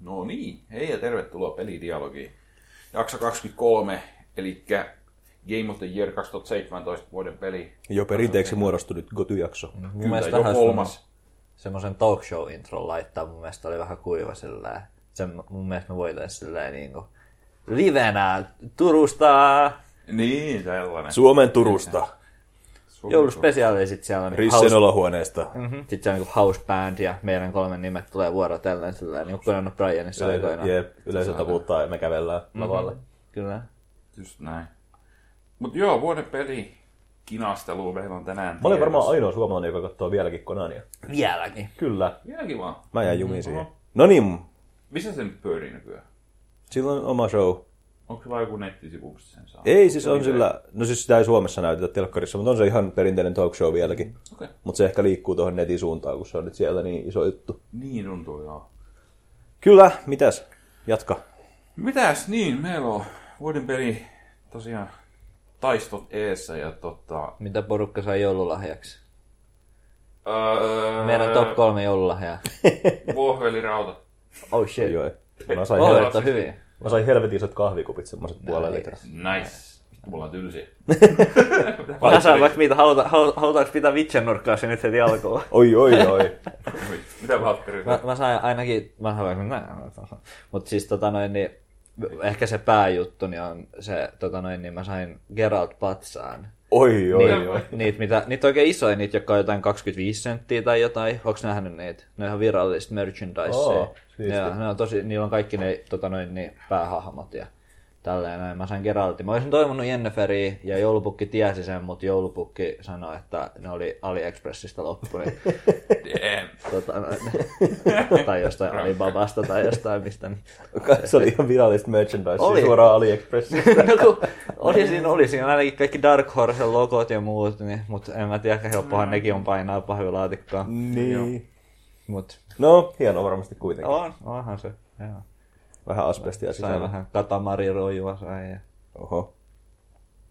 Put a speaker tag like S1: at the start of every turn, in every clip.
S1: No niin, hei ja tervetuloa Pelidialogiin. Jakso 23, eli Game of the Year 2017 vuoden peli.
S2: Jo perinteeksi muodostunut goty-jakso.
S3: Mun mielestä
S1: jo
S3: vähän
S1: kolmas.
S3: semmoisen talk show intron laittaa mun mielestä oli vähän kuiva sillä sen, mun mielestä me voitaisiin sillä niin kuin, livenä Turusta
S1: Niin, tällainen.
S2: Suomen Turusta,
S1: Su-
S3: jouluspesiaali sit siellä on niin
S2: Rissen
S3: house,
S2: olohuoneesta.
S3: Mhm. sit siellä on niin house band ja meidän kolmen nimet tulee vuorotellen sillä niin kuin on Brianissa aikoinaan.
S2: Jep, yleisö taputtaa ja me kävellään lavalle.
S3: Kyllä.
S1: Just näin. Mut joo, vuoden peli kinastelu meillä on tänään.
S2: Mä olin varmaan ainoa suomalainen, joka katsoo vieläkin Konania.
S3: Vieläkin.
S2: Kyllä,
S1: Vieläkin vaan.
S2: mä jäin jumiin siihen. No niin,
S1: Missä se nyt pyörii nykyään?
S2: sillä on oma show.
S1: Onko se vaan joku nettisivu, missä sen saa?
S2: Ei siis on sillä, no siis sitä ei Suomessa näytetä telkkarissa, mutta on se ihan perinteinen talk show vieläkin.
S1: Okei. Okay.
S2: Mutta se ehkä liikkuu tuohon netin suuntaan, kun se on nyt siellä niin iso juttu.
S1: Niin tuntuu joo.
S2: Kyllä, mitäs? Jatka.
S1: Mitäs niin, meillä on vuoden peli tosiaan taistot eessä ja tota...
S3: Mitä porukka sai joululahjaksi?
S1: Öö,
S3: Meidän top kolme joululahjaa.
S1: äh, Vohvelirauta.
S3: Oh shit.
S2: Joo, ei. Mä sain,
S3: Oh,
S2: hel-
S3: että on hyviä.
S2: mä sain helvetin isot kahvikupit, semmoset puolen litran.
S1: Nice. Mulla on tylsiä.
S3: Mä saan vaikka mitä, haluta, halu- halutaanko pitää vitsen nurkkaa se nyt heti alkuun?
S2: Oi, oi, oi.
S1: Mitä Valtteri?
S3: Mä, mä sain ainakin, mä sain mutta siis tota noin, niin, ehkä se pääjuttu niin on se, tota noin, niin mä sain Geralt patsaan.
S2: Oi, oi,
S3: Niin,
S2: oi.
S3: niitä, mitä, niitä oikein isoja, niitä, jotka on jotain 25 senttiä tai jotain. Onks nähnyt niitä? Ne on ihan virallista merchandise.
S2: Oo, siisti.
S3: ja, ne on tosi, niillä on kaikki ne tota noin, niin, päähahmot ja tälleen näin. Mä sain Geraltin. Mä olisin toivonut Jenniferiä ja joulupukki tiesi sen, mutta joulupukki sanoi, että ne oli AliExpressistä loppu. Niin
S1: Damn.
S3: tota, tai jostain Alibabasta tai jostain mistä. Niin.
S2: Se oli ihan virallista merchandise
S3: Oli.
S2: suoraan AliExpressista.
S3: No, kun oli siinä, oli siinä ainakin kaikki Dark Horsen logot ja muut, niin, mutta en mä tiedä, helppohan nekin on painaa pahoja laatikkoa.
S2: niin.
S3: Mut
S2: No, hieno varmasti kuitenkin.
S3: on, onhan se. Joo.
S2: Vähän asbestia
S3: Sain
S2: sisällä.
S3: vähän katamari rojua sai. Ja...
S2: Oho.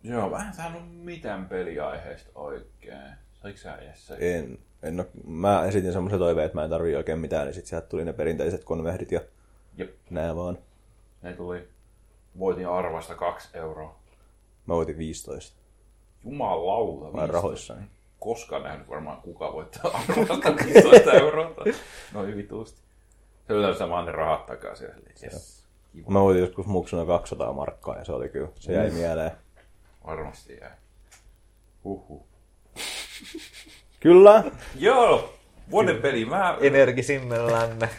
S1: Joo, mä en saanut mitään peliaiheesta oikein. Saiko sä Jesse?
S2: En, en oo- mä esitin semmoisen toiveen, että mä en tarvii oikein mitään, niin sit sieltä tuli ne perinteiset konvehdit ja
S1: Jep,
S2: nää vaan.
S1: ne tuli. Voitin arvasta kaksi euroa.
S2: Mä voitin 15.
S1: Jumalauta.
S2: Mä oon
S1: 15.
S2: rahoissani.
S1: Koskaan nähnyt varmaan kuka voittaa arvasta 15 euroa. No vituusti. Se yleensä vaan ne rahat takaisin. Yes. Kiva.
S2: Mä voitin joskus muksuna 200 markkaa ja se oli kyllä, se
S3: Niin.
S2: jäi mieleen.
S1: Varmasti jäi. Huhhuh.
S2: Kyllä.
S1: Joo! Vuoden peli. Mä
S3: Energisimmellänne.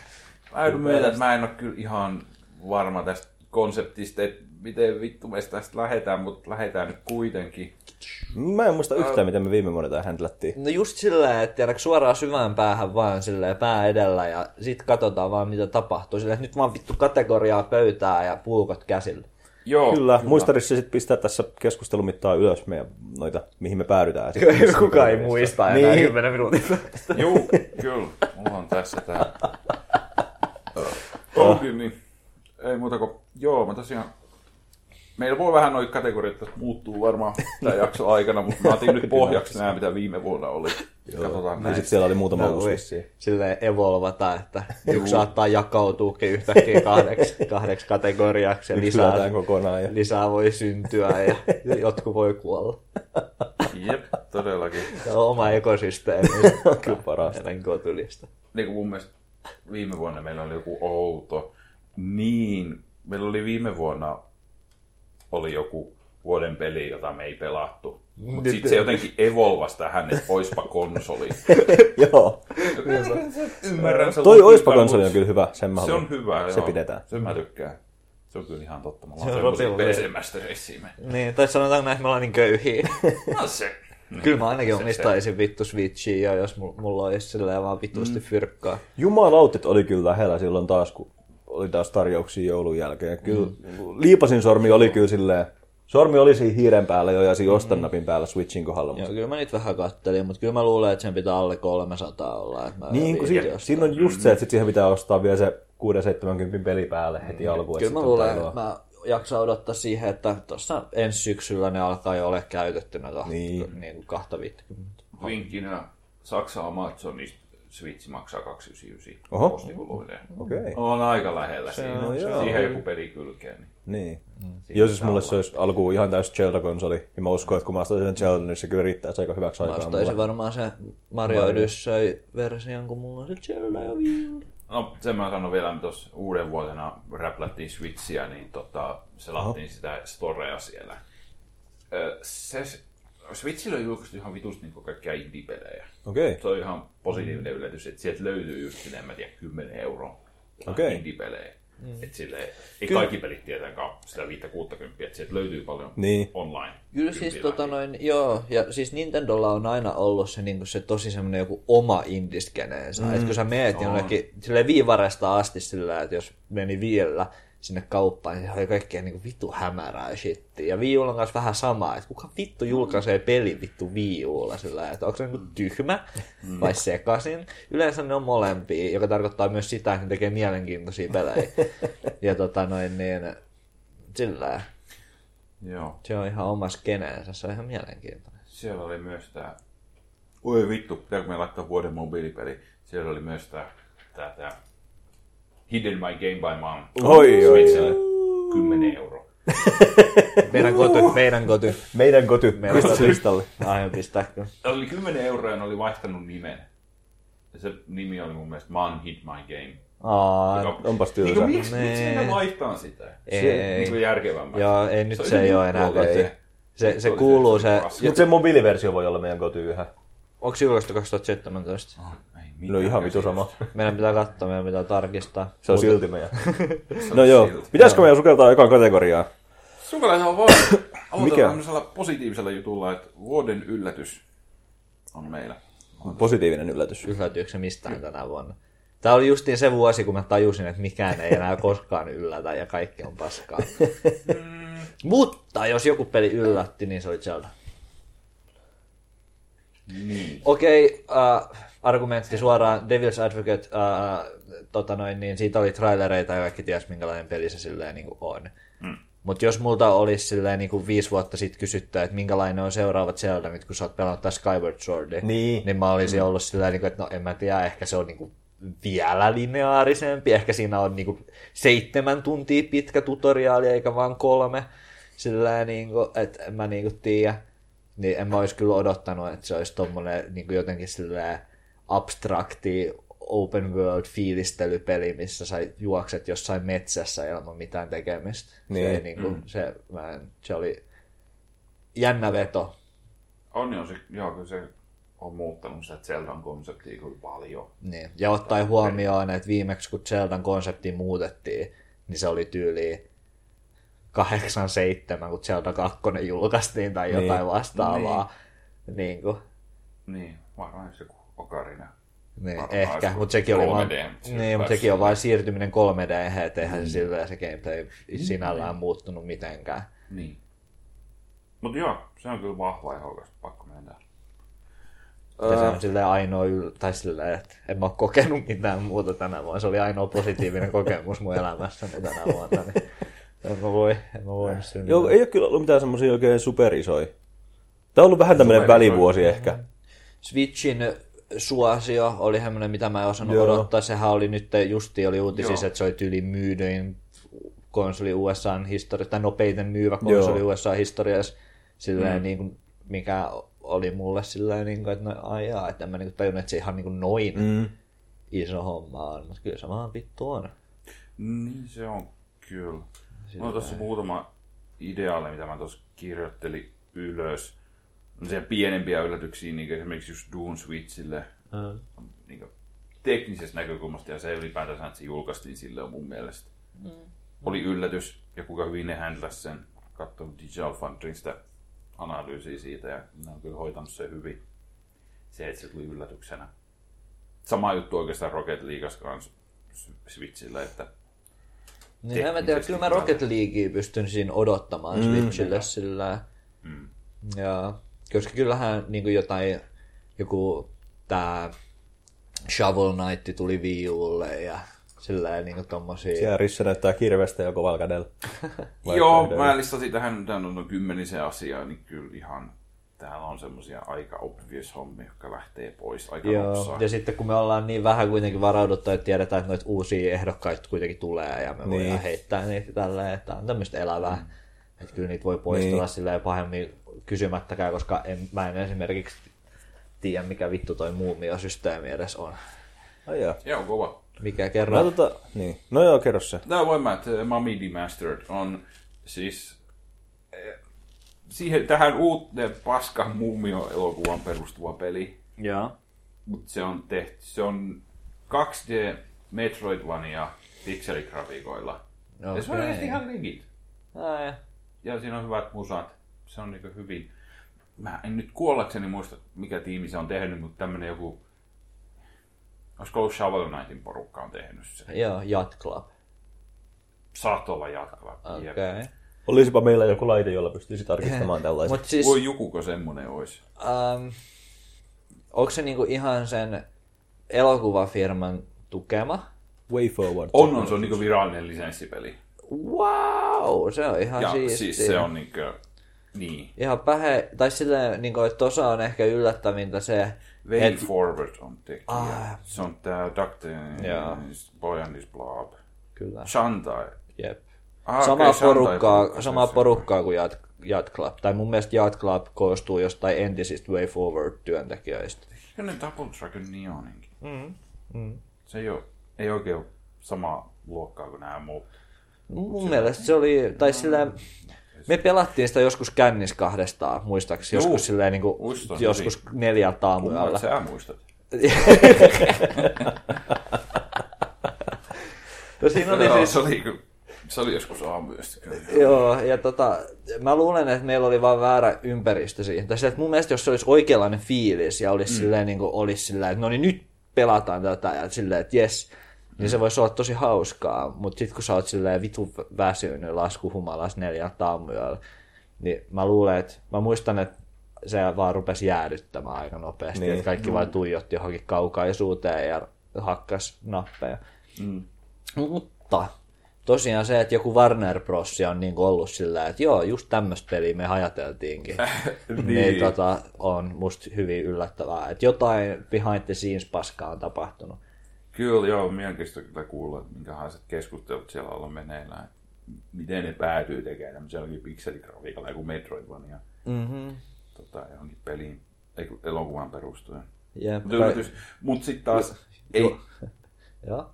S1: Mä joudun myöntää, että mä en ole kyllä ihan varma tästä konseptista, että miten vittu me tästä lähetään, mutta lähetään nyt kuitenkin.
S2: Mä en muista yhtään, miten me viime vuonna tää händlättiin.
S3: No just silleen, että tiedätkö, suoraan syvään päähän vaan silleen pää edellä ja sit katsotaan vaan mitä tapahtuu. Silleen, että nyt vaan vittu kategoriaa pöytää ja puukot käsillä. No,
S1: Joo,
S2: Kyllä, muistarissa sit pistää tässä keskustelun mittaan ylös meidän noita, mihin me päädytään. sit.
S3: Kuka ei muista enää
S2: Niin.
S3: 10 minuutin päästä.
S1: juu, kyllä. Mulla on tässä tää. Onkin niin. Ei muuta kuin, joo, mä tosiaan... Meillä voi vähän noin kategoriat tässä muuttuu varmaan tämän jakson aikana, mutta mä otin nyt pohjaksi nämä, mitä viime vuonna oli. Katsotaan
S2: Ja
S1: näin.
S2: sit siellä oli muutama
S3: No,
S2: uusi
S3: voi.
S2: vissiin.
S3: silleen evolvata, että yksi saattaa jakautuukin yhtäkkiä kahdeksi, kahdeksi kategoriaksi ja lisää,
S2: Lisää kokonaan. Ja...
S3: lisää voi syntyä ja jotkut voi kuolla.
S1: Jep, todellakin.
S3: Se on oma ekosysteemi.
S2: Kyllä parasta.
S3: Meidän kotulista.
S1: niin kuin mun mielestä viime vuonna meillä oli joku outo. Niin, meillä oli viime vuonna oli joku vuoden peli, jota me ei pelattu. Mutta sitten se jotenkin evolvas tähän, että oispa konsoli.
S2: Joo.
S3: Niin,
S1: Ymmärrän se
S2: Toi
S1: logiikan,
S2: oispa konsoli on
S1: mut
S2: kyllä hyvä, sen mä
S1: Se
S2: haluan.
S1: on hyvä,
S2: Se
S1: joo.
S2: pidetään.
S1: Sen mä tykkään. Se on kyllä ihan totta. Mä
S3: Se on
S1: oon semmoisen
S3: rotilleen.
S1: PC Master Racein me.
S3: Niin, tai sanotaanko näin, että me ollaan niin köyhiä.
S1: No se.
S3: Kyllä mä ainakin
S1: Se- se-
S3: omistaisin vittu Switchiä, jos mul- mulla olisi silleen vaan vitusti fyrkkaa.
S2: Jumalautet oli kyllä lähellä silloin taas, kun oli taas tarjouksia joulun jälkeen. Kyllä mm. liipasin sormi oli kyllä silleen, sormi oli siinä hiiren päällä jo ja siinä ostannapin päällä Switchin kohdalla.
S3: Joo,
S2: Mutta
S3: kyllä mä niitä vähän kattelin, mutta kyllä mä luulen, että sen pitää alle 300 olla. Että mä
S2: niin, kun
S3: viitin
S2: siinä,
S3: jostain.
S2: siinä on just se, että sit siihen pitää ostaa vielä se 670 peli päälle heti mm. alkuun.
S3: Kyllä
S2: että
S3: mä
S2: sit on
S3: luulen,
S2: tailoa.
S3: että mä jaksan odottaa siihen, että tuossa ensi syksyllä ne alkaa jo ole käytettynä kahta,
S2: Niin.
S3: niin. Niin kahta 50.
S1: Vinkkinä Saksa Amazonista Switch maksaa 299
S2: Oho.
S1: postikuluineen.
S2: Okei. Okay.
S1: On aika lähellä se siinä.
S2: on,
S1: On,
S2: joo.
S1: Siihen joku peli kylkeen. Niin.
S2: Niin. Jos siis mulle se olisi alkuun ihan täys Zelda-konsoli, ja mä uskon, että kun mä ostaisin sen Zelda, niin se kyllä riittäisi aika hyväksi
S3: Mä
S2: aikaa
S3: ostaisin
S2: mulle.
S3: varmaan se Mario Odyssey-version, kun mulla on se Zelda jo viime.
S1: No sen mä sanon vielä, että tuossa uuden vuotena räplättiin Switchiä, niin tota, selattiin sitä storea siellä. Ö, Se, Switchillä on julkaistu ihan vitusti niin kaikkia indie-pelejä.
S2: Okei.
S1: Se on ihan positiivinen yllätys, että sieltä löytyy just sinne, en mä tiedä, 10 euroa
S2: Okei.
S1: indie-pelejä.
S3: Mm.
S1: Et silleen, ei kaikki pelit tietenkään sitä 5-60, että sieltä löytyy paljon
S2: Niin.
S1: online.
S3: Kyllä siis
S1: kympiä.
S3: tota noin, joo, ja siis Nintendolla on aina ollut se, niin se tosi semmoinen joku oma indiskeneensä. Mm. Että kun sä meet jonnekin sille viivaresta asti sillä, että jos meni viillä sinne kauppaan, niin siellä oli kaikkea niin vittu hämärää shittiä. Ja viiulla on kanssa vähän samaa, että kuka vittu julkaisee peli vittu viiulla sillä, että onko se niin tyhmä vai sekasin. Yleensä ne on molempia, joka tarkoittaa myös sitä, että ne tekee mielenkiintoisia pelejä. ja tota noin, niin sillä tota-
S1: Joo.
S3: se on ihan oma skeneensä, se on ihan mielenkiintoinen.
S1: Siellä oli myös tää... Oi vittu, pitääkö me laittaa vuoden mobiilipeli? Siellä oli myös tää... tää, tää Hidden My Game by Mom.
S2: Oi, oi,
S1: Switchille.
S2: oi.
S1: 10 euroa.
S3: Meidän koty, meidän koty.
S2: Meidän koty,
S3: Uhuh. Meidän
S2: pistä listalle.
S3: Aion pistää kyllä.
S1: Se oli 10 euroa ja ne oli vaihtanut nimen. Ja se nimi oli mun mielestä Man Hit My Game.
S3: Aa,
S1: Joka-
S2: Onpas
S1: Niinku,
S2: tylsä.
S1: miksi, miksi
S3: Nee.
S1: ne vaihtaa sitä?
S3: ei.
S1: Niinku järkevämmä.
S3: Joo, ei nyt
S1: oli
S3: se ei
S1: niinku
S3: ole enää
S1: tuolla
S3: koty. Se, se kuuluu se,
S1: paska.
S2: Mutta se mobiiliversio voi olla meidän koty yhä.
S3: onko se julkaistu 2017?
S1: Ei
S2: No
S1: mitään
S2: ihan vitu
S1: käsitystä.
S2: sama.
S3: Meidän pitää katsoa, meidän pitää tarkistaa.
S2: Se on silti meidän.
S1: Se on
S2: No joo.
S1: silti.
S2: Pitäisikö meidän sukeltaa ekaan kategoriaan?
S1: Sukalainen on vaan
S2: Mikä?
S1: aloitetaan tämmöisellä positiivisella jutulla, että vuoden yllätys on meillä.
S2: Positiivinen yllätys.
S3: Yllätyykö se mistään tänä vuonna? Tämä oli justiin se vuosi, kun mä tajusin, että mikään ei enää koskaan yllätä ja kaikki on paskaa. Mutta jos joku peli yllätti, niin se oli Zelda.
S1: Niin.
S3: Okei, äh, argumentti suoraan. Devil's Advocate, äh, tota noin, niin siitä oli trailereita ja kaikki ties minkälainen peli se silleen niin on. Mm. Mutta jos multa olisi silleen niin kuin viisi vuotta sitten kysyttä, että minkälainen on seuraavat Zelda, nyt kun sä oot pelannut tää Skyward Swordia,
S2: Niin.
S3: niin mä olisin mm. ollut silleen, niin kuin, että no en mä tiedä, ehkä se on niin kuin vielä lineaarisempi, ehkä siinä on niin kuin seitsemän tuntia pitkä tutoriaali eikä vaan kolme, silleen niin kuin, että en mä niin kuin tiedä niin en mä olisi kyllä odottanut, että se olisi tommonen niin jotenkin silleen abstrakti open world fiilistelypeli, missä sä juokset jossain metsässä ilman mitään tekemistä.
S2: Niin.
S3: Se, ei, niin kuin, mm. se, mä en, se oli jännä veto.
S1: On joo, se, joo, kyllä se on muuttanut sitä Zeldan konseptia kyllä paljon.
S3: Niin. Ja ottaen huomioon, että viimeksi kun Zeldan konsepti muutettiin, niin se oli tyyliin 87, kun Zelda 2 julkaistiin tai jotain
S2: Niin.
S3: vastaavaa. Niin. Niin kuin,
S1: Niin, varmaan se kuin Ocarina.
S3: Niin,
S1: Varmaan
S3: ehkä,
S1: joku
S3: mutta sekin, oli vaan,
S1: 3D, mut se
S3: niin, mut
S1: pääsi
S3: sekin on vain siirtyminen 3D, että eihän se sillä se gameplay sinällään muuttunut mitenkään.
S1: Niin. Mutta joo, se on kyllä vahva ja hoikas, pakko myöntää.
S3: Ja se on silleen ainoa, yl- tai silleen, että en mä ole kokenut mitään muuta tänä vuonna. Se oli ainoa positiivinen kokemus mun elämässäni tänä vuonna. Niin. En mä voi, en mä voi sinne.
S2: Joo, ei ole kyllä ollut mitään semmoisia oikein superisoja. Tämä on ollut vähän tämmöinen
S1: Superisoja.
S2: välivuosi ehkä.
S3: Switchin suosio oli semmoinen, mitä mä en osannut
S2: Joo.
S3: Joo. odottaa. Sehän oli nyt, justi oli uutisissa,
S1: Joo.
S3: että se oli yli myydyin konsoli USAn historiassa, tai nopeiten myyvä konsoli
S2: Joo.
S3: USA historiassa, silleen mm. niin kuin, mikä oli mulle silleen, niin kuin, että no ajaa, että en mä niin kuin tajunnut, että se ihan niin kuin noin
S2: Mm.
S3: iso homma on, mutta kyllä se vaan vittu on.
S1: Niin se on kyllä. Mulla on tossa muutama ideaali, mitä mä tuossa kirjoittelin ylös. No siellä pienempiä yllätyksiä, niin esimerkiksi just Doom Switchille. Mm. Niin kuin teknisestä näkökulmasta ja se ylipäätänsä, että se julkaistiin sille on mun mielestä. Mm. Oli yllätys ja kuinka hyvin ne handlasi sen. Katsoin Digital Foundryn sitä analyysiä siitä ja ne on kyllä hoitanut sen hyvin. Se, että se tuli yllätyksenä. Sama juttu oikeastaan Rocket Leagueassa kanssa Switchillä, että
S3: Niin en mä tiedä,
S1: teknisesti
S3: kyllä mä
S1: tilanne.
S3: Rocket Leaguea pystyn siinä odottamaan mm. Switchille sillä. Mm. Ja, koska kyllähän niin kuin jotain, joku tää Shovel Knight tuli viiulle ja sillä niin kuin tommosia.
S2: Siellä Risse näyttää kirvestä ja kovalla kädellä.
S1: Joo, mä listasin tähän, tähän on noin kymmenisen asiaa, niin kyllä ihan täällä on semmoisia aika obvious hommia, jotka lähtee pois aika
S3: Joo,
S1: nopsaa.
S3: ja sitten kun me ollaan niin vähän kuitenkin varauduttu, että tiedetään, että noita uusia ehdokkaita kuitenkin tulee ja me niin. voidaan heittää niitä tälleen, että on tämmöistä elävää. Mm. Että kyllä niitä voi poistella niin. silleen pahemmin kysymättäkään, koska en, mä en esimerkiksi tiedä, mikä vittu toi muumiosysteemi edes on.
S2: Ai jaa.
S1: Joo, kova.
S3: Mikä
S2: No,
S3: kerran?
S2: tota, niin. no joo, kerro se.
S1: Tämä voima, että äh, Mummy Demastered on siis eh, siihen, tähän uuteen paskan muumio-elokuvaan perustuva peli.
S3: Joo.
S1: Mutta se on tehty, se on 2D Metroidvania pikseligrafiikoilla. Okay. Ja se on oikeasti ihan legit.
S3: Ai,
S1: Ja siinä on hyvät musat. Se on niinku hyvin... Mä en nyt kuollakseni muista, mikä tiimi se on tehnyt, mutta tämmönen joku... Olisiko ollut Shovel Knightin porukka on tehnyt se.
S3: Joo, Yacht Club.
S1: Saat olla jatkava.
S3: Okei.
S1: Jep.
S3: Okay.
S2: Olisipa meillä joku laite, jolla pystyisi tarkistamaan tällaista.
S3: Mutta siis,
S1: Voi jokuko semmonen olisi.
S3: ähm, onko se niinku ihan sen elokuvafirman tukema?
S2: Way forward.
S1: On, on, se on niinku virallinen lisenssipeli.
S3: Wow, se on ihan
S1: Ja
S3: siistiä.
S1: siis se on niinku... Niin.
S3: Ihan pähe, tai silleen, niin kuin, että osa on ehkä yllättävintä se,
S1: Way
S3: Et-
S1: Forward on tekijä.
S3: Ah.
S1: Se on tää Doctor...
S3: Joo.
S1: Boy and his blob.
S3: kyllä,
S1: Shantai.
S3: jep.
S1: Ah,
S3: samaa,
S1: okei, Shantai porukka,
S3: porukkaa, samaa
S1: se-
S3: porukkaa kuin Yacht, Yacht Club. Tai mun mielestä Yacht Club koostuu jostain entisistä Way Forward-työntekijöistä.
S1: Ja ne Double Dragon Neoninkin. Mm. Mm. Se ei, ole, ei oikein ole samaa luokkaa kuin nämä muut.
S3: Mun mielestä se oli, tai
S1: Mm.
S3: silleen, me pelattiin sitä joskus kännis kahdestaan, muistaakseni,
S1: Juu,
S3: joskus silleen niin kuin,
S1: muistan
S3: joskus neljältä
S1: Kummat
S3: aamuyöllä.
S1: sä muistat?
S3: No siinä oli
S1: Joo,
S3: siis
S1: se, oli, kyllä- se oli joskus aamuyöstä kyllä.
S3: Joo, ja tota, mä luulen, että meillä oli vaan väärä ympäristö siihen. Tai sillä, että mun mielestä jos se olisi oikeanlainen fiilis ja olisi mm. silleen, niin kuin, olisi silleen, että no niin nyt pelataan tätä ja silleen, että jes, niin se voisi olla tosi hauskaa. Mutta sitten kun sä oot silleen vitu väsynyt laskuhumalas neljän taamuyöllä, niin mä luulen, että mä muistan, että se vaan rupesi jäädyttämään aika nopeasti. Niin.
S2: Niin.
S3: Että kaikki vaan tuijotti johonkin kaukaisuuteen ja hakkas nappeja. No, Mutta tosiaan se, että joku Warner Bros. on niin ollut sillä, että joo, just tämmöistä peliä me hajateltiinkin. niin. niin tota, on musta hyvin yllättävää, että jotain behind the scenes paskaa on tapahtunut.
S1: Kyllä joo, mielenkiintoista kyllä kuulla, että minkälaiset keskustelut siellä on meneillään. Miten ne päätyy tekemään tämmöisen jollakin pikseligrafiikalla, joku Metroidvania. Mm-hmm. Tota, johonkin peliin, ei kun elokuvan perustuen.
S3: Jep.
S1: Mutta yllätys, mut sitten taas, ei,
S3: Joo.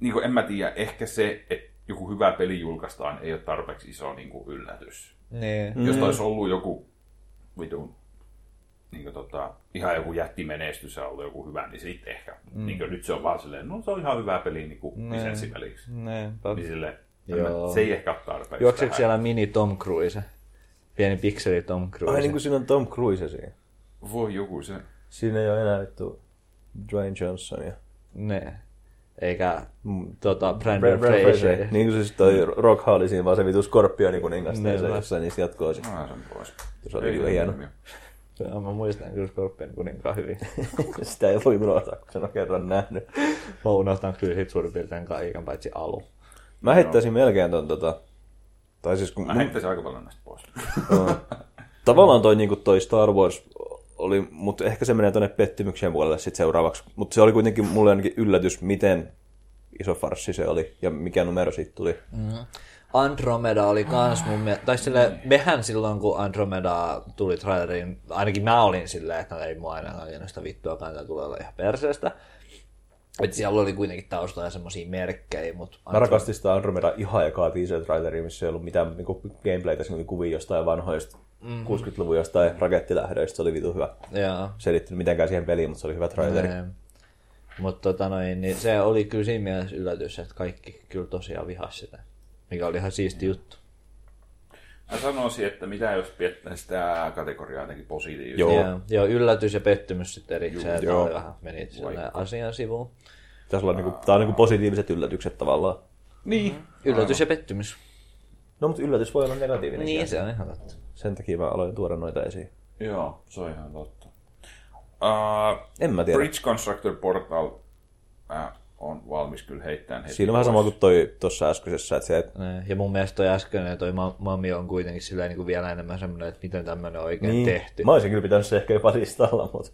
S1: niin kuin en mä tiedä, ehkä se, että joku hyvä peli julkaistaan, ei ole tarpeeksi iso niin kuin yllätys.
S3: Niin.
S1: Mm. Jos taisi ollut joku vitun, niin kuin tota, ihan joku jättimenestys ja ollut joku hyvä, niin sitten ehkä. Mm. Niin kuin nyt se on vaan silleen, no se on ihan hyvä peli niin kuin lisenssipeliksi.
S3: Niinpä.
S1: Niin silleen, en mä-
S3: Joo.
S1: se ei ehkä ole tarpeeksi.
S3: Juokseeko
S1: tähän.
S3: siellä mini Tom Cruise? Pieni pikseli Tom Cruise.
S2: Ai niin kuin siinä on Tom Cruise siinä.
S1: Voi joku se. no,
S2: Siinä ei ole enää vittu Dwayne Johnson ja
S3: Ne. Eikä tota, Brandon,
S2: Brad, Brad
S3: Fraser.
S2: Fraser. Niin kuin siis toi Rock Hall siinä vaan se vitu Scorpioni kuningas
S3: Niin,
S2: tai se
S3: mä-
S2: jossain niistä jatkoa sitten.
S1: Mä sen pois.
S2: Se oli kyllä hieno.
S3: Joo, mä muistan kyllä Scorpion kuninkaan hyvin.
S2: Sitä ei voi unohtaa, kun sen on kerran nähnyt.
S3: mä unohtan kyllä sit suurin piirtein kaiken paitsi alun. No.
S2: Mä heittäisin melkein ton tota... Tai siis kun...
S1: Mä heittäisin aika paljon näistä pois.
S2: Tavallaan toi, niin toi Star Wars oli, mutta ehkä se menee tuonne pettymyksen puolelle sit seuraavaksi. Mutta se oli kuitenkin mulle ainakin yllätys, miten iso farsi se oli ja mikä numero siitä tuli.
S3: Andromeda oli kans mun mielestä, tai sille, mehän silloin kun Andromeda tuli traileriin, ainakin mä olin silleen, että no ei mua ainakaan kiinnosta vittua, tää tulee olla ihan perseestä. Et siellä oli kuitenkin taustalla semmosia merkkejä, mutta
S2: Mä rakastin sitä Andromeda ihan ekaa teaser traileria, missä ei ollut mitään niinku gameplaytä, siinä oli kuvia jostain vanhoista
S3: Mhm.
S2: mm-hmm. 60-luvun jostain rakettilähdöistä, se oli vitu hyvä.
S3: Joo.
S2: Se ei liittynyt mitenkään siihen peliin, mutta se oli hyvä traileri. Mm-hmm.
S3: Mutta tota noin, niin se oli kyllä siinä mielessä yllätys, että kaikki kyllä tosiaan vihas sitä, mikä oli ihan siisti juttu.
S1: Mä sanoisin, että mitä jos piettää sitä kategoriaa jotenkin positiivisesti.
S2: Joo.
S3: Joo, joo, yllätys ja pettymys sitten erikseen,
S2: Juu, joo.
S3: joo. vähän meni sinne asian sivuun.
S2: Tässä on, niinku, tää on niinku positiiviset yllätykset tavallaan.
S1: Niin.
S3: Yllätys ja pettymys.
S2: No mutta yllätys voi olla negatiivinen.
S3: Niin, se on ihan totta.
S2: Sen takia mä aloin tuoda noita esiin.
S1: Joo, se on ihan totta. Uh,
S2: En mä tiedä.
S1: Bridge Constructor Portal äh, on valmis kyllä heittämään heti.
S2: Siinä on vähän sama kuin toi tuossa äskeisessä, että se, et,
S3: Niin, Ja mun mielestä toi äskeinen, toi ma- mami on kuitenkin silleen niin kuin vielä enemmän semmoinen, että miten tämmöinen on oikein niin. tehty.
S2: Mä olisin kyllä pitänyt se ehkä jopa listalla, mutta...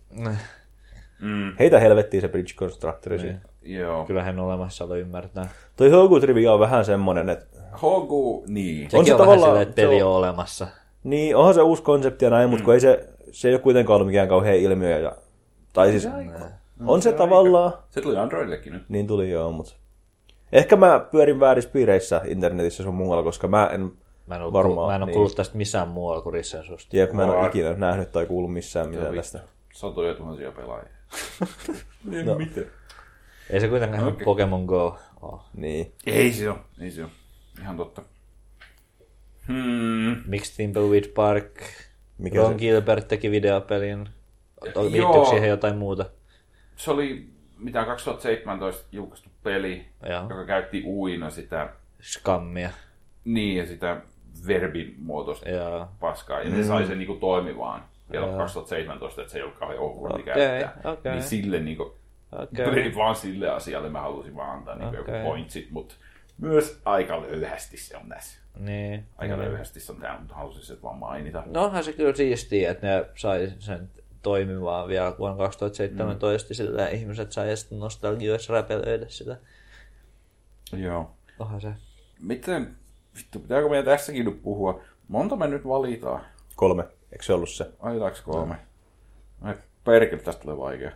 S2: Mm. Heitä helvettiin se Bridge Constructori
S3: Niin.
S2: siinä.
S1: Joo.
S3: Kyllähän olemassaolo ymmärtää.
S2: Toi Hogu-trivia on vähän semmonen, että
S1: Hogu, niin.
S3: Sekin on,
S2: se
S3: on vähän
S2: tavallaan-
S3: silleen, että
S2: se on-
S3: peli on olemassa.
S2: Niin, onhan se uusi konsepti ja näin, mutta kun ei se, se ei ole kuitenkaan ollut mikään kauhean ilmiö. Ja, tai siis, on se tavallaan,
S1: Se tuli Androidillekin nyt.
S2: niin tuli joo, mutta... Ehkä mä pyörin väärissä piireissä internetissä sun muualla, koska mä en,
S3: Mä en
S2: Varmaan,
S3: ole, Varmaan, mä en ole
S2: niin.
S3: niin. kuullut tästä missään muualla kuin Rissensusta.
S2: jep, mä en ole
S1: Var-
S2: ikinä nähnyt tai kuullut missään mitään tästä.
S1: Satoja tuhansia pelaajia. niin miten?
S3: Ei se kuitenkaan okay. Pokemon Go ole.
S2: Niin.
S1: Ei se ole, ei se ole. Ihan totta. Hmm.
S3: Miksi Thimbleweed Park?
S2: Mikä
S3: Mikä Ron
S2: se-
S3: se? Gilbert teki videopelin. O-
S1: Joo.
S3: Liittyykö siihen jotain muuta?
S1: Se oli mitä 2017 julkaistu peli,
S3: Joo.
S1: joka käytti uina sitä,
S3: Skammia.
S1: niin ja sitä verbimuotoista
S3: Joo.
S1: paskaa. Ja ne sai sen niinku toimivaan vielä 2017, että se ei ollut kauhean awkwardi
S3: Okei,
S1: käyttää.
S3: okei.
S1: Niin sille niinku,
S3: Okei.
S1: okay. vaan sille asialle mä halusin vaan antaa niinku okay.
S3: Okei.
S1: joku pointsit, mutta myös aika löyhästi se on tässä.
S3: Niin.
S1: Aika löyhästi se on tää, mutta halusin sen vaan mainita.
S3: No onhan se kyllä siistiä, että ne sai sen toimimaan vielä vuonna 2017, mm. sillä ihmiset sai edes nostalgioissa räpelöidä sitä.
S1: Joo.
S3: Onhan se.
S1: Miten, vittu, pitääkö meidän tässäkin nyt puhua? Monta me nyt valitaan?
S2: Kolme. Eikö se ollut se?
S1: Aitaaks kolme? Ai perkele, tästä tulee vaikea.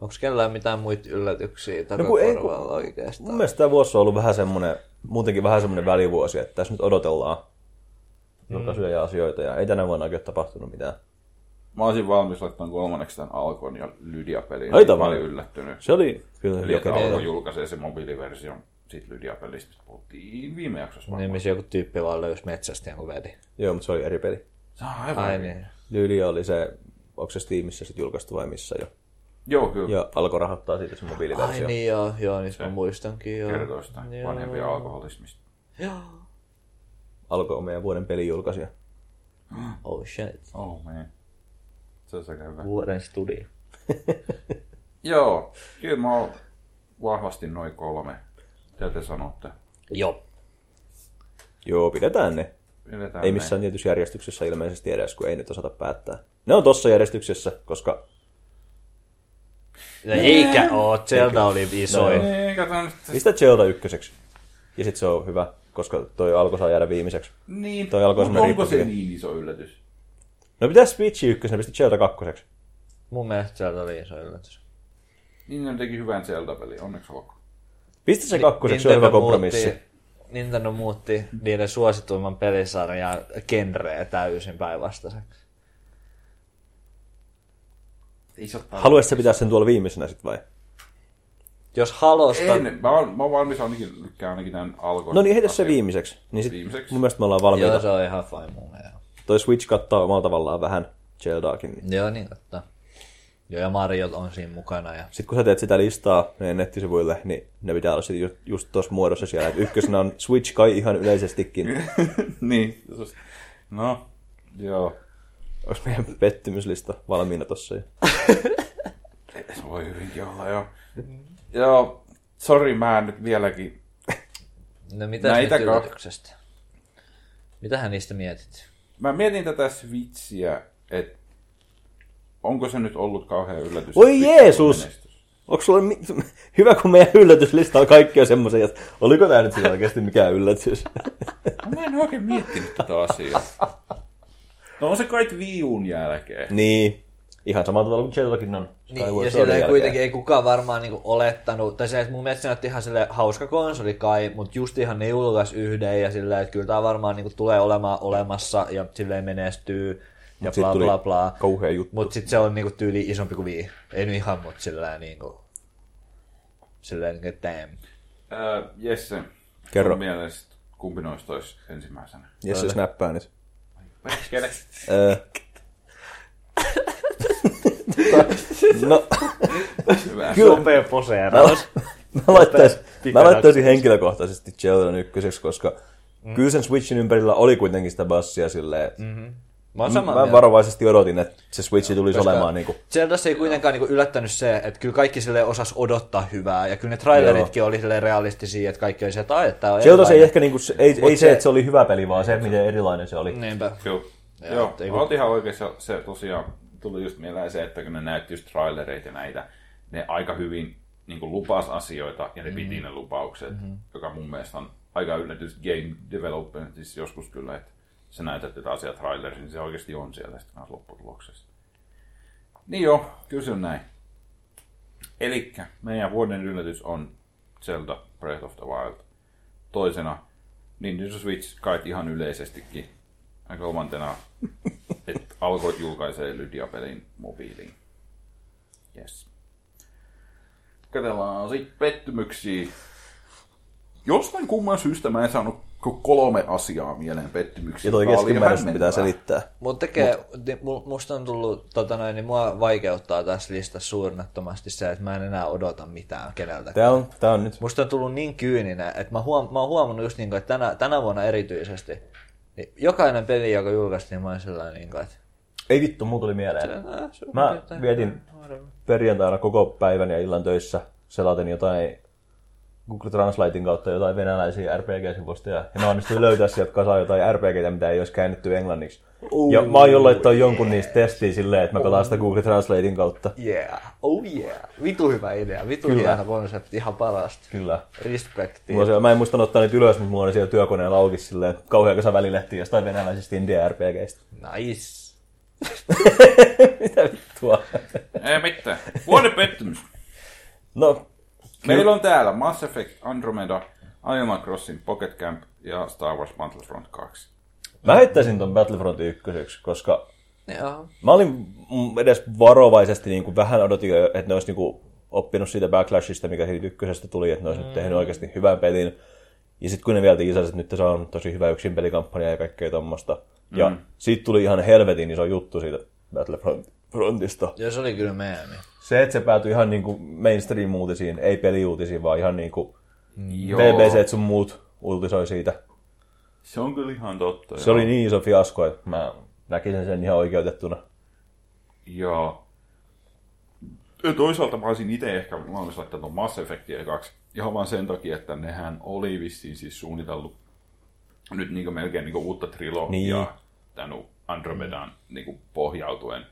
S3: Onko kellään mitään muita yllätyksiä
S2: kun ei, kun-
S3: takakorvalla oikeastaan?
S2: Mun mielestä tämä vuosi on ollut vähän semmoinen, muutenkin vähän semmoinen välivuosi, että tässä nyt odotellaan julkaisuja ja asioita, ja ei tänä vuonna oikein tapahtunut mitään.
S1: Mä olisin valmis laittamaan kolmanneksi tämän Alkon ja Lydia-pelin.
S2: Ai tavallaan.
S1: Mä olin yllättynyt.
S2: Se oli kyllä
S1: Eli että
S2: jokeri.
S1: Alko julkaisee se mobiiliversio siitä Lydia-pelistä, mistä puhuttiin viime jaksossa.
S3: Niin,
S1: varmaan.
S3: missä joku tyyppi vaan löysi metsästä jonkun vedi.
S2: Joo, mutta se oli eri peli.
S1: Se on aivan.
S3: Ai
S1: eri.
S3: niin.
S2: Lydia oli se, onko se Steamissa sitten julkaistu vai missä jo.
S1: Joo, kyllä.
S2: Ja alkoi rahoittaa siitä se mobiiliversio.
S3: Ai niin joo, joo, nyt mä muistankin joo.
S1: Kertoo sitä
S3: Joo.
S1: vanhempia alkoholismista.
S3: Joo.
S2: Alkoi meidän vuoden pelijulkaisija.
S3: Oh shit.
S1: Oh man. Se on aika hyvä.
S3: Vuoden studio.
S1: Joo, kyllä mä oon vahvasti noin kolme. Mitä te sanotte?
S3: Joo.
S2: Joo, pidetään ne.
S1: Pidetään
S2: Ei
S1: ne.
S2: missään tietyssä järjestyksessä ilmeisesti edes, kun ei nyt osata päättää. Ne on tossa järjestyksessä, koska
S3: Ja eikä oo, Zelda oli isoin.
S2: No.
S1: Ei, kato nyt.
S2: pistä Zelda ykköseksi. Ja sit se on hyvä, koska toi alko saa jäädä viimeiseksi.
S1: Niin,
S2: Toi alkoi
S1: mut
S2: semmonen
S1: onko se
S2: riippuvuus.
S1: niin iso yllätys?
S2: No pitää Switchi ykkösenä, pistä Zelda kakkoseksi.
S3: Mun mielestä Zelda oli iso yllätys.
S1: Niin ne teki hyvän Zelda-peli, onneksi olkoon.
S2: Pistä se kakkoseksi, se on hyvä kompromissi.
S3: Muutti, Nintendo muutti niiden suosituimman pelisarjan genreä täysin päinvastaiseksi.
S1: Isot
S2: Haluaisitko sä pitää sen tuolla viimeisenä sit vai?
S3: Jos halosta...
S1: En, mä oon, mä oon valmis ainakin, lykkään ainakin tämän alkoon.
S2: No niin, heitä se viimeiseksi. Niin sit
S1: Viimeiseksi.
S2: mun mielestä me ollaan valmiita.
S3: Joo, se on ihan fine mun mielestä.
S2: Toi Switch kattaa omalla tavallaan vähän Zeldaakin. Niin.
S3: Joo, niin totta. Joo, ja Mariot on siinä mukana. Ja...
S2: Sitten kun sä teet sitä listaa meidän nettisivuille, niin ne pitää olla sit ju- just tuossa muodossa siellä. Et ykkösenä on Switch kai ihan yleisestikin.
S1: niin. No, joo.
S2: Onko meidän pettymyslista valmiina tossa jo?
S1: Se voi hyvinkin olla, joo. Joo, sori mä en nyt vieläkin.
S3: No mitä
S1: Näitä
S3: nyt
S1: kah-
S3: yllätyksestä? Mitähän niistä mietit?
S1: Mä mietin tätä Switchiä, että onko se nyt ollut kauhean yllätys.
S2: Voi
S1: että Switch
S2: Jeesus!
S1: on menestys.
S2: Onko sulla mi- hyvä, kun meidän yllätyslista on kaikkea semmoisia, että oliko tämä nyt siis oikeasti mikään yllätys?
S1: No, Mä en oikein miettinyt tätä asiaa. No on se kai viun jälkeen.
S2: niin. Ihan samalla tavalla kuin Zeldakin on.
S3: Niin,
S2: Skyward
S3: ja
S2: Swordin
S3: siellä ei
S2: jälkeen.
S3: kuitenkin ei kukaan varmaan niinku olettanut, tai se, että mun mielestä se näytti ihan sille hauska konsoli kai, mutta just ihan ne julkaisi yhden ja silleen, että kyllä tämä varmaan niinku tulee olemaan olemassa ja silleen menestyy ja
S2: sit
S3: bla
S2: tuli
S3: bla bla.
S2: kauhea juttu.
S3: Mutta sitten se on niinku tyyli isompi kuin vii. Ei nyt ihan, mutta silleen niinku, silleen niinku, että damn.
S1: Äh, Jesse,
S2: Kerro.
S1: sun mielestä kumpi noista olisi ensimmäisenä?
S2: Jes, se snappaa nyt.
S1: Perkele.
S2: Öö. no,
S1: Hyvä.
S2: kyllä.
S3: Sopee poseeraus.
S2: Mä laittaisin, mä
S3: Pikaratkaisuksi.
S2: laittaisin henkilökohtaisesti Zeldan ykköseksi, koska mm. kyllä sen Switchin ympärillä oli kuitenkin sitä bassia silleen, mm-hmm.
S3: Mä oon samaa
S2: Mä
S3: mieltä.
S2: varovaisesti odotin, että se Switch tulisi
S3: Koska
S2: olemaan niinku...
S3: Zeldassa ei kuitenkaan niinku yllättänyt se, että kyllä kaikki sille osas odottaa hyvää, ja kyllä ne traileritkin oli sille realistisia, että kaikki oli se, että "Ai, että tää on
S2: Zelda se ei
S3: erilainen."
S2: ehkä niinku, se- ei,
S3: Mut
S2: ei
S3: se- Mm.
S2: se, että se oli hyvä peli, vaan se, miten erilainen se oli.
S3: Niinpä.
S1: Joo,
S3: Ja,
S1: Joo
S3: et ei
S1: oot ihan oikeassa. Se tosiaan tuli just mieleen se, että kun ne näytti just trailereita ja näitä, ne aika hyvin niin kuin lupas asioita ja ne
S3: Mhm.
S1: piti ne lupaukset, mm-hmm. joka mun mielestä on aika yllätys game developmentissa joskus kyllä, että sä näytät jotain asiaa trailerissa, niin se oikeasti on siellä sitten kanssa lopputuloksessa. Niin joo, kyllä se on näin. Elikkä meidän vuoden yllätys on Zelda Breath of the Wild. Toisena Nintendo Switch kai ihan yleisestikin. Ja kolmantena, että alkoi julkaisee Lydia-pelin mobiiliin. Yes. Katsellaan sitten pettymyksiä. Jostain kumman syystä mä en saanut kuin kolme asiaa mieleen pettymyksiä.
S2: Ja Niin toi
S1: Tää oli
S2: keskimääräistä pitää
S1: hämmentävää.
S2: selittää.
S3: Mut tekee, ni- mu- musta on tullut, tota noin, niin mua vaikeuttaa tässä listassa suunnattomasti se, että mä en enää odota mitään keneltäkään.
S2: Tää on, tää on nyt...
S3: Musta on tullut niin kyyninen, että mä, huom- mä oon huomannut just niin kuin, että tänä, tänä vuonna erityisesti, niin jokainen peli, joka julkaistiin, mä oon sellainen, niin kuin, että
S2: Ei vittu, mulla tuli mieleen.
S3: "Ah, se on
S2: Mä
S3: jotain-
S2: vietin perjantaina koko päivän ja illan töissä. Selatin jotain Google Translatein kautta jotain venäläisiä RPG-sivustoja. Ja mä onnistuin löytää sieltä kasaan jotain RPGtä, mitä ei olisi käännetty englanniksi. ja mä aion laittaa jonkun niistä testiin silleen, että mä pelaan sitä Google Translatein kautta.
S3: Yeah, oh yeah. Vitu hyvä idea, vitu Kyllä. hieno konsepti, ihan parasta.
S2: Kyllä.
S3: Respekti.
S2: Mulla on siellä, mä en muistanut ottaa niitä ylös, mutta mulla oli siellä työkoneella auki silleen kauhea kasa välilehtiä jostain venäläisistä India-RPGistä.
S3: Nice.
S2: Tuo.
S1: Ei mitään. Vuoden pettymys.
S2: No,
S1: Meillä on täällä Mass Effect, Andromeda, Animal Crossing, Pocket Camp ja Star Wars Battlefront 2.
S2: mä heittäisin ton Battlefront ykköseksi, koska
S3: Joo.
S2: Mä olin mm, edes varovaisesti niin kuin vähän odotin, että ne olisi niin kuin oppinut siitä backlashista, mikä siitä ykkösestä tuli, että ne olisi mm. nyt tehnyt oikeasti hyvän pelin. Ja sitten kun ne vielä tiisasi, että nyt se on tosi hyvä yksin pelikampanja ja kaikkea tommosta. Ja siitä tuli ihan helvetin iso juttu siitä Battlefrontista.
S3: Joo, se oli kyllä meemi.
S2: Se, että se päätyi ihan niin kuin mainstream-uutisiin, ei peliuutisiin, vaan ihan niin kuin
S1: Joo.
S2: BBC sun muut uutisoi siitä.
S1: Se on kyllä ihan totta.
S2: Se oli niin iso fiasko, että mä näkisin sen ihan oikeutettuna.
S1: Joo. Ja toisaalta mä olisin itse ehkä mä olisin laittanut ton Mass Effectia ekaksi. Ihan vaan sen takia, että nehän oli vissiin siis suunnitellut nyt niin melkein niin uutta trilogiaa
S2: Niin.
S1: niin. tämän Andromedan niin pohjautuen.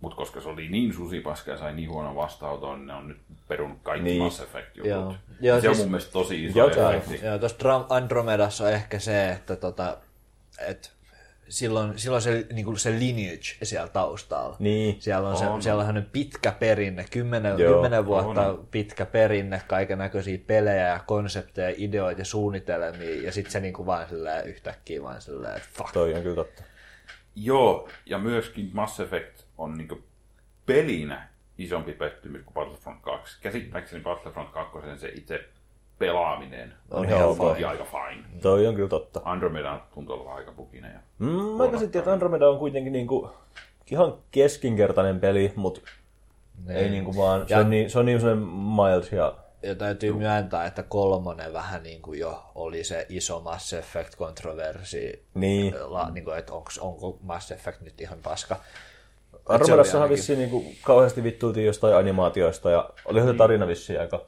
S1: Mutta koska se oli niin susipaska ja sai niin huonon vastaanoton, niin ne on nyt perunut kaikki
S2: Niin.
S1: niin. Mass Effect
S3: Joo.
S1: jutut.
S3: Joo,
S1: Se on
S3: siis-
S1: mun mielestä tosi iso
S2: Jotain.
S1: efekti.
S3: Joo, tuossa Dram- Andromedassa on ehkä se, että tota, et silloin, silloin se, niinku se lineage siellä taustalla.
S2: Niin.
S3: Siellä on, se,
S1: On.
S3: siellä on sellainen pitkä perinne, kymmenen,
S2: Joo,
S3: kymmenen vuotta pitkä perinne, kaiken näköisiä pelejä ja konsepteja, ideoita ja suunnitelmia, ja sitten se niinku vaan silleen yhtäkkiä vaan silleen, että fuck.
S2: Toi on kyllä totta.
S1: Joo, ja myöskin Mass Effect on niinku pelinä isompi pettymys kuin Battlefront 2. Käsittääkseni Battlefront 2 se itse pelaaminen
S2: On ihan ok.
S1: ja aika fine.
S2: Toi on kyllä totta.
S1: Andromeda tuntuu olevan aika buginen. Ja...
S2: Mm, mä käsitin, että Andromeda on kuitenkin niinku ihan keskinkertainen peli, mutta ei niinku vaan, se on niin, se on niin semmoinen mild ja
S3: Ja täytyy myöntää, että kolmonen vähän niin kuin jo oli se iso Mass Effect-kontroversi,
S2: niin.
S3: la, niin kuin, että onks, onko Mass Effect nyt ihan paska.
S2: Andromedassahan
S3: ainakin-
S2: vissiin niinku kauheasti vittuutiin jostain animaatioista ja oli se tarina vissiin aika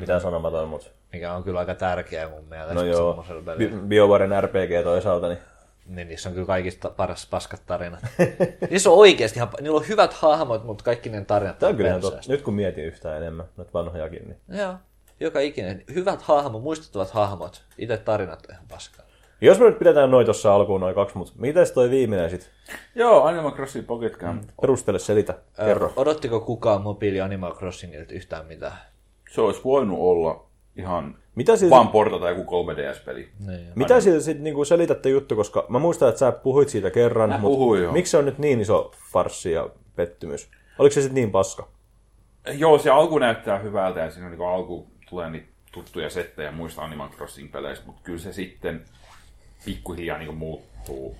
S2: mitään sanomaton, mutta
S3: Mikä on kyllä aika tärkeä mun mielestä.
S2: no joo,
S3: semmosella pelillä.
S2: Bi- BioWaren RPG toisaalta, niin
S3: Niin niissä on kyllä kaikista paras paskat tarinat. niissä on oikeasti ihan, niillä on hyvät hahmot, mutta kaikki ne tarinat
S2: tää on kyllä ihan totta.
S3: perseestä.
S2: Nyt kun mietin yhtään enemmän noita vanhojakin, niin
S3: Joo, joka ikinen. Hyvät hahmot, muistuttavat hahmot. Itse tarinat on ihan paskaa.
S2: jos me nyt pidetään noin tuossa alkuun noin kaksi, mutta mitäs toi viimeinen sit?
S1: Joo, Animal Crossing Pocket Camp. Mm.
S2: Perustele, selitä, kerro.
S3: Odottiko kukaan mobiili Animal Crossingilta yhtään mitään?
S1: Se olisi voinut olla ihan
S2: Mitä siis-
S1: vaan portata joku 3DS-peli.
S3: Niin.
S2: Mitä siitä sitten niinku selitätte juttu, koska mä muistan, että sä puhuit siitä kerran,
S1: Mä
S2: mut
S1: puhuin, joo.
S2: miksi se on nyt niin iso farsi ja pettymys? Oliko se sitten niin paska?
S1: Joo, se alku näyttää hyvältä ja siinä on niin alku tulee niitä tuttuja settejä muista Animal Crossing-peleistä, mutta kyllä se sitten pikkuhiljaa niin muuttuu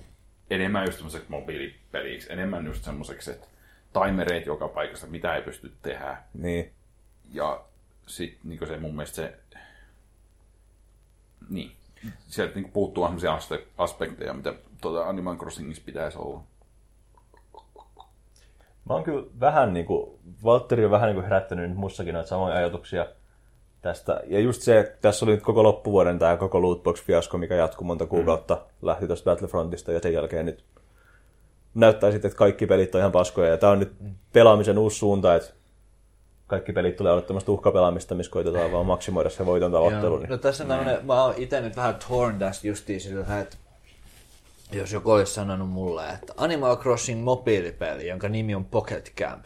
S1: enemmän just semmoiseksi mobiilipeliksi, enemmän just semmoiseksi, että timereit joka paikassa, mitä ei pysty tehdä.
S2: Niin.
S1: Ja sitten niin se mun mielestä se, niin, sieltä niin puuttuu vähän semmoisia aste- aspekteja, mitä tuota Animal Crossingissa pitäisi olla.
S2: Mä oon kyllä vähän niin kuin, Valtteri on vähän niin kuin herättänyt nyt mussakin näitä samoja ajatuksia tästä. Ja just se, tässä oli nyt koko loppuvuoden tämä koko lootbox-fiasko, mikä jatkuu monta kuukautta, mm. lähti tuosta Battlefrontista ja sen jälkeen nyt näyttää sitten, että kaikki pelit on ihan paskoja. Ja tämä on nyt pelaamisen uusi suunta, että kaikki pelit tulee olla tämmöistä uhkapelaamista, missä koitetaan vaan maksimoida se voiton tavoittelu. niin
S3: No tässä on tämmönen, mä oon ite nyt vähän torn tästä justiin sillä, että jos joku olisi sanonut mulle, että Animal Crossing mobiilipeli, jonka nimi on Pocket Camp,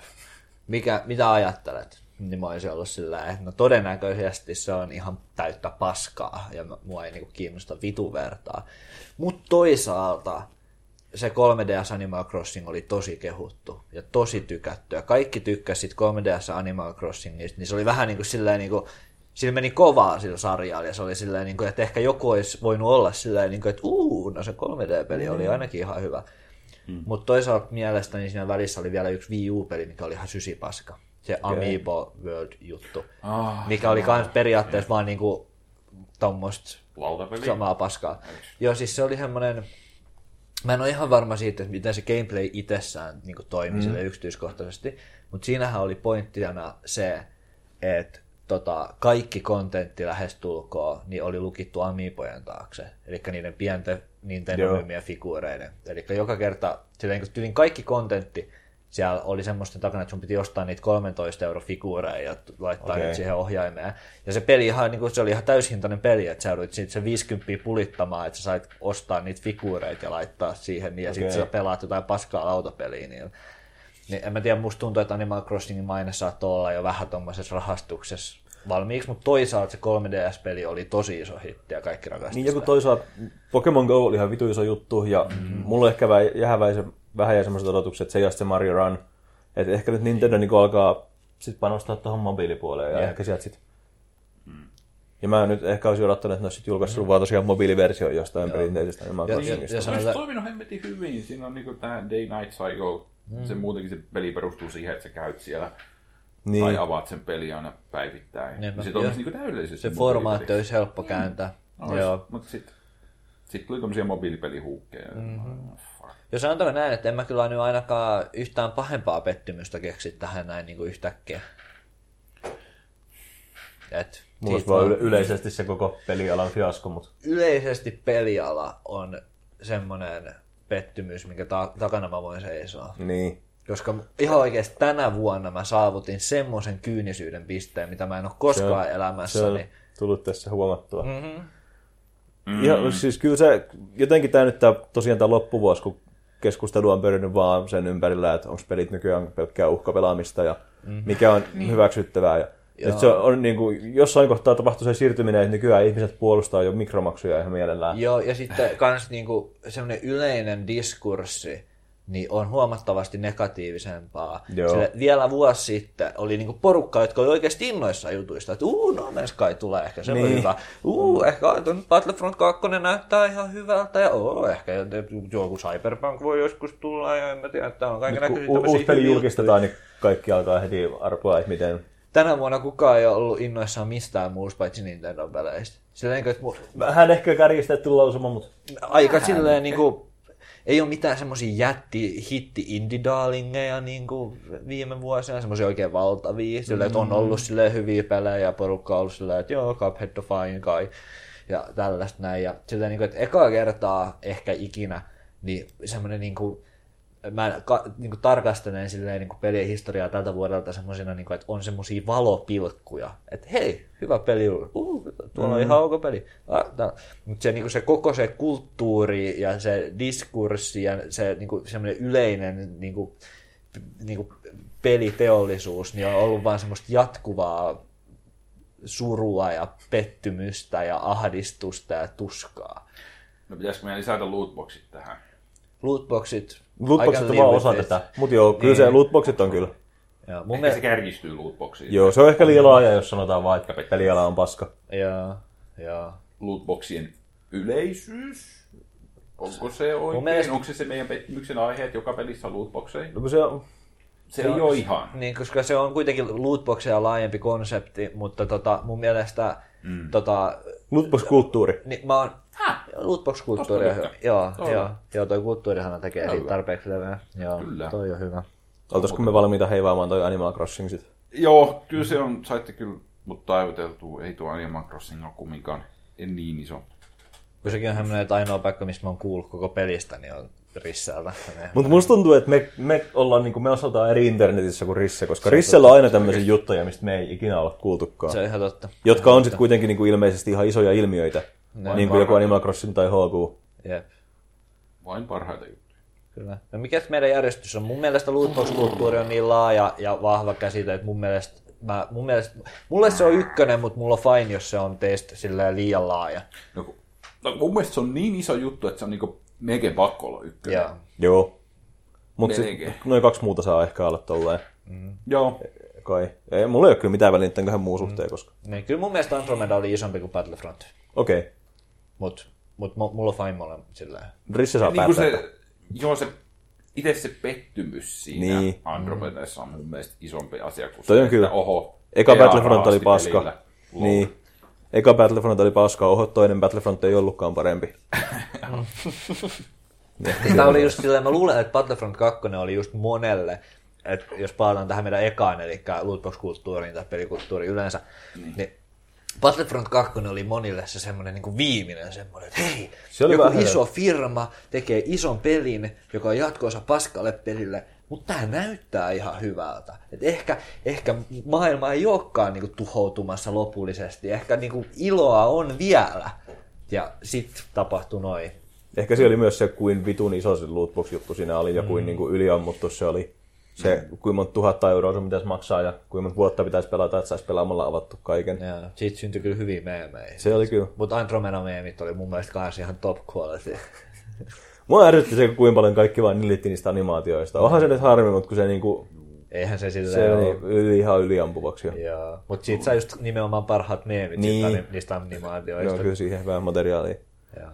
S3: mikä, mitä ajattelet? Niin mä olisin ollut sillä, että no todennäköisesti se on ihan täyttä paskaa ja mä- mua ei niinku kiinnosta vituvertaa. Mutta toisaalta se 3DS Animal Crossing oli tosi kehuttu ja tosi tykätty. Ja kaikki tykkäsit 3DS Animal Crossingista, niin se oli vähän niin kuin silleen niin kuin, sillä meni kovaa sillä sarjalla ja se oli silleen, niin kuin, että ehkä joku olisi voinut olla silleen, niin kuin, että uu, no se 3D-peli oli ainakin ihan hyvä. Mm. Mutta toisaalta mielestäni siinä välissä oli vielä yksi Wii U-peli, mikä oli ihan sysipaska. Se Amiibo World-juttu,
S1: Ah,
S3: mikä oli kans periaatteessa vaan niinku tommoista
S1: Lautapeli?
S3: samaa paskaa. Joo, siis se oli semmoinen... Mä en ole ihan varma siitä, että miten se gameplay itsessään niin toimii mm. yksityiskohtaisesti, mutta siinähän oli pointtina se, että tota, kaikki kontentti lähestulkoon niin oli lukittu amiibojen taakse, eli niiden pienten Nintendo myymien figuureiden. Eli joka kerta, sillä niin tylin kaikki kontentti siellä oli semmoista takana, että sun piti ostaa niitä 13 euro figuureja ja t- laittaa okay.
S2: Okei.
S3: nyt siihen ohjaimeen. Ja se peli ihan, niin kuin, se oli ihan täyshintainen peli, että sä joudut sit se 50 pulittamaan, että sä sait ostaa niitä figuureita ja laittaa siihen, niin ja okay.
S2: Okei.
S3: sitten sä pelaat jotain paskaa lautapeliä niillä. Niin en mä tiedä, musta tuntuu, että Animal Crossingin maine saattaa olla jo vähän tuommoisessa rahastuksessa valmiiksi, mutta toisaalta se 3DS-peli oli tosi iso hitti ja kaikki rakastivat
S2: Niin joku toisaalta Pokemon Go oli ihan vitu iso juttu ja
S3: Mm.
S2: mm-hmm. mulle ehkä vä- jähä väi se, vähän jäi semmoiset odotukset, että se ei ole se Mario Run. Et ehkä nyt Nintendo niin alkaa sit panostaa tuohon mobiilipuoleen ja
S3: Jep. Mm.
S2: ehkä sieltä sit... Ja mä nyt ehkä olisin odottanut, että ne olisi sit julkaissut vaan tosiaan mobiiliversio jostain perinteisestä Animal
S3: Ja- ja-
S2: Crossingista.
S3: ja
S1: Se
S3: se-
S1: olisi
S3: Sanotaan-
S1: toiminut hemmetin hyvin. Siinä on niinku tää Day Night Cycle. Mm. Se muutenkin se peli perustuu siihen, että sä käyt siellä niin.
S2: Niin.
S1: tai avaat sen peli aina päivittäin.
S3: Niinpä.
S1: Niin, se toimisi
S3: Joo.
S1: niinku täydellisesti.
S3: Se formaatti
S2: Niin.
S3: olisi helppo kääntää. Mm. Joo.
S1: Mutta sitten sit tuli tommosia mobiilipelihuukkeja. Mm-hmm. Fuck.
S3: Jos sanotaan näin, että en mä kyllä nyt ainakaan yhtään pahempaa pettymystä keksi tähän näin niin kuin yhtäkkiä. Et,
S2: Mulla olisi
S3: siitä
S2: vaan
S3: vaan-
S2: yle- yleisesti se koko pelialan fiasko, mutta
S3: yleisesti peliala on semmoinen pettymys, minkä ta- takana mä voin seisoa.
S2: niin.
S3: Koska ihan oikeasti tänä vuonna mä saavutin semmoisen kyynisyyden pisteen, mitä mä en ole koskaan
S2: Se
S3: se,
S2: on
S3: elämässäni. Se.
S2: tullut tässä huomattua. Mm-hmm. Ja siis kyllä se jotenkin tämä nyt tää, tosiaan tämä loppuvuosi, kun keskustelu on pyörinyt vaan sen ympärillä, että onko pelit nykyään pelkkää uhkapelaamista ja mikä on hyväksyttävää. Ja nyt se on, on niin kuin, jossain kohtaa tapahtui se siirtyminen, että nykyään ihmiset puolustaa jo mikromaksuja ihan mielellään.
S3: Joo, ja sitten kans niinku semmoinen yleinen diskurssi niin on huomattavasti negatiivisempaa.
S2: Joo.
S3: Sillä vielä vuosi sitten oli niinku porukkaa, jotka oli oikeasti innoissa jutuista, että uu, no Man's Sky tulee ehkä, se niin.
S2: Niin.
S3: hyvä. Uu, ehkä on Battlefront 2 näyttää ihan hyvältä, ja oo, ehkä joku Cyberpunk voi joskus tulla, ja en mä tiedä, että on kaiken
S2: Kun
S3: näköisiä
S2: u- uusi peli
S3: hyviä
S2: julkistetaan, niin kaikki alkaa heti arpoa, että miten
S3: tänä vuonna kukaan ei ole ollut innoissaan mistään muusta paitsi Nintendo-peleistä. Silleen, niin kuin, että mu-
S2: Vähän ehkä kärjistetty lausuma, mutta
S3: aika silleen niin kuin, ei ole mitään semmoisia jätti hitti indidaalingeja niin kuin viime vuosina, semmoisia oikein valtavia, silleen, että on ollut silleen hyviä pelejä ja porukka on ollut silleen, että joo, Cuphead on fine kai ja tällaista näin. Ja silleen, niin kuin, että ekaa kertaa ehkä ikinä, niin semmoinen niin kuin, mä ka, niin kuin tarkastelen silleen, niin kuin pelien historiaa tältä vuodelta semmoisena, niin kuin, että on semmoisia valopilkkuja. Että hei, hyvä peli, uh, tuolla on
S2: Mm.
S3: ihan ok peli. Mutta se, niin kuin se koko se kulttuuri ja se diskurssi ja se niin kuin, semmoinen yleinen niin kuin, niin kuin peliteollisuus niin on ollut vaan semmoista jatkuvaa surua ja pettymystä ja ahdistusta ja tuskaa.
S1: No pitäisikö meidän lisätä lootboxit tähän?
S3: Lootboxit. I
S2: lootboxit
S3: can
S2: on
S3: live
S2: vaan
S3: with
S2: osa
S3: it.
S2: tätä. Mutta joo, kyllä se lootboxit on kyllä.
S3: Joo,
S1: Ehkä
S3: mun
S1: se
S3: mielestä...
S1: kärjistyy lootboxiin.
S2: Joo, se on ehkä liian laaja, jos sanotaan vaan, että peliala on paska.
S3: Joo, joo.
S1: Lootboxien yleisyys? Onko se oikein?
S3: mielestä-
S1: Onko se se meidän pettymyksen aihe, että joka pelissä on lootboxeja?
S2: No kun se on,
S1: Se, ei ole ihan.
S3: Niin, koska se on kuitenkin lootboxeja laajempi konsepti, mutta tota, mun mielestä mm. tota,
S2: lootbox-kulttuuri.
S3: niin mä oon... Lootbox-kulttuuri on
S1: Tosta
S3: hyvä.
S1: tykkään.
S3: Joo,
S1: Toi on
S3: joo,
S1: hyvä.
S3: joo, toi kulttuurihan tekee
S1: Toi on
S3: siitä
S1: hyvä.
S3: tarpeeksi leveä. Joo,
S1: Kyllä.
S3: toi on hyvä.
S2: Oltaisiko me valmiita heivaamaan toi Animal Crossing sitten?
S1: Joo, kyllä se on, saitte kyllä mut taivuteltua. Ei tuo Animal Crossing ole kumminkaan en niin iso.
S3: Kun sekin on semmoinen, että ainoa paikka, mistä mä oon kuullut koko pelistä, niin on Rissäältä.
S2: Mutta musta tuntuu, että me, me, ollaan, niin me osataan eri internetissä kuin Risse, koska Rissellä on aina tämmöisiä juttuja, mistä me ei ikinä olla kuultukaan.
S3: Se on ihan totta.
S2: jotka on sitten kuitenkin niin kuin ilmeisesti ihan isoja ilmiöitä, niin kuin joku Animal Crossing tai HQ.
S3: Jep.
S1: Vain parhaita juttuja.
S3: Kyllä. No mikä meidän järjestys on? Mun mielestä lootbox-kulttuuri on niin laaja ja vahva käsite, että mun mielestä, mä, mun mielestä mulle se on ykkönen, mutta mulla on fine, jos se on teistä sillä liian laaja.
S1: No, kun, no, mun mielestä se on niin iso juttu, että se on niinku melkein pakko olla ykkönen.
S3: Joo.
S2: Joo. Mutta
S1: Melkein.
S2: noin kaksi muuta saa ehkä olla tolleen.
S1: Joo.
S2: Kai. Ei, mulla ei ole kyllä mitään väliä tämän kahden
S1: Mm.
S2: muun suhteen, koska...
S3: Niin, kyllä mun mielestä Andromeda oli isompi kuin Battlefront.
S2: Okei. Okay.
S3: Mut, mut mu- mulla on fine molemmat sillä lailla.
S2: Risse saa
S1: Niin kuin
S2: päättää.
S1: se, joo, se itse se pettymys siinä
S2: Niin.
S1: niin. Andromedassa on mun mielestä isompi asia kuin
S2: Toi
S1: se,
S2: on kyllä.
S1: että oho.
S2: Eka
S1: EA
S2: Battlefront oli
S1: raasti
S2: paska.
S1: pelillä. Lol.
S2: Niin. Eka Battlefront oli paska, oho, toinen Battlefront ei ollutkaan parempi.
S3: Tämä oli just sillä, mä luulen, että Battlefront 2 oli just monelle, että jos palataan tähän meidän ekaan, eli lootbox-kulttuuriin tai pelikulttuuriin yleensä, niin, niin Battlefront 2 oli monille se semmoinen niin kuin viimeinen semmoinen, että hei,
S2: Se oli
S3: joku
S2: vähän
S3: iso firma tekee ison pelin, joka on jatkoosa paskalle pelille, mutta tämä näyttää ihan hyvältä. Et ehkä, ehkä maailma ei olekaan niin kuin, tuhoutumassa lopullisesti, ehkä niin kuin, iloa on vielä. Ja sitten tapahtui noin.
S2: Ehkä se oli myös se, kuin vitun iso se lootbox-juttu siinä oli ja
S1: Mm.
S2: kuin, niin kuin yliammuttu se oli. Se, kuinka monta tuhatta euroa sun pitäisi maksaa ja kuinka monta vuotta pitäisi pelata, että saisi pelaamalla avattu kaiken.
S3: Ja siitä syntyi kyllä hyviä meemejä.
S2: Se oli kyllä.
S3: Mutta Andromeda-meemit oli mun mielestä kanssa ihan top quality.
S2: Mua ärsytti se, kuinka paljon kaikki vaan nilitti niistä animaatioista. Onhan se nyt harmi, mutta kun se, niinku,
S3: Eihän se silleen
S2: se
S3: se
S2: oli
S3: ole.
S2: yli, ihan yliampuvaksi. jo.
S3: Joo. Mut sit sai just nimenomaan parhaat meemit
S2: Niin.
S3: niin. sit ani- niistä
S2: Joo,
S3: animaatioista.
S2: kyllä siihen vähän materiaalia.
S3: Joo.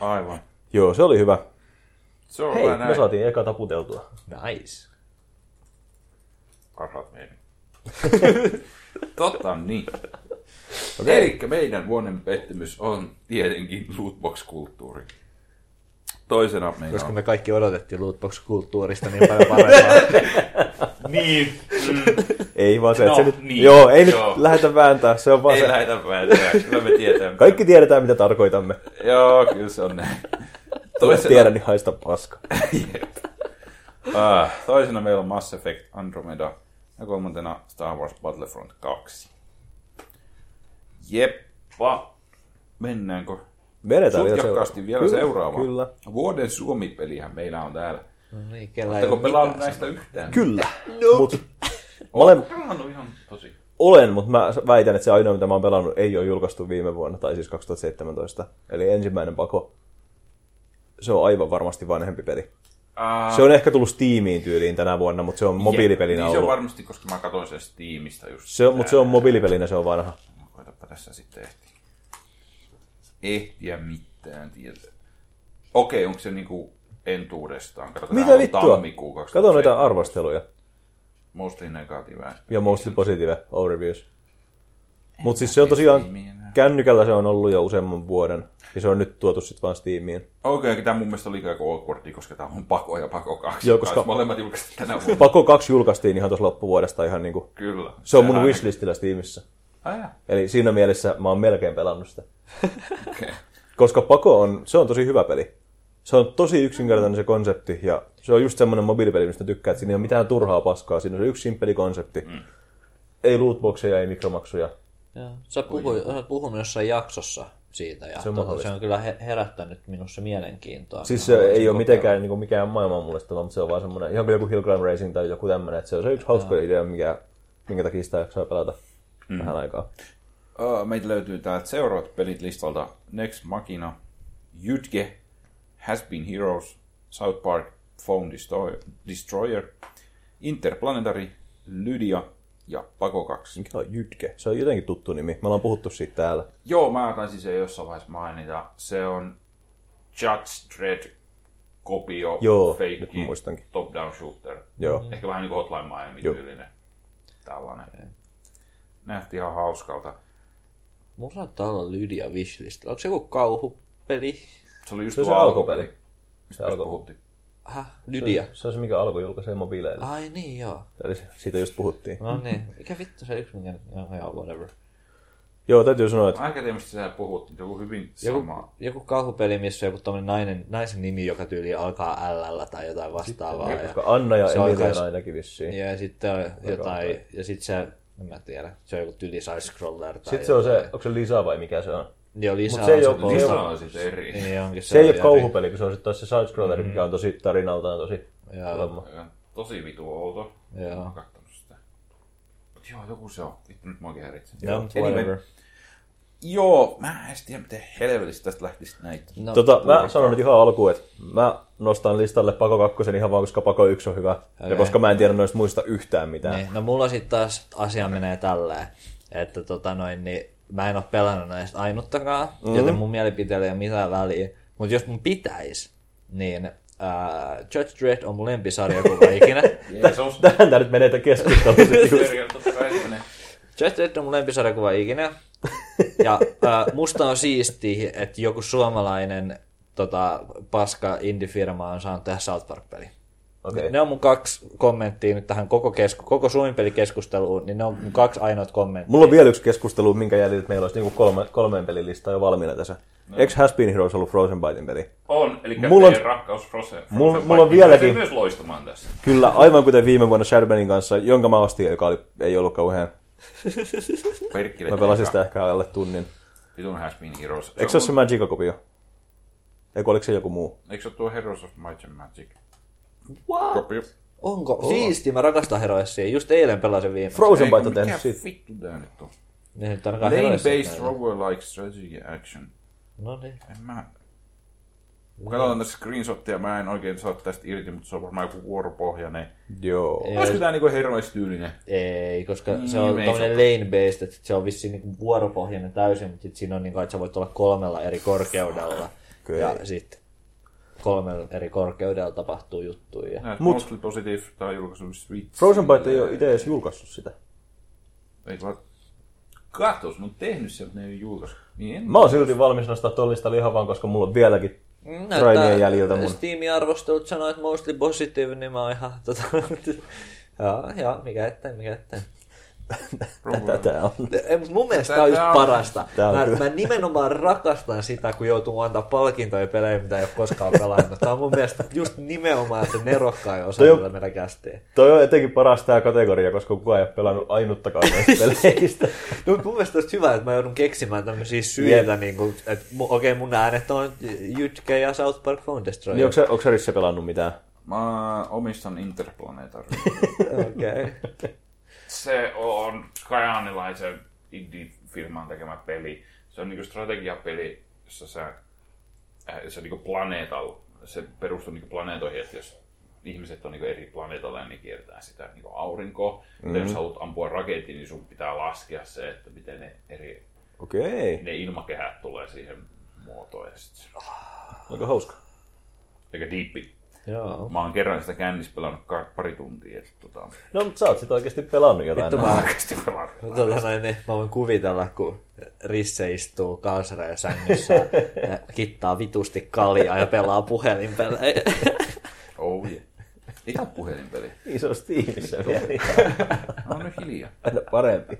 S1: Aivan.
S2: Joo, se oli hyvä.
S1: Se on
S2: Hei,
S1: vähän
S2: me
S1: näin.
S2: saatiin eka taputeltua.
S3: Nice.
S1: Parhaat meidän. Totta niin. Okay. Eli meidän vuoden pettymys on tietenkin lootbox-kulttuuri. Toisena meillä
S3: Koska
S1: on...
S3: me kaikki odotettiin lootbox-kulttuurista niin paljon parempaa.
S1: Niin.
S2: Ei vaan se,
S1: No,
S2: että se nyt...
S1: niin.
S2: Joo, ei
S1: Joo.
S2: nyt lähdetä vääntää. Se on vaan
S1: Ei
S2: se...
S1: lähetä päätään, kyllä me tiedämme.
S2: Kaikki tiedetään, mitä tarkoitamme.
S1: Joo, kyllä se on näin.
S2: Jos tiedän, niin haista paska.
S1: Jep. Ah, toisena meillä on Mass Effect Andromeda ja kolmantena Star Wars Battlefront 2. Jeppa. Mennäänkö
S2: Vedetään vielä
S1: sutjakkaasti vielä
S2: Kyllä,
S1: seuraavaan?
S2: Kyllä.
S1: Vuoden Suomi-pelihän meillä on täällä.
S3: niin, kellä ei
S1: Oletteko
S3: ole
S1: pelannut
S3: mitään.
S1: näistä yhtään?
S2: Kyllä. No. Mut, mä olen,
S1: Pelannut ihan tosi.
S2: olen, mutta mä väitän, että se ainoa, mitä mä oon pelannut, ei ole julkaistu viime vuonna, tai siis 2017. Eli ensimmäinen pako. Se on aivan varmasti vanhempi peli.
S1: Ah,
S2: Se on ehkä tullut Steamiin tyyliin tänä vuonna, mutta se on mobiilipelinä
S1: niin se on
S2: ollut.
S1: varmasti, koska mä katsoin sen Steamista just.
S2: Se on, mutta se on mobiilipelinä, se on vanha.
S1: No, Koetapa tässä sitten ehtiä. Ehtiä mitään tietää. Okei, onko se niinku entuudestaan? Katsotaan,
S2: Mitä
S1: täällä on
S2: vittua?
S1: Tammikuu 2007.
S2: Kato noita arvosteluja.
S1: Mostly negative.
S2: Ja mostly positive overviews. Mutta siis se on tosiaan, kännykällä se on ollut jo useamman vuoden. Ja se on nyt tuotu sitten vaan Steamiin.
S1: Okei, okay, tämä mun mielestä oli aika awkwardia, koska tämä on Pako ja Pako 2.
S2: Joo, koska-
S1: Kanssa Molemmat julkaistiin tänä vuonna.
S2: Pako 2 julkaistiin ihan tuossa loppuvuodesta ihan niinku...
S1: Kyllä.
S2: Se on mun
S1: aina-
S2: wishlistillä Steamissa.
S1: Ai jaa,
S2: Eli siinä mielessä mä oon melkein pelannut sitä.
S1: okei.
S2: Koska Pako on, se on tosi hyvä peli. Se on tosi yksinkertainen se konsepti ja se on just semmoinen mobiilipeli, mistä tykkää, että siinä ei ole mitään turhaa paskaa. Siinä on se yksi simppeli konsepti. Mm. Ei lootboxeja, ei mikromaksuja.
S3: Joo. Sä oot puhunut, sä oot puhunut jossain jaksossa siitä ja se on, tota,
S2: mahdollista.
S3: se on kyllä he- herättänyt minussa mielenkiintoa.
S2: Siis
S3: Mä
S2: se ei
S3: haluaisin
S2: ole mitenkään niin kuin mikään maailman mullistava, mutta se on vaan semmoinen, ihan kuin joku Hill Climb Racing tai joku tämmöinen, että se on se yksi hauska idea, mikä, minkä takia sitä jaksaa pelata mm. vähän aikaa.
S1: Öö, Meitä löytyy täältä seuraavat pelit listalta. Next Machina, Jytke, Has Been Heroes, South Park, Phone Destroyer, Destroyer Interplanetary, Lydia ja Pako 2.
S2: Mikä on Jytke? Se on jotenkin tuttu nimi. Me ollaan puhuttu siitä täällä.
S1: Joo, mä taisin sen jossain vaiheessa mainita. Se on Judge Dredd kopio,
S2: Joo, nyt mä
S1: fake,
S2: muistankin.
S1: top-down shooter.
S2: Joo.
S1: Ehkä vähän niin kuin Hotline Miami tyylinen. Tällainen. Nähti ihan hauskalta.
S3: Mulla saattaa olla Lydia Wishlist. Onko se joku kauhupeli?
S1: Se oli just
S2: Se on
S1: tuo
S2: se alkupeli.
S1: alkupeli.
S2: Se
S1: Tästä
S2: alkoi.
S1: puhuttiin.
S3: Häh? Lydia?
S2: Se on se, mikä alku julkaisee mobiileille.
S3: Ai niin, joo.
S2: Ah. Eli siitä just puhuttiin.
S3: No niin, mikä vittu se yksi, mikä nyt, joo, joo, whatever.
S2: Joo, täytyy sanoa, että
S1: Aikateemista sä puhut, niin joku hyvin
S3: Joku,
S1: sama.
S3: joku kauhupeli, missä on joku tommonen nainen, naisen nimi, joka tyyli alkaa LL tai jotain vastaavaa. Ja,
S2: koska Anna ja
S3: Se on
S2: Emilia
S3: kans-
S2: on ainakin vissiin.
S3: ja, sitten on jotain, ja sitten se, en mä tiedä, se on joku tyyli side-scroller tai
S2: Sitten se on se, onko se Lisa vai mikä se on?
S3: Joo, lisää
S2: se ei
S3: on
S2: oo-
S3: pois.
S2: se
S1: Lisa on siis eri.
S3: Niin onkin
S2: Se ei ole
S3: eri.
S2: kauhupeli, kun se on sitten taas se side-scroller, mikä on tosi tarinaltaan tosi
S3: Joo.
S2: lemma.
S1: Joo, Tosi vitu outo.
S3: Joo.
S1: Mä kattonut sitä. Mut joo, joku se on. Vittu, nyt muakin häiritsee.
S3: Joo, mutta whatever.
S1: Joo, mä en edes tiedä, miten helvellistä tästä lähtisi näitä.
S3: No,
S2: Tota, mä sanon nyt ihan alkuun, että mä nostan listalle Pako 2 ihan vaan, koska Pako 1 on hyvä. Ja
S3: Okei.
S2: koska mä en tiedä noista muista yhtään mitään.
S3: Niin, no mulla sitten taas asia menee tälleen, että tota noin, niin mä en ole pelannut näistä ainuttakaan, mm-hmm. joten mun mielipiteellä ei ole mitään väliä. Mutta jos mun pitäis, niin ää, Judge Dredd on mun lempisarjakuva ikinä.
S1: Ei, se on
S2: Tähän tää nyt menee tää keskustelu. sit just.
S1: Superior, totta kai semmonen.
S3: Judge Dredd on mun lempisarjakuva ikinä. Ja ää, musta on siisti, että joku suomalainen tota, paska indie-firma on saanut tehdä South Park-peli.
S2: Okei.
S3: Ne on mun kaksi kommenttia nyt tähän koko, kesku- koko Suomen pelikeskusteluun, niin ne on mun kaksi ainoat kommenttia.
S2: Mulla on vielä yksi keskustelu, minkä jäljiltä meillä olisi niinku kolme, kolmeen pelin listaa jo valmiina tässä.
S1: No.
S2: Eikö Has Been Heroes ollut Frozen Bytein peli?
S1: On, eli
S2: Mulla on-
S1: meidän rakkaus Frozen.
S2: Mulla-
S1: Frozen
S2: mulla on
S1: Bite.
S2: vieläkin-
S1: Se myös loistamaan tässä.
S2: Kyllä, aivan kuten viime vuonna Shadowbanin kanssa, jonka mä ostin, joka oli, ei ollut kauhean.
S1: Perkkele.
S2: Mä pelasin sitä ehkä alle tunnin.
S1: No, Vitun has been heroes.
S2: Eikö se ole se Magica-kopio? Eikö oliko se joku muu?
S1: Eikö se ole tuo Heroes of Might and Magic?
S3: What?
S1: Kopio.
S3: Onko? Oh. Siisti, mä rakastan Heroesia. Just eilen pelasin viime.
S2: Frozen
S1: Ei,
S2: Byte on
S1: mikä
S2: tehnyt siitä.
S1: vittu tää nyt on?
S3: Niin, nyt ainakaan
S1: Lane-based
S3: näin.
S1: roguelike strategy action.
S3: No niin.
S1: En mä... Kun katsotaan tässä screenshottia, mä en oikein saa tästä irti, mutta se on varmaan joku vuoropohjainen.
S2: Joo.
S3: Ei.
S1: Olisiko tää niinku Heroes-tyylinen?
S3: Ei, koska mm, se
S1: Niin,
S3: on
S1: me ei
S3: tommonen lane-based, että se on vissiin niinku vuoropohjainen täysin, mutta sit siinä on niinku, että sä voit olla kolmella eri korkeudella.
S2: Okei.
S3: Ja sit kolmella eri korkeudella tapahtuu juttuja.
S1: Näet
S2: Mut-
S1: mostly positive, tää on julkaisu Switch.
S2: Frozen Byte ei ole itse edes julkaissut sitä.
S1: Ei vaan... Katos, mä oon tehnyt sen, mutta ne ei ole julkaissut. Niin en...
S2: Mä oon silti valmis nostaa tollista lihavaan, koska mulla on vieläkin Rainien jäljiltä mun.
S3: Steam-arvostelut sanoo, että mostly positive, niin mä oon ihan tota... joo, joo, mikä ettei, mikä ettei.
S2: Tätä on.
S3: Ei, mut mun mielestä tämä on just
S1: Tää on-
S3: parasta.
S2: tää on
S3: Mä,
S2: kyllä.
S3: mä nimenomaan rakastan sitä, kun joutuu antaa palkintoja pelejä, mitä ei ole koskaan pelannut. Tämä on mun mielestä just nimenomaan se nerokkain osa,
S2: Toi on-
S3: mitä meidän kästiin.
S2: Toi on etenkin paras tää kategoria, koska kukaan ei ole pelannut ainuttakaan näistä peleistä.
S3: No, mut mun mielestä olisi hyvä, että mä joudun keksimään tämmöisiä syitä,
S2: Jep.
S3: niin kuin, että mu- okei, mun äänet on Jytke ja South Park Phone Destroyer.
S2: niin onko se, onko se Risse pelannut mitään?
S1: Mä omistan Interplanetarin.
S3: Okei. Okay.
S1: se on kajaanilaisen indie-firman tekemä peli. Se on niinku strategiapeli, jossa sä, äh, se niinku planeetalla, se perustuu niinku planeetoihin, että jos ihmiset on niinku eri planeetalla ja ne kiertää sitä niinku aurinkoa. Mm-hmm. Jos haluat ampua raketin, niin sun pitää laskea se, että miten ne eri
S2: Okei.
S1: ne ilmakehät tulee siihen muotoon. Ja sit se on
S2: Aika hauska.
S1: aika diippi.
S3: Joo.
S1: Mä oon kerran sitä kännissä pelannut ka- pari tuntia. Että tota,
S2: No, mutta sä oot sit oikeesti pelannut jotain.
S3: Vittu,
S2: näin.
S3: mä-
S1: oikeasti pelannut.
S3: No, tota noin, niin mä voin kuvitella, kun Risse istuu kalsareja sängyssä ja kittaa vitusti kaljaa ja pelaa puhelinpelejä.
S1: Oh yeah. Ihan puhelinpeli.
S2: Niin se on Steamissa vielä. niin
S1: No nyt hiljaa.
S2: Aina parempi.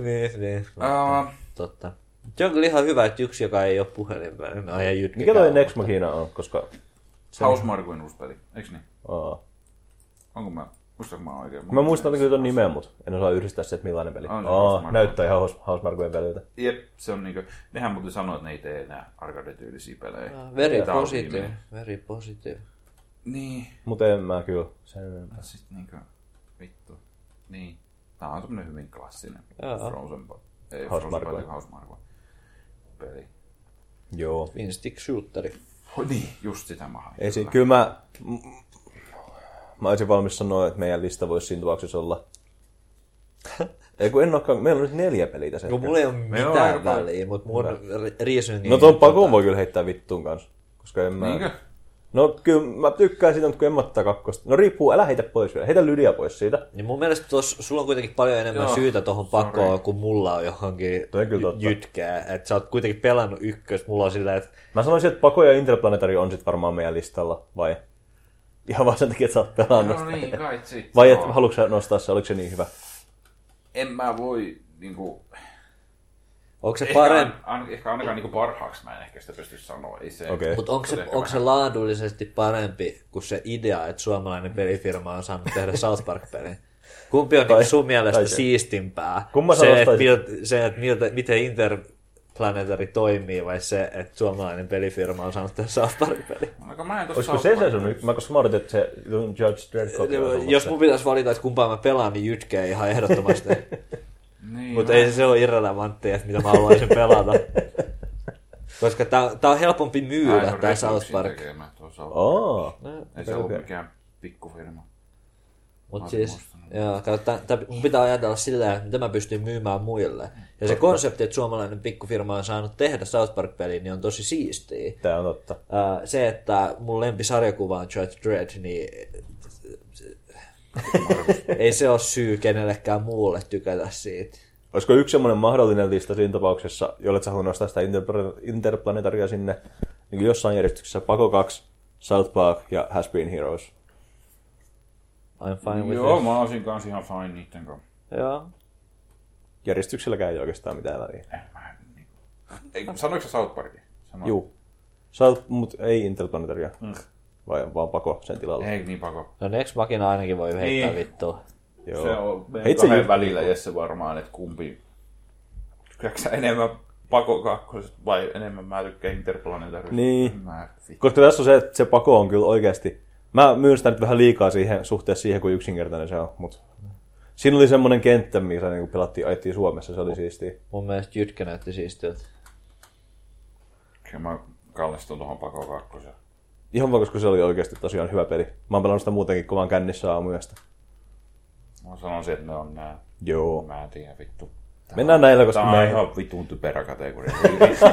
S3: niin, niin.
S1: Uh,
S3: Totta. Se on kyllä ihan hyvä, että yksi, joka ei ole puhelinpelejä, no ei jytkä.
S2: Mikä toi Next Machina on? Koska...
S1: House Markuin uusi peli, eikö niin?
S2: Aa.
S1: Onko mä, muistanko mä oikein?
S2: Mä muistan kyllä ton nimen, mut en osaa yhdistää se, että millainen peli.
S1: On se
S2: Aa,
S1: Housemarque.
S2: näyttää ihan House- Housemarqueen peliltä.
S1: Jep, se on niinku, nehän muuten sanoo, että ne ei tee enää arcade-tyylisiä pelejä.
S3: Very
S1: Tää on
S3: positive,
S1: viimeinen.
S3: very positive.
S1: Niin,
S2: Mut en mä kyllä sen enempää.
S1: sit niinku, vittu. Niin. Tää on semmonen hyvin klassinen
S3: Joo.
S1: Frozen Bo- ei
S2: House
S1: Frozen
S2: Marque.
S1: Bo- vaan House Marque peli.
S2: Joo.
S3: Finstick shooteri.
S1: Oh, niin, just sitä mä hain.
S2: Ei siinä, kyllä mä... m- Mä olisin valmis sanoa, että meidän lista voisi siinä tapauksessa olla... Ei kun en olekaan, meillä on nyt neljä peliä tässä.
S3: No
S2: ehkä.
S3: mulla ei ole
S1: Meillä on aika
S3: mitään
S1: paljon.
S3: väliä, mutta mun ri- riisyn...
S2: No ton pakon voi kyllä heittää vittuun kanssa. Koska en mä...
S1: Niinkö?
S2: No kyllä mä tykkään siitä, mutta kun en mä ottaa kakkosta. No riippuu, älä heitä pois vielä. Heitä Lydia pois siitä.
S3: Niin mun mielestä tos, sulla on kuitenkin paljon enemmän
S1: Joo,
S3: Joo, syytä tuohon pakoon kuin mulla on johonkin
S2: Toi on kyllä totta.
S3: jytkää. Että sä oot kuitenkin pelannut ykkös, mulla on silleen, että
S2: Mä sanoisin, että Pako ja Interplanetari on sit varmaan meidän listalla, vai? Ihan vaan sen takia, että sä oot pelannut.
S1: No niin, kai sit.
S2: Vai et,
S1: Joo.
S2: haluatko sä nostaa se, oliko se niin hyvä?
S1: En mä voi niinku...
S3: Onko se
S1: Ehkä,
S3: parempi?
S1: an, an, ehkä ainakaan niinku parhaaksi mä en ehkä sitä pysty sanoa. Ei se...
S2: Okei.
S3: Mutta onko se,
S1: Ehkä
S3: onko se laadullisesti parempi kuin se idea, että suomalainen pelifirma on saanut tehdä South Park-pelin? Kumpi on tai, sun mielestä
S2: tai
S3: tai
S2: se.
S3: siistimpää?
S2: Kumman sä
S3: se, että
S2: nostaisit?
S3: miltä, se, että miltä, miten Interplanetary toimii vai se, että suomalainen pelifirma on saanut tehdä South Park-pelin?
S1: Ainakaan mä en tossa
S2: Olisiko se se
S1: South
S2: sun, mä koska mä odotin, että se Judge Dreadcock on
S3: Jos
S2: se.
S3: mun pitäisi valita, että kumpaa mä pelaan, niin jytkeä ihan ehdottomasti.
S1: Park- Niin,
S3: Mutta
S1: mä-
S3: ei se- se ole irrelevanttia, että mitä mä haluaisin pelata. Koska tää, tää on helpompi
S1: mä en
S3: myydä,
S1: oo
S3: tää
S1: Reflexin
S3: South Park.
S1: tekemä tuo South Park.
S2: Oo.
S1: Ei se ollut
S2: Oh, okei.
S1: mikään pikkufirma.
S3: Mutta siis, joo, kato, tä- tä- mun pitää ajatella sillä tavalla, että mitä mä pystyn myymään muille. Ja se konsepti, että suomalainen pikkufirma on saanut tehdä South Park-peliin, niin on tosi siistiä.
S2: Tää on totta.
S3: Ää, se, että mun lempisarjakuva on Judge Dredd, niin ei se ole syy kenellekään muulle tykätä siitä.
S2: Olisiko yksi semmoinen mahdollinen lista siinä tapauksessa, jolle sä haluat nostaa sitä interpla- interplanetaria sinne niin jossain järjestyksessä Pako 2, South Park ja Has Been Heroes?
S3: I'm fine with
S1: Joo,
S3: it.
S1: mä olisin kans ihan fine niitten kanssa.
S3: Joo.
S2: Järjestykselläkään ei oikeastaan mitään väliä.
S1: Mä en niinku- Ei, Sanoitko sä South Parkin? Sano.
S2: Juu. South, mut ei interplanetaria. Mm. Vai vaan Pako sen tilalle.
S1: Ei niin pako.
S3: No Next Magina ainakin voi heittää
S1: Niin.
S3: vittua.
S2: Joo.
S1: Se on meidän
S2: Itse
S1: kahden
S2: just-
S1: välillä Jesse varmaan, että kumpi... Tykkääkö sä enemmän Pako kakkosesta vai enemmän mä tykkään Interplanetarista?
S2: Niin.
S1: Mä vittu.
S2: Koska tässä on se, että se Pako on kyllä oikeasti... Mä myyn sitä nyt vähän liikaa siihen, suhteessa siihen, kuin yksinkertainen se on, mut... Siinä oli semmoinen kenttä, missä niinku pelattiin, ajettiin Suomessa, se oli siistiä.
S3: Mun mielestä Jytkä näytti siistiltä.
S1: Kyllä mä kallistun tuohon Pako kakkoseen.
S2: Ihan vaan, koska se oli oikeasti tosiaan hyvä peli. Mä oon pelannut sitä muutenkin, kun mä oon kännissä aamuyöstä.
S1: Mä sanoisin, että ne on nää.
S2: Joo.
S1: Mä en tiedä vittu. Tää
S2: Mennään näillä, koska
S1: Tää
S2: mä...
S1: on ihan vitun typerä kategoria. Ei vittu.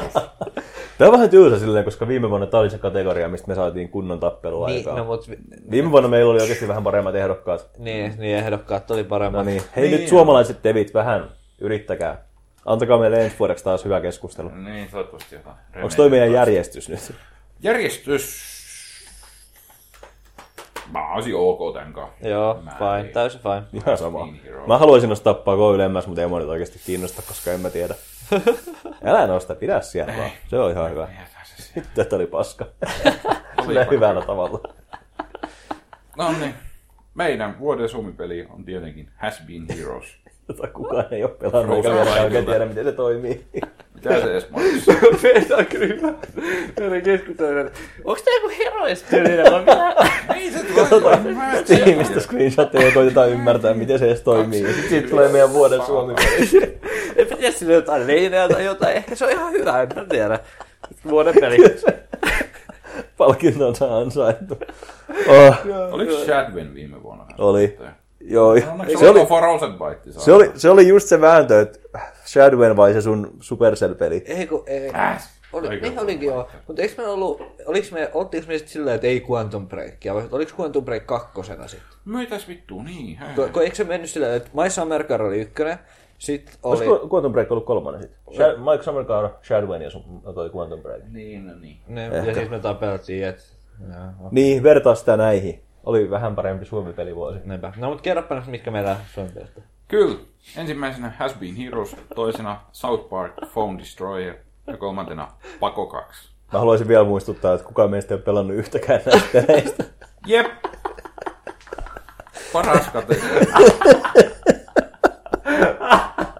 S2: Tää on vähän tylsä silleen, koska viime vuonna tää oli se kategoria, mistä me saatiin kunnon tappelua
S3: Niin,
S2: aikaan.
S3: no mut,
S2: Viime vuonna meillä oli oikeasti vähän paremmat ehdokkaat.
S3: niin, niin ehdokkaat oli paremmat.
S2: No niin. Hei niin. nyt suomalaiset tevit vähän, yrittäkää. Antakaa meille ensi vuodeksi taas hyvä keskustelu.
S1: niin, toivottavasti jotain.
S2: Onko toi meidän järjestys nyt?
S1: Järjestys. Mä olisin ok tän kanssa.
S3: Joo,
S1: Mä
S3: fine,
S1: en-
S3: täysin fine.
S2: Ihan sama.
S1: Niin, hero.
S2: Mä haluaisin nostaa pako ylemmäs, mutta ei mua nyt oikeasti kiinnosta, koska en mä tiedä. Älä nosta, pidä siellä vaan. Se on ihan hyvä.
S1: Jätän se siihen.
S2: Tätä oli paska. Sillä hyvällä tavalla.
S1: No niin. Meidän vuoden suomipeli on tietenkin Has Been Heroes.
S2: Jota Tota, kukaan ei ole pelannut,
S1: Ruusu
S2: eikä vielä
S1: kaikilta.
S2: oikein tiedä, miten se toimii.
S1: Mitä se edes mainitsi?
S3: Tämä on kyllä hyvä. Meidän keskustelun. Onko tämä joku heroistyyllinen vai mitä?
S1: Ei se tuota. Mä en tiedä.
S2: Tiimistä screenshotteja ja koitetaan ymmärtää, miten se edes toimii. Sitten siitä tulee meidän vuoden suomi.
S3: En mä tiedä sille jotain leineä tai jotain. Ehkä se on ihan hyvä, en mä tiedä. Vuoden peli.
S2: Palkinto on ansaittu. Oh,
S1: Oliko Shadwin viime vuonna?
S2: oli. Joo, se oli,
S1: for Rosenbite.
S2: se, oli, se oli just se vääntö, että Shadwen vai se sun Supercell-peli.
S3: Ei kun, ei.
S1: Äs.
S3: Oli,
S1: Eikö
S3: niin
S1: ollut?
S3: olikin joo. Mutta eikö me ollut, oliks me, oltiinko me sitten sillä, että ei Quantum Breakia, vai oliko Quantum Break kakkosena sitten?
S1: Myytäis vittu, niin. hei.
S3: Ko, ko, eikö se mennyt sillä, että My Summer Girl oli ykkönen, sit oli...
S2: Olisiko Quantum Break ollut kolmannen sitten? Shad- Mike Summercar, Shadwen ja sun toi Quantum Break.
S1: Niin, no niin.
S3: Ne, ja siis me tapeltiin, että... Joo,
S2: Niin, vertaa sitä näihin. Oli vähän parempi suomi vuosi.
S3: näinpä. No mut kerropa nyt, mitkä meillä on tehty.
S1: Kyllä. Ensimmäisenä Has Been Heroes, toisena South Park Phone Destroyer ja kolmantena Pako 2.
S2: Mä haluaisin vielä muistuttaa, että kukaan meistä ei ole pelannut yhtäkään näistä peleistä.
S1: Jep. Paras kategoria.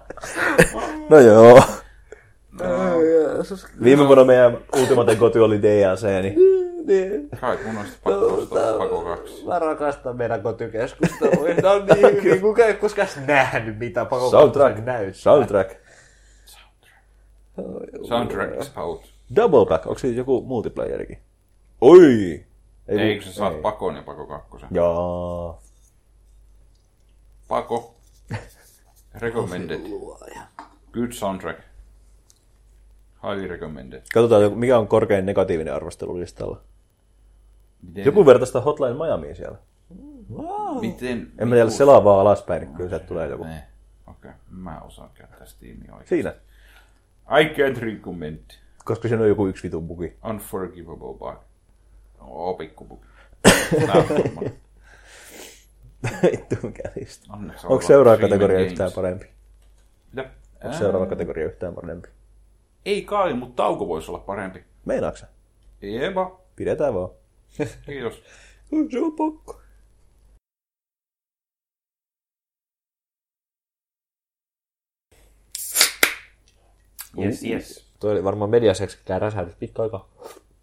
S2: No joo.
S1: No.
S2: Viime vuonna meidän Ultimate Goty oli DLC, niin
S3: Niin.
S1: Kai mun olisi pakko ostaa Pako 2.
S3: Mä rakastan meidän kotikeskusteluja. Nää on niin hyviä. Kuka ei koskaan edes nähnyt mitä pakon
S2: soundtrack,
S3: näyttää.
S2: soundtrack,
S1: Soundtrack out.
S2: double back, onko siitä joku multiplayerikin? Oi! Ei,
S1: Eikö sä
S2: Niin.
S1: saat pakon ja pako kakkosen?
S2: Jaa.
S1: Pako. Recommended. Good soundtrack. Highly recommended.
S2: Katsotaan, mikä on korkein negatiivinen arvostelu listalla.
S1: Miten,
S2: Joku vertaa sitä Hotline Miamiin siellä.
S1: miten, niinku-
S2: En mä tiedä, selaa vaan alaspäin, niin kyllä sieltä tulee joku.
S1: Okei, okay. mä osaan käyttää Steamia oikein.
S2: Siinä.
S1: I can't recommend.
S2: Koska siinä on joku yksi vitun bugi.
S1: Unforgivable bug. Oo, pikku bug. Näyttämään.
S2: Vittu käristä.
S1: Onneksi
S2: Onko
S1: olkoon.
S2: seuraava
S1: Dreaming
S2: kategoria
S1: Games.
S2: yhtään parempi?
S1: Mitä? Ää,
S2: Onko seuraava kategoria yhtään parempi?
S1: Ei kai, mutta tauko voisi olla parempi.
S2: Meinaatko sä?
S1: Jeba,
S2: Pidetään vaan.
S1: kiitos.
S2: Se on pakko.
S1: Yes, yes.
S3: Tuo oli varmaan mediaseksikään räsähdys pitkä aika.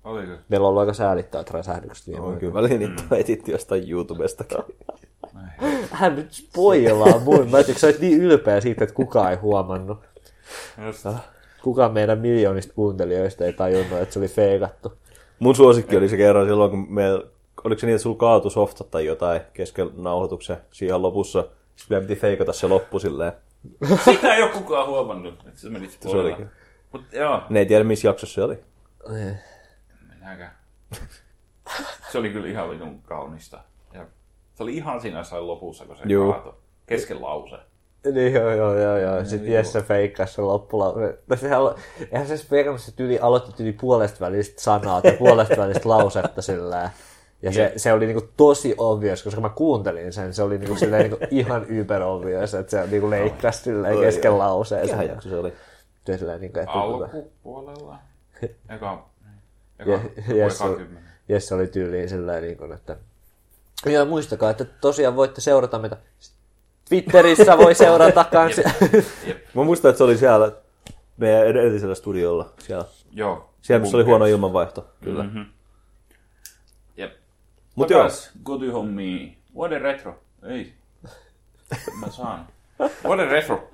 S1: Oli se.
S3: Meillä on ollut aika säälittävät räsähdykset viime
S2: On
S3: aikoina. Mm.
S2: kyllä väliin niitä on etitty jostain YouTubestakin.
S3: Hän nyt spoilaa mun. Mä ajattelin, sä olet niin ylpeä siitä, että kukaan ei huomannut.
S1: Just.
S3: Kukaan meidän miljoonista kuuntelijoista ei tajunnut, että se oli feikattu.
S2: Mun suosikki oli se kerran silloin, kun me, oliko se niin, että sulla kaatui softa tai jotain kesken nauhoituksen siihen lopussa. Sitten meidän piti feikata se loppu silleen.
S1: Sitä ei ole kukaan huomannut, että se meni
S2: oli
S1: spoilaa.
S2: kyllä.
S1: Mutta joo,
S2: Ne ei tiedä, missä jaksossa se oli.
S1: minäkään. Se oli kyllä ihan vitun kaunista. Ja se oli ihan siinä jossain lopussa, kun se
S2: Juu.
S1: kaato. Kesken lause.
S3: Niin joo, joo, joo, joo. Sitten Jesse feikkasi sen loppulla. No sehän, alo- eihän se feikannut se tyyli, aloitti tyyli puolesta välistä sanaa tai puolesta välistä lausetta sillä ja se, se oli niinku tosi obvious, koska mä kuuntelin sen, se oli niinku silleen niinku ihan yper obvious, että se niinku leikkasi silleen kesken lauseen.
S2: Mikähän jakso se oli?
S3: Sitten silleen niinku, että
S1: Alkupuolella. Eka, eka,
S3: Ja- ja
S1: eka
S3: se-
S1: kymmenen.
S3: Jesse oli tyyliin sillä niin kuin, että... Ja muistakaa, että tosiaan voitte seurata meitä. Twitterissä voi seurata kanssa.
S2: Mä muistan, että se oli siellä meidän edellisellä studiolla. Siellä,
S1: Joo.
S2: siellä missä oli huono ilmanvaihto. Kyllä.
S3: Mm-hmm.
S1: Jep.
S2: Mut
S1: Mut joo. Koty hommi. Vuoden retro. Ei. Mä saan. Vuoden retro.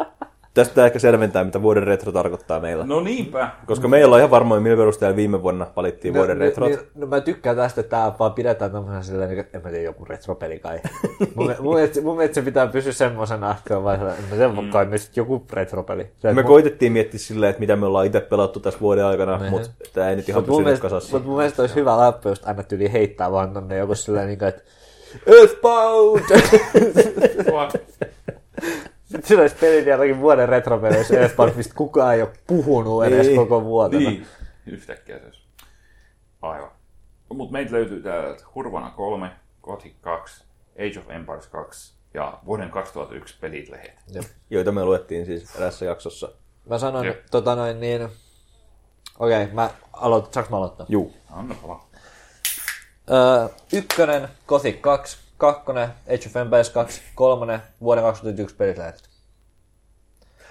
S2: Tästä pitää ehkä selventää, mitä vuoden retro tarkoittaa meillä.
S1: No niinpä.
S2: Koska meillä on ihan varmoin, millä perusteella viime vuonna valittiin vuoden
S3: No,
S2: retrot.
S3: niin, no, mä tykkään tästä, että tää vaan pidetään tämmöisen silleen, niin kuin, että en mä tiedä, joku retropeli kai. mun, mielestä- mun, mielestä- mun mielestä se pitää pysyä semmoisena, että on vaan sellainen, että se
S2: Mm.
S3: on kai myös joku retropeli. Se,
S2: Me
S3: mun-
S2: koitettiin miettiä silleen, että mitä me ollaan itse pelattu tässä vuoden aikana, mutta tämä ei nyt ihan
S3: mut mun
S2: pysynyt
S3: mielestä,
S2: kasassa.
S3: mut mun mielestä olisi hyvä läppä, jos aina tyyli heittää vaan tonne joku silleen, niin kuin, että Earthbound! Sitten olisi pelin jälkeen vuoden retropeli, jos Earthbound, mistä kukaan ei ole puhunut edes
S2: Niin.
S3: koko vuotena.
S1: Niin. Yhtäkkiä se olisi. Aivan. Mut meitä löytyy täältä Hurvana 3, Gothic 2, Age of Empires 2 ja vuoden 2001 pelit lehet.
S2: joita me luettiin siis erässä jaksossa.
S3: Mä sanon,
S1: Jep.
S3: että tota noin niin... Okei, okay, mä aloitan. Saanko mä aloittaa?
S2: Juu.
S1: Anna palaa.
S3: Öö, ykkönen, Gothic 2, kakkonen, Age of Empires 2, kolmonen, vuoden 2001 pelit lähetet.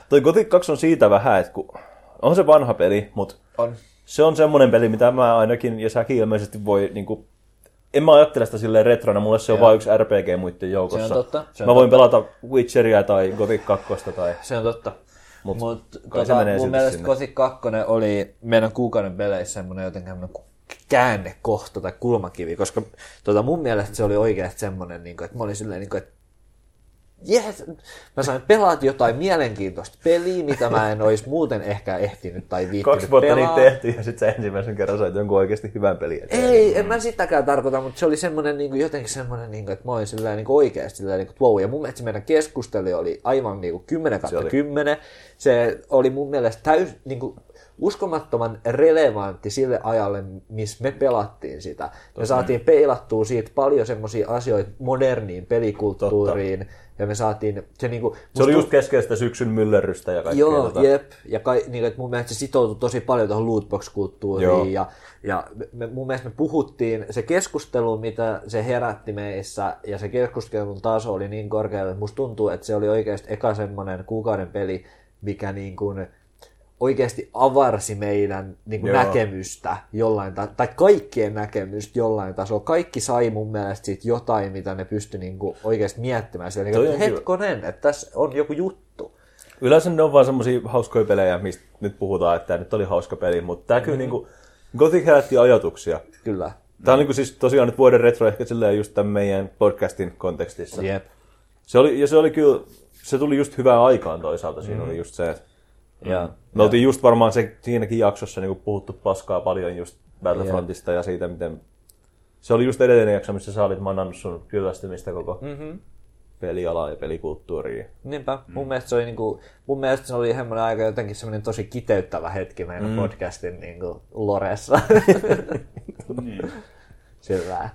S2: Toi Gothic 2 on siitä vähän, että kun on se vanha peli, mutta
S3: On.
S2: se on semmoinen peli, mitä mä ainakin, ja säkin ilmeisesti voi, niin kuin, en mä ajattele sitä silleen retrona, mulle se on vain yksi RPG muiden joukossa.
S3: Se on totta, se on
S2: mä voin pelata Witcheria tai Gothic 2 tai...
S3: Se on totta.
S2: Mut
S3: Mut, Mut
S2: kai se
S3: tota,
S2: menee
S3: mun
S2: silti
S3: mielestä
S2: sinne.
S3: Gothic 2 oli meidän kuukauden peleissä semmoinen jotenkin semmoinen käännekohta tai kulmakivi, koska tota, mun mielestä se oli oikeasti semmoinen, niin että mä olin silleen, niin kuin, että Yes. Mä sain pelata jotain mielenkiintoista peliä, mitä mä en olisi muuten ehkä ehtinyt tai viittinyt
S2: Kaksi vuotta
S3: pelaa.
S2: niitä tehtiin ja sitten sä ensimmäisen kerran sait jonkun oikeasti hyvän pelin. eteen.
S3: Ei, en mä sitäkään tarkoita, mutta se oli semmoinen niin kuin, jotenkin semmoinen, niin kuin, että mä olin sillä niin oikeasti sillä niin kuin, että wow. Ja mun mielestä se meidän keskustelu oli aivan niin kuin 10 kautta
S2: oli.
S3: 10. Se oli mun mielestä täys, niin kuin, uskomattoman relevantti sille ajalle, missä me pelattiin sitä. Me saatiin peilattua siitä paljon semmoisia asioita moderniin pelikulttuuriin. Ja me saatiin, se, niin kuin,
S2: Se oli just keskeistä syksyn myllerrystä ja kaikkea.
S3: Joo,
S2: tota.
S3: jep. Ja kai, niin, että mun mielestä se sitoutui tosi paljon tuohon
S2: Joo.
S3: lootbox-kulttuuriin. Ja, ja me, mun mielestä me puhuttiin, se keskustelu, mitä se herätti meissä, ja se keskustelun taso oli niin korkealla, että musta tuntuu, että se oli oikeasti eka semmoinen kuukauden peli, mikä niin kuin oikeasti avarsi meidän niin kuin
S2: Joo.
S3: näkemystä jollain ta- tai kaikkien näkemystä jollain tasolla. Kaikki sai mun mielestä siitä jotain, mitä ne pystyi niin kuin oikeasti miettimään. Siellä, niin
S2: Toi
S3: kuin,
S2: on kyllä.
S3: hetkonen, että tässä on joku juttu.
S2: Yleensä ne on vaan semmoisia hauskoja pelejä, mistä nyt puhutaan, että tämä nyt oli hauska peli, mutta tämä
S3: Mm.
S2: kyllä mm-hmm. niinku, Gothic herätti ajatuksia.
S3: Kyllä.
S2: Tämä on niinku siis tosiaan nyt vuoden retro ehkä silleen just tämän meidän podcastin kontekstissa.
S3: Jep.
S2: Se oli, ja se oli kyllä, se tuli just hyvään aikaan toisaalta, siinä oli just se, että
S3: Mm. Ja,
S2: me oltiin just varmaan se, siinäkin jaksossa niinku puhuttu paskaa paljon just Battlefrontista ja siitä, miten se oli just edellinen jakso, missä sä olit mannannut sun kyllästymistä koko mm-hmm. pelialaa ja pelikulttuuriin.
S3: niinpä. Mm. Mun, mielestä se oli, niinku, mun mielestä se oli semmoinen aika jotenkin semmoinen tosi kiteyttävä hetki meidän mm. podcastin niinku, loressa.
S1: Niin.
S3: Sillä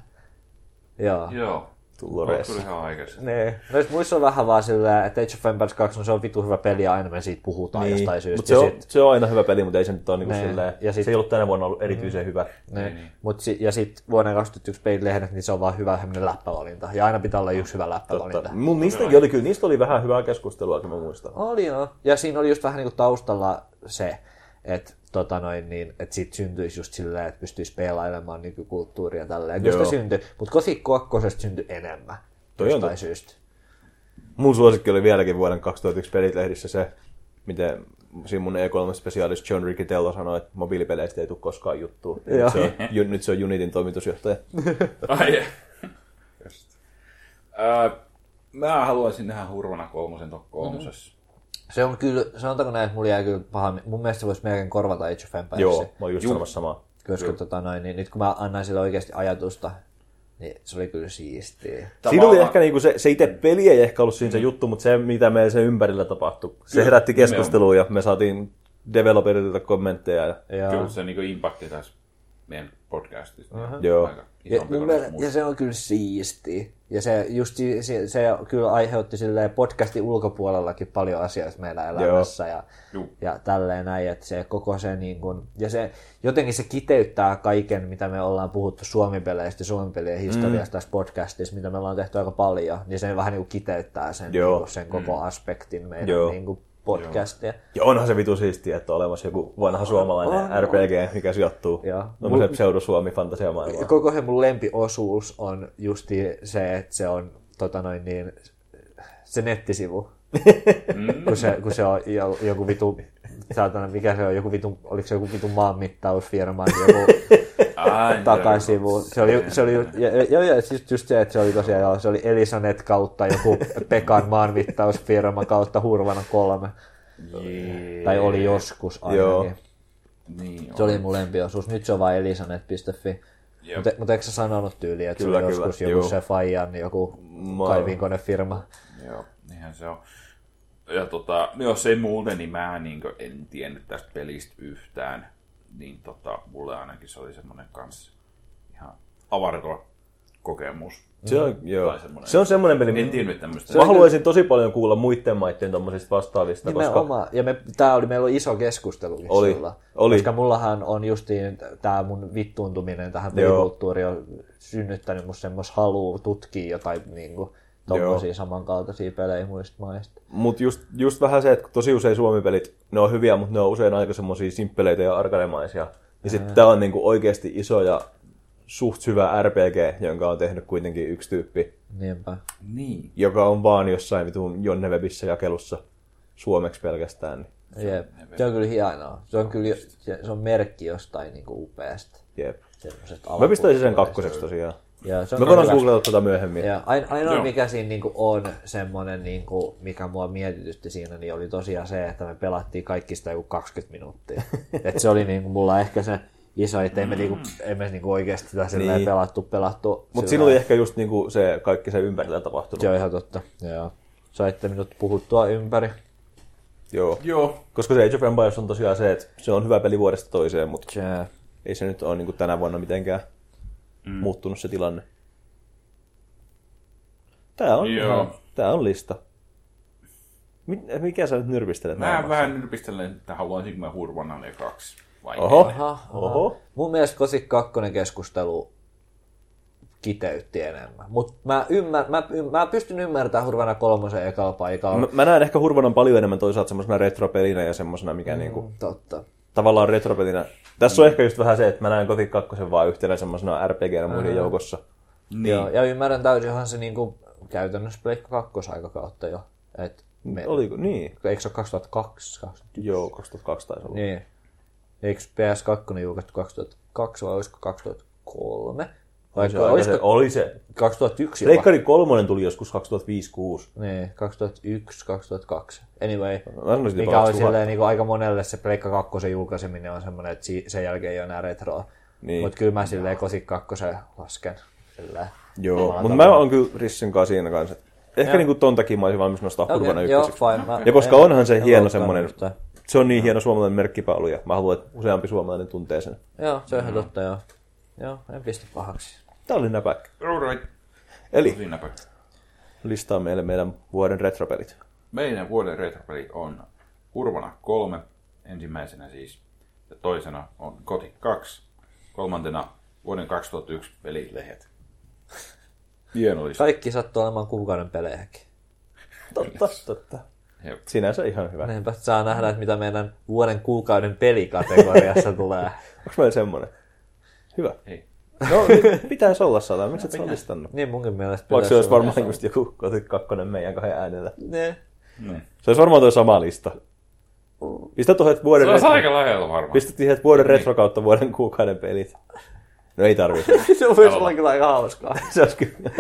S3: Joo.
S1: Joo.
S2: tullut
S1: Olet
S2: reessa.
S1: kyllä ihan oikeassa.
S3: Niin. Noissa muissa on vähän vaan silleen, että Age of Empires 2 no se on vitu hyvä peli ja aina me siitä puhutaan niin. jostain syystä.
S2: Mutta se,
S3: ja
S2: on,
S3: sit-
S2: se on aina hyvä peli, mutta ei se nyt ole niinku
S3: Niin.
S2: silleen,
S3: Ja
S2: ja
S3: sit-
S2: sit, se ei ollut tänä vuonna ollut erityisen hyvä.
S3: Niin. Niin. Mut si- ja sitten vuonna 2021 peililehdet, niin se on vaan hyvä semmoinen läppävalinta. Ja aina pitää olla yksi hyvä läppävalinta.
S2: Mutta mun niistäkin oli kyllä, niistä oli vähän hyvää keskustelua, kun mä muistan.
S3: Oli joo. Ja siinä oli just vähän niinku taustalla se, että tota noin, niin, että siitä syntyisi just silleen, että pystyisi pelailemaan nykykulttuuria ja niinku tälleen. Kyllä sitä
S2: Joo.
S3: syntyi, mutta Gothic 2 syntyi enemmän.
S2: Toi on
S3: jostain
S2: totta.
S3: syystä.
S2: Mun suosikki oli vieläkin vuoden 2001 pelit-lehdissä se, miten siinä mun E3-spesiaalissa John Riccitello sanoi, että mobiilipeleistä ei tule koskaan juttua. Ja
S3: Joo.
S2: Nyt, se on, ju, nyt se on Unitin toimitusjohtaja.
S1: Ai eh. Just. Ää, Mä haluaisin nähdä hurvana kolmosen tuon kolmosessa.
S3: Se on kyllä, sanotaanko näin, että mulla jää kyllä paha. Mun mielestä se voisi melkein korvata Age of Empiresin.
S2: Joo, mä oon just sanomassa samaa.
S3: Koska tota noin, niin nyt kun mä annan sille oikeasti ajatusta, niin se oli kyllä siistiä.
S2: Siinä oli ehkä niinku se, se itse peli ei ehkä ollut siinä se juttu, mutta se mitä meillä sen ympärillä tapahtui, se herätti keskustelua ja me saatiin developerilta kommentteja. Ja,
S3: Ja,
S1: Kyllä se niinku impakti tässä meidän podcastista. Uh-huh.
S2: Joo.
S3: ja, mun mielestä, ja se on kyllä siistiä. Ja se, just, si- si- se kyllä aiheutti silleen podcastin ulkopuolellakin paljon asioita meillä elämässä. Ja,
S1: Juu.
S3: ja tälleen näin, että se koko se niin kun, ja se jotenkin se kiteyttää kaiken, mitä me ollaan puhuttu Suomi-peleistä, Suomi-pelien historiasta mm. tässä podcastissa, mitä me ollaan tehty aika paljon, niin se vähän niin kuin kiteyttää sen,
S2: Joo.
S3: niin kuin sen koko mm. aspektin meidän
S2: Joo.
S3: niin kuin podcastia. Joo.
S2: ja onhan se vitu siistiä, että on olemassa joku vanha suomalainen
S3: on, on.
S2: RPG, mikä sijoittuu.
S3: Joo.
S2: Onko se pseudo-Suomi-fantasiamaailmaan?
S3: Koko se mun lempiosuus on justi se, että se on tota noin niin, se nettisivu. kun, se, kun se on jo- joku vitu, saatana, mikä se on, joku vitu, oliko se joku vitu maanmittausfirma, joku takasivu. Se oli, se oli ju- ja, ja, ja siis just se, että se oli tosiaan, joo, se oli Elisanet kautta joku Pekan maanmittausfirma kautta Hurvana kolme.
S1: Jee.
S3: Tai oli joskus ainakin.
S2: Joo.
S1: Niin on.
S3: Se oli mun lempiosuus. Nyt se on vain elisanet.fi.
S1: Jep.
S3: Mutta mut eikö sä sanonut tyyliä, että kyllä,
S2: Kyllä,
S3: sulla kyllä, joskus
S2: kyllä,
S3: joku
S2: juu.
S3: se Fajan joku kaivinkonefirma?
S1: Joo, niinhän se on. Ja tota, no jos ei muuten, niin mä niin en tiennyt tästä pelistä yhtään. Niin tota, mulle ainakin se oli semmoinen kans ihan avartava kokemus.
S2: Se on, joo.
S1: Tai semmoinen.
S2: se on semmoinen peli,
S1: En tiennyt tämmöistä.
S2: Mä haluaisin tosi paljon kuulla muiden maiden tommosista vastaavista, koska
S3: Nimenomaan. Ja Niin me, tää oli, meillä oli iso keskustelu
S2: Oli,
S3: sillä.
S2: oli.
S3: Koska mullahan on justiin tää mun vittuuntuminen tähän pelikulttuuriin on synnyttänyt mun semmos haluu tutkia jotain niinku tommosia samankaltaisia pelejä muista maista.
S2: mut just, just vähän se, että kun tosi usein suomipelit, ne on hyviä, mutta ne on usein aika semmosia simppeleitä ja arkademaisia. Ja sit tää on niinku oikeasti iso ja suht syvä RPG, jonka on tehnyt kuitenkin yksi tyyppi,
S3: Niinpä.
S1: Niin.
S2: joka on vaan jossain vitun Jonnewebissä jakelussa suomeksi pelkästään. niin
S3: Jep. Se on kyllä hienoa. Se on kyllä se, se on merkki jostain niinku upeasta.
S2: Jep.
S3: Semmoisesta
S2: Mä pistäisin sen kakkoseksi tosiaan.
S3: Ja se on
S2: Mä
S3: kyllä
S2: koitan googlata tota myöhemmin.
S3: Ja ain- ainoa
S1: Joo.
S3: mikä siinä niinku on semmoinen, niinku, mikä mua mietitytti siinä, niin oli tosiaan se, että me pelattiin kaikki sitä joku 20 minuuttia. Et se oli niinku, mulla ehkä se iso, että ei me, niinku, ei me niinku oikeasti sitä silleen
S2: Mm. Niin.
S3: pelattu, pelattu.
S2: Mutta
S3: sillä
S2: siinä oli ehkä just niinku se kaikki se ympärillä tapahtunut.
S3: Se on ihan totta. Joo. Saitte minut puhuttua ympäri.
S2: Joo.
S1: Joo.
S2: Koska se Age of Empires on tosiaan se, että se on hyvä peli vuodesta toiseen, mutta
S3: Yeah.
S2: ei se nyt ole niin tänä vuonna mitenkään mm. muuttunut se tilanne. Tää on,
S1: Joo.
S2: tää on lista. Mit- Mikä sä nyt nyrpistelet?
S1: Mä
S2: naamassa?
S1: vähän nyrpistelen, että haluaisinko mä hurvanan ne kaksi. Vai
S2: Oho.
S3: Aha,
S2: Oho.
S3: Mun mielestä Kosik 2 keskustelu kiteytti enemmän. Mutta mä, ymmär, mä, ymm, mä pystyn ymmärtämään Hurvana kolmosen ekalla paikalla.
S2: Mä, mä näen ehkä Hurvanon paljon enemmän toisaalta semmoisena retropelinä ja semmoisena, mikä mm. niinku,
S3: Totta.
S2: tavallaan retropelinä. Tässä
S3: Mm.
S2: on ehkä just vähän se, että mä näen Gothic 2 vaan yhtenä semmoisena RPGnä muiden
S3: Mm.
S2: joukossa.
S1: Niin.
S3: Joo, ja ymmärrän täysin, onhan se niinku käytännössä Pleikka 2 aikakautta jo. Et me,
S2: Oliko? Niin.
S3: Eikö se ole 2002? 2000?
S2: Joo, 2002 taisi olla.
S3: Niin. Eikö PS2 julkaistu 2002 vai olisiko 2003? Vai
S2: Se, oli se,
S3: olisiko
S2: oli se.
S3: 2001 jopa?
S2: Leikkari kolmonen tuli joskus 2005-2006.
S3: Niin, 2001, 2002. Anyway,
S2: Mä sanoisin, että
S3: mikä on
S2: palaat
S3: silleen, niin kuin aika monelle se Pleikka 2 julkaiseminen on semmoinen, että si- sen jälkeen ei ole enää retroa. Niin.
S2: Niin.
S3: Mutta kyllä mä silleen Kosik 2 lasken. Silleen.
S2: Joo, mutta mä oon kyllä Rissin kanssa siinä kanssa. Ehkä niinku ton takia mä olisin valmis nostaa okay, Kurvana
S3: Okei, joo,
S2: ykköseksi.
S3: fine. Mä,
S2: Ja koska
S3: en-
S2: onhan se
S3: en
S2: hieno
S3: loukkaannut
S2: semmoinen,
S3: yhtään.
S2: se on niin hieno suomalainen merkkipaalu ja mä haluan, että useampi suomalainen tuntee sen.
S3: Mm. Joo, se on ihan totta, joo. Joo, en pistä pahaksi.
S2: Tää oli näpäkkä.
S1: All right.
S2: Eli
S1: Tosi näpä.
S2: listaa meille meidän vuoden retropelit.
S1: Meidän vuoden retropeli on Kurvana 3, ensimmäisenä siis, ja toisena on Koti 2, kolmantena vuoden 2001 pelilehet. Hieno lista.
S3: Kaikki sattuu olemaan kuukauden pelejäkin.
S2: Totta, totta.
S1: Jep.
S2: Sinänsä ihan hyvä.
S3: Näinpä saa nähdä, että mitä meidän vuoden kuukauden pelikategoriassa tulee.
S2: Onko meillä semmonen? Hyvä.
S1: Ei.
S2: No, nyt pitäisi olla sata. Miksi et sä listannut?
S3: Niin munkin mielestä
S2: Vaikka se olisi
S3: olla
S2: varmaan just joku kotikakkonen meidän kahden äänellä.
S3: Ne.
S1: Niin.
S2: Se olisi varmaan toi sama lista. Pistä tuohon, että vuoden
S1: Se on
S2: retro,
S1: aika Niin. lähellä varmaan.
S2: pistä siihen, että vuoden retro kautta vuoden kuukauden pelit. No ei tarvitse.
S3: se voisi olla kyllä aika hauskaa.
S2: se, olisi kyllä,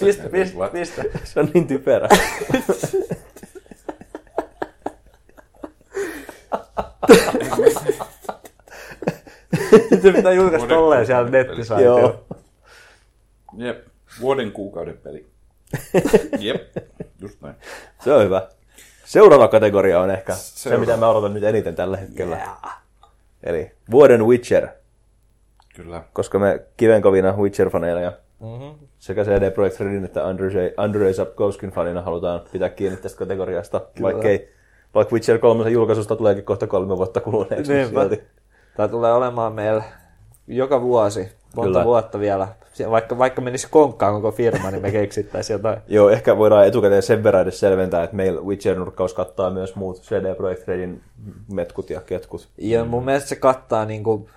S3: Pistä, pistä, pistä.
S2: se on niin typerä.
S3: Sitten pitää julkaista
S1: Vuoden
S3: tolleen siellä
S1: kuukauden peli.
S3: nettisaitilla.
S2: Joo.
S1: Jep. Vuoden kuukauden peli. Jep. Just näin.
S2: Se on hyvä. Seuraava kategoria on ehkä se,
S1: Seuraava.
S2: mitä mä odotan nyt eniten tällä hetkellä. Eli vuoden Witcher,
S1: Kyllä.
S2: koska me kivenkovina Witcher-faneina ja Mhm. sekä CD Projekt Redin että Andrei, Andrei Sapkowskin fanina halutaan pitää kiinni tästä kategoriasta, vaikkei vaikka Witcher 3 julkaisusta tuleekin kohta kolme vuotta kuluneeksi. niin
S3: Niinpä.
S2: silti.
S3: Tämä tulee olemaan meillä joka vuosi, monta
S2: Kyllä.
S3: vuotta vielä. Sie- Vaikka, vaikka menisi konkkaan koko firma, niin me keksittäisiin jotain.
S2: Joo, ehkä voidaan etukäteen sen verran edes selventää, että meillä Witcher-nurkkaus kattaa myös muut CD Projekt Redin metkut ja ketkut.
S3: Ja mun mielestä se kattaa niinku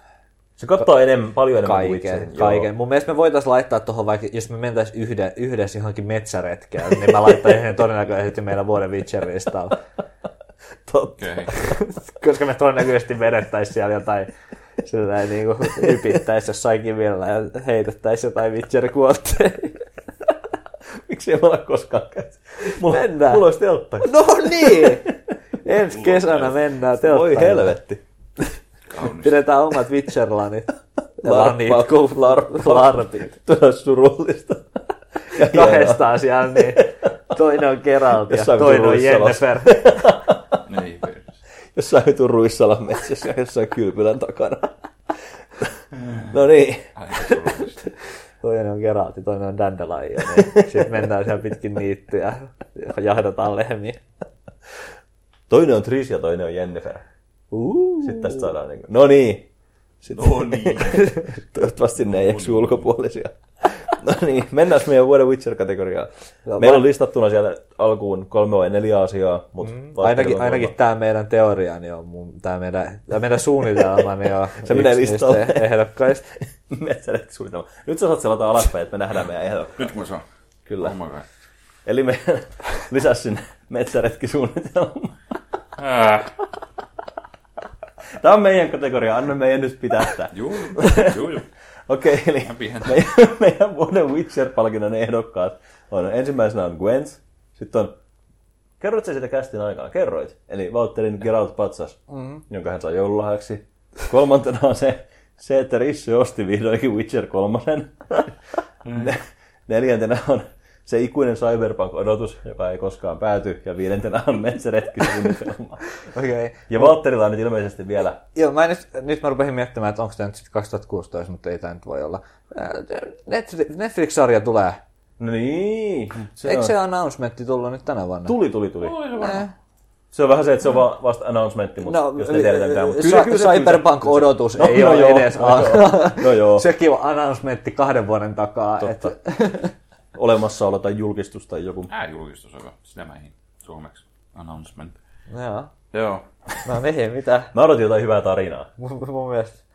S2: Se kattaa enemmän, paljon enemmän kuin
S3: kaiken.
S2: Witcherin. joo.
S3: kaiken. Mun mielestä me voitaisiin laittaa tuohon vaikka, jos me mentäisiin yhden, yhdessä johonkin metsäretkeen, niin mä laittaisin sen todennäköisesti meidän vuoden Witcher-listalle.
S2: Totta.
S1: Okei. Okay.
S3: koska me todennäköisesti vedettäisiin siellä jotain sillä niin kuin hypittäisiin jossain kivillä ja heitettäisiin jotain witcher
S2: Miksi ei me olla koskaan käyty? Mulla,
S3: Mennään.
S2: mulla olisi teltta.
S3: No niin! Ensi kesänä mennään telttaille.
S2: Voi helvetti.
S1: Kaunis.
S3: Pidetään omat Witcher-lanit. Lanit,
S2: Larppa, larppa.
S3: larpit.
S2: Tuo on surullista. Ja hienoa.
S3: Kahdestaan siellä, niin toinen on Geralt ja
S2: Jossain
S3: toinen on
S2: Turussa
S3: Jennifer.
S1: Ei perse.
S2: jossain vitun Ruissalan metsässä ja jossain kylpylän takana. no niin,
S1: Aika surullista.
S3: Toinen on Geralt ja toinen on Dandelion. Niin Sitten mennään siellä pitkin niittyä ja jahdataan lehmiä.
S2: toinen on Tris ja toinen on Jennifer.
S3: Uh.
S2: Sitten tästä saadaan niinku, no niin. Sitten,
S1: No niin.
S2: toivottavasti ne ei eksy ulkopuolisia. No niin, mennään meidän vuoden Witcher-kategoriaan.
S3: Joo,
S2: Meillä
S3: mä-
S2: on listattuna siellä alkuun kolme vai neljä asiaa, mutta mm,
S3: Ainakin, ainakin tämä meidän teoria, niin on mun, tämä meidän, tää meidän suunnitelma, niin on
S2: Se menee
S3: yksi
S2: listalle.
S3: niistä ehdokkaista.
S2: Metsälet suunnitelma. Nyt sä saat selata alaspäin, että me nähdään meidän ehdokkaat.
S1: Nyt kun se on.
S3: Mm.
S2: Kyllä.
S1: Oh my god.
S2: Eli me lisäs sinne metsäretkisuunnitelma.
S1: Ää.
S2: Tämä on meidän kategoria, anna meidän nyt pitää tämä.
S1: Juu. Juu, juu.
S2: Okei, eli
S1: pian.
S2: meidän, meidän vuoden Witcher-palkinnon ehdokkaat on ensimmäisenä on Gwent, sitten on, kerroit sä sitä kästin aikaan, kerroit, eli Valtterin Geralt Patsas, mm-hmm. jonka hän sai joululahjaksi. Kolmantena on se, se, että Rissi osti vihdoinkin Witcher kolmosen. Mm. Neljäntenä on se ikuinen cyberpunk-odotus, joka ei koskaan pääty, ja viidentenä on metsäretkisuunnitelma.
S3: Okei. Okay.
S2: Ja Valtterilla on nyt ilmeisesti vielä
S3: Joo, mä nyt, nyt mä rupesin miettimään, että onko tämä nyt sitten 2016, mutta ei tämä nyt voi olla. Ää, Netflix- Netflix-sarja tulee.
S2: No niin. Se
S3: Eikö
S2: on.
S3: se announcementti tullut nyt tänä vuonna?
S2: Tuli, tuli, tuli.
S3: Äh.
S2: Se on vähän se, että se on vaan vasta announcementti, mutta no, jos ne tiedetään tämä.
S3: sa- Cyberpunk-odotus ei ole edes
S2: No, joo. no joo,
S3: Sekin on announcementti kahden vuoden takaa.
S2: Totta.
S3: että-
S2: olemassaolo tai julkistus tai joku.
S1: Ää julkistus on hyvä. Sitä mä en suomeksi. Announcement.
S3: Joo.
S1: Joo.
S3: No niin, mitä?
S2: Mä odotin jotain hyvää tarinaa.
S3: Mun, mun mielestä.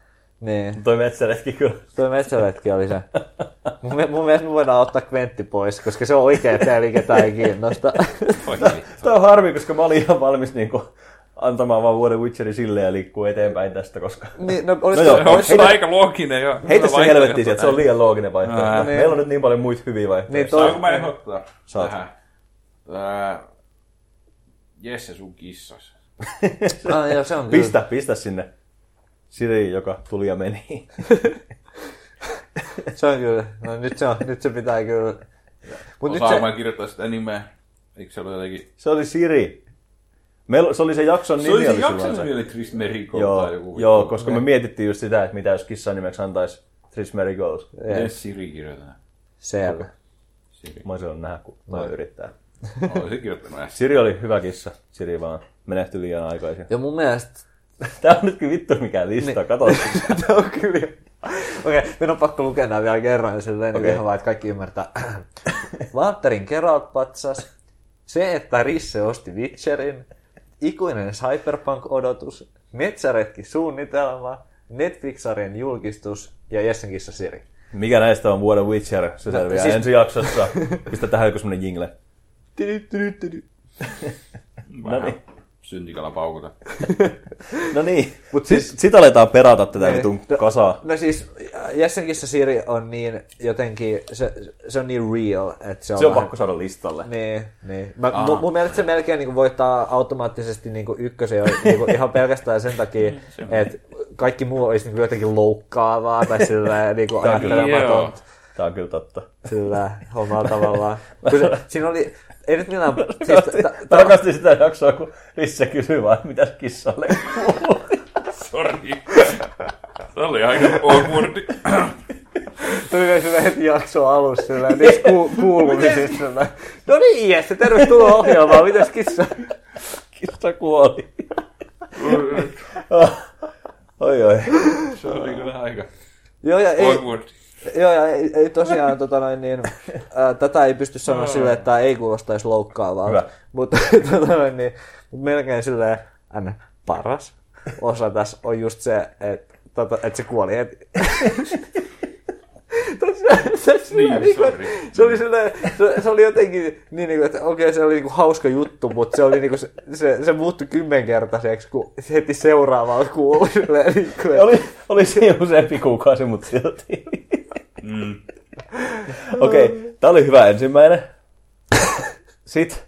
S3: Niin.
S2: Toi metsäretki kyllä.
S3: Tuo metsäretki oli se. Mun, mi- mun mielestä me voidaan ottaa Kventti pois, koska se on oikea peli, ketään ei kiinnosta.
S1: Oikein.
S2: Tämä on harmi, koska mä olin ihan valmis niinku antamaan vaan vuoden Witcherin silleen ja liikkuu eteenpäin tästä, koska...
S3: niin, no, olis,
S2: No joo,
S1: On se aika looginen jo.
S2: Heitä se
S1: Vaihtoehto
S2: helvettiin sieltä, se on liian looginen vaihtoehto.
S1: Ää.
S2: Meillä on nyt niin paljon muita hyviä vaihtoehtoja.
S1: Saanko
S2: Niin,
S3: Niin, toi,
S1: mä ehdottaa?
S2: Saat.
S1: Tähän. Ää, Jesse sun kissas.
S3: no, joo, se on kyllä.
S2: pistä, pistä sinne Siri, joka tuli ja meni.
S3: Se on kyllä. No, nyt, se on, nyt se pitää kyllä. Mut nyt
S1: Osaanko
S3: se,
S1: mä kirjoittaa sitä nimeä? Eikö se ole jotenkin...
S2: Se oli Siri. Meillä, se oli se jakson
S1: Se
S2: nimi.
S1: oli se
S2: silloin
S1: jakson nimi, oli Tris Merigold
S2: Joo,
S1: tai joku.
S2: joo koska me mietittiin just sitä, että mitä jos kissan nimeksi antaisi Tris Merigold.
S1: Miten Siri kirjoitetaan?
S3: siellä.
S1: Siri.
S2: Mä olisin nähdä, kun toi yrittää.
S1: Olisin kirjoittanut äsken.
S2: Siri oli hyvä kissa. Siri vaan menehtyi liian aikaisin.
S3: Ja mun mielestä
S2: Tää on nyt kyllä vittu mikä lista, kato.
S3: Tämä on kyllä. Okei, okay, minun on pakko lukea nämä vielä kerran, silleen okay. ihan vaan, että kaikki ymmärtää. Lanterin Geralt-patsas, se, että Risse osti Witcherin, ikuinen Cyberpunk-odotus, metsäretki-suunnitelma, Netflixarien julkistus ja Jessen kissa Siri.
S2: Mikä näistä on vuoden Witcher? Se selviää
S3: siis-
S2: siis... ensi jaksossa. Pistä tähän joku semmonen jingle.
S1: Vähän syntikalla paukuta.
S2: No niin,
S3: Mut
S2: mutta
S3: siis-
S2: siis... sit aletaan perata tätä
S3: Niin.
S2: vitun
S3: No-
S2: kasaa.
S3: No siis, Jessen kissa Siri on niin jotenkin, se, se on niin real, että se on,
S2: Se on
S3: vähän-
S2: pakko saada listalle.
S3: Niin, niin. Mä, mun, mun mielestä se melkein niin voittaa automaattisesti niin ykkösen jo, niin kuin ihan pelkästään sen takia, että kaikki muu olisi niin jotenkin loukkaavaa tai sillä niin kuin
S2: Tää on kyllä-
S1: Joo.
S3: ajattelematonta
S2: Tää on kyllä totta.
S3: sillä hommalla tavallaan. Kun se, siinä oli, ei nyt millään, siis,
S2: Siis,
S3: ta, ta,
S2: Tarkasti sitä jaksoa, kun Risse kysyy vaan, mitä kissalle kuuluu.
S1: Sori. Se oli aika awkwardi.
S3: tuli vielä sillä heti jakso alus sillä niistä ku, kuulumisista. Sillä. No niin, jes, tervetuloa ohjelmaan, mitäs kissa?
S2: Kissa kuoli. Oi oi.
S1: Se oli kyllä aika
S3: Joo, ja ei,
S1: awkwardi.
S3: Joo, ja ei, ei tosiaan tota noin, niin, ää, tätä ei pysty sanoa silleen, että tämä ei kuulostaisi
S2: Hyvä.
S3: loukkaavalta. Mutta tota noin, niin, mut melkein silleen aina paras osa tässä on just se, että tota, et se kuoli heti. Tosiaan, se- se-
S1: Niin,
S3: niinku,
S1: sorry.
S3: se oli silleen, se, se oli jotenkin niin, niinku, että okei, se oli niinku hauska juttu, mutta se, oli niinku, se, se, se muuttui kymmenkertaiseksi, kun heti seuraavaa kuului. Silleen, niinku, että-
S2: Oli, oli siinä useampi kuukausi, mutta silti. Okei, okay, tää oli hyvä ensimmäinen. Sitten,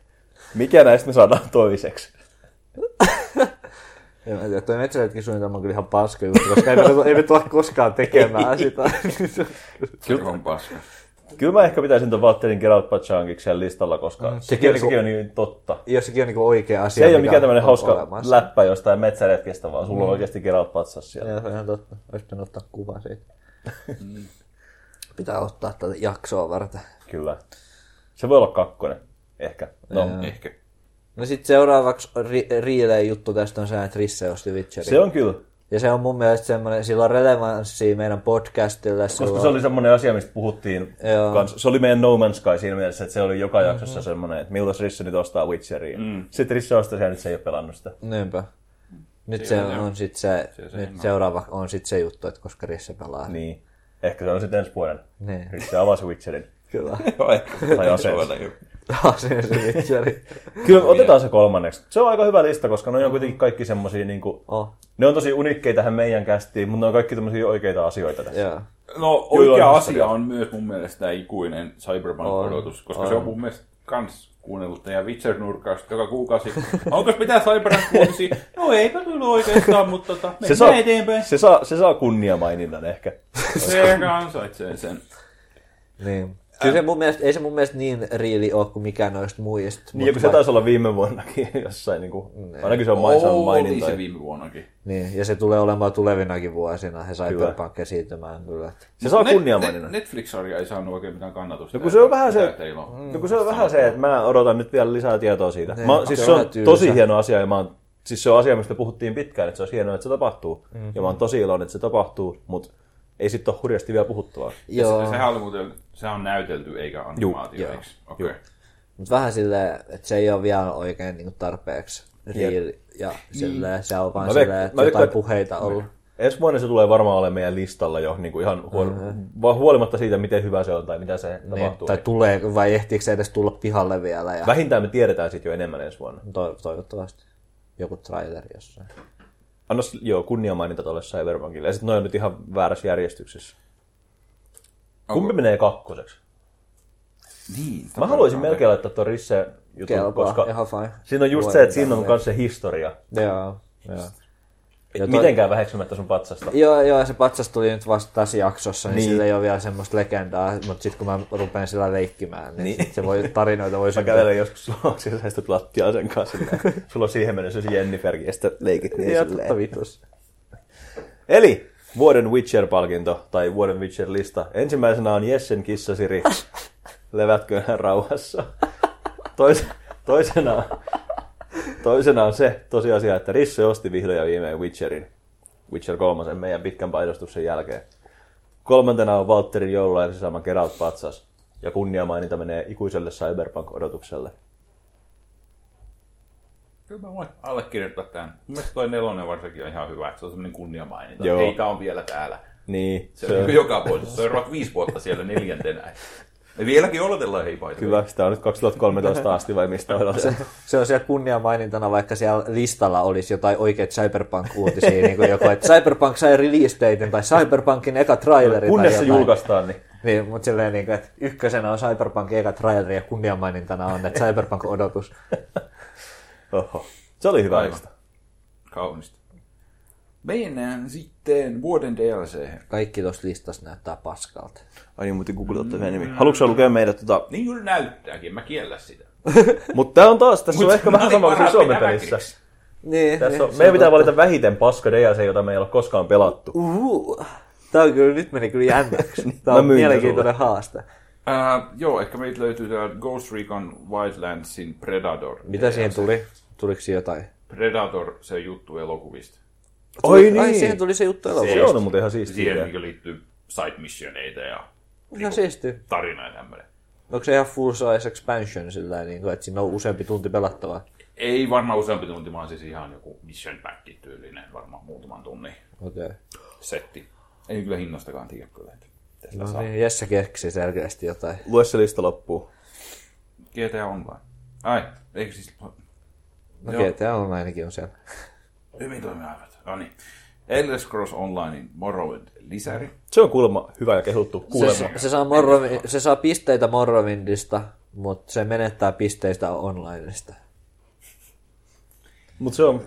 S2: mikä näistä me saadaan toiseksi?
S3: En mä tiedä, toi metsäretkin suunnitelma on kyllä ihan paska juttu, koska ei, me- ei me tulla koskaan tekemään sitä.
S1: Se on paska.
S2: Kyllä mä ehkä pitäisin ton Valtterin Geralt Pachankin siellä listalla, koska mm, sekin,
S3: on niinku
S2: on, sekin on niin totta.
S3: Jossakin on niinku oikea asia,
S2: Se ei ole mikään tämmöinen
S3: on
S2: hauska
S3: olemassa. Mm.
S2: läppä jostain metsäretkestä, vaan sulla on oikeasti Geralt Patsas siellä.
S3: Joo, se on ihan totta. Olisi pitänyt ottaa kuva siitä. Pitää ottaa tätä jaksoa varten.
S2: Kyllä. Se voi olla kakkonen, ehkä. No,
S1: Ehkä.
S3: No sit seuraavaksi ri- riileä juttu tästä on se, että Risse osti Witcherin.
S2: se on kyllä.
S3: Ja se on mun mielestä semmoinen, sillä on relevanssia meidän podcastille.
S2: Koska se oli semmoinen asia, mistä puhuttiin
S3: Joo. Mhm.
S2: kans. Se oli meidän No Man's Sky siinä mielessä, että se oli joka jaksossa semmoinen, että milloin Risse nyt ostaa Witcheria. Mm. Sitten Risse ostaa sen ja nyt se ei ole pelannut sitä.
S3: Niinpä. Nyt se on sit se, nyt seuraava on sit se juttu, että koska Risse pelaa.
S2: Niin. Ehkä se on sitten ensi vuoden.
S3: Niin.
S2: Risse avasi Witcherin.
S3: Kyllä.
S1: Joo, ehkä.
S2: Tai aseet.
S3: Taas Ah, se Witcheri. Niin.
S2: Kyllä otetaan se kolmanneksi. Se on aika hyvä lista, koska ne on kuitenkin kaikki semmosia niinku...
S3: Oh,
S2: Ne on tosi unikkeita tähän meidän kästiin, mutta ne on kaikki tämmöisiä oikeita asioita tässä.
S3: joo.
S1: No
S2: Kyllä
S1: oikea
S2: on
S1: asia on myös mun mielestä tämä ikuinen Cyberpunk-odotus, koska se on mun mielestä kans kuunnellut teidän Witcher-nurkkausta joka kuukausi. Onko mitään Cyberpunk-uutisia? No eipä tullut oikeastaan, mutta tota,
S2: Se
S1: mennään
S2: saa,
S1: eteenpäin.
S2: se saa, se saa kunnia maininnan ehkä. Niin,
S1: Se ansaitsee sen.
S3: Niin. Kyllä se mun mielestä, ei se mun mielestä niin riili ole kuin mikään noista muista.
S2: Niin, ja kun se taisi olla viime vuonnakin jossain, niin kuin, ainakin se on main, saanut
S1: Oli
S2: mainintoja.
S1: se viime vuonnakin.
S3: niin, ja se tulee olemaan tulevinakin vuosina, he Cyberpunk esiintymään kyllä.
S2: Se saa
S1: Net-
S2: kunniamaininnan.
S1: Net- Netflix-sarja ei saanut oikein mitään kannatusta.
S2: No kun se on vähän
S1: Mitä
S2: se,
S1: teillä on?
S3: Mm.
S2: no kun se, on vähän se että mä odotan nyt vielä lisää tietoa siitä. Mä, oon-
S3: se
S2: siis
S3: on
S2: se on
S3: vähän tylsä.
S2: tosi hieno asia ja mä oon, siis se on asia, mistä puhuttiin pitkään, että se olisi hienoa, että se tapahtuu.
S3: Mhm.
S2: Ja mä oon tosi iloinen, että se tapahtuu, mutta ei sit ole hurjasti vielä puhuttavaa.
S1: Se-
S3: Joo,
S1: Sehän oli muuten, se on näytelty eikä animaatio,
S3: joo.
S1: eikö? Okei.
S3: mutta vähän silleen, että se ei ole vielä oikein niinku tarpeeksi riili. Ja silleen, se on vaan
S2: Mä veik-
S3: silleen, että
S2: mä veikkaan,
S3: jotain
S2: että-
S3: puheita ollut.
S2: Ensi vuonna se tulee varmaan olemaan meidän listalla jo, niin kuin ihan huol- vaan huolimatta siitä, miten hyvä se on tai mitä se
S3: Mhm. Niin,
S2: tapahtuu.
S3: tai tulee, vai ehtiikö se edes tulla pihalle vielä. Ja
S2: Vähintään me tiedetään siitä jo enemmän ensi vuonna.
S3: to- toivottavasti joku traileri jossain.
S2: Anna s- joo, kunniamaininta tuolle Cyberpunkille. Ja sitten noin on nyt ihan väärässä järjestyksessä. Kumpi menee kakkoseksi?
S1: Niin.
S2: Mä haluaisin melkein laittaa tuon Risse jutun,
S3: Kelpaa,
S2: koska
S3: ihan fine.
S2: Siinä on just
S3: Voi
S2: se, että siinä on
S3: mitään.
S2: myös se historia.
S3: Joo, joo.
S2: Ja Mitenkään väheksymättä sun patsasta.
S3: Joo, joo, ja se patsas tuli nyt vasta tässä jaksossa, niin, niin.
S2: Niin.
S3: sillä ei ole vielä semmoista legendaa, mutta sitten kun mä rupean sillä leikkimään, niin, niin. se voi, tarinoita voi
S2: Mä
S3: syntyä.
S2: kävelen joskus sua sisäistä lattiaa sen kanssa. silleen. Sulla on siihen mennessä se Jenniferkin ja sitten leikit niin
S3: Joo,
S2: silleen.
S3: totta vitus.
S2: Eli vuoden Witcher-palkinto tai vuoden Witcher-lista. Ensimmäisenä on Jessen kissasiri. levätkö hän rauhassa. Tois, toisena, toisena on se tosiasia, että Risse osti vihdoin ja viimein Witcherin. Witcher 3 meidän pitkän painostuksen jälkeen. Kolmantena on Valtteri Jolla ja se sama Geralt Patsas. Ja kunniamaininta menee ikuiselle Cyberpunk-odotukselle.
S1: Kyllä mä voin allekirjoittaa tämän. Mun mielestä toi nelonen varsinkin on ihan hyvä, että se on semmoinen kunniamaininta.
S2: Joo.
S1: Joo. Ei tää on vielä täällä.
S2: Niin,
S1: Se, on niin joka vuosi. Se on vaikka viisi vuotta siellä neljäntenä. Me vieläkin odotellaan hei paita.
S2: Kyllä, sitä on nyt 2013 asti vai mistä on se.
S3: Se on siellä kunniamainintana, vaikka siellä listalla olisi jotain oikeita Cyberpunk-uutisia, niin kuin joko, että Cyberpunk sai release datein, tai Cyberpunkin eka traileri.
S2: Kunnes se
S3: tai jotain.
S2: julkaistaan, niin
S3: Niin, mutta silleen, niin kuin, että ykkösenä on Cyberpunkin eka traileri ja kunniamainintana on, että Cyberpunk-odotus.
S2: oho. Se oli hyvä
S1: Aivan.
S2: lista.
S1: Kaunista. Mennään sitten vuoden DLC.
S3: Kaikki tuossa listassa näyttää paskalta.
S2: Ai niin, muuten googlettaa sen nimi. Haluatko sä lukea meidän tota...
S1: Niin kyllä näyttääkin, mä kiellä sitä.
S2: Mutta tää on taas, tässä on
S1: Mut
S2: ehkä vähän
S1: oli
S2: sama kuin
S1: parhaat
S2: Suomen
S1: pitää
S2: pelissä.
S1: väkiksi.
S3: Niin,
S2: Tässä on, meidän pitää valita vähiten paska DLC, jota me ei ole koskaan pelattu.
S3: Uhu. Tämä on kyllä, nyt meni kyllä jännäksi. Tämä
S2: Mä
S3: on
S2: myin ne
S3: mielenkiintoinen haaste.
S1: Ää, joo, ehkä meiltä löytyy tää Ghost Recon Wildlandsin Predator.
S3: Mitä siihen tuli? Tuliko siihen jotain?
S1: Predator, se juttu elokuvista.
S2: Oi
S3: Ai,
S2: niin!
S3: siihen tuli se juttu
S2: Se
S3: elokuvasta.
S2: on muuten ihan siistiä.
S1: Siihen niin liittyy side missioneita ja
S3: Ihan siisti.
S1: tarina ja tämmöinen.
S3: Onko se ihan full size expansion sillä niin kuin, että siinä on useampi tunti pelattavaa?
S1: Ei varmaan useampi tunti, vaan siis ihan joku mission pack tyylinen, varmaan muutaman tunnin
S3: Okei. Okay.
S1: setti. Ei kyllä hinnastakaan tiedä kyllä. että mitä sillä
S3: No
S1: saa.
S3: niin, Jesse keksi selkeästi jotain.
S2: Lue se lista loppuun.
S1: GTA Online. Ai, eikö siis...
S3: No
S1: Joo.
S3: GTA on ainakin on siellä.
S1: Hyvin toimii aivat. No niin. Elder Scrolls Onlinein Morrowind lisäri.
S2: Se on kuulemma hyvä ja kehuttu kuulemma.
S3: Se, se, saa Morrowind, se saa pisteitä Morrowindista, mutta se menettää pisteistä onlineista.
S2: Mut se on...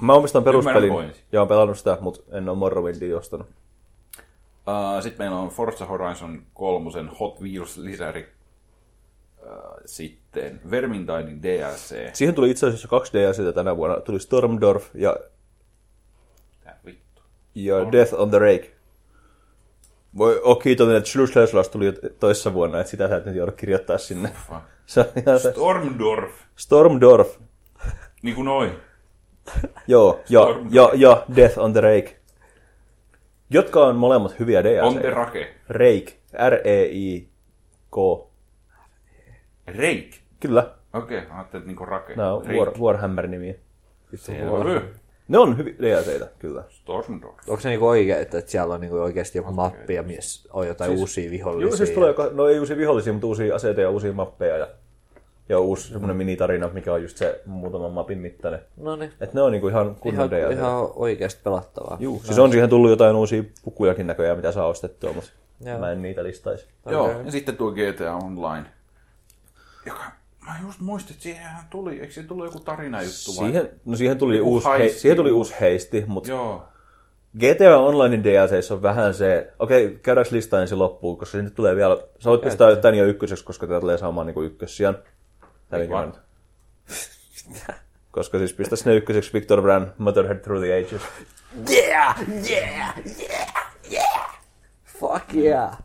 S2: Mä omistan
S1: Ymmärrän
S2: peruspelin
S1: pointin.
S2: ja oon pelannut sitä, mutta en ole Morrowindia ostanut.
S1: Uh, Sitten meillä on Forza Horizon 3 Hot Wheels lisäri. Uh, sitten Vermintainin DLC.
S2: Siihen tuli itse asiassa kaksi DLCtä tänä vuonna. Tuli Stormdorf ja,
S1: Mitä vittu?
S2: ja Death on the Rake. Voi oo kiitollinen, että Schlusslaslas tuli jo toissa vuonna, että sitä sä et nyt joudu kirjoittaa sinne.
S1: Fuck.
S2: Se on ihan se-
S1: Stormdorf.
S2: Stormdorf.
S1: Niin kuin noin.
S2: Joo, ja,
S1: Stormdorf.
S2: ja, ja Death on the Rake. Jotka on molemmat hyviä DLC.
S1: On te rake.
S2: Rake. E R-E-I-K.
S1: Rake.
S2: Kyllä,
S1: Okei, okay, ajattelin, että niinku rake.
S2: nämä on
S1: Rake.
S2: War, Warhammer-nimiä.
S1: Selvä.
S2: Ne on hyviä DLCitä, kyllä.
S1: Stormdorf.
S3: Onko se niinku oikein, että että siellä on niinku oikeasti joku mappi ja mies on jotain siis, uusia vihollisia?
S2: Joo, siis tulee, joka- no ei uusia vihollisia, mutta uusia aseita ja uusia mappeja ja, ja uusi semmoinen minitarina, mikä on just se muutaman mapin mittainen.
S3: No niin,
S2: Et ne on niinku ihan kunnon
S3: ihan,
S2: DLC.
S3: ihan oikeasti pelattavaa.
S2: Juu, siis on siihen tullut jotain uusia pukujakin näköjään, mitä saa ostettua, mutta
S3: Joo.
S2: mä en niitä listaisi.
S1: Joo, ja sitten tuo GTA Online. Joka, mä just muistin, että siihenhän tuli, eikö siihen tullut joku tarinajuttu vai?
S2: Siihen, no siihen tuli, uusi, hei,
S1: heisti.
S2: siihen tuli uusi heisti, mutta
S1: Joo.
S2: GTA Onlinein DLC on vähän se, okei, okay, käydään listaan ensin loppuun, koska se nyt tulee vielä, sä voit pistää tän jo ykköseksi, koska tää tulee saamaan niinku ykkössijan. Tää mikä
S1: vaan.
S2: on. Koska siis pistä sinne ykköseksi Victor Brand, Motherhead Through the Ages.
S3: Yeah, yeah, yeah, yeah. Fuck yeah.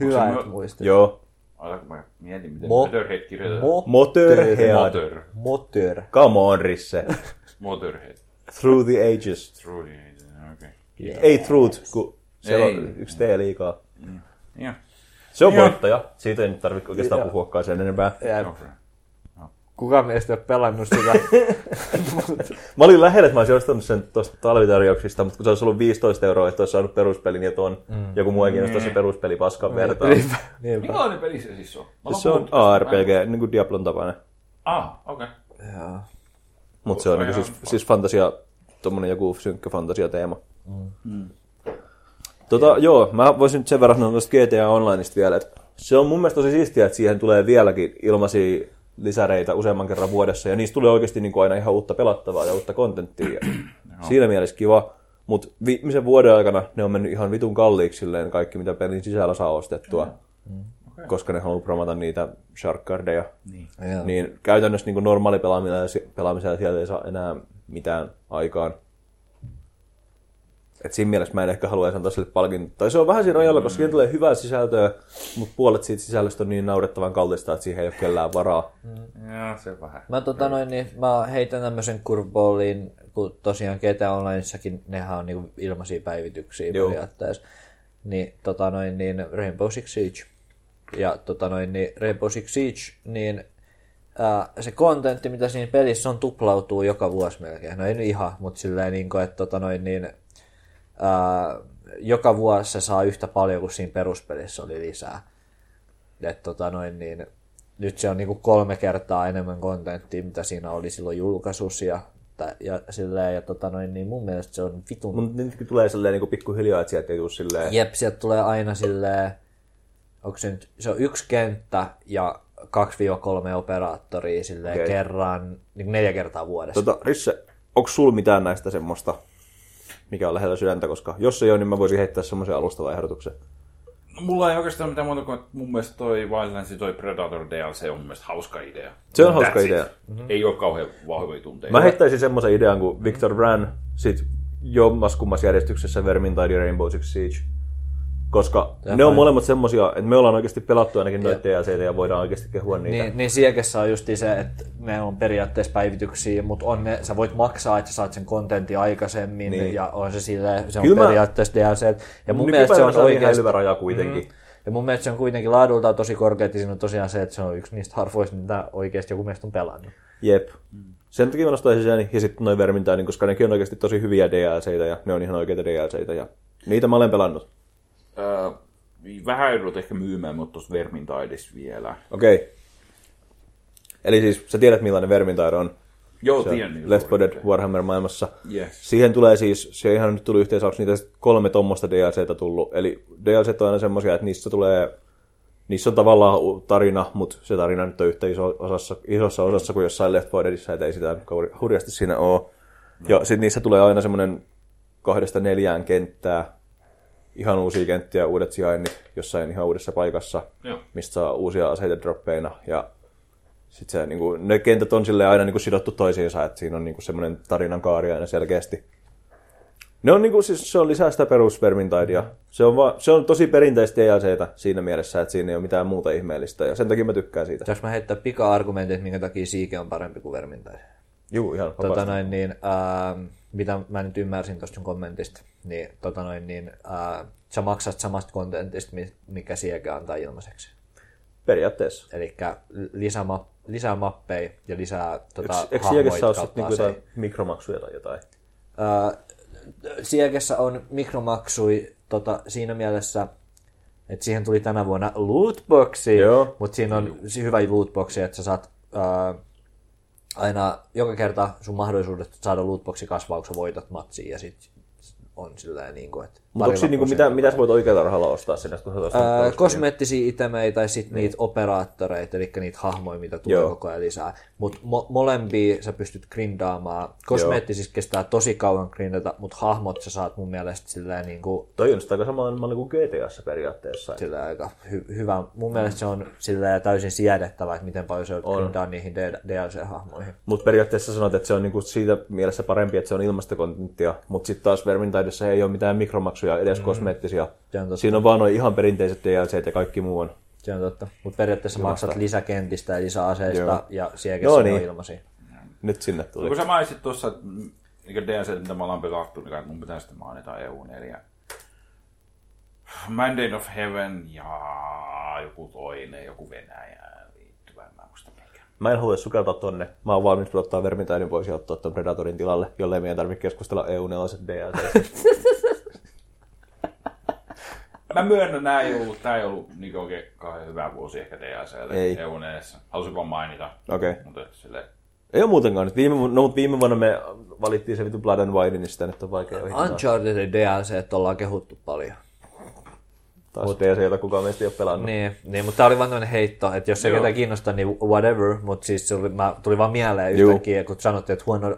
S3: Hyvä,
S1: Onko se
S3: että
S1: my-
S3: muistit.
S2: Joo.
S1: Ota, kun mä mietin, miten
S3: Mo-
S1: Mo- Motorhead kirjoitetaan.
S2: Motörhead.
S1: Motor.
S3: Motor.
S2: Come on, Risse.
S1: Motorhead.
S2: Through the Ages.
S1: True, okei. Okay.
S2: Ei truth, kun siellä on
S1: Ei.
S2: yksi T liikaa.
S1: Joo.
S2: Se on
S1: Joo.
S2: voittaja. Siitä ei nyt tarvitse oikeastaan
S3: Joo.
S2: puhuakaan sen enempää.
S3: Ja
S1: Okay.
S3: kukaan meistä ei ole pelannut sitä.
S2: Mä olin lähellä, että mä olisin ostanut sen tuosta talvitarjouksista, mutta kun se olisi ollut 15 euroa, että olisi saanut peruspelin ja tuon mm. joku muu ei kiinnostaa se peruspeli paskan vertaan.
S3: Niinpä, niinpä.
S1: Minkälainen peli se siis on? Mä
S2: Se on
S1: puhunut tästä.
S2: ARPG, niin kuin Diablon tapainen.
S1: Ah, okei. Okay.
S2: Mutta se on niin
S1: Ihan
S2: siis, siis fantasia, tommonen joku synkkä fantasiateema. Mm. Tota, joo, mä voisin nyt sen verran sanoa tuosta GTA Onlineista vielä, että se on mun mielestä tosi siistiä, että siihen tulee vieläkin ilmaisia lisäreitä useamman kerran vuodessa, ja niistä tulee oikeasti niin kuin aina ihan uutta pelattavaa ja uutta kontenttia. Ja Siinä mielessä kiva, mutta viimeisen vuoden aikana ne on mennyt ihan vitun kalliiksi silleen kaikki, mitä pelin sisällä saa ostettua, koska ne haluaa promata niitä sharkkardeja. Niin.
S3: Joo.
S2: Niin käytännössä niin kuin normaali pelaamisella, pelaamisella sieltä ei saa enää mitään aikaan. Et siinä mielessä mä en ehkä haluaisi antaa sille palkintoa. Tai se on vähän siinä rajalla,
S3: Mm.
S2: koska siinä tulee hyvää sisältöä, mutta puolet siitä sisällöstä on niin naurettavan kallista, että siihen ei ole kellään varaa.
S3: Mm.
S1: Joo, se vähän.
S3: Mä, tota noin, niin, mä heitän tämmöisen kurvballin, kun tosiaan GTA Onlineissakin nehän on niinku ilmaisia päivityksiä Joo.
S2: Joo.
S3: periaatteessa. Niin, tota noin, niin Rainbow Six Siege. Ja tota noin, niin Rainbow Six Siege, niin ää, se kontentti, mitä siinä pelissä on, tuplautuu joka vuosi melkein. No ei nyt ihan, mutta silleen niin kuin, että tota noin, niin, ää, Äh, joka vuosi se saa yhtä paljon kuin siinä peruspelissä oli lisää. Et tota noin, niin, nyt se on niinku kolme kertaa enemmän kontenttia, mitä siinä oli silloin julkaisussa ja, tä- ja, silleen, ja tota noin, niin mun mielestä se on vitun. Mun...
S2: Mutta nyt tulee silleen niin pikkuhiljaa, että sieltä ei tule silleen...
S3: Jep, sieltä tulee aina silleen, onko se nyt, se on yksi kenttä ja 2-3 operaattoria silleen okay.
S2: Okei.
S3: kerran, niin neljä kertaa vuodessa.
S2: Tota, Risse, onko sul mitään näistä semmoista, mikä on lähellä sydäntä, koska jos ei ole, niin mä voisin heittää semmoisen alustavan ehdotuksen.
S1: No, mulla ei oikeastaan mitään muuta kuin, että mun mielestä toi Wildlands ja toi Predator DLC on mun mielestä hauska idea.
S2: Se on hauska
S1: That's it.
S2: idea.
S1: Mm-hmm. Ei ole kauhean vahvoja tunteita.
S2: Mä heittäisin semmoisen idean kuin Victor Bran, sit jommaskummas järjestyksessä Vermintide ja Rainbow Six Siege. Koska ne on molemmat semmosia, että me ollaan oikeasti pelattu ainakin noita DLCtä ja voidaan oikeasti kehua niitä.
S3: Niin, niin siekessä on just se, että ne on periaatteessa päivityksiä, mutta on ne, sä voit maksaa, että sä saat sen kontentin aikaisemmin, niin.
S2: Niin.
S3: ja on se silleen, se on
S2: Kyllä mä-
S3: periaatteessa DLC. Ja mun
S2: Nykypäivänä
S3: mielestä se on
S2: ihan
S3: oikeasti...
S2: hyvä raja kuitenkin. Mm.
S3: Ja mun mielestä se on kuitenkin laadultaan tosi korkeat, ja siinä on tosiaan se, että se on yksi niistä harvoista, mitä oikeasti joku meistä on pelannut.
S2: Jep. Sen takia mä nostaisin sen ja sitten noin Vermintide, niin koska nekin on oikeasti tosi hyviä DLCtä ja ne on ihan oikeita DLCtä ja niitä mä olen pelannut.
S1: Öö, vähän joudut ehkä myymään, mutta tuossa Vermintaidessa vielä.
S2: Okei. Okay. Eli siis sä tiedät millainen Vermintide on.
S1: Joo,
S2: Se
S1: tiedän.
S2: on
S1: niin
S2: Left 4
S1: suurin
S2: Dead Warhammer-maailmassa.
S1: Yes.
S2: Siihen tulee siis, se ihan nyt tuli yhteensä, niitä kolme tuommoista DLCtä tullut. Eli DLC on aina semmoisia, että niissä tulee, niissä on tavallaan u- tarina, mutta se tarina nyt on yhtä iso osassa, isossa osassa kuin jossain Left 4 Deadissä, että ei sitä kauri- hurjasti siinä ole. Ja sitten niissä tulee aina semmoinen kahdesta neljään kenttää, ihan uusia kenttiä, uudet sijainnit jossain ihan uudessa paikassa,
S1: Joo.
S2: mistä saa uusia aseita droppeina. Ja sit se, niin kuin, ne kentät on sille aina niin kuin, sidottu toisiinsa, että siinä on niin kuin, semmoinen tarinan kaari aina selkeästi. Ne on, niin kuin, siis, se on lisää sitä perus Vermintidea. Se on, vaan, se on tosi perinteistä DLCtä siinä mielessä, että siinä ei ole mitään muuta ihmeellistä. Ja sen takia mä tykkään siitä.
S3: Saanko mä heittää pika-argumentit, että minkä takia siike on parempi kuin vermintai?
S2: Juu, ihan
S3: Tota
S2: vapaasti.
S3: noin, niin, ää, mitä mä nyt ymmärsin tuosta sun kommentista, niin, tota noin, niin ää, sä maksat samasta kontentista, mi- mikä sieke antaa ilmaiseksi.
S2: Periaatteessa.
S3: Eli lisäma, lisää mappeja ja lisää tota,
S2: Eikö
S3: hahmoja
S2: Siekessä ole
S3: kautta
S2: sitten niinku
S3: aseita.
S2: jotain mikromaksuja tai jotain?
S3: Ää, Siekessä on mikromaksui tota, siinä mielessä, että siihen tuli tänä vuonna lootboxi,
S2: Joo.
S3: mutta siinä on si- hyvä lootboxi, että sä saat ää, aina joka kerta sun mahdollisuudet saada lootboxi kasvaa, kun sä voitat matsia ja sit on sillä niin kuin, että
S2: Mutta onko siinä niinku mitä, mitä sä voit oikealla rahalla ostaa sinne, kun sä oot ostanut
S3: Öö,
S2: peruspelin?
S3: kosmeettisia itemejä tai sitten niin. niitä operaattoreita, eli niitä hahmoja, mitä tulee Joo.
S2: Joo.
S3: koko ajan lisää. Mutta mo- molempia sä pystyt grindaamaan. Kosmeettisissa kestää tosi kauan grindata, mutta hahmot sä saat mun mielestä sillä niinku,
S2: Toi on sitä aika samanlainen malli kuin GTAssa periaatteessa.
S3: sillä aika hy- hyvä. Mun mielestä se on sillä täysin siedettävä, että miten paljon sä joudut grindaa niihin D- DLC-hahmoihin.
S2: Mutta periaatteessa sanot, että se on niinku siitä mielessä parempi, että se on ilmastokontenttia, mutta sitten taas Vermintaidessa ei ole mitään mikromaksuja, edes mm. kosmeettisia.
S3: Se on totta.
S2: Siinä on vaan noin ihan perinteiset DLC ja kaikki muu on.
S3: Se on totta. Mutta periaatteessa maksat lisäkentistä ja lisäaseista Joo.
S2: Joo.
S3: ja sielläkin
S2: Joo,
S3: no, niin. on
S2: niin.
S3: ilmaisia.
S2: Nyt sinne tuli.
S1: Kun sä mainitsit tuossa, että niin DLC, mitä me ollaan pelattu, niin kai mun pitää sitten mainita EU4. Mandate of Heaven ja joku toinen, joku Venäjään liittyvä, en mä muista mikä.
S2: Mä en halua sukeltaa tonne. Mä oon valmis ottaa Vermintaidin pois ja ottaa ton Predatorin tilalle, jollei meidän tarvitse keskustella E EU-4 DLC.
S1: Mä myönnän, nää ei ollut, tää ei ollut niin oikein kauhean hyvä vuosi ehkä DLClle
S2: Ei.
S1: EU4. E Halusin vaan mainita.
S2: Okei.
S1: Mutta et silleen,
S2: ei ole muutenkaan nyt. Viime, vu- no, mut viime vuonna me valittiin se vitu Blood
S3: Ah,
S2: and Wine, niin sitä nyt on vaikea ohittaa.
S3: Uncharted DLC ollaan kehuttu paljon.
S2: Taas Mut... TC, jota kukaan meistä ei ole pelannut.
S3: Niin, niin mutta tämä oli vaan tämmöinen heitto, että jos se
S1: Joo.
S3: ketään kiinnostaa, niin whatever, mutta siis se oli, mä, tuli vaan mieleen
S2: Juu.
S3: yhtäkkiä, kun sanottiin, että huono,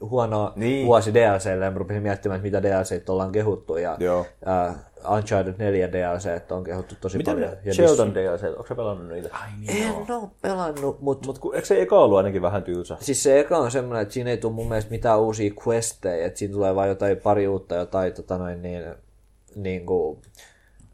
S3: huono niin.
S2: Niin.
S3: vuosi DLClle, ja mä rupesin miettimään, että mitä DLC ollaan kehuttu, ja
S2: Joo.
S3: äh, Uncharted 4 DLC on kehuttu tosi
S2: Miten
S3: paljon.
S2: ne
S3: Ja
S2: Sheldon DLC, onko sä pelannut niitä?
S3: dis- En ole pelannut, mutta
S2: Mutta eikö se eka ollut ainakin vähän tylsä?
S3: Siis se eka on semmoinen, että siinä ei tule mun mielestä mitään uusia questejä, että siinä tulee vain jotain pari uutta jotain tota noin niin, niin kuin,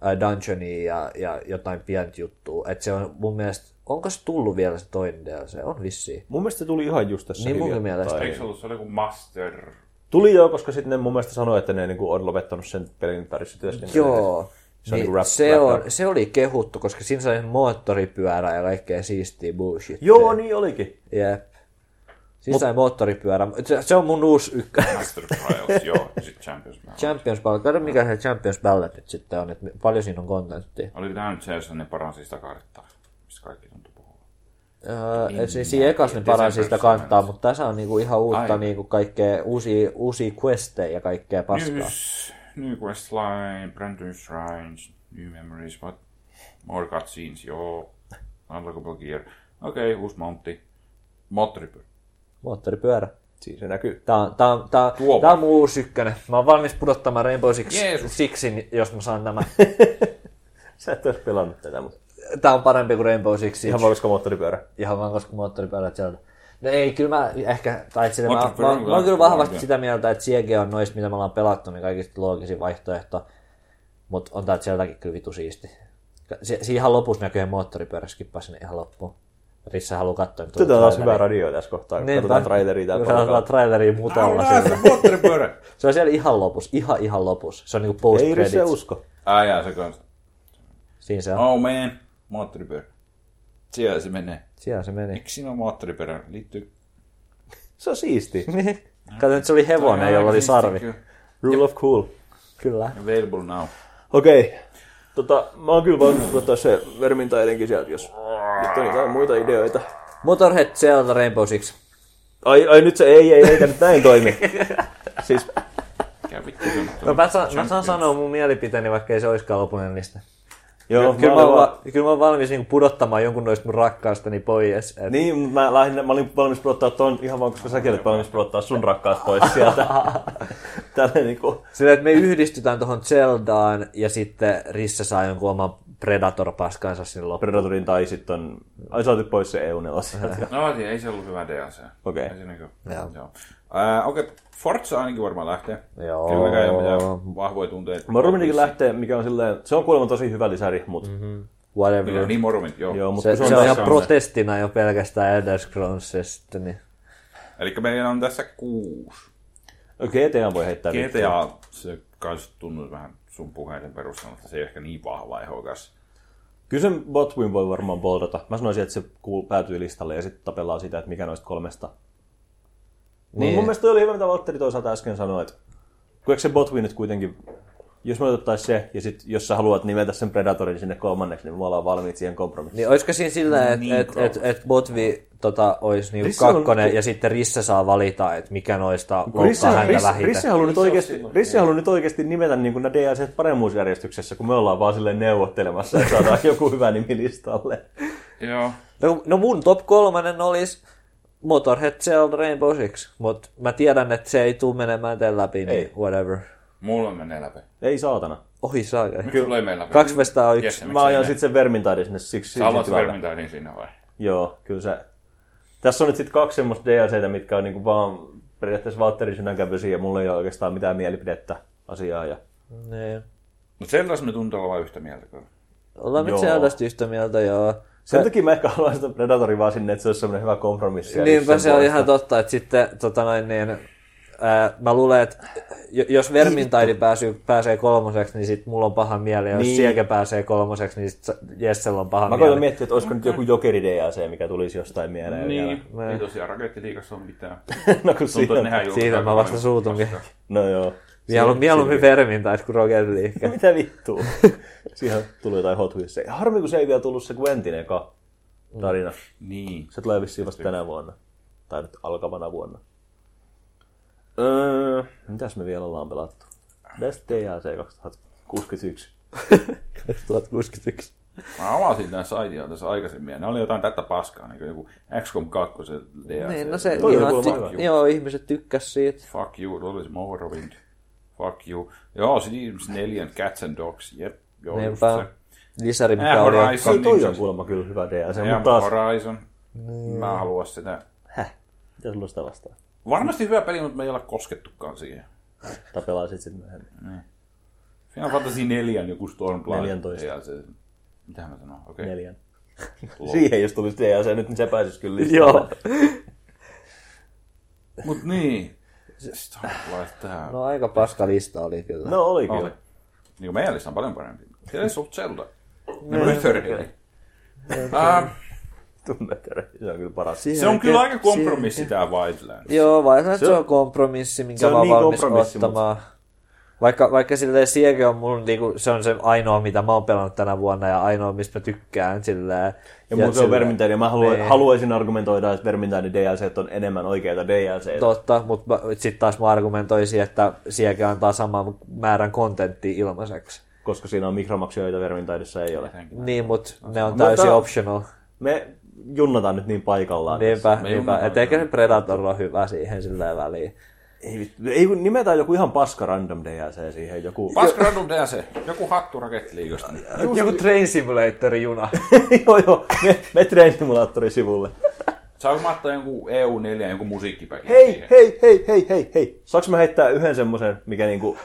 S3: ää, dungeonia ja, ja jotain pientä juttua. Että se on mun mielestä, onko se tullut vielä se toinen DLC? On vissiin.
S2: Mun mielestä se tuli ihan just tässä
S3: Niin munkin
S2: hiljattain.
S3: mielestä.
S1: Eikö se ollut se oli joku master?
S2: Tuli joo, koska sitten ne mun mielestä sanoi, että ne niinku on lopettanut sen pelin parissa työskentelyä.
S3: Joo.
S2: Se on
S3: niin,
S2: niinku wrap-
S3: se,
S2: wrap
S3: on,
S2: up.
S3: se oli kehuttu, koska siinä sai moottoripyörä ja kaikkea siistiä bullshit.
S2: Joo, niin olikin.
S3: Jep. Siinä sai moottoripyörä. Se, se, on mun uusi ykkö.
S1: Master Trials, joo, ja sitten Champions Battle.
S3: Champions Ballot. Kato mikä se Champions Ballot nyt sitten on, että paljon siinä on kontenttia.
S1: Oli tämä nyt se, jossa ne paransi sitä karttaa, mistä kaikki tuntuu puhuvan. Niin,
S3: Öö, et siis siinä ekas ne paransi sitä kantaa, mutta tässä on niinku ihan uutta
S1: Aivan.
S3: niinku kaikkea, uusia, uusia questejä ja kaikkea paskaa.
S1: News, new questline, brand new shrines, new memories, what? More cutscenes, joo. Unlockable gear. Okei, okay, uusi mountti. Moottoripyörä.
S3: Moottoripyörä.
S2: Siinä se näkyy.
S3: Tää on, tää on, tää on,
S1: Tuomo.
S3: tää on mun uusi ykkönen. Mä oon valmis pudottamaan Rainbow Six,
S1: Jeesus.
S3: Sixin, jos mä saan nämä.
S2: Sä et olisi pelannut tätä, mutta
S3: tää on parempi kuin Rainbow Six.
S2: ihan vaan koska moottoripyörä.
S3: ihan vaan koska moottoripyörät sieltä. No ei, kyllä mä ehkä, tai sille, mä, mä,
S1: Moottoripyörä on
S3: mä,
S1: kyllä
S3: oon kyllä
S1: hyvä
S3: vahvasti
S1: idea.
S3: sitä mieltä, että Siege on noista, mitä me ollaan pelattu, niin kaikista loogisin vaihtoehto. Mutta on tää sieltäkin kyllä vitu siisti. Si- si- ihan lopussa näköjään moottoripyörä skippaa sinne ihan loppuun. Rissa haluaa katsoa.
S2: Tätä on taas
S3: Niin,
S2: hyvää radioa tässä kohtaa, kun katsotaan traileria täällä
S3: Katsotaan
S2: porukalla.
S3: traileria mutella. siellä.
S1: Moottoripyörä!
S3: Se on siellä ihan lopussa, ihan ihan lopussa. Se on niinku post
S2: Ei Risse
S3: credits.
S2: usko.
S1: Ai jaa, se kanssa.
S3: Siinä se on.
S1: Oh man, moottoripyörä. Siellä se menee.
S3: Siellä se meni.
S1: Miksi siinä on moottoripyörä? Liittyy...
S2: Se on siisti.
S3: Kato, nyt se oli hevonen, jolla oli sarvi.
S2: Rule of cool.
S3: Kyllä.
S1: Available now.
S2: Okei. Tota, mä oon kyllä valmis ottaa se verminta etenkin sieltä, jos, jos on jotain muita ideoita.
S3: Motorhead Zelda Rainbow Six.
S2: Ai, ai nyt se ei, ei, eikä nyt näin toimi. Siis
S1: Mikä vittu se nyt
S3: No
S1: on?
S3: mä, saan, mä saan sanoa mun mielipiteeni, vaikka ei se olisikaan lopullinen lista.
S2: Joo,
S3: Kyllä mä,
S2: olin
S3: oon
S2: vaan-
S3: va- kyllä mä oon valmis niinku pudottamaan jonkun noista mun rakkaastani pois. Et...
S2: Niin, mut mä, lähinnä, mä olin valmis pudottaa ton ihan vaan, koska säkin olet valmis pudottaa sun rakkaat pois sieltä. Tälleen niinku,
S3: Sillä, että me yhdistytään tuohon Zeldaan ja sitten Risse saa jonkun oman Predator-paskansa sinne loppuun.
S2: Predatorin tai sitten on... Ai sä otit pois se eu sieltä.
S1: No mä tiedän, ei se ollut hyvä DLC.
S2: Okei.
S1: Ei se niinku... Joo. Ää, Okei, Forza ainakin varmaan lähtee.
S3: Joo.
S1: Kyllä kai ei ole mitään vahvoja tunteita.
S2: Morromindikin lähtee, mikä on silleen... Se on kuulemma tosi hyvä lisäri, mut... Mm-hmm.
S3: Whatever.
S1: Joo, niin Morrowind, joo.
S2: Joo, mut
S3: Mhm. Se,
S2: kun
S3: se, on ihan
S1: taas-
S3: protestina jo pelkästään Elder Scrollsista. Niin.
S1: Eli meillä on tässä kuusi.
S2: GTA voi heittää vittua.
S1: GTA, se kans tuntuu vähän sun puheiden perusteella, että se ei ehkä niin vahva ehokas.
S2: Kyllä sen Botwin voi varmaan boldata. Mä sanoisin, että se kuul- päätyy listalle ja sitten tapellaan sitä, että mikä noista kolmesta. Niin. Mun mielestä toi oli hyvä, mitä Valtteri toisaalta äsken sanoi, että kun eikö se Botwin nyt kuitenkin, jos me otettaisiin se, ja sitten jos sä haluat nimetä sen Predatorin sinne kolmanneksi, niin me ollaan valmiit siihen kompromissiin.
S3: Niin olisiko siinä sillä, että
S1: Niin
S3: et, et,
S1: kauan.
S3: et Botvi tota, olisi niinku
S2: Risse on-
S3: kakkonen ja sitten Risse saa valita, että mikä noista
S2: Risse,
S3: loukkaa häntä
S2: Risse,
S3: Niin, vähiten.
S2: Risse, haluaa nyt oikeasti, Risse haluaa nyt oikeasti nimetä niin nämä DLC paremmuusjärjestyksessä, kun me ollaan vaan silleen neuvottelemassa, että saadaan joku hyvä nimi listalle.
S1: Joo.
S3: No, no mun top kolmannen olisi Motorhead Zelda Rainbow Six, mutta mä tiedän, että se ei tuu menemään tämän läpi, niin ei.
S2: Ei.
S3: whatever.
S1: Mulla menee läpi.
S2: Ei saatana.
S3: Ohi saakka.
S1: Miksi sulla ei mene läpi?
S3: Kaksi vestaa on yksi.
S1: Jesse, miksi
S2: Mä
S1: ei
S2: ajan
S1: mene?
S2: sitten sen Vermintaidin sinne siksi.
S1: Sä haluat
S2: siksi tilalle.
S1: Vermintidin niin siinä vai?
S2: Joo, kyllä se... Tässä on nyt sitten kaksi semmoista DLCtä, mitkä on niinku vaan periaatteessa Valtterin sydänkävysiä ja mulla ei ole oikeastaan mitään mielipidettä asiaa. Ja...
S3: Niin.
S1: No Zeldas me tuntuu olevan yhtä mieltä. kyllä.
S3: Ollaan nyt
S2: Joo.
S3: Zeldasta yhtä mieltä, joo.
S2: Sen takia mä ehkä haluan sitä Predatoria vaan sinne, että se olisi semmoinen hyvä kompromissi.
S3: Niinpä se on ihan totta, että sitten tota noin, niin, ää, mä luulen, että jo- jos Vermintaidi pääsee, pääsee kolmoseksi, niin sitten mulla on paha mieli. Ja Jos
S2: Niin.
S3: Siege pääsee kolmoseksi, niin sit Jessellä on paha
S2: Mä koitan
S3: mieli.
S2: miettiä, että olisiko nyt joku jokeri DLC, mikä tulisi jostain mieleen vielä.
S1: Niin. Ei tosiaan rakettiliikassa ole mitään.
S2: no
S1: Tuntuu, että
S2: kun siinä...
S1: nehän julkaisee
S3: Siitä mä
S1: koko
S3: vasta
S1: ajan
S3: suutunkin.
S1: paskaa.
S2: No joo.
S3: Mieluummin mieluummin Vermintaidi kuin Rocket League.
S2: Mitä vittua? Siihen tuli jotain Hot Wheels. Harmi, kun se ei vielä tullut se Gwentin eka tarina.
S1: Niin.
S2: Se tulee vissiin vasta tänä vuonna. Tai nyt alkavana vuonna. Öö, mitäs me vielä ollaan pelattu? Best DLC 2061. 2061.
S1: Mä avasin tämän saitin tässä aikaisemmin ja ne oli jotain tätä paskaa, niin kuin joku XCOM 2 DLC.
S3: Niin, no se,
S2: Toi
S3: ihan,
S2: oli
S1: fuck,
S2: kuulemma
S1: you,
S3: ty- joo, ihmiset tykkäs siitä.
S1: fuck you, tuolla olisi Morrowind. Fuck you. Joo, Sims 4, Cats and Dogs, jep. Joo, just
S3: Niinpä.
S1: se.
S3: Lisäri,
S1: Ää,
S3: mikä oli.
S1: Horizon.
S2: Se on
S1: niin
S2: toi
S1: se-
S2: on kuulemma kyllä hyvä DLC,
S1: Ja
S2: mutta taas...
S1: Horizon.
S3: Niin.
S1: Mä en halua sitä.
S2: Häh? Mitä sulla on sitä vastaan?
S1: Varmasti hyvä peli, mutta me ei olla koskettukaan siihen.
S2: Tai pelaisit sitten myöhemmin.
S1: Final Fantasy 4 joku Stormblood.
S2: 14.
S1: Ja se, mitä mä sanon? Okei. Okay.
S2: Neljän. Siihen jos tulisi DLC nyt, niin se pääsisi kyllä
S3: Joo.
S1: Mut niin. Stormblood tää.
S3: No aika paska lista oli kyllä.
S2: No oli
S1: Oli.
S2: kyllä.
S1: Niin kuin meidän lista on paljon parempi. Siellä ei ollut Zelda. Ne
S2: Niin.
S1: Brotherhead. Ah,
S2: Tunnetere. Se on kyllä paras.
S3: Siihen
S1: se on kyllä
S3: ke-
S1: aika kompromissi tää Wildlands.
S3: Siihen, joo, vai se, se on kompromissi, minkä
S2: se on
S3: mä oon
S2: niin
S3: valmis
S2: kompromissi, mut-
S3: ottamaan. Vaikka, vaikka silleen Siege on mun, niinku, se on se ainoa, mitä mä oon pelannut tänä vuonna ja ainoa, mistä mä tykkään silleen.
S2: Ja muuten se on
S3: silleen-
S2: Vermintide, ja mä haluan,
S3: Niin.
S2: haluaisin argumentoida, että Vermintide DLC on enemmän oikeita DLC.
S3: Totta, mutta sitten taas mä argumentoisin, että Siege antaa saman määrän kontenttia ilmaiseksi.
S2: koska siinä on mikromaksuja, joita Vermintidessa ei ole.
S3: Niin, mutta ne on täysin
S2: Mutta-
S3: optional.
S2: Me junnataan nyt niin paikallaan.
S3: Niinpä,
S1: Me
S3: niinpä.
S1: jumataan
S3: Et ehkä se Predator on hyvä siihen silleen väliin.
S2: Ei, vittu, ei kun nimetään joku ihan paska random DLC siihen. Joku,
S1: Paska Random DLC. Joku hattu rakettiliikosta.
S3: Joku Train Simulator-juna.
S2: joo, joo, me, me treenisimulaattori sivulle.
S1: Saanko mä ottaa jonkun EU4 jonkun musiikkipäkin
S2: Hei, hei, hei, hei, hei, hei. Saanko mä heittää yhden semmosen, mikä niinku...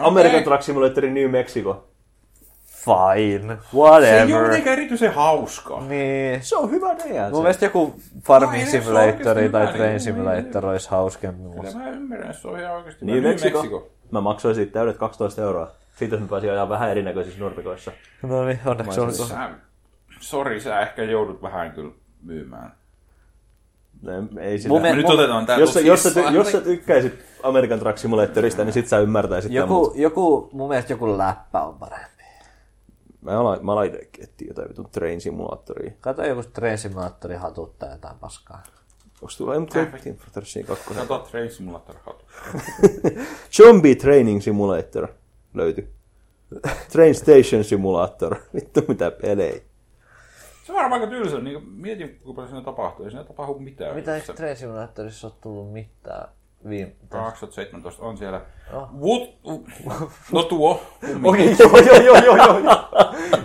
S2: American Truck Simulator New Mexico.
S3: Fine,
S1: Se ei ole
S3: whatever.
S1: mitenkään erityisen hauskaa.
S3: Niin.
S2: Se on hyvä DLC.
S3: Mun mielestä joku
S1: No ei
S3: Farming
S1: se
S3: Simulatori
S1: oikeesti
S3: tai
S1: hyvä,
S3: Train
S1: niin-
S3: Simulator olisi hauskempi. mut-
S1: Kyllä mä ymmärrän, se on ihan oikeasti.
S2: New
S1: New
S2: Mexico. Mä maksoin siitä täydet 12 euroa. Siitä jos mä pääsin ajaa vähän erinäköisissä nurmikoissa.
S3: No niin, onneksi on
S1: Sä, sori, sä ehkä joudut vähän kyllä myymään.
S2: Ne- No, Ei sitä.
S1: Me
S3: Mun mielestä-
S1: nyt
S3: mun-
S1: otetaan tää
S2: Jos, sä, jos, sä, ty-
S1: tosissaan.
S2: jos sä tykkäisit American Truck Simulatorista, niin sit sä ymmärtäisit tämän,
S3: joku, joku, mun mielestä joku läppä on parempi.
S2: Mä aloin, mä aloin etsiä jotain vitun train simulaattoria.
S3: Kato joku Train Simulatori hatuttaa jotain paskaa.
S2: Onks tulla ei, mutta Train Simulatorsiin kakkonen?
S1: Kato Train Simulator hatu.
S2: Zombie Training Simulator löytyy. Train Station Simulator. Vittu mitä pelejä.
S1: Se on varmaan aika tylsä, niin mietin kuinka paljon siinä tapahtuu. Ei siinä tapahdu mitään.
S3: Mitä
S1: Se
S3: eikö Train Simulatorissa ole tullut mitään viime...
S1: 2017 on siellä. Wood, no tuo.
S2: Okei, joo, joo, joo, joo, joo,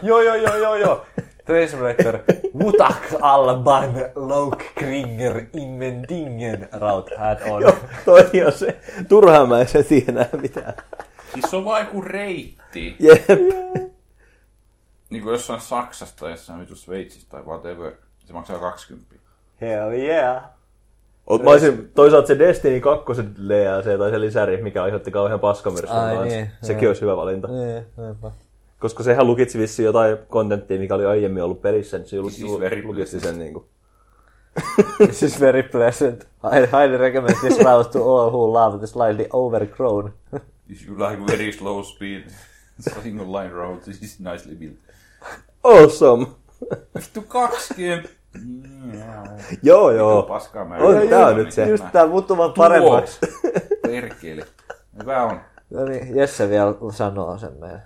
S2: joo, joo, joo, joo, joo.
S3: Train Simulator Mutak Alban Laukkringer Immendingen Rauthat on.
S2: Joo, toi on se. Turhaan mä en se tiedä mitään.
S1: Siis se on vaan joku reitti.
S2: Jep.
S1: Niin kuin jossain Saksassa tai jossain vitu Sveitsissä tai whatever. Se maksaa 20.
S3: Hell yeah.
S2: Oot, mä olisin, toisaalta se Destiny 2 DLC tai se lisäri, mikä aiheutti kauhean paskamyrskyn
S3: Ai
S2: kanssa.
S3: niin,
S2: Sekin
S3: joo.
S2: olisi hyvä valinta.
S3: Niin, niinpä.
S2: Koska sehän lukitsi vissiin jotain kontenttia, mikä oli aiemmin ollut pelissä, niin se lu-
S1: Siis
S2: lu-
S1: very
S2: lukitsi sen niinku.
S3: This is very pleasant. I highly recommend this route to all who love the slightly overgrown.
S1: If you like niinku very slow speed, single line road, siis this is nicely built.
S2: Awesome!
S1: Vittu 20.
S2: Joo, joo.
S1: Paskaa mä
S2: On,
S1: yritän.
S2: tää on nyt se.
S3: Just tää muuttuu vaan paremmaksi.
S1: Perkele. Hyvä on.
S3: No niin, Jesse vielä sanoo sen meille.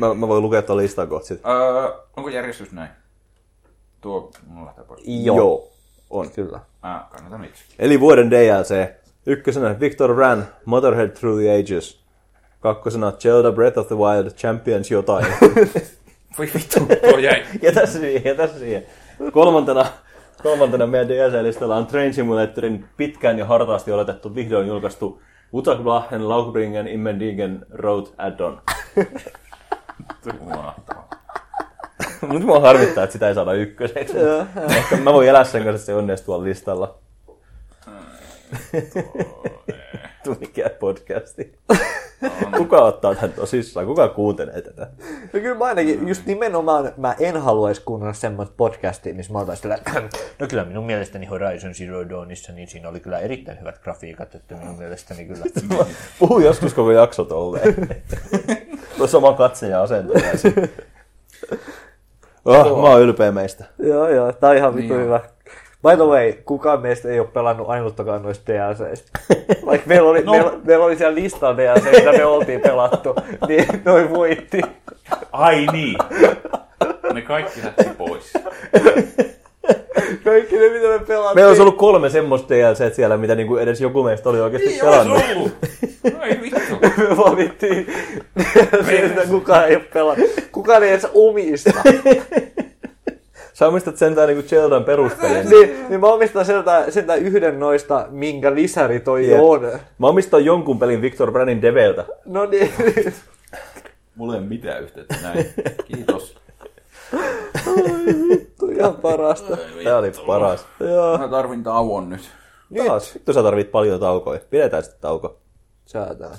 S2: Mä, mä voin lukea tuon listan kohta sit.
S1: Öö, onko järjestys näin? Tuo mulla lähtee pois.
S2: On.
S3: Kyllä.
S1: Mä kannatan itse.
S2: Eli vuoden DLC. Ykkösenä Victor Ran, Motherhead Through the Ages. Kakkosena Zelda Breath of the Wild, Champions jotain.
S1: Voi vittu, tuo jäi.
S2: ja tässä siihen, ja tässä siihen. Kolmantena, kolmantena meidän DLC-listalla on Train Simulatorin pitkään ja hartaasti oletettu vihdoin julkaistu Utaglahen Laugbringen Immendingen Road Add-on.
S1: Mahtavaa.
S2: Nyt mua harmittaa, että sitä ei saada ykköseksi. Ehkä mä voin elää sen kanssa, että se onnistuu tuolla listalla. Tuu mikä podcasti. Kuka ottaa tämän tosissaan? Kuka kuuntelee tätä?
S3: No kyllä mä ainakin, just nimenomaan mä en haluaisi kuunnella semmoista podcastia, missä mä oltaisin sillä, no kyllä minun mielestäni Horizon Zero Dawnissa, niin siinä oli kyllä erittäin hyvät grafiikat, että minun mielestäni kyllä.
S2: Puhu joskus koko jakso tolleen. Tuo sama katse ja asento. Oh, mä oon ylpeä meistä.
S3: joo, joo, tää on ihan vitu
S1: Niin
S3: hyvä. By the way, kukaan meistä ei ole pelannut ainuttakaan noista DLCistä. Vaikka meillä oli, no. meillä, meillä oli siellä listalla DLC, mitä me oltiin pelattu, niin noin voitti.
S1: Ai niin. Ne kaikki lähti pois.
S3: Kaikki ne, mitä me pelattiin.
S2: Meillä olisi ollut kolme semmoista DLC siellä, mitä niinku edes joku meistä oli oikeasti
S1: Ei Niin, olisi
S2: pelannut.
S1: ollut. Ai vittu.
S3: me valittiin sieltä, kukaan ei ole pelannut. Kukaan ei edes omista.
S2: Sä omistat sentään niinku Zeldan peruspelin.
S3: niin, niin mä omistan sieltä, sieltä yhden noista, minkä lisäri toi
S2: Jep.
S3: on.
S2: Mä omistan jonkun pelin Victor Brannin Develtä.
S3: No niin,
S1: Mulla ei ole mitään yhteyttä näin. Kiitos.
S3: vittu, ihan parasta.
S2: Tää oli paras. Joo.
S1: Mä tarvin tauon nyt.
S2: Taas. Vittu sä tarvit paljon taukoja. Pidetään sitten tauko.
S3: Säätään.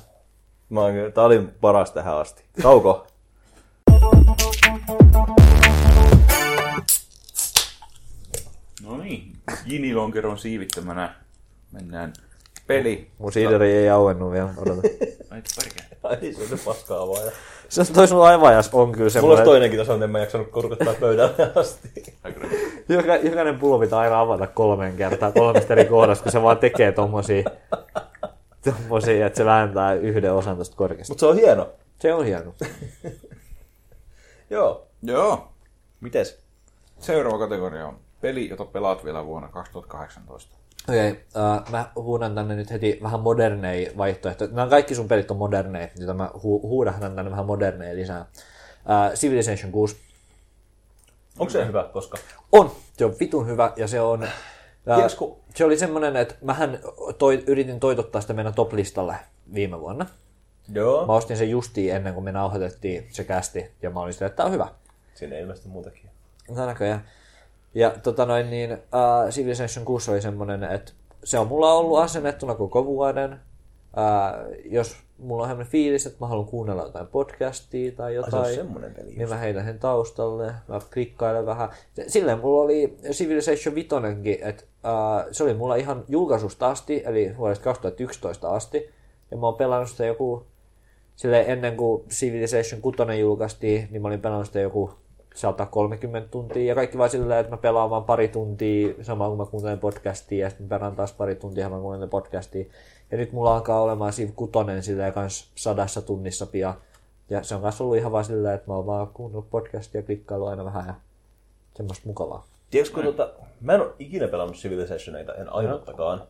S2: Mä oon, tää oli paras tähän asti. Tauko.
S1: No niin. Jini Lonkeron siivittämänä mennään peli.
S3: Mun siideri ei auennut vielä, odota.
S1: Ai perkele.
S2: Ai se on se paskaa vaan.
S3: Se on tois mun aivajas on kyllä
S2: Mulla olisi
S3: semmoinen,
S2: toinenkin tässä on, en mä jaksanut kurkuttaa pöydälle asti.
S1: Ai kyllä.
S3: joka, jokainen pullo pitää aina avata kolmeen kertaan kolmesta eri kohdasta, kun se vaan tekee tommosia, tommosia että se vääntää yhden osan tosta korkeasta.
S2: Mut se on hieno.
S3: Se on hieno.
S2: Joo.
S1: Joo.
S2: Mites?
S1: Seuraava kategoria on peli, jota pelaat vielä vuonna 2018.
S3: Okei, okay, uh, mä huudan tänne nyt heti vähän modernei vaihtoehtoja. Nämä kaikki sun pelit on moderneja, joita mä hu- huudahdan tänne vähän moderneja lisää. Uh, Civilization 6
S2: Onko se hyvä koska?
S3: On. Se on vitun hyvä ja se on... ää,
S2: Tiedätkö-
S3: se oli semmoinen, että mähän toi, yritin toitottaa sitä meidän top-listalle viime vuonna.
S2: Joo.
S3: Mä ostin sen justiin ennen kuin me nauhoitettiin se kästi ja mä olin silleen, että tää on hyvä.
S2: Siinä ei ilmeisesti muutakin.
S3: No näköjään. Ja tota noin niin, äh, Civilization 6 oli semmonen, että se on mulla ollut asennettuna koko vuoden. Äh, jos mulla on semmoinen fiilis, että mä haluan kuunnella jotain podcastia tai
S2: Ai, se on
S3: jotain,
S2: semmonen peli.
S3: niin mä heitän sen taustalle, mä klikkailen vähän. Se- Silleen mulla oli Civilization 5 että äh, se oli mulla ihan julkaisusta asti, eli vuodesta 2011 asti. Ja mä oon pelannut sitä joku sille ennen kuin Civilization 6 julkaistiin, niin mä olin pelannut sitä joku 130 tuntia ja kaikki vaan silleen, että mä pelaan vaan pari tuntia samalla kun mä kuuntelen podcastia ja sitten mä pelaan taas pari tuntia ja mä kuuntelen podcastia. Ja nyt mulla alkaa olemaan Civ 6 silleen kans sadassa tunnissa pian. Ja se on kanssa ollut ihan vaan silleen, että mä oon vaan kuunnellut podcastia ja klikkailu aina vähän ja semmoista mukavaa.
S2: Tiedätkö, kun tota, mä en ole ikinä pelannut Civilizationeita, en ainuttakaan.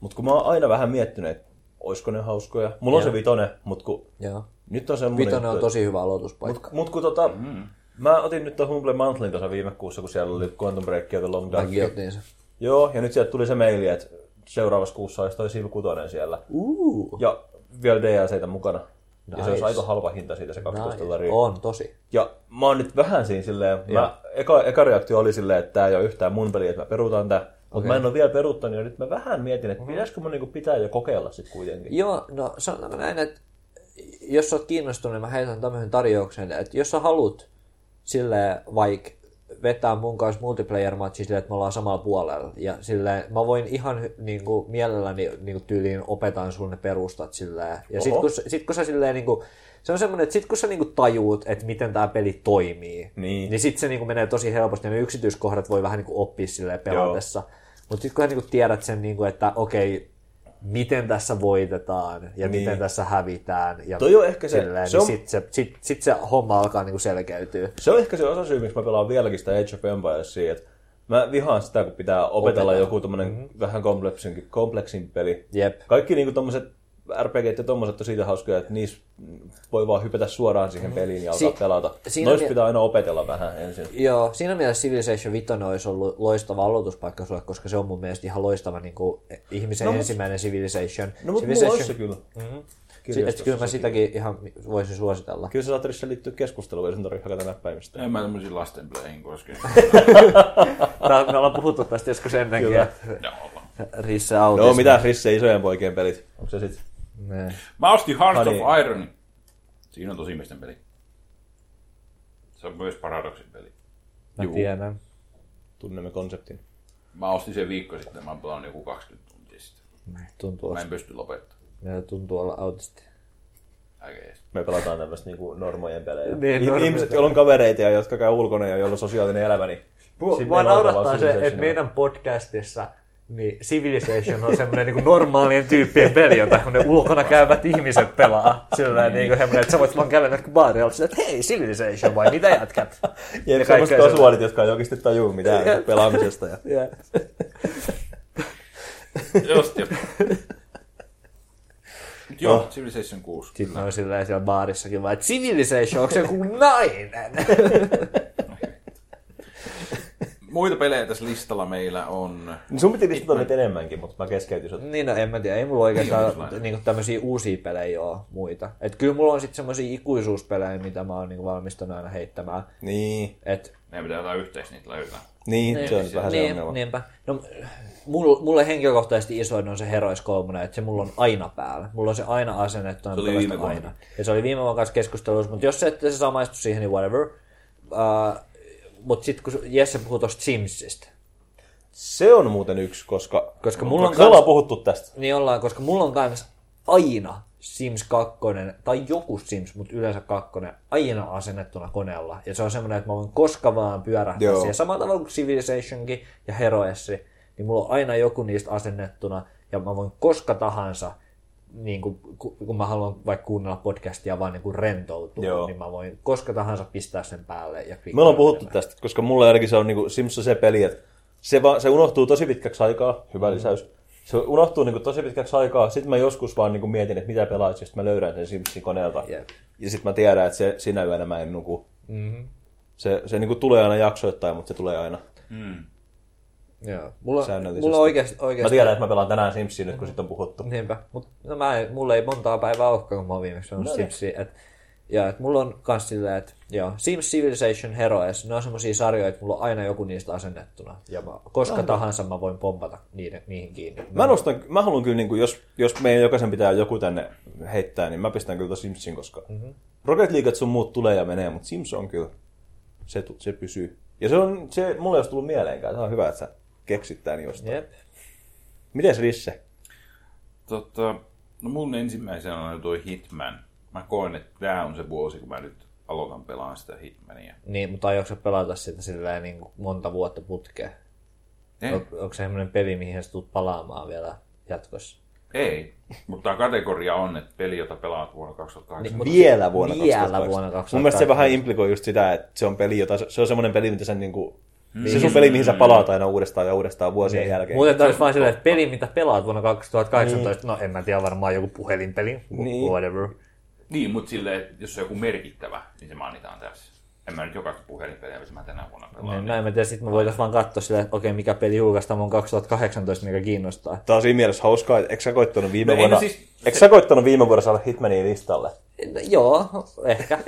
S2: Mutta kun mä oon aina vähän miettinyt, että olisiko ne hauskoja. Mulla on se vitonen, mutta kun
S3: Joo.
S2: nyt on semmoinen...
S3: Vitonen on
S2: juttu,
S3: tosi hyvä aloituspaikka.
S2: Mut kun tota, mm. mä otin nyt tuon Humble Mountain tuossa viime kuussa, kun siellä oli Quantum Break ja The Long Dark.
S3: Mäkin otin sen.
S2: Joo, ja nyt sieltä tuli se maili, että seuraavassa kuussa olisi toi Civ 6 siellä.
S3: Uh,
S2: Ja vielä DLCtä mukana. Ja se olisi
S3: Nice. Oh.
S2: aika halva hinta siitä se 12 nice. dollaria.
S3: on tosi.
S2: Ja mä oon nyt vähän siinä silleen, mä, eka, eka reaktio oli silleen, että tää ei ole yhtään mun peli, että mä peruutan tää. Mutta okay. mä en ole vielä peruuttanut ja nyt mä vähän mietin,
S3: Mhm.
S2: että pitäisikö mun niinku pitää ja kokeilla sit kuitenkin.
S3: Joo, no sanotaan näin, että jos sä oot kiinnostunut, niin mä heitän tämmöisen tarjouksen, että jos sä haluat sille vaikka vetää mun kanssa multiplayer-matchi silleen, että me ollaan samalla puolella. Ja silleen, mä voin ihan hy- niinku, mielelläni niinku, tyyliin opetan sulle ne perustat silleen. Ja sit
S2: Oho.
S3: kun, sä- sit kun sä silleen niinku, se on semmoinen, että sit kun sä niinku tajuut, että miten tämä peli toimii,
S2: Niin.
S3: niin sit se niinku menee tosi helposti. Ja ne yksityiskohdat voi vähän niinku oppia silleen pelatessa. Mutta sitten kun sä niinku tiedät sen, niinku, että okei, miten tässä voitetaan ja niin. miten tässä hävitään. Ja
S2: Toi on ehkä se- se
S3: se
S2: on-
S3: niin sit, se, sit, sit se homma alkaa niinku selkeytyä.
S2: Se on ehkä se osasyy, miksi mä pelaan vieläkin sitä Age of Empiresia, että mä vihaan sitä, kun pitää opetella joku tommonen mm-hmm. vähän kompleksin, kompleksin peli.
S3: Jep.
S2: Kaikki niinku tommoset RPG ja tommoset on siitä hauskoja, että niissä voi vaan hypätä suoraan siihen peliin ja alkaa
S3: Si-
S2: pelata.
S3: siinä
S2: Noissa
S3: mie-
S2: pitää aina opetella vähän ensin. No,
S3: Joo, siinä mielessä Civilization 5 olisi ollut loistava aloituspaikka sulle, koska se on mun mielestä ihan loistava niin kuin ihmisen no, ensimmäinen Civilization.
S2: No mutta mulla olisi se
S3: Civilization,
S2: kyllä. Mm-hmm.
S3: että kyllä mä sitäkin ihan voisin suositella.
S2: Kyllä se saattaa liittyä keskusteluun, ei sen tarvitse hakata näppäimistä.
S1: En mä tämmöisiin lasten peleihin koske.
S3: Tää, me ollaan puhuttu tästä joskus ennenkin.
S2: Kyllä.
S3: että
S1: Joo, ollaan.
S3: Risse autismi. Niin,
S2: Joo, mitä Risse isojen poikien pelit? Onko se sit?
S3: Ne.
S1: Mä ostin Heart of
S2: Ani.
S1: Iron. Siinä on tosi miesten peli. Se on myös paradoksin peli.
S3: Mä tiedän.
S2: Tunnemme konseptin.
S1: Mä ostin sen viikko sitten, mä oon pelannut joku 20 tuntia sitten.
S3: Tuntuu,
S1: Mä en pysty lopettamaan.
S3: tuntuu olla autisti.
S4: Okei.
S2: Me pelataan tämmöistä niinku normojen pelejä.
S3: Niin,
S2: Niin,
S3: normojen
S2: Ihmiset, joilla on kavereita ja jotka käy ulkona ja joilla on sosiaalinen elämä, niin
S5: Mua,
S2: Sitten
S5: mua
S2: meillä on
S5: naurattaa
S2: vaan
S5: se, että
S2: Civilization.
S5: meidän podcastissa niin Civilization on semmoinen niin normaalien tyyppien peli, jota kun ne ulkona käyvät ihmiset pelaa. Sillä niin kuin semmoinen, että sä voit vaan kävellä niin baarilla sillä, että hei Civilization vai mitä jätkät?
S2: Jep,
S5: kaikkea
S2: semmoiset
S5: sellaista.
S2: kasuaalit, jotka ei oikeasti tajuu mitään pelaamisesta. Ja...
S5: Ja,
S1: Just jo. Mut Joo,
S2: Oh.
S1: Civilization 6.
S5: sitten ne on sillä siellä baarissakin vaan, että Civilization, onko se joku nainen?
S1: Muita pelejä tässä listalla meillä on.
S2: Niin sun piti listata niitä enemmänkin, mutta mä keskeytin sut.
S3: Niin no en mä tiedä, ei mulla
S1: Niin,
S3: oikeastaan
S1: on sellainen.
S3: niin
S5: niinku
S3: kuin tämmöisiä uusia pelejä ole muita. Et kyllä mulla on sitten semmoisia ikuisuuspelejä, mitä mä oon
S5: niinku
S3: niin valmistunut aina heittämään.
S2: Niin,
S3: Et,
S1: Ne pitää jotain yhteistä niitä löytää.
S2: niin, se on nyt vähän se
S3: niin,
S2: ongelma.
S3: niinpä. No, mulla, mulle henkilökohtaisesti isoin on se Heroes 3, että se mulla on aina päällä. Mulla on se aina asennettu,
S1: Se oli
S3: pelasta
S1: viime vuonna.
S3: aina. Ja se oli viime vuonna kanssa keskustelussa, mutta jos se ette se samaistu siihen, niin whatever. Uh, mutta sitten kun Jesse puhuu tuosta Simsistä,
S2: Se on muuten yksi, koska,
S3: Koska mulla on
S2: me ollaan
S3: kans-
S2: puhuttu tästä.
S3: Niin ollaan, koska mulla on kans aina Sims 2, tai joku Sims, mutta yleensä 2, aina asennettuna koneella. Ja se on semmoinen, että mä voin koska vaan pyörähtää
S2: Joo.
S3: Joo. siihen. Samalla tavalla kuin Civilizationkin ja Heroessi, niin mulla on aina joku niistä asennettuna, ja mä voin koska tahansa, niin kun, ku- kun mä haluan vaikka kuunnella podcastia vaan niin kuin rentoutua,
S2: Joo.
S3: Joo. niin mä voin koska tahansa pistää sen päälle. Ja
S2: Me ollaan puhuttu tästä, koska mulla ainakin se on niinku Sims on se peli, että se, vaan, se unohtuu tosi pitkäksi aikaa, hyvä lisäys. Se unohtuu niinku tosi pitkäksi aikaa, sitten mä joskus vaan niinku mietin, että mitä pelaisin, ja sitten mä löydän sen Simsin koneelta.
S3: Jep.
S2: Ja sitten mä tiedän, että se, sinä yönä mä en nuku. Mm-hmm. Se, se niinku tulee aina jaksoittain, mutta se tulee aina
S3: Joo. Mulla,
S2: säännöllisesti.
S3: mulla oikeasti, oikeasti
S2: Mä tiedän, että mä pelaan tänään Simsia nyt, kun siitä on puhuttu.
S3: Niinpä. Mut, no mä en, mulla ei montaa päivää olekaan, kun mä oon viimeksi pelannut Simsia. Et, ja et mulla on kans silleen, että joo, Sims Civilization Heroes, ne on semmosia sarjoja, että mulla on aina joku niistä asennettuna. Ja mä, koska tahansa mä voin pompata niiden, niihin kiinni.
S2: Mä, nostan, mä haluan kyllä, niin kuin, jos, jos meidän jokaisen pitää joku tänne heittää, niin mä pistän kyllä tossa Simsin, koska mm-hmm. Rocket League sun muut tulee ja menee, mutta Sims on kyllä, se, tu- se pysyy. Ja se on, se mulle ei olisi tullut mieleenkään, se on hyvä, että sä keksit tän jostain.
S3: Jep.
S2: Mites Risse?
S1: Tota, no mun ensimmäisenä on tuo Hitman. Mä koen, että tää on se vuosi, kun mä nyt aloitan pelaamaan sitä Hitmania.
S3: Niin, mutta aiotko sä pelata sitä silleen niin kuin monta vuotta putkeen?
S1: Ei,
S3: On, onko se semmoinen peli, mihin sä tulet palaamaan vielä jatkossa?
S1: ei. mutta tää kategoria on, että peli, jota pelaat vuonna
S2: Niin.
S1: 2008.
S3: Mut-
S2: Vielä vuonna
S3: vielä
S2: 2008.
S3: vuonna
S2: Mun mielestä se
S3: 2008.
S2: vähän implikoi just sitä, että se on peli, jota, se on semmoinen peli, mitä sen niin kuin, se sun peli, mihin sä palaat aina uudestaan ja uudestaan vuosien jälkeen.
S3: Muuten tämä olisi vaan silleen, että peli, mitä pelaat vuonna 2018, no en mä tiedä, varmaan joku puhelinpeli,
S2: Niin.
S3: whatever.
S1: Niin, mutta silleen, että jos se on joku merkittävä, niin se mainitaan tässä. En mä nyt jokaista puhelinpeliä, mitä mä tänä vuonna pelaan.
S3: Niin, näin mä tiedän, sitten me voitaisiin vaan katsoa sillä, että okei, mikä peli julkaistaan mun 2018, mikä kiinnostaa.
S2: Tää on siinä mielessä hauskaa, että eikö sä koittanut
S1: No
S2: viime
S1: ei,
S2: vuonna,
S1: no siis-
S2: eikö sä koittanut viime vuonna saada Hitmania listalle?
S3: No, joo, ehkä.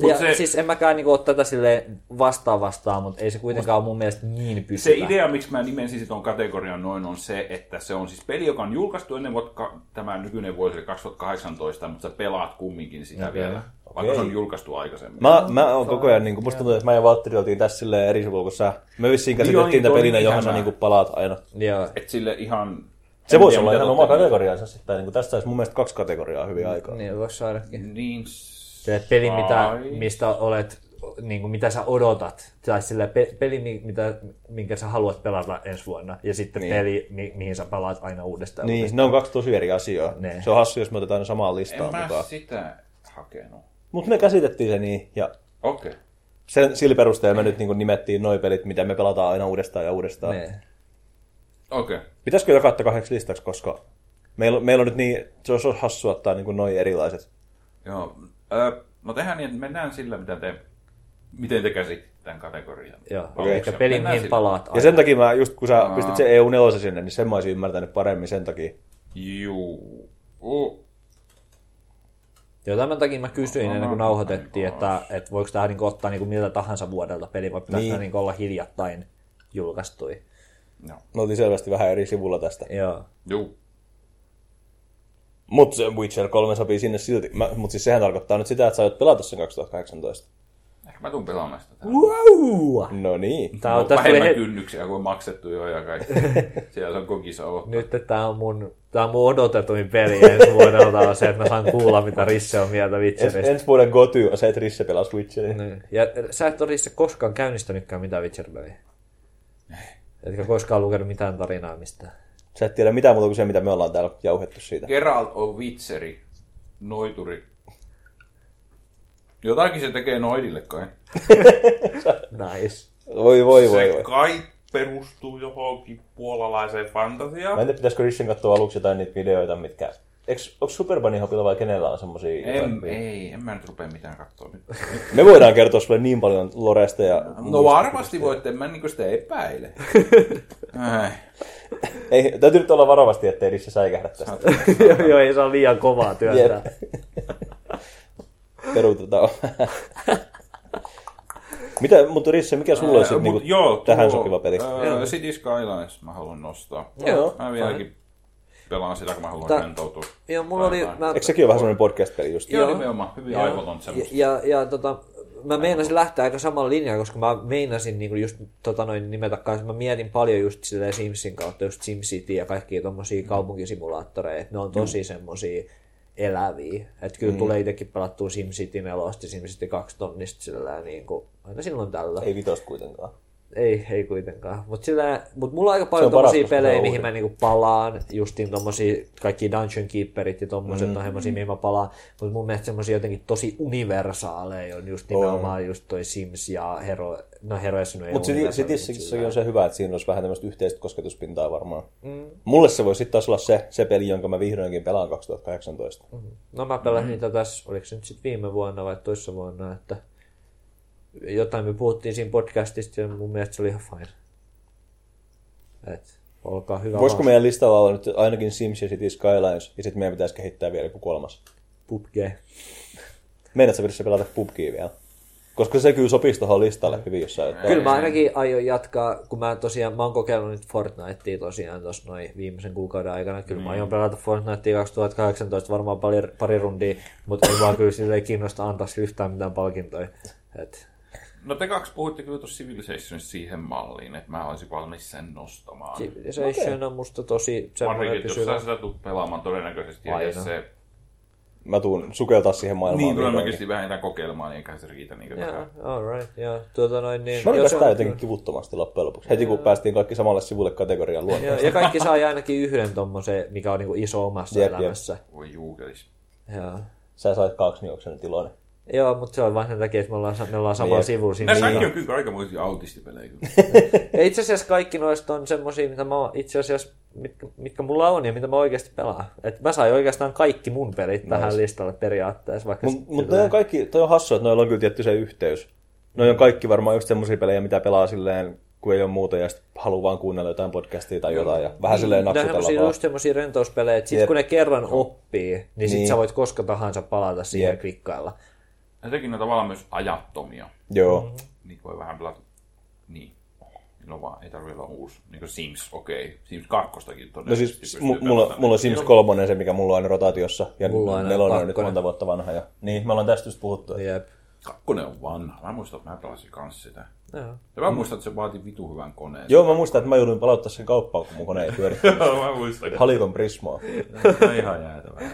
S1: Mut
S3: ja
S1: se-
S3: se... siis en mäkään niinku ole tätä sille vastaan vastaan, mutta ei se kuitenkaan ole mun mielestä niin
S1: Se
S3: pysyvä.
S1: idea, miksi mä nimensin sit on kategorian noin, on se, että se on siis peli, joka on julkaistu ennen vuotta, ka- tämä nykyinen vuosi eli 2018, mutta sä pelaat kumminkin sitä okay. vielä, vaikka okay. se on julkaistu aikaisemmin.
S2: Mä, mä oon koko ajan, niin kuin, musta tuntuu, että mä ja Valtteri oltiin tässä silleen eri sivulla, kun sä, me vissiin käsiteltiin
S1: Niin,
S2: tätä
S1: toi
S2: pelinä,
S1: on
S2: johon
S1: ikävää.
S2: sä niin kuin, palaat aina.
S3: Joo.
S1: Et sille ihan...
S2: Se
S1: en
S2: voisi
S1: tiedä,
S2: olla
S1: mitä
S2: ihan
S1: te
S2: oma
S1: olette-
S2: kategoriansa sitten, niin kuin tästä olisi mun mielestä kaksi kategoriaa hyvin aikaa.
S3: Niin voisi saadakin.
S1: Niin... s-
S3: Sille peli, mitä,
S1: Ai.
S3: mistä olet, niin kuin, mitä sä odotat. Tai sille pe- peli, mi- mitä, minkä sä haluat pelata ensi vuonna. Ja sitten niin. peli, mi- mihin sä palaat aina uudestaan.
S2: Niin, ne on kaksi tosi eri asiaa.
S3: Ne.
S2: Se on hassu, jos me otetaan ne samaan
S1: En
S2: listaan
S1: mä
S2: mukaan.
S1: sitä hakenut.
S2: Mutta me käsitettiin se niin, ja
S1: Okei. Okay.
S2: sen, sillä perusteella me nyt niin kuin nimettiin noi pelit, mitä me pelataan aina uudestaan ja uudestaan.
S3: Ne.
S1: Okei. Okay.
S2: Pitäisikö jakaa tämä kahdeksi listaksi, koska meillä, meillä on nyt niin, se olisi hassua ottaa niin kuin noi erilaiset.
S1: Joo. Ö, no tehdään niin, että mennään sillä, mitä te, miten te käsititte tämän kategorian.
S3: Joo,
S1: Aluksi.
S3: okay. eli peli,
S1: Mennään
S3: mihin
S1: sillä.
S3: palaat
S2: Ja
S3: aina.
S2: sen takia mä, just kun sä pistit sen EU4 sinne, niin sen mä olisin ymmärtänyt paremmin sen takia.
S1: Juu. Uh.
S3: Joo, tämän takia mä kysyin ennen kuin nauhoitettiin, että, että voiko tämä niinku ottaa niinku miltä tahansa vuodelta peli, vai pitäisi
S2: Niin.
S3: niin. niinku olla hiljattain julkaistui.
S2: Me oltiin selvästi vähän eri sivulla tästä.
S3: Joo.
S1: Juu.
S2: Mutta se Witcher 3 sopii sinne silti. Mutta siis sehän tarkoittaa nyt sitä, että sä aiot pelata sen 2018.
S1: Ehkä mä tuun pelaamaan sitä. täällä.
S3: Wow!
S2: No niin.
S3: Tää
S1: Mulla
S3: on,
S1: on
S3: tästä tuli
S1: vähemmän
S3: heti,
S1: kynnyksiä kuin maksettu jo ja kaikki. Siellä se on kokisalo.
S3: nyt tämä on mun
S5: Tämä on mun odotetuin peli ensi vuodelta on se, että mä saan kuulla, mitä Risse on mieltä
S2: Ens,
S5: Witcherista.
S2: ensi vuoden Goty on se, että Risse pelaa Switchillä.
S1: No.
S5: Niin. Ja sä et ole Risse koskaan käynnistänytkään mitään Witcher-peliä. Etkä koskaan lukenut mitään tarinaa mistään.
S2: Sä et tiedä mitään muuta kuin se, mitä me ollaan täällä jauhettu siitä.
S1: Geralt on vitseri, noituri. Jotakin se tekee noidille kai.
S5: Nice.
S2: Voi voi voi
S1: Se
S2: voi.
S1: kai perustuu johonkin puolalaiseen fantasiaan.
S2: Mä en tiedä, pitäisikö Rissen katsoa aluksi jotain niitä videoita, mitkä... Eiks, onko Superbunny hopilla vai kenellä on semmosia?
S1: En,
S2: jotain-
S1: ei, en mä nyt rupea mitään katsoa nyt.
S2: Me voidaan kertoa sulle niin paljon Loresta ja...
S1: No varmasti voitte, en mä niinku sitä epäile. Ai,
S2: Ei, täytyy nyt olla varovasti, ettei Risse säikähdä tästä.
S5: joo, joo, ei saa liian kovaa työtä.
S2: Jep. Peruutetaan. Mitä, mutta Risse, mikä sulla olisi
S1: mut
S2: niinku
S1: joo, tuo,
S2: tähän sopiva peli?
S1: Ää, City Skylines mä haluan nostaa.
S5: Joo,
S1: Mä vieläkin pelaan sitä, kun mä haluan
S3: Tää-
S1: rentoutua.
S3: Joo, mulla oli... Mä,
S2: Eikö sekin ole vähän semmoinen podcast-peli just?
S1: Joo,
S3: Joo.
S1: nimenomaan. Hyvin aivoton
S3: ja,
S1: semmoista.
S3: ja, ja tota, mä meinasin lähteä aika samalla linjalla, koska mä meinasin niinku just tota noin nimetä kanssa. Mä mietin paljon just silleen Simsin kautta, just SimCity ja kaikkia tommosia kaupunkisimulaattoreja. että Ne on tosi mm. semmosia eläviä. Että kyllä mm. tulee itsekin pelattua SimCity 4, SimCity 2 tonnista sillä niinku, aina silloin tällä.
S2: Ei vitosta kuitenkaan.
S3: Ei, ei kuitenkaan. Mutta mut mulla on aika paljon
S2: Se on paras,
S3: tommosia
S2: koska se on
S3: pelejä,
S2: uusi.
S3: mihin mä niinku palaan. Justiin tommosia, kaikki Dungeon Keeperit ja tommoset mm, on semmosia, mihin mä palaan. Mutta mun mielestä semmosia jotenkin tosi universaaleja on just nimenomaan just toi Sims ja Hero... No Hero ei ole
S2: Mutta
S3: universaali, mut
S2: Citissäkin on se hyvä, että siinä olisi vähän tämmöistä yhteistä kosketuspintaa varmaan. Mm. Mulle se voi sitten taas olla se, se peli, jonka mä vihdoinkin pelaan 2018. Mm.
S3: No mä pelasin niitä tässä, oliko se nyt sitten viime vuonna vai toissa vuonna, että jotain me puhuttiin siinä podcastista ja mun mielestä se oli ihan fine. Et, olkaa hyvä
S2: Voisiko
S3: vaan.
S2: meidän listalla olla nyt ainakin Sims ja City Skylines, ja sitten meidän pitäisi kehittää vielä joku kolmas.
S3: PUBG.
S2: Meidät sä Virsi, pelata PUBGia vielä? Koska se kyllä sopisi tuohon listalle hyvin, jos sä...
S3: Kyllä mä ainakin aion jatkaa, kun mä tosiaan, mä oon kokeillut nyt Fortnitea tosiaan tuossa noin viimeisen kuukauden aikana. Kyllä mm. mä aion pelata Fortnitea 2018 varmaan pari, pari rundia, mutta ei vaan kyllä sille kiinnosta antaa sille yhtään mitään palkintoja. Et,
S1: No te kaksi puhuitte kyllä tuossa Civilizationissa siihen malliin, että mä olisin valmis sen nostamaan.
S3: Civilization okay. on musta tosi semmoinen
S1: Varsinkin, jos
S3: pysyvä.
S1: sä sitä tulet pelaamaan todennäköisesti, ja jos se
S2: Mä tuun sukeltaa siihen maailmaan.
S1: niin
S2: vihdoinkin.
S1: todennäköisesti vähintään kokeilemaan, niin eikä se riitä niin
S3: Joo,
S1: yeah.
S3: alright, joo. Tuota noin, niin,
S2: Mä olin
S3: jos-
S2: tästä jotenkin kivuttomasti loppujen lopuksi. Heti kun päästiin kaikki samalle sivulle kategorian luontoon.
S3: joo, ja kaikki saa ainakin yhden tommosen, mikä on niinku iso omassa
S2: Jep,
S3: jep,
S2: jep.
S3: elämässä.
S1: Voi juukelis.
S3: Niin. Joo.
S2: Sä sait kaksi, niin onko se nyt iloinen?
S3: Joo, mutta se on vain sen takia, että me ollaan, sa- me ollaan samalla
S2: Jep.
S3: sivulla. siinä
S1: Nämä
S3: viivalla.
S2: Niin.
S1: säkin on kyllä aikamoisia autistipelejä. kyllä.
S3: Ja itse asiassa kaikki noista on semmosia, mitä mä oon- itse asiassa, mitkä, mitkä mulla on ja mitä mä oikeasti pelaan. Et mä sain oikeastaan kaikki mun pelit tähän listalle periaatteessa, vaikka...
S2: Mutta mut noi on kaikki, toi on hassua, että noilla on kyllä tietty se yhteys. Noi on kaikki varmaan just semmoisia pelejä, mitä pelaa silleen, kun ei ole muuta ja sitten haluaa vaan kuunnella jotain podcastia tai jotain. Ja vähän silleen
S3: Nämä
S2: naksutella
S3: on
S2: vaan.
S3: just Mm. semmosia rentouspelejä, että sit
S2: Jep.
S3: kun ne kerran oppii, niin, niin sit
S2: Niin.
S3: sä voit koska tahansa palata siihen
S2: Jep.
S3: klikkailla.
S1: Jotenkin ne on tavallaan myös ajattomia.
S3: Mm.
S2: Joo.
S1: Niin voi vähän pelata. Niin. No vaan, ei tarvitse olla uusi. Niin kuin Sims, okei. Okay. Sims 2 todennäköisesti
S2: No siis
S1: pystyy
S2: mu- mulla,
S1: pelaamaan.
S2: mulla on Sims 3, se mikä mulla on aina rotaatiossa. Ja
S3: Mulla on aina
S2: nelonen on nyt
S3: kakkonen.
S2: monta vuotta vanha. Ja... Niin, me ollaan tästä just puhuttu. että-
S3: Jep.
S1: Kakkonen on vanha. Mä muistan, että mä pelasin kans sitä.
S3: Joo.
S1: Ja mä muistan, että se vaati vitu hyvän koneen.
S2: Joo, mä muistan, että mä jouduin palauttaa sen kauppaan, kun mun kone ei pyörittänyt.
S1: mä muistan.
S2: Halikon Prismaa.
S1: Se on ihan jäätävä, joo.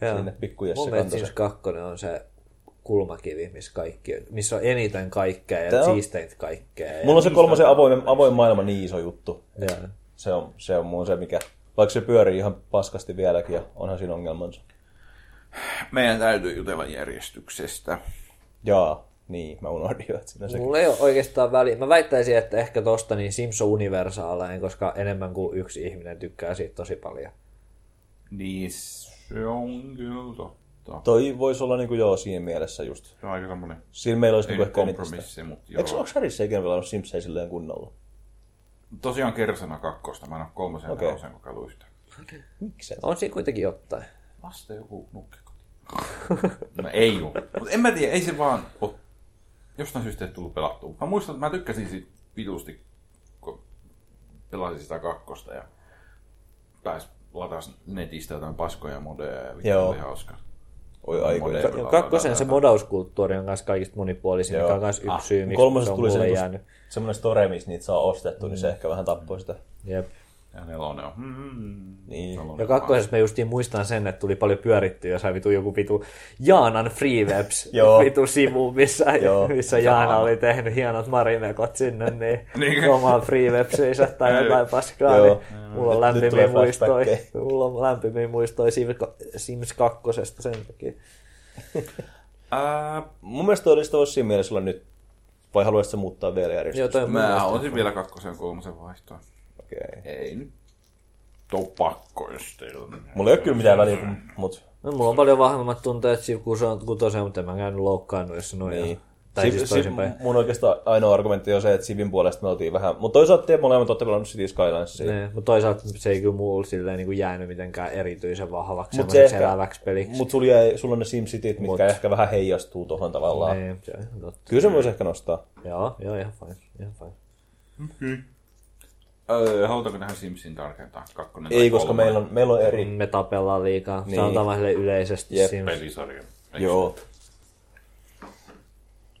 S3: Joo.
S2: Sinne
S3: Mun
S2: pikkujessa
S3: mielestä
S2: kantoi se.
S3: Sims 2 on se kulmakivi, missä, kaikki, missä on eniten kaikkea ja
S2: Tää on-
S3: siisteintä kaikkea. ja-
S2: Mulla on se kolmosen avoin, avoin maailma niin iso juttu.
S3: Joo.
S2: Se on, se on mun se, mikä, vaikka se pyörii ihan paskasti vieläkin ja onhan siinä ongelmansa.
S1: Meidän täytyy jutella järjestyksestä.
S2: Jaa, niin, mä unohdin jo, että siinä on se.
S3: Mulla ei ole oikeastaan väliä. Mä väittäisin, että ehkä tosta niin Sims on universaalein, koska enemmän kuin yksi ihminen tykkää siitä tosi paljon.
S1: Niin, se on kyllä totta.
S2: Toi voisi olla niinku joo siinä mielessä just.
S1: Se on aika semmonen
S2: Siinä meillä olisi
S1: ei
S2: niinku
S1: nyt
S2: ehkä eniten sitä.
S1: kompromissi, mutta joo.
S2: Eikö onko Harissa ikinä pelannut Simsejä silleen kunnolla?
S1: Tosiaan kersana kakkosta, mä en ole kolmosen okay.
S2: Okei.
S1: nelosen kokeilu yhtään.
S2: Miksi
S3: On siinä kuitenkin jotain.
S1: Vasta joku nukkikoti. no ei oo. Mut en mä tiedä, ei se vaan oo. Jostain syystä ei tullut pelattua. Mä muistan, että mä tykkäsin siitä vitusti, kun pelasin sitä kakkosta ja pääs latas netistä jotain paskoja modeja ja vittu
S2: Joo.
S1: oli hauska.
S2: Oi aikoja.
S1: Modeja. Joo,
S3: Kakkosen
S1: joo,
S3: se
S1: joo.
S3: modauskulttuuri on myös kaikista monipuolisin,
S2: Joo.
S3: mikä on myös yksi
S1: Ah,
S3: syy, miksi se
S2: Kolmosesta
S3: on
S2: tuli
S3: mulle
S2: se
S3: jäänyt. Mm.
S2: niinku semmoinen store, missä niitä saa ostettu, niin se ehkä vähän tappoi sitä.
S3: Jep.
S1: Ja nelonen on. Mm,
S2: Niin.
S1: nelonen
S3: Ja
S1: on
S3: kakkosessa mä justiin muistan sen, että tuli paljon pyörittyä ja sai vitu joku vitu Jaanan Freewaps
S2: Joo.
S3: vitu sivu, missä,
S2: Joo.
S3: missä Jaana oli tehnyt hienot marimekot sinne, niin,
S1: Niin.
S3: niin. omaan Freewapsiinsa tai jotain paskaa,
S2: Joo.
S3: niin mulla on
S2: Nyt- nyt tulee
S3: lämpimiä muistoja.
S2: flashbackkejä.
S3: Mulla on lämpimiä muistoja Sims- Sims 2 sen takia.
S1: Ää,
S2: Mun mielestä toi olisi tosi mielessä olla nyt. Vai haluaisitko muuttaa vielä
S3: Joo,
S2: järjestystä?
S3: toi on mun
S1: mä
S3: mielestä-
S1: olisin vielä kakkosen ja kolmosen vaihtoa.
S2: Okei. Okay.
S1: Ei nyt. Tuu pakko just.
S2: Mulla ei ole kyllä mitään väliä, kun- mut...
S3: No, mulla on paljon vahvemmat tunteet Sims 6 on kutoseen, mutta en mä käynyt loukkaannut, jos noin.
S2: Niin.
S3: Niin. Tai siis
S2: Siv- Siv-
S3: toisinpäin.
S2: mun oikeastaan ainoa argumentti on se, että Sivin puolesta me oltiin vähän... Mutta toisaalta te molemmat olette pelannut City Skylines. siinä.
S3: Niin, mutta toisaalta se ei kyllä mulla silleen niin kuin jäänyt mitenkään erityisen vahvaksi
S2: Mut se
S3: semmoiseksi
S2: ehkä-
S3: eläväksi peliksi.
S2: niin- Mut sulla, jäi, sulla on ne SimCityt, mitkä ehkä vähän heijastuu tuohon tavallaan.
S3: Niin, se on ihan totta.
S2: Kyllä se voisi ehkä nostaa.
S3: Joo, joo, ihan fine. Ihan fine.
S1: Öö, halutaanko tähän Simsin tarkentaa? Kakkonen tai
S2: Ei, koska
S1: kolmonen?
S2: meillä on, meillä on eri...
S3: Me tapellaan liikaa. Niin. Sanotaan vaan sille yleisesti
S2: Niin. Jep.
S3: Jep. Sims.
S1: Pelisarja. Eikö?
S2: Joo.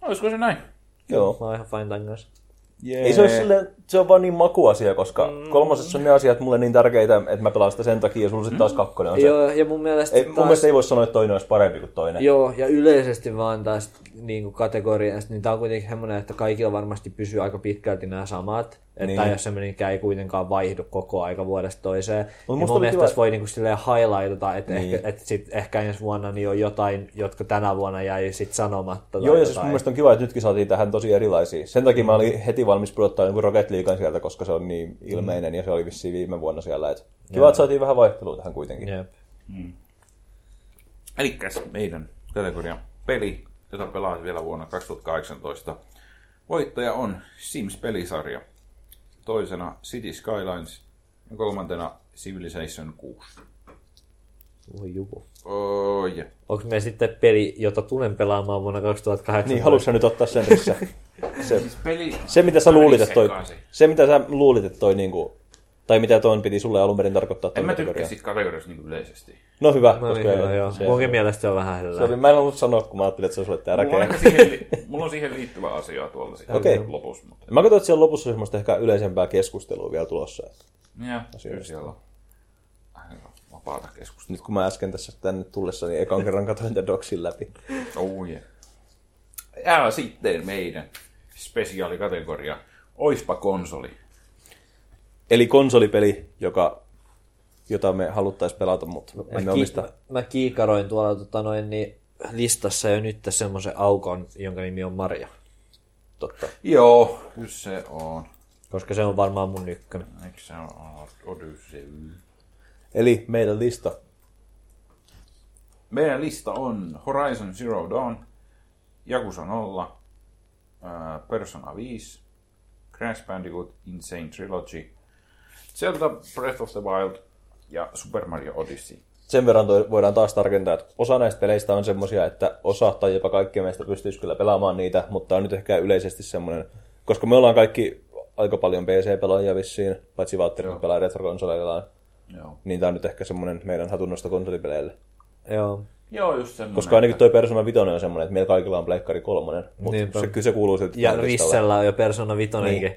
S1: Olisiko se näin?
S2: Joo.
S3: Mä oon ihan fine tämän kanssa.
S1: Jee.
S2: Ei se, ole silleen, se on vaan niin makuasia, koska
S3: Mm.
S2: kolmosessa on ne asiat mulle niin tärkeitä, että mä pelaan sitä sen takia, ja sulla sitten taas kakkonen on se.
S3: Mm. Joo, ja mun mielestä
S2: Ei, mun mielestä ei voi sanoa, että toinen olisi parempi kuin toinen.
S3: Joo, ja yleisesti vaan taas niin kategoriasta, niin tämä on kuitenkin semmoinen, että kaikilla varmasti pysyy aika pitkälti nämä samat. Että
S2: Niin.
S3: niin. jos semmoinenkään ei kuitenkaan vaihdu koko aika vuodesta toiseen. Niin
S2: musta
S3: mun
S2: oli
S3: mielestä
S2: kiva-
S3: tässä voi niinku silleen highlightata, että
S2: Niin.
S3: niin. ehkä, et sit ehkä ensi vuonna niin on jotain, jotka tänä vuonna jäi sit sanomatta. tai
S2: Joo, ja siis mun
S3: jotain.
S2: mielestä on kiva, että nytkin saatiin tähän tosi erilaisia. Sen takia mä olin heti valmis pudottaa jonkun Rocket Leaguean sieltä, koska se on niin ilmeinen ja se oli vissiin viime vuonna siellä. Et kiva, että saatiin vähän vaihtelua tähän kuitenkin.
S3: Jep.
S1: Elikkäs meidän kategorian peli, jota pelaat vielä vuonna 2018. Voittaja on Sims-pelisarja. Toisena City Skylines ja kolmantena Civilization 6.
S3: Voi juku.
S1: Oh, yeah.
S3: Onko me sitten peli, jota tulen pelaamaan vuonna 2018?
S2: Niin, haluatko sä nyt ottaa sen rissä? Se,
S1: Peli...
S2: se, mitä sä luulit, että toi,
S1: sekaisin.
S2: se, mitä sä luulit, että toi niinku, tai mitä ton piti sulle alun perin tarkoittaa
S1: En
S2: ton
S1: mä
S2: kategoriaan.
S1: tykkää siitä kategoriasta niin yleisesti.
S2: No hyvä,
S3: No niin,
S2: koska
S3: joo, joo.
S2: se,
S3: Munkin mielestä se on vähän hyvä.
S2: se, mä en ollut sanoa, kun mä ajattelin, että se on sulle
S1: Mulla on,
S2: tärkeä.
S1: ehkä siihen, li- mulla on siihen liittyvä asiaa tuolla sitten
S2: Okei.
S1: lopussa. Mutta...
S2: Mä katsoin, että siellä lopussa on semmoista ehkä yleisempää keskustelua vielä tulossa.
S1: Ja, kyllä siellä on aika vapaata keskustelua.
S2: Nyt kun mä äsken tässä tänne tullessa, niin ekan kerran katsoin tämän doksin läpi.
S1: Oh yeah. Ja sitten meidän spesiaalikategoria. Oispa konsoli.
S2: Eli konsolipeli, joka, jota me haluttaisiin pelata, mutta emme omista.
S3: No, mä kiikaroin tuolla tota noin, niin listassa jo nyt semmoisen aukon, jonka nimi on Marja. Totta.
S1: Joo, kyllä se on.
S3: Koska se on varmaan mun ykkönen.
S1: Eikö se ole Odyssey?
S2: Eli meidän lista.
S1: Meidän lista on Horizon Zero Dawn, Yakuza 0, ää, Persona 5, Crash Bandicoot Insane Trilogy, Zelda Breath of the Wild ja Super Mario Odyssey.
S2: Sen verran toi, voidaan taas tarkentaa, että osa näistä peleistä on semmosia, että osa tai jopa kaikki meistä pystyisi kyllä pelaamaan niitä, mutta on nyt ehkä yleisesti semmoinen, koska me ollaan kaikki aika paljon PC-pelaajia vissiin, paitsi Valtteri kun pelaa retrokonsoleillaan,
S1: Joo.
S2: niin tämä on nyt ehkä semmoinen meidän hatunnosto konsolipeleille.
S3: Joo.
S1: Joo, just semmonen.
S2: Koska ainakin toi Persona 5 on semmoinen, että meillä kaikilla on pleikkari kolmonen, mutta
S3: Niinpä.
S2: se, kyllä se kuuluu silti
S3: Ja
S2: tähän listalle.
S3: Rissellä on jo Persona 5.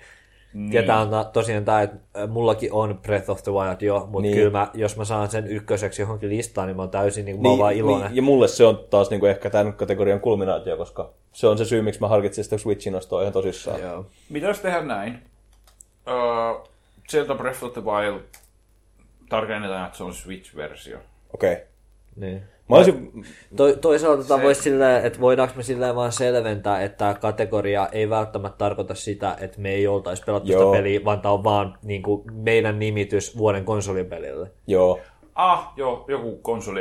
S3: Niin. Ja tää on ta- tosiaan tää, että mullakin on Breath of the Wild jo, mutta
S2: Niin.
S3: niin. kyllä mä, jos mä saan sen ykköseksi johonkin listaan, niin mä oon täysin niin, mä oon vaan iloinen.
S2: Niin, ja mulle se on taas niinku ehkä tämän kategorian kulminaatio, koska se on se syy, miksi mä harkitsin sitä Switchin ostoa ihan tosissaan. Joo.
S3: Joo.
S1: Mitäs tehdään näin? Öö, Zelda Breath of the Wild tarkennetaan, että se on Switch-versio.
S2: Okei. Okay.
S3: Niin.
S2: Mä olisin,
S3: To, toisaalta tämä voisi silleen, että voidaanko me silleen vaan selventää, että tämä kategoria ei välttämättä tarkoita sitä, että me ei oltaisi pelattu
S2: Joo.
S3: sitä peliä, vaan tämä on vaan niin kuin, meidän nimitys vuoden konsolipelille.
S2: joo.
S1: Ah, joo, joku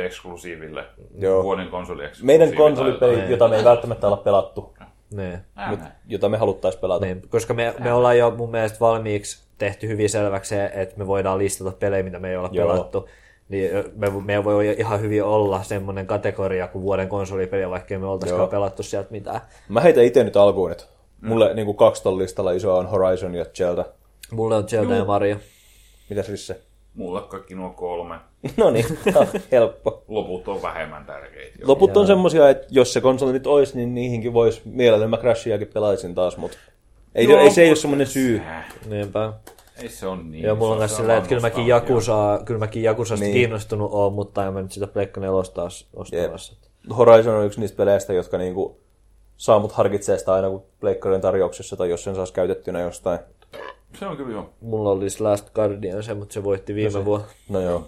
S1: konsolieksklusiiville.
S2: Joo.
S1: Vuoden konsolieksklusiiville.
S2: Meidän konsolipeli, jota me ei välttämättä olla pelattu,
S3: Niin.
S1: Mutta
S2: jota me haluttaisiin pelata.
S3: Niin, koska me, me ollaan jo mun mielestä valmiiksi tehty hyvin selväksi se, että me voidaan listata pelejä, mitä me ei olla
S2: Joo.
S3: Joo. pelattu. Niin me, me voi ihan hyvin olla semmoinen kategoria kuin vuoden konsolipeli, vaikka me oltaisikaan pelattu sieltä mitään.
S2: Mä heitän itse nyt alkuun, että
S1: Mm.
S2: mulle niinku kaksi ton listalla isoa on Horizon ja Zelda.
S3: Mulle on Zelda ja Mario.
S2: Mitäs Risse?
S1: Mulle kaikki nuo kolme.
S2: No niin, helppo.
S1: Loput on vähemmän tärkeitä. Joo.
S2: Loput on semmosia, että jos se konsoli nyt olisi, niin niihinkin voisi mielellä mä Crashiakin pelaisin taas, mutta ei,
S1: Joo,
S2: ei, se ei
S1: mut-
S2: ole semmoinen syy.
S1: Äh,
S3: Niinpä.
S1: Ei se on niin.
S3: Ja mulla on
S1: Se
S3: myös sillä, että kyllä mäkin,
S1: nostalgia.
S3: Jakusaa, kyllä mäkin Jakusasta
S2: Niin.
S3: niin. kiinnostunut oon, mutta en mä nyt sitä Pleikka 4 taas ostamassa.
S2: Horizon on yksi niistä peleistä, jotka niinku saa mut harkitsee sitä aina, kun pleikkarin tarjouksessa tai jos sen saisi käytettynä jostain.
S1: Se on kyllä joo.
S3: Mulla olisi Last Guardian se, mutta se voitti viime no vuonna.
S2: No joo.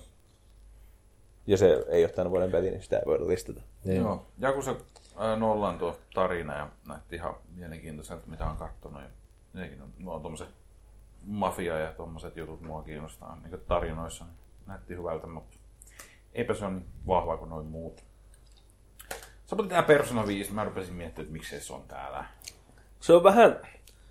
S2: Ja se ei ole tämän vuoden peli, niin sitä ei voida listata.
S3: Niin.
S1: joo. Jakusa ää, nollan tuo tarina ja näytti ihan mielenkiintoiselta, mitä on kattonut. Ja jotenkin on, nuo tommoset mafia ja tommoset jutut mua kiinnostaa niin tarinoissa. Niin näytti hyvältä, mutta eipä se ole niin vahva kuin noin muut. Samoin tämä Persona 5, mä rupesin miettimään, että miksei se on täällä.
S2: Se on vähän,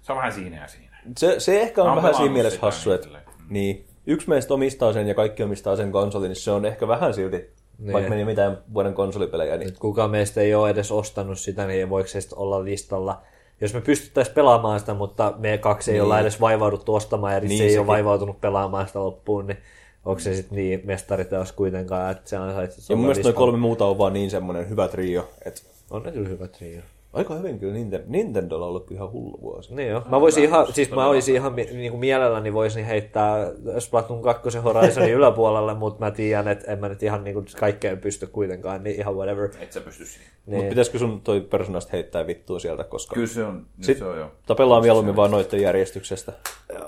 S1: Se on vähän siinä ja siinä.
S2: se, se ehkä on
S1: Mä oon
S2: vähän siinä
S1: pelannut
S2: mielessä
S1: sitä
S2: hassu,
S1: niin
S2: että
S1: silleen. Mm.
S2: niin, yksi meistä omistaa sen ja kaikki omistaa sen konsolin, niin se on ehkä vähän silti, niin.
S3: Niin.
S2: vaikka meni mitään vuoden konsolipelejä, niin
S3: Nyt kukaan meistä ei ole edes ostanut sitä, niin voiko se sitten olla listalla. Jos me pystyttäisiin pelaamaan sitä, mutta me kaksi ei niin. olla edes vaivauduttu ostamaan ja niin, se ei
S2: sekin.
S3: ole vaivautunut pelaamaan sitä loppuun, niin onko se sitten niin mestariteos kuitenkaan, että se ansaitsisi
S2: Ja mun
S3: olla
S2: mielestä
S3: listalla.
S2: noi kolme muuta on vaan niin semmonen hyvä trio, että
S3: On ne kyllä niin hyvä trio.
S2: aika hyvin kyllä Nintendo, Nintendolla on ollut ihan hullu vuosi.
S3: Niin jo. Mä voisin ihan, siis mä olisin ihan mi- niinku mielelläni voisin heittää Splatoon 2 Horizonin yläpuolelle, mutta mä tiedän, että en mä nyt ihan niinku kaikkeen pysty kuitenkaan, niin ihan whatever.
S1: Et sä pysty siihen.
S2: Niin. Mutta pitäisikö sun toi persoonasta heittää vittua sieltä, koska...
S1: Kyllä se on,
S2: Sit-
S1: Sit... se on jo.
S2: Tai pelaa mieluummin vaan noitten järjestyksestä.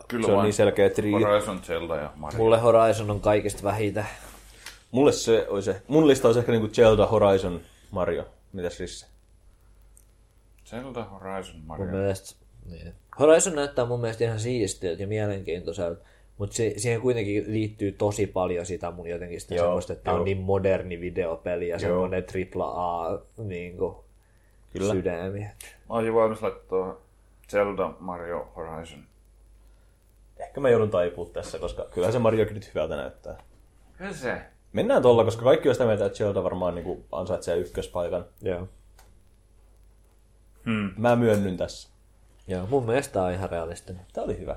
S1: Kyllä
S2: se on
S1: vain.
S2: niin selkeä trio.
S1: Horizon, Zelda ja Mario.
S3: Mulle Horizon on kaikista vähitä.
S2: Mulle se olisi ehkä, mun lista olisi ehkä niinku Zelda, Horizon, Mario. Mitäs Risse?
S1: Zelda, Horizon, Mario.
S3: Mun mielestä, niin. Horizon näyttää mun mielestä ihan siistiltä ja mielenkiintoiselta, mutta se, siihen kuitenkin liittyy tosi paljon sitä mun jotenkin sitä
S2: Joo,
S3: semmoista, että tämä
S2: joo.
S3: on niin moderni videopeli ja semmoinen tripla A niin kuin,
S2: Kyllä.
S3: sydämi.
S1: Mä olisin valmis laittaa Zelda, Mario, Horizon.
S2: Ehkä mä joudun taipuu tässä, koska kyllä se Mariokin nyt hyvältä näyttää.
S1: Kyllä se.
S2: Mennään tuolla, koska kaikki on sitä mieltä, että Zelda varmaan niinku ansaitsee ykköspaikan.
S3: Joo.
S2: Mä myönnyn tässä.
S3: Joo, mun mielestä tää on ihan realistinen.
S2: Tää oli hyvä.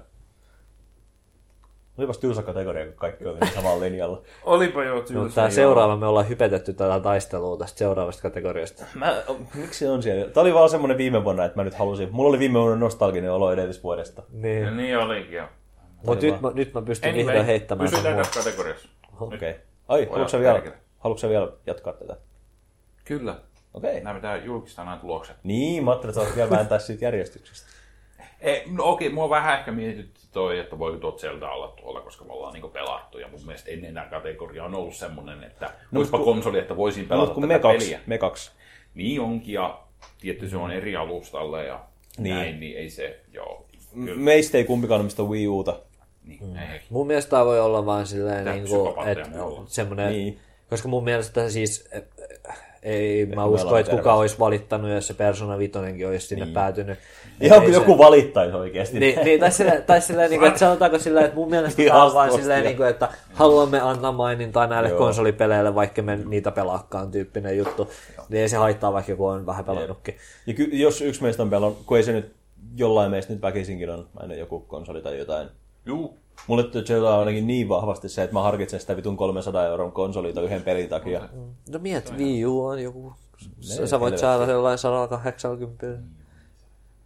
S2: Olipas tylsä kategoria, kun kaikki oli niin samalla linjalla.
S1: Olipa jo
S3: No,
S1: tylsä.
S3: tää
S1: joo.
S3: seuraava, me ollaan hypetetty tätä taistelua tästä seuraavasta kategoriasta.
S2: Mä, miksi se on siellä? Tämä oli vaan semmoinen viime vuonna, että mä nyt halusin. Mulla oli viime vuonna nostalginen olo edellisvuodesta.
S1: Ja
S3: Niin.
S1: niin olikin jo.
S3: Mutta nyt, mä, nyt mä pystyn anyway, vihdoin heittämään sen
S1: pysytään
S3: muun.
S1: tässä kategoriassa.
S2: Okei. Okay. Ai, haluatko sä vielä,
S1: perkele.
S2: haluatko sä vielä jatkaa tätä?
S1: Kyllä.
S2: Okei. Okay.
S1: Nämä pitää julkistaa nämä tulokset.
S2: Niin, mä ajattelin, että sä oot vielä vääntää siitä järjestyksestä.
S1: Ei, no okei, mua vähän ehkä mietitytti toi, että voiko tuo Zelda olla tuolla, koska me ollaan niinku pelattu. Ja mun mielestä ennen enää kategoria on ollut semmonen, että no, olisipa konsoli, että voisin
S2: No,
S1: pelata
S2: mutta kun
S1: tätä
S2: me kaksi,
S1: peliä.
S2: me kaksi.
S1: Niin onkin, ja tietty se on eri alustalle ja
S2: Niin.
S1: niin. näin, niin ei se, joo. Kyllä,
S2: Meistä ei kumpikaan omista Wii Uta.
S1: niin, ei.
S3: Mun mielestä tämä voi olla vaan silleen,
S1: Tää
S3: niin kuin,
S1: psykopaatteja
S3: että
S1: me ollaan.
S3: semmoinen,
S2: Niin.
S3: niin. koska mun mielestä siis, eh, ei mä
S2: ollaan
S3: usko, että kuka
S2: terveet.
S3: olisi valittanut, jos se Persona Vitoinenkin olisi sinne niin. päätynyt.
S2: Ihan kun
S3: Ei se-
S2: joku valittaisi oikeesti.
S3: Niin, niin, tai silleen, tai silleen niin kuin, että sanotaanko silleen, että mun mielestä tämä on vaan
S2: Ihastusti.
S3: silleen, niin kuin, että haluamme antaa mainintaa näille
S2: Joo.
S3: Joo. konsolipeleille, vaikka me niitä pelaakaan tyyppinen juttu. Niin ei se haittaa, vaikka joku on vähän pelannutkin.
S2: Ja ky- jos yksi meistä on pelon, kun ei se nyt jollain meistä nyt väkisinkin on aina joku konsoli tai jotain.
S1: Juu,
S2: Mulle tuo Zelda on ainakin niin vahvasti se, että mä harkitsen sitä vitun 300 euron konsolita yhden pelin takia.
S3: No mieti, Wii U on joku, sä,
S2: Ei,
S3: sä voit
S2: helvetti. Mm.
S3: saada sellainen 180.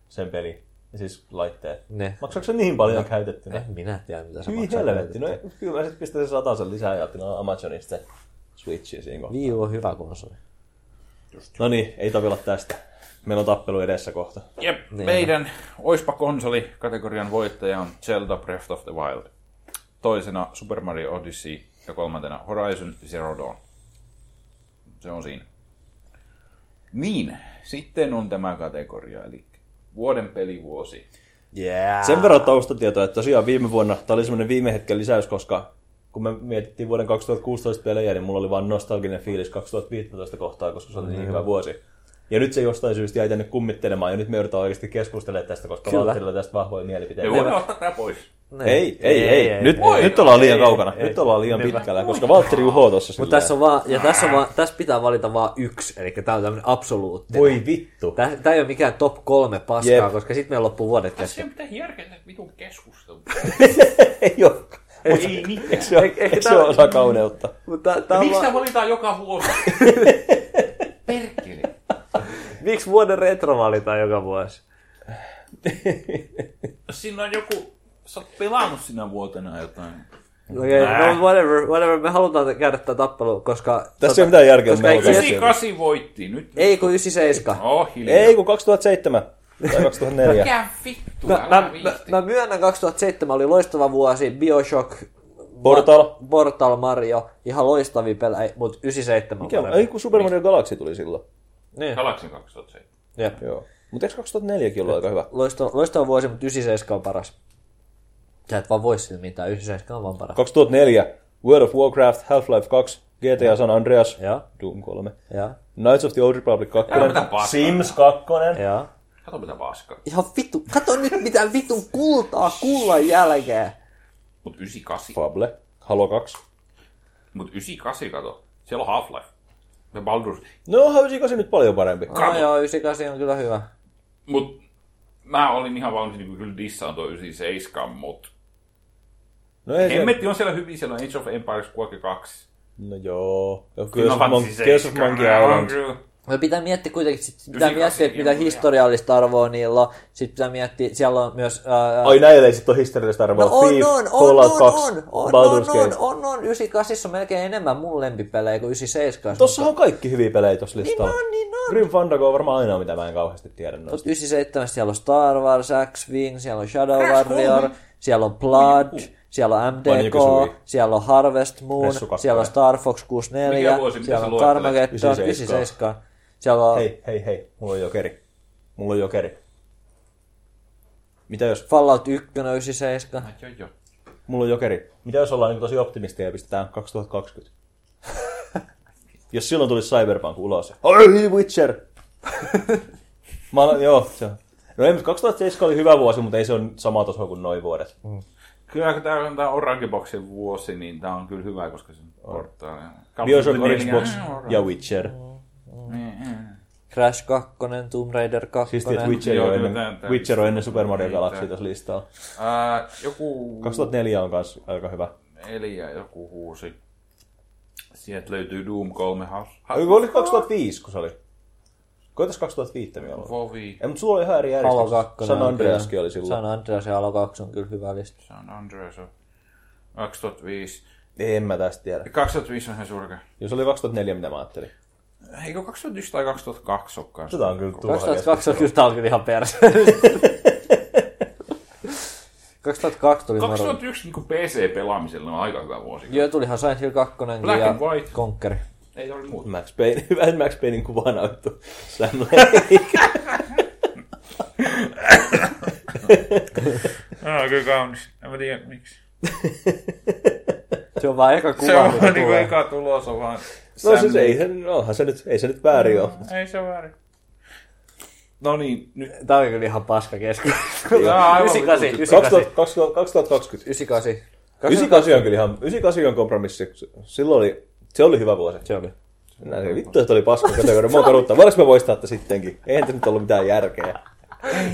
S2: Sen peli. Ja siis laitteet.
S3: Ne.
S2: Maksaako se niin paljon käytettynä?
S3: En minä tiedä, mitä sä
S2: Hyi
S3: maksat.
S2: helvetti. No kyllä mä sit pistän sen sataisen lisää ja tilaan Amazonista se Switchin siinä kohtaa.
S3: Wii U on hyvä konsoli.
S2: No niin, ei tapella tästä. Meillä on tappelu edessä kohta.
S1: Jep, meidän Oispa konsoli kategorian voittaja on Zelda Breath of the Wild. Toisena Super Mario Odyssey ja kolmantena Horizon Zero Dawn. Se on siinä. Niin, sitten on tämä kategoria, eli vuoden pelivuosi.
S3: Yeah.
S2: Sen verran taustatietoa, että tosiaan viime vuonna, tämä oli semmoinen viime hetken lisäys, koska kun me mietittiin vuoden 2016 pelejä, niin mulla oli vaan nostalginen fiilis 2015 kohtaa, koska se oli niin hyvä vuosi. Ja nyt se jostain syystä jäi tänne kummittelemaan, ja nyt me joudutaan oikeasti keskustelemaan tästä, koska
S3: Kyllä.
S2: Valtterilla tästä vahvoja mielipiteitä.
S1: Me voidaan ottaa tämä pois.
S3: Niin.
S2: Ei, Niin. ei, ei. ei, nyt, ei, nyt ollaan liian ei, kaukana. Ei, nyt ollaan liian ei, pitkällä, koska Valtteri juhoo tuossa
S3: Mutta tässä, on vaan, ja tässä, on vaan, tässä pitää valita vaan yksi, eli tämä on tämmöinen absoluutti.
S2: Voi vittu.
S3: Tämä, tämä ei ole mikään top kolme paskaa,
S2: Jep.
S3: Jep. koska sitten meillä loppuu vuodet
S1: Se
S3: kesken.
S1: pitää järkeä vitun keskustelu.
S2: ei ole.
S1: Ei mitään.
S2: Se on,
S3: Eikö- eikö
S2: se
S3: tää-
S2: on osa kauneutta.
S3: Mutta tämä
S1: Miksi tämä valitaan joka vuosi? Perkele.
S3: miksi vuoden retro valitaan joka vuosi?
S1: Siinä on joku sä oot pelannut sinä vuotena jotain.
S3: Okei, okay, no whatever, whatever, me halutaan käydä tätä tappelua, koska... tota-
S2: Tässä ei ole mitään järkeä,
S3: koska
S2: me
S3: eikö se,
S1: 98 voitti nyt.
S3: ei kun 97.
S1: Oh, hiljaa.
S2: Ei, kun 2007 tai 2004.
S1: Mikä vittu,
S3: Mä, mä,
S1: älä
S3: mä,
S1: viihti.
S3: mä myönnän 2007 oli loistava vuosi, Bioshock,
S2: Portal.
S3: Portal Mario, ihan loistavia pelejä, mutta 97
S2: Mikä on?
S3: parempi.
S2: Ei, kun Super Mario Galaxy tuli silloin.
S3: Niin,
S1: Galaxy 2007.
S3: jep.
S2: Joo. Mutta eikö 2004kin ollut aika hyvä?
S3: Loistava, loistava vuosi, mutta 97 on paras. Sä et vaan voi sille mitään, 97 on vaan paras.
S2: 2004, World of Warcraft, Half-Life 2, GTA San Andreas,
S3: Joo.
S2: Doom 3,
S3: Joo.
S2: Knights of the Old Republic 2,
S1: Älä mitä paskaa.
S2: Sims 2,
S3: Joo.
S1: Kato mitä paskaa.
S3: Ihan vittu, kato nyt mitä vitun kultaa kullan jälkeen.
S1: Mut 98.
S2: Fable, Halo 2.
S1: Mut 98 kato. Siellä on Half-Life. Ja Baldur's.
S2: No onhan 98 nyt paljon parempi.
S3: No joo, 98 on kyllä hyvä.
S1: Mut mä olin ihan valmis niinku kyllä dissaan tuo 97, mut
S2: No ei se...
S1: Hemmetti on siellä hyvin, siellä on Age of Empires 6 2.
S2: No joo. Ja Curse
S1: Final
S2: of
S1: Fantasy
S2: Mon- Curse of
S1: 7.
S2: Monkey Island.
S3: Me pitää miettiä kuitenkin, sit pitää
S1: 98
S3: miettiä, että mitä
S1: on ihan-
S3: historiallista arvoa niillä on. Sitten pitää miettiä, siellä on myös... Ää,
S2: Ai näillä ei sit ole historiallista arvoa.
S3: No on,
S2: Thief,
S3: on, on,
S2: Fallout
S3: on,
S2: 2,
S3: on, on, on,
S2: Baldur's
S3: on,
S2: Gate.
S3: on, on, 98 on melkein enemmän mun lempipelejä kuin 97.
S2: Tossahan on kaikki hyviä pelejä tossa listalla.
S3: on, niin on.
S2: Grim Fandango on varmaan ainoa, mitä mä en kauheasti tiedä noista.
S3: Mutta 97 siellä on Star Wars, X-Wing, siellä on Shadow Warrior, siellä on Blood, siellä on MDK,
S2: Banjo-Kazooie.
S3: siellä on Harvest Moon,
S2: Ressu kakkonen.
S3: siellä on Star Fox
S1: Mikä
S3: 64,
S1: vuosi, mitä
S3: siellä
S1: sä
S3: on
S1: luettelet?
S3: Carmageddon,
S2: 97.
S3: 97, siellä on
S2: Hei, hei, hei. Mulla on jokeri. Mulla on jokeri. Mitä jos
S3: Fallout 1 97.
S1: Joo, joo.
S2: Mulla on jokeri. Mitä jos ollaan niin tosi optimistia ja pistetään 2020? jos silloin tulisi Cyberpunk ulos. Oi, Witcher! Mä olen, joo, se on. No ei, mutta 2007 oli hyvä vuosi, mutta ei se ole sama taso kuin noin vuodet.
S1: Mm. Kyllä kun tää on tää Orangeboxin vuosi, niin tää on kyllä hyvä, koska se portaa.
S2: Bioshock
S1: Niin,
S2: Orange Box
S1: äh,
S2: ja Witcher. Siis
S3: Crash 2, Tomb Raider 2.
S2: Siis tiedät, Witcher,
S1: Joo,
S2: on
S1: kyllä Niin,
S2: ennen,
S1: tää- tää-
S2: Witcher on ennen Super Mario
S1: Ei
S2: Galaxy
S1: tää.
S2: tässä listalla.
S1: Ää, joku
S2: 2004 on myös aika hyvä.
S1: neljä joku huusi. Sieltä löytyy Doom 3 has. Ha-
S2: Oliko oli 2005, kun se oli? Koitas 2005 me olla.
S1: Vovi.
S2: Ei, mutta sulla oli ihan eri
S3: Halo
S2: järjestys.
S3: 2.
S2: San Andreaskin oli silloin.
S3: San Andreas ja Halo 2 on kyllä hyvä lista.
S1: San Andreas on 2005.
S2: En mä tästä tiedä.
S1: 2005 on ihan surkea.
S2: Jos oli 2004, mitä mä ajattelin.
S1: Eikö 2001 tai 2002 ole kanssa?
S2: Tätä on kyllä turha
S3: 2002 on kyllä, tää on kyllä ihan perse. 2002 tuli Mario.
S1: 2001 niin PC-pelaamiselle on aika hyvä vuosi.
S3: Joo, tulihan Silent Hill 2
S1: Black
S3: ja
S1: and White.
S3: Conquer.
S1: Ei tarvi muuta.
S2: Max Payne, hyvä Max Paynein kuva näyttö. Sam Lake.
S1: No, kyllä kaunis. En mä tiedä miksi.
S3: Se on vaan eka kuva,
S1: Se on
S3: mikä
S1: vaan niinku
S3: tulee.
S1: eka tulos on vaan...
S2: No siis ei se, onhan se nyt, ei se nyt väärin ole.
S1: Ei se väärin. No niin, nyt
S3: Tää on kyllä ihan paska keskustelu.
S1: Tää on aivan
S3: 98,
S1: vitun
S2: 2000 2020.
S3: 98.
S2: 98 on kyllä ihan, 98 on kompromissi. Silloin oli, se oli hyvä vuosi.
S3: Se oli.
S2: Näin, se vittu, että oli paska kategoria. Mua kaduttaa. Voidaanko me voistaa tätä sittenkin? Eihän tässä nyt ollut mitään järkeä.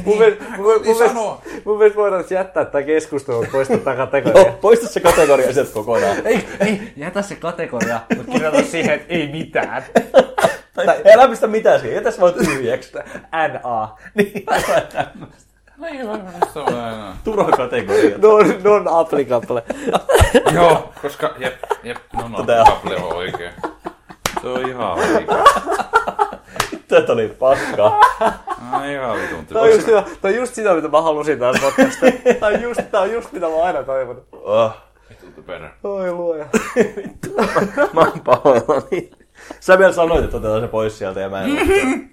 S3: Mun mielestä- mun- mun
S1: sanoa.
S3: mielestä- mun mielestä voidaan jättää tää keskustelu, pois tätä kategoriaa.
S2: No, poista se kategoria sieltä kokonaan.
S3: Ei, ei, jätä se kategoria, mutta kirjoita siihen, että ei mitään.
S2: Tai älä pistä mitään siihen. Jätä sä vaan tyhjäksi.
S3: NA.
S2: Niin.
S1: No ei varmasti ole enää.
S2: Turha kategoria.
S3: Non, non applicable.
S1: Joo, koska jep, jep, no no,
S2: Tää-
S1: kable on oikein. Se on ihan oikein.
S2: Tätä oli paskaa.
S1: Ai ihan vitun
S3: Tää on, just
S1: typerä.
S3: sitä, tää on just sitä, mitä mä halusin täältä podcastia. Tää on just, tää on just mitä mä oon aina toivonut.
S2: Oh.
S1: Vitun typerä.
S3: Oi luoja.
S2: Mä oon pahoillani. Sä vielä sanoit, että otetaan se pois sieltä ja mä en...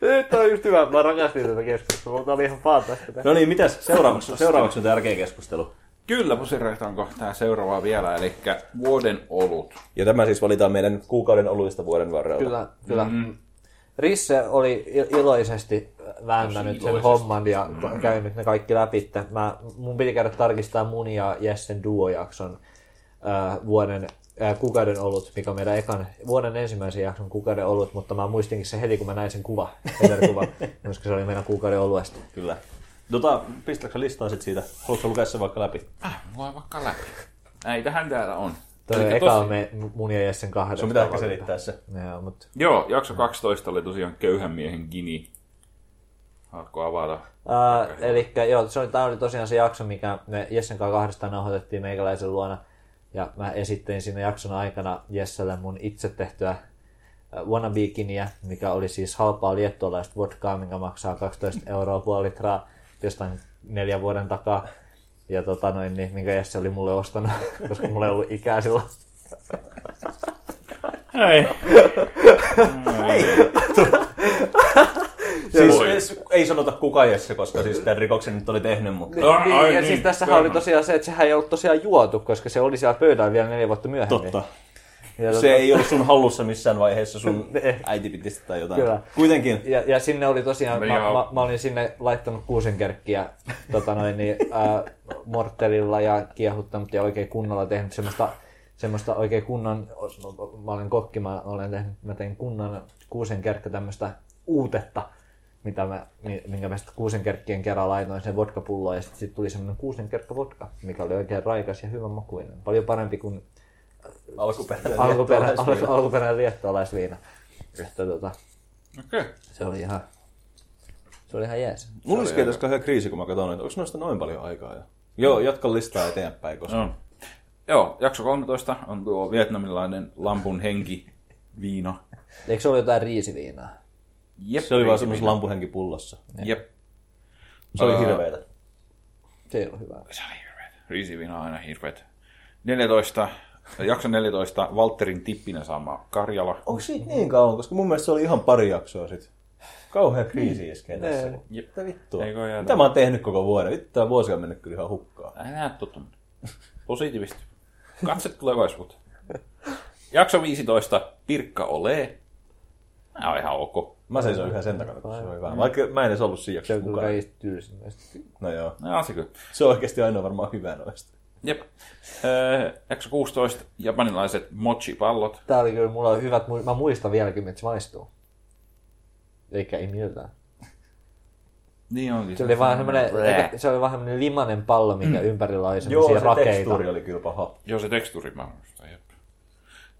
S3: Nyt on just hyvä, mä rakastin tätä keskustelua. Tää oli ihan fantastista.
S2: No niin, mitäs? Seuraavaksi, seuraavaksi on tärkeä keskustelu.
S1: Kyllä, puserehtaan kohtaa seuraavaa vielä, eli vuoden olut.
S2: Ja tämä siis valitaan meidän kuukauden oluista vuoden varrella.
S3: Kyllä, kyllä. Mm. Risse oli il- iloisesti vääntänyt sen
S1: iloisesti.
S3: homman ja käynyt ne kaikki läpi. Mä, mun piti käydä tarkistaa mun ja Jessen duojakson äh, vuoden äh, kuukauden olut, mikä on meidän ekan, vuoden ensimmäisen jakson kuukauden olut, mutta mä muistinkin se heti, kun mä näin sen kuva, kuvan, koska se oli meidän kuukauden oluesta.
S2: Kyllä. Tota, pistätkö listaa sit siitä? Haluatko sä lukea sen vaikka läpi?
S1: Äh, mulla on vaikka läpi. Näitähän täällä on.
S3: Toi
S1: Elikkä
S3: eka
S1: tosi-
S3: on me, mun ja Jessen kahden.
S2: Sun pitää No ehkä selittää se.
S3: Joo, mutta
S1: Joo, jakso 12 oli tosiaan köyhän miehen gini. Haluatko avata?
S3: Uh, eli joo, se oli, tämä oli tosiaan se jakso, mikä me Jessen kanssa kahdestaan nauhoitettiin meikäläisen luona. Ja mä esittelin siinä jakson aikana Jesselle mun itse tehtyä äh, wannabikiniä, mikä oli siis halpaa liettualaista vodkaa, mikä maksaa 12 euroa puoli litraa jostain neljän vuoden takaa. Ja tota noin, niin, minkä Jesse oli mulle ostanut, koska mulla ei ollut ikää silloin.
S4: Hei.
S2: Siis, siis, ei sanota kuka Jesse, koska siis tämän rikoksen nyt oli tehnyt, mutta...
S1: No,
S3: niin,
S1: ai
S3: ja
S1: niin,
S3: siis tässähän oli
S1: perhana.
S3: tosiaan se, että sehän ei ollut tosiaan juotu, koska se oli siellä pöydällä vielä neljä vuotta myöhemmin.
S2: Totta.
S3: Ja, tota-
S2: Se ei ollut sun hallussa missään vaiheessa, sun
S3: Eh.
S2: äiti piti sitä tai jotain.
S3: Kyllä.
S2: Kuitenkin.
S3: ja, ja sinne oli tosiaan,
S1: Meni
S3: mä,
S1: ihan-
S3: mä, mä, olin sinne laittanut kuusenkerkkiä tota noin, niin, ää, morttelilla ja kiehuttanut ja oikein kunnolla tehnyt semmoista, semmoista oikein kunnon, mä olen kokki, mä, olen tehnyt, mä tein kunnon kuusenkerkkä tämmöistä uutetta, mitä mä, mi- minkä mä sitten kuusenkerkkien kerran laitoin sen vodkapulloon ja sitten sit tuli semmoinen kuusenkerkkä vodka, mikä oli oikein raikas ja hyvän makuinen. Paljon parempi kuin
S2: Alkuperäinen.
S3: alkuperä, al, alkuperäinen riettolaisviina. Että tota,
S1: Okei. Okay.
S3: se oli ihan, se oli ihan jees.
S2: Mulla iskee tässä kahden kriisi, kun mä katson, että onko noista noin paljon aikaa jo. Joo, jatka listaa eteenpäin, koska...
S1: No. Joo, jakso 13 on tuo vietnamilainen lampun henki viino.
S3: Eikö se ollut jotain riisiviinaa?
S1: Jep,
S2: Se oli vaan semmoisessa lampuhenki pullossa.
S1: Jep.
S2: Se oli hirveetä.
S3: Se ei ollut hyvä.
S1: Se oli hirveet. Riisiviina on aina hirveet. 14. Jakso 14. Walterin tippinä sama Karjala.
S2: Onko siitä niin kauan? Koska mun mielestä se oli ihan pari jaksoa sit. Kauhea kriisi iskee tässä.
S1: Jep.
S2: Mitä vittua?
S1: Ei voi jäädä.
S2: Mitä mä oon tehnyt koko vuoden? Vittu, tää vuosi on mennyt kyllä ihan hukkaan.
S1: Älä totta. Positiivista. Katse tulevaisuutta. Jakso 15. Pirkka olee. Nää on ihan ok.
S2: Mä seisoin yhden sen takana, kun se oli hyvä. Vaikka mä en edes ollut siinä jaksossa
S3: Se on kyllä
S2: mukana.
S3: kaikista tylsin näistä.
S2: No joo.
S1: Nää on se kyllä.
S2: Se on oikeasti ainoa varmaan hyvä noista.
S3: Niin
S1: Jep. Öö, jakso 16. Japanilaiset mochi-pallot.
S3: Tää oli kyllä, mulla on hyvät, mu- mä muistan vieläkin, mitä se maistuu. Eikä ei miltään.
S1: Niin onkin.
S3: Se oli vaan semmonen,
S1: Bleh.
S3: se oli vaan semmonen limanen pallo, mikä ympärillä oli
S2: Joo,
S3: semmosia
S2: se
S3: rakeita.
S2: tekstuuri oli kyllä paha.
S1: Joo, se tekstuuri mä muistan, jep.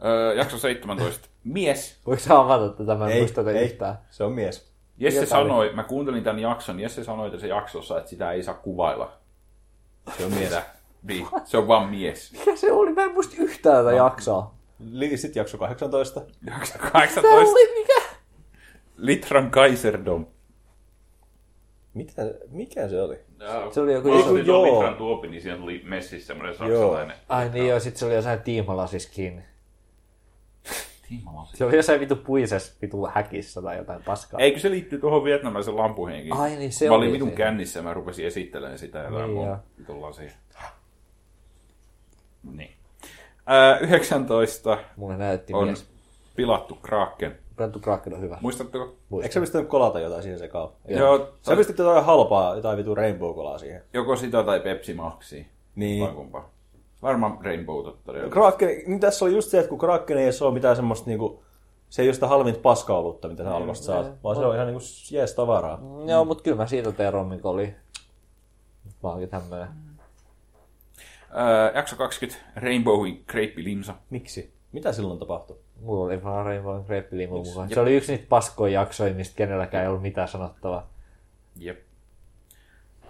S1: Öö, jakso 17. Mies.
S3: Voiko sä avata tätä? Mä en muista tätä yhtään.
S2: se on mies.
S1: Jesse
S3: Mikä tää oli?
S1: sanoi, mä kuuntelin tämän jakson, Jesse sanoi tässä jaksossa, että sitä ei saa kuvailla.
S2: Se on mies.
S1: Sitä. Niin, se on vaan mies.
S3: Mikä se oli? Mä en muista yhtään tätä jaksoa.
S2: Li- Sitten jakso 18.
S1: Jakso
S3: Tää
S1: 18.
S3: oli mikä?
S1: Litran Kaiserdom.
S2: Mitä, mikä se oli?
S3: Se oli joku
S1: Kun
S3: iso...
S1: ostin tuon
S2: joo.
S1: litran tuopi, niin siinä oli messissä semmoinen
S2: Joo.
S1: saksalainen.
S3: Ai niin joo, sit se oli jossain tiimalaisiskin.
S1: Joo.
S3: Se oli jossain vitu puises, vitu häkissä tai jotain paskaa.
S1: Eikö se liittyy tuohon vietnamaisen lampuhenkiin?
S3: Ai niin, se
S1: Mä olin
S3: oli
S1: vitun
S3: se.
S1: kännissä, mä rupesin esittelemään sitä ja
S3: Niin,
S1: niin,
S3: joo.
S1: vitun lasia. Niin. Ää, 19
S3: Mulle näytti
S1: on
S3: mies.
S1: pilattu Kraken.
S3: Brentu Kraken on hyvä.
S1: Muistatteko?
S2: Eikö sä pistänyt kolata jotain siihen sekaan?
S1: Joo,
S2: Sä pistit jotain halpaa, jotain vitu rainbow kolaa siihen.
S1: joko sitä tai Pepsi Maxia.
S2: Niin.
S1: Vai kumpaa. Varmaan Rainbowta todella.
S2: Kraken, niin tässä oli just se, että kun Kraken ei se ole mitään semmoista niinku, se ei ole sitä halvinta paskaolutta, mitä sä alkosta saat, vaan se on ihan niinku jees tavaraa.
S3: Mm. Joo, mutta kyllä mä siitä teen rommikoli. Mä oonkin tämmönen.
S1: Ää, jakso 20, Rainbowin kreippilimsa.
S2: Miksi? Mitä silloin tapahtui?
S3: Mulla oli vaan Rainbow Crepe-limu mukaan. Se oli yksi niitä paskoja jaksoja, mistä kenelläkään ei ollut mitään sanottavaa.
S1: Jep.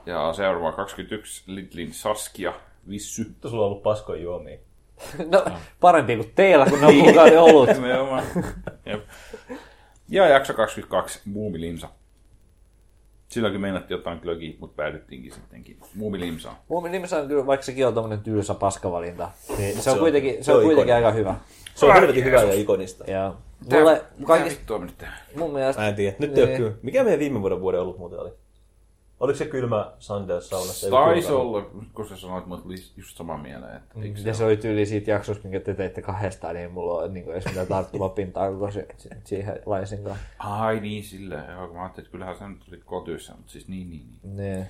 S1: Ja seuraava 21, Lidlin Saskia, Vissy.
S2: Mitä sulla on ollut paskoja juomia?
S3: No, Niin. parempi kuin teillä, kun ne on kuukauden ollut.
S1: Nimenomaan. Jep. Ja jakso 22, Muumilimsa. Silloinkin meinattiin jotain klökiä, mutta päädyttiinkin sittenkin Muumilimsaan.
S3: Mun nimessä on kyllä, vaikka sekin on tommonen tylsä paskavalinta, niin se on
S2: on-
S3: kuitenkin, se
S2: se
S3: on
S2: on
S3: kuitenkin aika hyvä.
S2: Se on helvetin hyvää ja ikonista.
S3: Ja mulle
S1: Mitä
S3: kaikista,
S1: vittua me nyt tehdään?
S3: mun mielestä,
S2: Mä en tiedä. Nyt ei ole
S3: Niin.
S2: kyllä. Mikä meidän viime vuoden vuoden ollut muuten oli? Oliko se kylmä Sundays saunassa? Ei
S1: Taisi
S2: kuulkaan.
S1: olla, kun sä sanoit, että mulla tuli just sama mieleen. Että eikö se
S3: Mm, ja se oli tyyli siitä jaksossa, minkä te teitte kahdestaan, niin mulla on niin edes mitään tarttumapintaa koko se, se- siihen laisinkaan.
S1: Ai niin, sillä. Joo, kun mä ajattelin, että kyllähän sä nyt tulit kotyssä, mutta siis niin, niin, niin.
S3: Niin.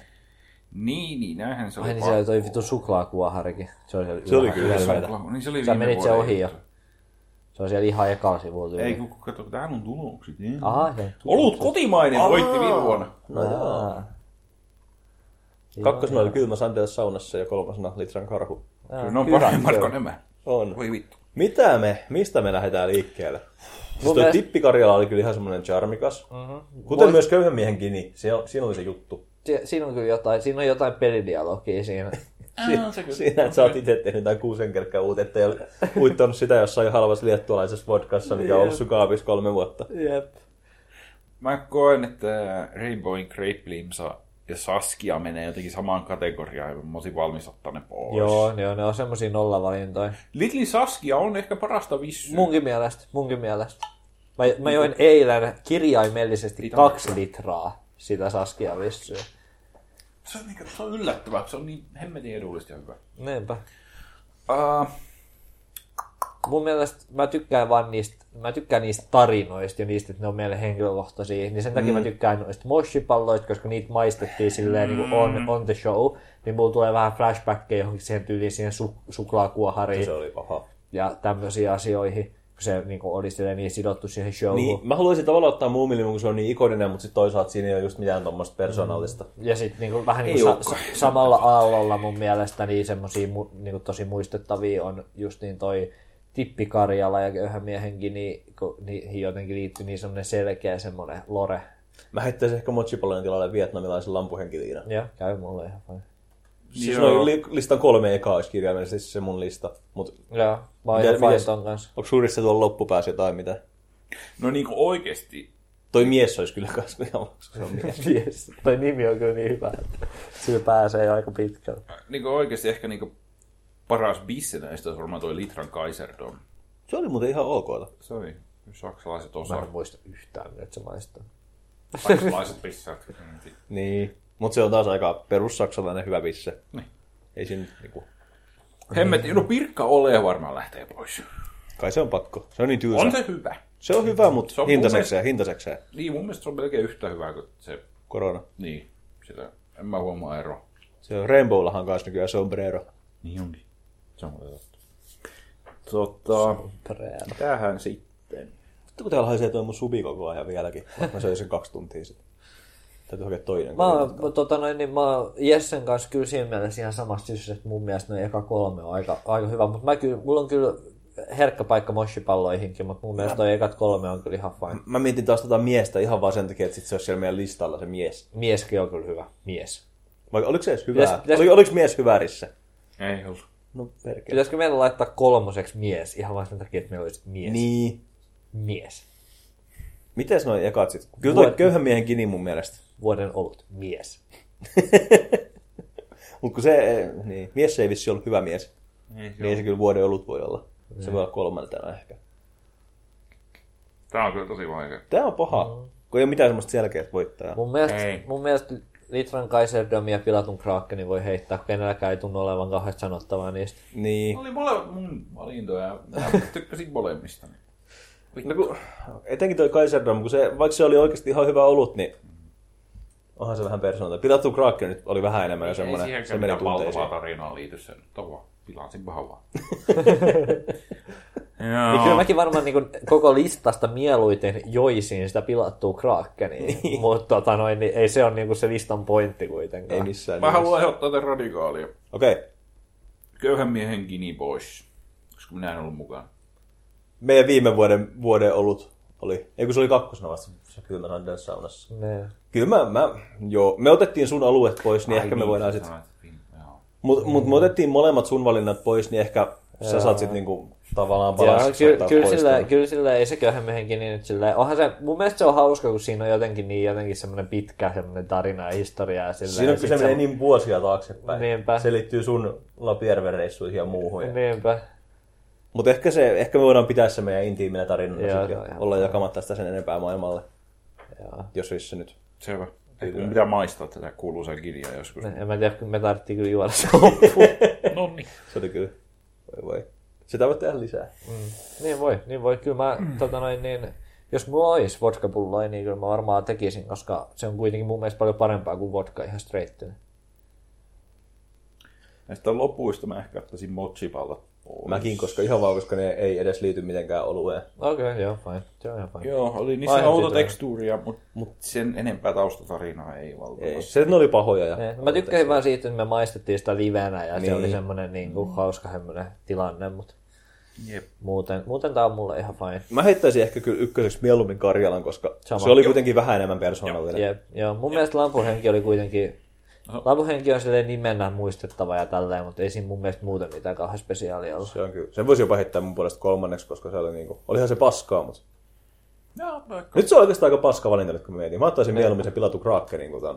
S1: Niin, niin, näinhän se oli.
S3: Ai niin
S1: pakko.
S3: siellä oli toi vitu suklaakuoharikin. Se oli siellä
S2: Se oli
S3: ylhäällä.
S2: kyllä
S3: ylhäällä.
S2: hyvä.
S1: Niin se oli
S3: Sä
S1: viime
S3: menit sen
S1: vuoden
S3: ohi jo.
S1: juttu.
S3: Se on siellä ihan ekalla sivulla tyyli.
S1: Ei, kun kun kato, kun täällä on tulokset. niin.
S3: Aha, se.
S1: Olut kotimainen voitti viime vuonna.
S2: No joo. Kakkosena oli kylmä Sundays saunassa ja kolmasena litran karhu.
S1: Kyllä ne on paremmat kuin nämä.
S2: On.
S1: Voi vittu.
S2: Mitä me, mistä me lähdetään liikkeelle? Siis toi
S3: mielestä-
S2: tippikarjala oli kyllä ihan semmoinen charmikas. Mm-hmm. Kuten
S3: Voi-
S2: myös köyhän miehen kini, se, on- siinä oli se juttu.
S3: Si- Siinä on kyllä jotain, siinä on jotain pelidialogia siinä.
S2: Si- siinä, että sä oot itse tehnyt jotain kuusenkerkkä uutetta ja uittanut sitä jossain halvassa liettualaisessa vodkassa, mikä on ollut sun kaapissa kolme vuotta.
S3: Jep.
S1: Mä koen, että äh, Rainbow in Grape Limsa ja Saskia menee jotenkin samaan kategoriaan, ja mä olisin valmis ottaa ne pois.
S3: Joo, joo, ne on semmosia nollavalintoja.
S1: Little Saskia on ehkä parasta vissyä.
S3: Munkin mielestä, munkin mielestä. Mä, mä join eilen kirjaimellisesti kaksi litraa sitä saskia vissyä.
S1: Se on, niinku, se on yllättävää, se on niin hemmetin edullista ja hyvä.
S3: Niinpä.
S1: Uh,
S3: Mun mielestä mä tykkään vaan niistä, mä tykkään niistä tarinoista ja niistä, että ne on meille henkilökohtaisia. Niin sen takia mm. mä tykkään noista moshipalloista, koska niitä maistettiin silleen
S2: Mm.
S3: niin kuin on, on the show. Niin mulla tulee vähän flashbackkejä johonkin siihen tyyliin, siihen su- suklaakuohariin
S2: Se oli paha.
S3: ja tämmöisiin asioihin. Kun se niin kuin oli silleen niin sidottu siihen showhun.
S2: Niin, mä haluaisin tavallaan ottaa muumilimon, kun se on niin ikoninen, mutta sitten toisaalta siinä ei ole just mitään tuommoista persoonallista.
S3: Ja sitten niinku, vähän niinku sa-
S1: olekaan.
S3: samalla aallolla mun mielestä niin semmosia mu- niinku, tosi muistettavia on just niin toi tippikarjala ja köyhän miehenkin, niin, kun niihin jotenkin liittyy niin semmoinen selkeä semmoinen lore.
S2: Mä heittäisin ehkä mochipallon tilalle vietnamilaisen lampuhenkiliinan.
S3: Ja käy mulle ihan fine.
S2: Siis noin li- listan kolme ekaa olisi kirjaimellisesti se mun lista. Mut
S3: Joo, mä oon
S2: Mitä-
S3: ihan fine
S2: mitäs-
S3: ton kanssa.
S2: onko suurissa tuolla loppupäässä jotain mitä?
S1: no niinku oikeesti.
S2: Toi mies olisi kyllä kans ihan koska se on mies.
S3: Yes. Toi nimi on kyllä niin hyvä, että sillä pääsee jo aika pitkälle.
S1: Niinku oikeesti ehkä niinku paras bisse näistä on varmaan toi Litran Kaiserdom.
S2: Se oli muuten ihan ok.
S1: Se oli saksalaiset
S3: Mä
S1: osa.
S3: en muista yhtään, että se maistaa.
S1: Saksalaiset bisseet.
S2: Niin. Mut se on taas aika perussaksalainen hyvä bisse.
S1: Niin.
S2: Ei siinä niinku...
S1: Hemmetti, no Pirkka Ole varmaan lähtee pois.
S2: Kai se on pakko. Se on niin tylsä.
S1: On se hyvä.
S2: se on hyvä, mut
S1: Se on
S2: hintasekseen, hintasekseen.
S1: Niin, mun mielestä se on melkein yhtä hyvä kuin se.
S2: Korona.
S1: Niin, sitä. En mä huomaa eroa.
S2: Se on Rainbowlahan kans nykyään sombrero.
S1: Niin onkin. Se on muuten totta. Tota,
S3: Prää.
S1: tähän sitten.
S2: Vittu kun täällä haisee toi mun subi koko ajan vieläkin. Vaikka Mä söin sen kaksi tuntia sitten. Täytyy hakea toinen.
S3: Mä, oon, tota noin, niin mä oon Jessen kanssa kyllä siinä mielessä ihan samassa syyssä, että mun mielestä ne eka kolme on aika, aika hyvä, mutta mä kyllä, mulla on kyllä herkkä paikka moshipalloihinkin, mutta mun mielestä toi ekat kolme on kyllä ihan fine.
S2: Mä mietin taas tota miestä ihan vaan sen takia, että sit se olisi siellä meidän listalla se mies.
S3: Mieskin on kyllä hyvä, mies.
S2: Vai oliko se edes hyvää?
S3: Pitäis-
S2: Pitäis,
S3: pitäis-
S2: Oli, oliko mies hyvärissä?
S1: Ei ollut.
S2: No perkele.
S3: Pitäisikö meidän laittaa kolmoseksi mies, ihan vaan sen takia, että meillä olisi mies. Niin.
S2: Niin.
S3: Mies.
S2: Mites noin ekat sit? Kyllä toi
S3: Vuod-
S2: köyhän miehen kini mun mielestä.
S3: Vuoden ollut mies.
S2: Mut kun se, niin, mies ei vissi ollut hyvä mies.
S1: Ei se
S2: Niin ei se kyllä vuoden olut voi olla. Se voi olla kolmantena ehkä.
S1: Tää on kyllä tosi vaikea.
S2: Tää on paha. Kun ei ole mitään semmoista selkeää voittajaa.
S3: Mun mielestä,
S1: Ei.
S3: mun mielestä Litran Kaiserdom ja Pilatun Krakenin voi heittää, kenelläkään ei tunnu olevan kauheasti sanottavaa niistä.
S2: Niin.
S1: Oli molemmat mun valintoja. ja Mä tykkäsin molemmista.
S2: No kun, etenkin toi Kaiserdom, kun se, vaikka se oli oikeasti ihan hyvä olut, niin onhan se vähän persoonalta. Pilattu Kraken nyt oli vähän enemmän jo semmoinen. Se meni tunteisiin.
S1: tarinaa liity sen. Tavoin. Pilasin pahan vaan.
S3: Niin
S1: Joo.
S3: kyllä mäkin varmaan niin koko listasta mieluiten joisin sitä pilattua kraakkenia, mutta tota noin, niin ei se ole niin se listan pointti kuitenkaan.
S2: Ei niin. missään.
S1: Mä
S2: nimessä.
S1: haluan ehdottaa tämän radikaalia.
S2: Okei.
S1: Köyhän miehen gini pois. Koska minä en ollut mukana.
S2: Meidän viime vuoden, vuoden olut oli, ei kun se oli kakkosena vasta, se kyllä mä sain Dance saunassa.
S3: Ne.
S2: Kyllä mä, mä, joo, me otettiin sun alueet pois, niin Ai ehkä me voidaan sit,
S1: sitten...
S2: mut, mut me otettiin molemmat sun valinnat pois, niin ehkä sä saat sit niinku tavallaan
S3: Ja
S2: palasiksi
S3: kyllä,
S2: ottaa
S3: kyllä,
S2: pois
S3: sillä,
S2: tämän.
S3: kyllä sillä ei se köyhemmehenkin niin nyt sillä, onhan se, mun mielestä se on hauska, kun siinä on jotenkin niin jotenkin semmoinen pitkä semmoinen tarina ja historia. Ja sillä,
S2: Siinä
S3: ja
S2: on
S3: sit
S2: kyse
S3: se-
S2: menee niin vuosia taaksepäin.
S3: Niinpä.
S2: Se liittyy sun Lapierven reissuihin ja muuhun. Ja...
S3: Niinpä.
S2: Mutta ehkä, se, ehkä me voidaan pitää se meidän intiiminä tarinana
S3: Joo,
S2: joo, sit,
S3: joo,
S2: ja
S3: joo.
S2: olla jakamatta sitä sen enempää maailmalle,
S3: Joo.
S2: jos olisi se nyt.
S1: Selvä. Ehkä pitää maistaa tätä kuuluisaa giniä joskus.
S3: En mä tiedä, kun me tarvittiin kyllä juoda se loppuun.
S1: No niin.
S2: Se oli kyllä, voi voi. Sitä voi tehdä lisää.
S3: Niin voi, niin voi. Kyllä mä, tota noin, niin, jos mulla olisi vodkapulloja, niin kyllä mä varmaan tekisin, koska se on kuitenkin mun mielestä paljon parempaa kuin vodka ihan straightinen.
S1: Näistä lopuista mä ehkä ottaisin mochipallot pois.
S2: Mäkin, koska ihan vaan, koska ne ei edes liity mitenkään olueen.
S3: Okei, okay, joo, fine. Se on ihan fine.
S1: Joo, oli niissä
S3: Aina
S1: outo
S3: pitää.
S1: tekstuuria, mutta mut sen enempää taustatarinaa ei valtavasti.
S2: Ei, se ne oli pahoja. Ja...
S3: Ne. Mä tykkäsin vaan siitä, että me maistettiin sitä livenä ja niin. se
S2: Niin.
S3: oli semmoinen niin kuin, hauska semmoinen tilanne, mutta
S1: Jep.
S3: Muuten, muuten tämä on mulle ihan fine.
S2: Mä heittäisin ehkä kyllä ykköseksi mieluummin Karjalan, koska
S3: Sama.
S2: se oli kuitenkin vähän enemmän persoonallinen.
S3: Jep, joo. Mun mielestä Lampun henki oli kuitenkin... Lampun henki on silleen nimenä muistettava ja tälleen, mutta ei siinä mun mielestä muuten mitään kauhean spesiaalia ollut.
S2: Se on kyllä. Sen voisi jopa heittää mun puolesta kolmanneksi, koska se oli niinku, olihan se paskaa, mutta...
S1: No, vaikka.
S2: Nyt se on oikeastaan aika paska valinta, nyt kun mietin. Mä ottaisin mieluummin se pilatu kraakkerin, kun tämän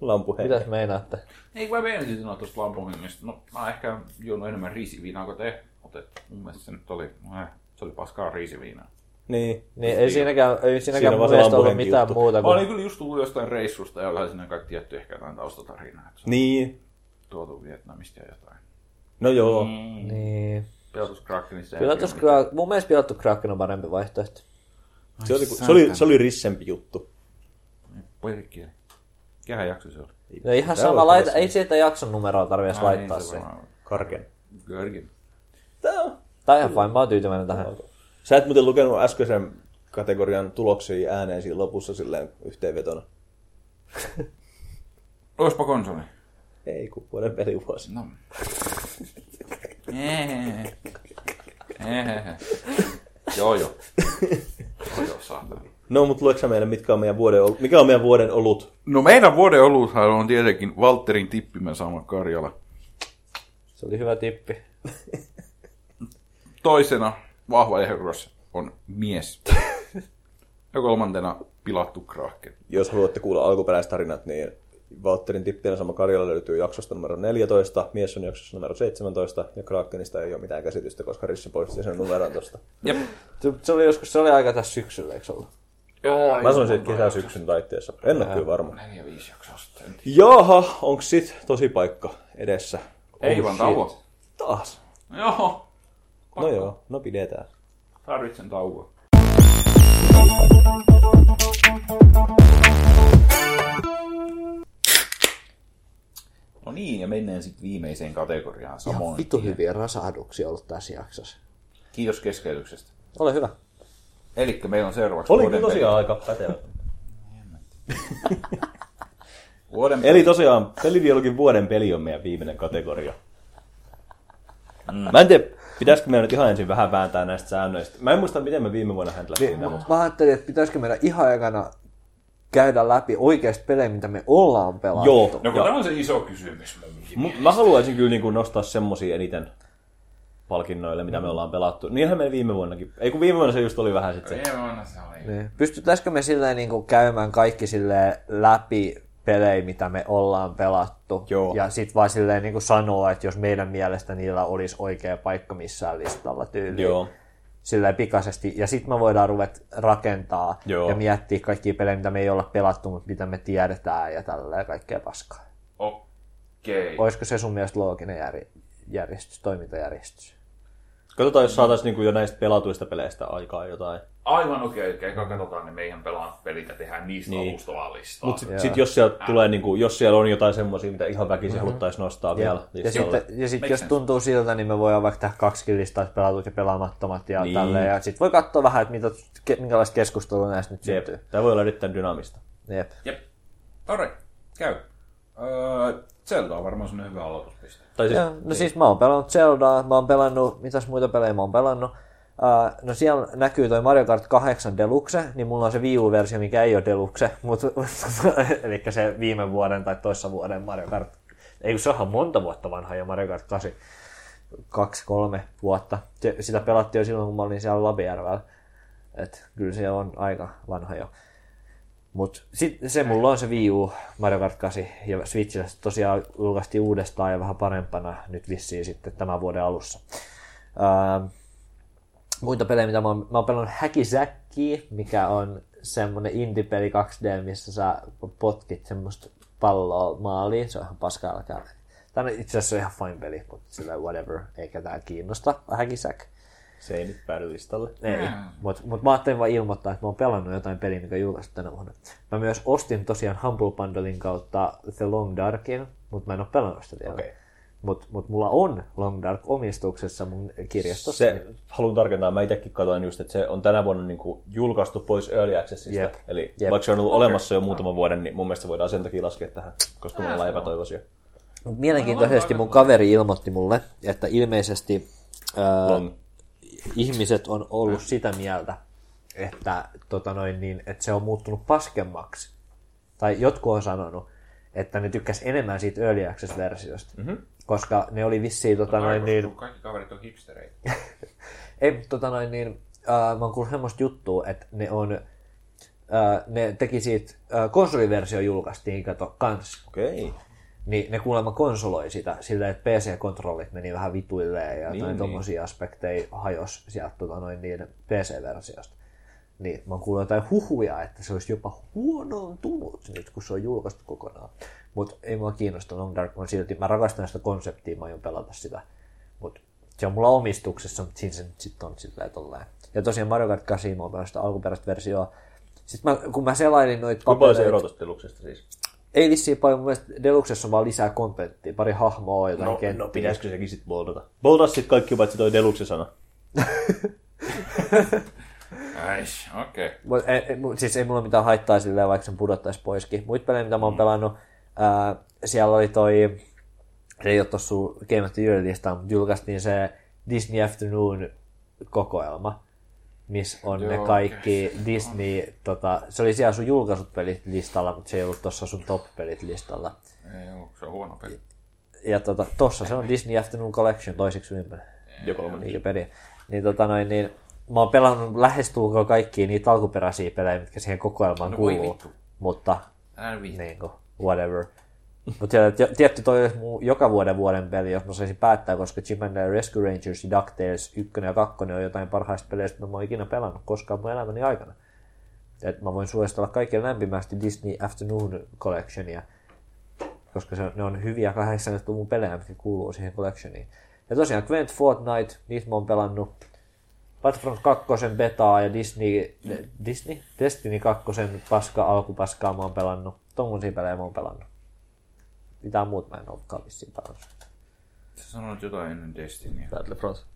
S2: lampu
S3: Mitäs meinaatte?
S1: Ei kun mä meinasin sanoa tuosta lampuhingista. No mä ehkä juonut enemmän riisiviinaa kuin te. Mutta et mun mielestä se nyt oli, eh, se oli paskaa riisiviinaa.
S2: Niin.
S3: Niin ei siinäkään, ei siinäkään
S2: on
S3: mun
S2: vaan se
S3: mielestä ollut
S2: lampuhenki
S3: mitään
S2: juttu.
S3: muuta
S1: Mä
S3: kuin...
S1: olin kyllä just tullut jostain reissusta ja olihan siinä kaikki tietty ehkä jotain taustatarinaa. Että se on
S2: Niin.
S1: tuotu Vietnamista ja jotain.
S2: No joo.
S3: Niin.
S1: Pilatuskraakkelista.
S3: Pilatus Krak- mun mielestä Pilatus Kraken on parempi vaihtoehto.
S2: Se oli, se oli, se oli rissempi juttu.
S1: Perkkiä. Kehän jakso se oli?
S3: No ihan
S2: Tää
S3: sama,
S2: voi
S3: laita, ei siitä jakson numeroa tarvitse
S1: Ai,
S3: laittaa
S1: niin se
S3: se.
S1: varmaan oli.
S2: Karken.
S1: Görgin.
S2: Tää on.
S3: Tää on ihan fine, mä oon tyytyväinen tähän.
S2: Sä et muuten lukenut äskeisen kategorian tuloksia ääneen siinä lopussa silleen yhteenvetona.
S1: Oispa konsoli.
S2: Ei, kun vuoden pelivuosi.
S1: No. Ehehe. Ehehe. Joo joo. Joo joo, saatana.
S2: No, mutta lueksä meille, mitkä on meidän vuoden, ol- mikä on meidän vuoden olut?
S1: No meidän vuoden oluthan on tietenkin Valterin tippimen sama Karjala.
S3: Se oli hyvä tippi.
S1: Toisena vahva ehdokas on mies. Ja kolmantena pilattu krahke.
S2: Jos haluatte kuulla alkuperäistarinat, niin Valtterin tippien sama Karjala löytyy jaksosta numero 14, mies on jaksossa numero 17, ja Krakenista ei ole mitään käsitystä, koska Risse poisti sen numeron tuosta.
S1: Jep.
S3: Se, se oli joskus, se oli aika tässä syksyllä, eikö ollut?
S1: Joo,
S2: Mä sanoisin, että kesä syksyn taitteessa. En ole kyllä varma.
S1: Neljä viisi jaksoa sitten.
S2: Jaha, onks sit tosi paikka edessä?
S1: Ei vaan tauko.
S2: Taas.
S1: Joo.
S2: No joo, no pidetään.
S1: Tarvitsen taukoa. No niin, ja mennään sitten viimeiseen kategoriaan samoin.
S3: Vitu Ah, hyviä rasahduksia ollut tässä jaksossa.
S1: Kiitos keskeytyksestä.
S3: Ole hyvä.
S1: Eli meillä on seuraavaksi
S2: Oli
S1: vuoden
S2: kyllä tosiaan aika pätevä.
S1: pelit. Vuoden
S2: Eli tosiaan pelidialogin vuoden peli on meidän viimeinen kategoria. Mä en tiedä, pitäisikö meidän nyt ihan ensin vähän vääntää näistä säännöistä. Mä en muista, miten me viime vuonna häntlättiin nämä.
S3: Niin, Mä ajattelin, että pitäisikö meidän ihan ekana käydä läpi oikeasti pelejä, mitä me ollaan pelattu.
S2: Joo, Mm.
S1: No kun tämä on se iso kysymys. mun-
S2: M- mä haluaisin kyllä niinku nostaa semmosia eniten palkinnoille,
S3: Mm.
S2: mitä me ollaan pelattu. Niinhän me viime vuonnakin. Ei kun viime vuonna se just oli vähän sit se.
S1: Ei vaan se oli.
S3: Niin. Pystyttäisikö me silleen niin kuin käymään kaikki silleen läpi pelejä, mitä me ollaan pelattu.
S2: Joo.
S3: Ja sitten vaan silleen niin kuin sanoa, että jos meidän mielestä niillä olisi oikea paikka missään listalla tyyliin.
S2: Joo.
S3: Silleen pikaisesti. Ja sitten me voidaan ruveta rakentaa
S2: Joo.
S3: ja miettiä kaikkia pelejä, mitä me ei olla pelattu, mutta mitä me tiedetään ja tällä ja kaikkea paskaa.
S1: Okei.
S3: Olisiko se sun mielestä looginen järi- järjestys, toimintajärjestys?
S2: Katsotaan, jos saataisiin niinku jo näistä pelatuista peleistä aikaa jotain.
S1: Aivan okei, okay, eikä katsotaan ne meidän pelaan pelit ja tehdään niistä niin. alustavaa listaa.
S2: Mut sit, sit jos, siellä tulee, niinku, jos siellä on jotain semmoisia, mitä ihan väkisin mm-hmm. haluttaisiin nostaa vielä
S3: Ja
S2: listalle.
S3: sitten, ja sit,
S1: Makes
S3: jos
S1: sense.
S3: tuntuu siltä, niin me voidaan vaikka tehdä kaksi listaa, että pelatut ja pelaamattomat ja
S2: Niin.
S3: niin. tälleen. Ja sitten voi katsoa vähän, että mitä, ke- minkälaista keskustelua näistä nyt
S2: Jep.
S3: syntyy.
S2: Tämä voi olla erittäin dynaamista.
S3: Jep.
S1: Jep. Alright, käy. Öö, Zelda on varmaan sellainen hyvä aloituspiste.
S2: Tai siis,
S3: Joo, no siis mä oon pelannut Zeldaa, mä oon pelannut, mitäs muita pelejä mä oon pelannut. Uh, no siellä näkyy toi Mario Kart 8 Deluxe, niin mulla on se Wii U-versio, mikä ei ole Deluxe, mutta eli se viime vuoden tai toissa vuoden Mario Kart, ei kun se onhan monta vuotta vanha jo Mario Kart 8, kaksi, kolme vuotta. Se, sitä pelattiin jo silloin, kun mä olin siellä Lapijärvellä. Et kyllä se on aika vanha jo. Mut sit se mulla on se Wii U, Mario Kart 8, ja Switchillä se tosiaan julkaistiin uudestaan ja vähän parempana nyt vissiin sitten tämän vuoden alussa. Öö, muita pelejä, mitä mä oon, mä oon pelannut Häkisäkkiä, mikä on semmonen indie-peli 2D, missä sä potkit semmoista palloa maaliin, se on ihan paskaa älkää. Tämä itse asiassa on ihan fine peli, mutta sillä whatever, eikä tää kiinnosta, Häkisäk.
S2: se ei nyt päädy listalle.
S3: Ei, mutta mut mä ajattelin vaan ilmoittaa, että mä oon pelannut jotain peliä, mikä julkaistu tänä vuonna. Mä myös ostin tosiaan Humble Bundlein kautta The Long Darkin, mutta mä en oo pelannut sitä vielä.
S2: Okei.
S3: Mutta mut mulla on Long Dark omistuksessa mun kirjastossa.
S2: Se, haluan tarkentaa, mä itsekin katsoin just, että se on tänä vuonna niin kuin julkaistu pois Early Accessista.
S3: Jep.
S2: Eli
S3: Jep.
S2: vaikka se on ollut olemassa jo muutaman vuoden, niin mun mielestä se voidaan sen takia laskea tähän, koska
S3: Ah,
S2: me ollaan epätoivoisia.
S3: Mut Mielenkiintoisesti mun kaveri ilmoitti mulle, että ilmeisesti ää,
S2: Long
S3: äh, ihmiset on ollut sitä mieltä, että, tota noin, niin, että se on muuttunut paskemmaksi. Tai jotkut on sanonut, että ne tykkäs enemmän siitä Early Access-versiosta. Mm-hmm. Koska ne oli vissiin... Tota noin, niin,
S1: Kaikki kaverit on hipstereitä.
S3: ei, mut tota noin, niin, äh, mä oon kuullut semmoista juttua, että ne on, äh, ne teki siitä, äh, konsoliversio julkaistiin kato kans,
S2: Okei. Okay.
S3: niin ne kuulemma konsoloi sitä silleen, että PC-kontrollit meni vähän vituilleen ja niin,
S2: niin.
S3: tommosia aspekteja hajos sieltä tota noin niin PC-versiosta. Niin mä oon kuullut jotain huhuja, että se olisi jopa huonontunut nyt, kun se on julkaistu kokonaan. Mutta ei mua kiinnosta Long Dark on silti. Mä rakastan sitä konseptia, mä aion pelata sitä. Mut se on mulla omistuksessa, mutta siinä se nyt sitten on silleen tolleen. Ja tosiaan Mario Kart 8 mä oon pelannut sitä alkuperäistä versioa. Sitten mä, kun mä selailin noita
S2: Kuinka paljon se
S3: papereita-
S2: ero tosta deluksesta siis?
S3: ei vissiin paljon, mun mielestä Deluxessa on vaan lisää kontenttia, pari hahmoa jotain
S2: No,
S3: kenttiä.
S2: no pitäisikö sekin sitten boldata? Boldaa sitten kaikki paitsi toi deluxe-sana.
S1: Äis, okei. Okay.
S3: Mut, ei, ei, mu- siis ei mulla mitään haittaa silleen, vaikka sen pudottaisi poiskin. Muita pelejä, mitä mä oon
S2: Mm.
S3: pelannut, ää, siellä oli toi, se ei ole tossa sun Game of the Year listaa, mutta julkaistiin se Disney Afternoon kokoelma, missä on Joo, ne
S1: Joo,
S3: kaikki Disney, tota, se oli siellä sun julkaisut pelit listalla, mutta se ei ollut tossa sun top pelit listalla.
S1: Ei oo, se on huono peli.
S3: Ja tota, tossa se on Disney Afternoon Collection toiseksi ympäri.
S2: Joko on.
S3: Eikä peliä. Niin, tota noin, niin mä oon pelannut lähestulkoon kaikki niitä alkuperäisiä pelejä, mitkä siihen kokoelmaan no,
S1: No voi
S3: kuuluu.
S1: vittu.
S3: Mutta
S1: Älä viitti.
S3: niin kuin, whatever. Mutta tietty toi olisi mun joka vuoden vuoden peli, jos mä saisin päättää, koska Jim and the Rescue Rangers ja DuckTales 1 ja 2 on jotain parhaista peleistä, mitä mä oon ikinä pelannut koskaan mun elämäni aikana. Et mä voin suositella kaikille lämpimästi Disney Afternoon Collectionia, koska se, on- ne on hyviä 80-luvun pelejä, mitkä kuuluu siihen collectioniin. Ja tosiaan Gwent Fortnite, niitä mä oon pelannut. Battlefront 2 betaa ja Disney, de- Disney? Destiny 2 paska, alkupaskaa mä oon pelannut. Tommosia pelejä mä oon pelannut. Mitään muut mä en olekaan vissiin pelannut.
S1: Sä sanoit jotain ennen Destinyä.
S2: Battlefront.
S3: Niin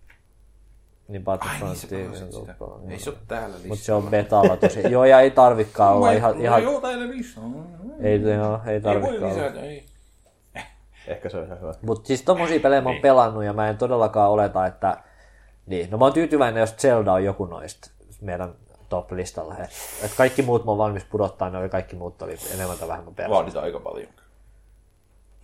S1: Ai niin,
S3: Battlefront
S1: sä
S3: ei
S1: pelasit sitä.
S3: pelannut.
S1: Ei se oo täällä listalla.
S3: Mut se on betalla tosi. Joo, ja ei tarvikaan olla ihan... ihan
S1: Joo, täällä listalla.
S3: ei, joo, ei
S1: Ei voi
S3: tarvikaan olla.
S1: lisätä, ei.
S2: Ehkä se on ihan hyvä.
S3: Mutta siis tommosia pelejä
S1: Niin.
S3: mä oon pelannut ja mä en todellakaan oleta, että... Niin, no mä oon tyytyväinen, jos Zelda on joku noista meidän top-listalla. Et, et kaikki muut mä oon valmis pudottaa, ne oli kaikki muut oli enemmän tai vähemmän pelaa.
S1: Vaaditaan aika paljon.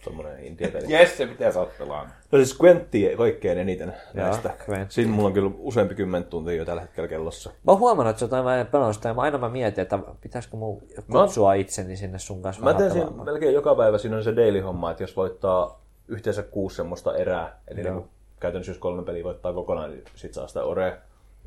S2: Tommonen indie-peli.
S1: Jes, se pitää saat pelaa.
S2: No siis Gwenttiä kaikkein eniten näistä.
S3: Gwent.
S2: Siinä mulla on kyllä useampi kymmentä tuntia jo tällä hetkellä kellossa.
S3: Mä oon huomannut, että jotain mä en pelannut sitä, ja mä aina mä mietin, että pitäisikö mun kutsua itseni sinne sun kanssa
S2: Mä
S3: vähän
S2: teen siinä
S3: pelaamaan.
S2: melkein joka päivä, siinä on se daily-homma, että jos voittaa yhteensä kuusi semmoista erää, eli niin kuin käytännössä jos kolme peliä voittaa kokonaan, niin sit saa sitä orea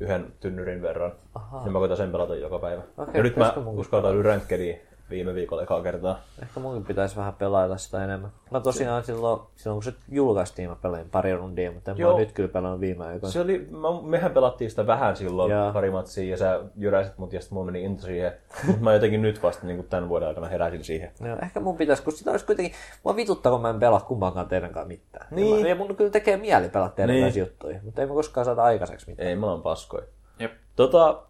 S2: yhden tynnyrin verran. Aha. Ja mä koitan sen pelata joka päivä. Okay, ja nyt mä
S3: pitäisikö mun-
S2: uskaltaudun rankkediin viime viikolla ekaa kertaa.
S3: Ehkä munkin pitäisi vähän pelailla sitä enemmän. Mä tosiaan silloin, silloin kun se julkaistiin, mä pelain pari rundia, mutta en mä
S2: Joo.
S3: oon nyt kyllä pelannut viime aikoina.
S2: Se oli, mä, mehän pelattiin sitä vähän silloin
S3: Joo.
S2: Jaa. pari matsia ja sä jyräsit mut ja sitten mulla meni into siihen. Mut mä jotenkin nyt vasta niin tämän vuoden aikana heräsin siihen.
S3: No, ehkä mun pitäisi, kun sitä olisi kuitenkin... Mua vituttaa, kun mä en pelaa kummankaan teidän kanssa mitään.
S2: Niin.
S3: Ja, mä, ja mun kyllä tekee mieli pelata teidän
S2: Niin.
S3: kanssa juttuja, mutta ei me koskaan saada aikaiseksi mitään.
S2: Ei, mä oon paskoja.
S1: Jep.
S2: Tota,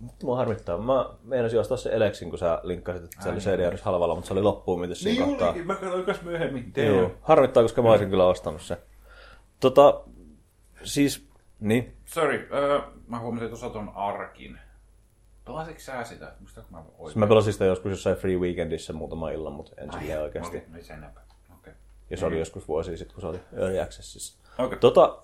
S2: nyt mua harmittaa. Mä meinasin ostaa se Eleksin, kun sä linkkasit, että se oli cdr halvalla, mutta se oli loppuun, mitä siinä kohtaa.
S1: mä katsoin kas myöhemmin.
S2: Joo. Harmittaa, koska mä olisin kyllä ostanut sen. Tota, siis, niin.
S1: Sorry, öö, mä huomasin tuossa ton arkin. Pelasitko sä sitä? Muistatko mä oikein?
S2: Mä pelasin sitä joskus jossain Free Weekendissä muutama illan, mutta en silleen oikeasti.
S1: Okei, ei se enempää. Okei.
S2: Ja se oli joskus vuosi sitten, kun se oli Early Accessissa.
S1: Okei.
S2: Tota,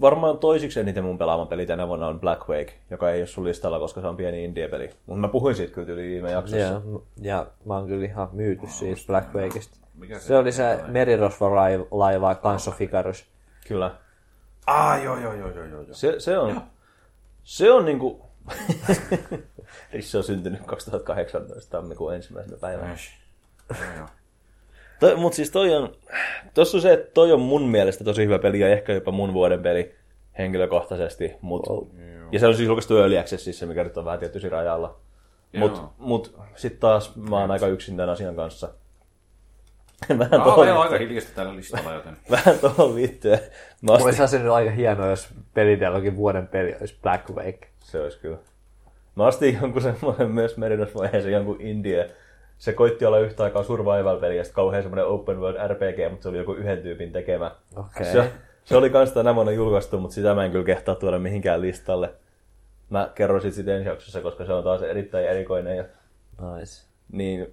S2: varmaan toisiksi eniten mun pelaama peli tänä vuonna on Black Wake, joka ei ole sun listalla, koska se on pieni indie-peli. Mutta mä puhuin siitä kyllä yli viime jaksossa.
S3: Ja, ja mä oon kyllä ihan myyty siitä Black Wakeista.
S1: Mikä
S3: Se
S1: se
S3: oli se merirosvolaiva Kanso Figarus.
S2: Kyllä.
S1: Ah, joo, joo, joo, joo, joo. joo.
S2: Se, se on, se on niinku... Risse on syntynyt 2018 tammikuun ensimmäisenä päivänä.
S1: Äs. Joo, joo.
S2: To, mut siis toi on, tossa on se, että toi on mun mielestä tosi hyvä peli ja ehkä jopa mun vuoden peli henkilökohtaisesti. Mut, wow. Ja se on siis julkaistu Early Accessissa, mikä nyt on vähän tietysti rajalla. Mut,
S1: Joo.
S2: mut sit taas mä oon aika yksin tämän asian kanssa. vähän
S1: Ah, meillä on
S2: tohon,
S1: aika hiljasta tällä listalla, joten...
S2: vähän tohon liittyen. Mä ostin,
S3: Olisi se nyt aika hienoa, jos pelidialogin vuoden peli olisi Black Wake.
S2: Se olisi kyllä. Mä ostin jonkun semmoinen myös Merinos-vaiheessa jonkun India. Se koitti olla yhtä aikaa survival-peli ja sitten kauhean semmoinen open world RPG, mutta se oli joku yhden tyypin tekemä.
S3: Okei.
S2: Se, Se oli kans tänä vuonna julkaistu, mutta sitä mä en kyllä kehtaa tuoda mihinkään listalle. Mä kerron sit sitä ensi jaksossa, koska se on taas erittäin erikoinen ja
S3: Nice.
S2: niin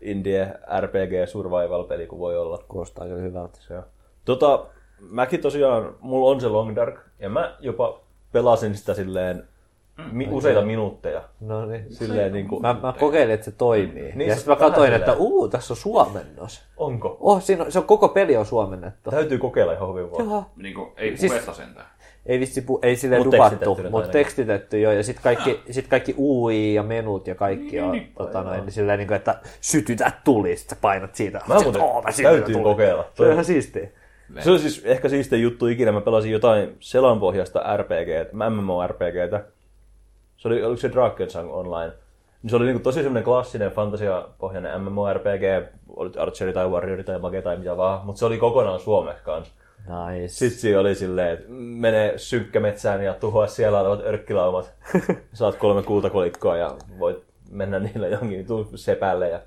S2: indie RPG survival-peli kuin voi olla.
S3: Kuulostaa kyllä hyvältä.
S2: Se on. Tota, mäkin tosiaan, mulla on se Long Dark, ja mä jopa pelasin sitä silleen mi- useita minuutteja.
S3: No niin.
S2: Silleen niin kuin,
S3: Mä, mä kokeilin, että se toimii.
S2: Niin,
S3: Niin, ja
S2: se
S3: sitten mä
S2: vähän
S3: katsoin,
S2: silleen.
S3: että uu, tässä on suomennos.
S2: onko?
S3: Oh, siinä on, se on, koko peli on suomennettu.
S2: Täytyy kokeilla ihan hyvin vaan.
S3: Jaha.
S1: Niin kuin, ei
S3: Siis-
S1: kuvetta sentään.
S3: Ei vissi pu- ei silleen
S2: Mut
S3: dupattu,
S2: tekstitetty nyt
S3: mutta
S2: ainakin.
S3: tekstitetty joo. Ja sitten kaikki, sit kaikki UI ja menut ja kaikki on tota, noin, niin silleen, niin kuin, että sytytä tuli, sit sä painat siitä.
S2: Mä muuten
S3: sytytän
S2: täytyy
S3: tulin.
S2: kokeilla.
S3: Se on ihan siistiä.
S2: Se on siis ehkä siistein juttu ikinä. Mä pelasin jotain selanpohjasta RPGtä, MMORPGtä. Se oli, oliko se Drakensang Online? Niin se oli niinku tosi semmoinen klassinen fantasiapohjainen MMORPG, oli Archeri tai Warrior tai Mage tai mitä vaan, mutta se oli kokonaan suomeksi kanssa.
S3: Nice. Sit.
S2: Sitten siinä oli silleen, että mene synkkämetsään ja tuhoa siellä olevat örkkilaumat. Saat kolme kultakolikkoa ja voit mennä niillä jonkin tuu sepälle ja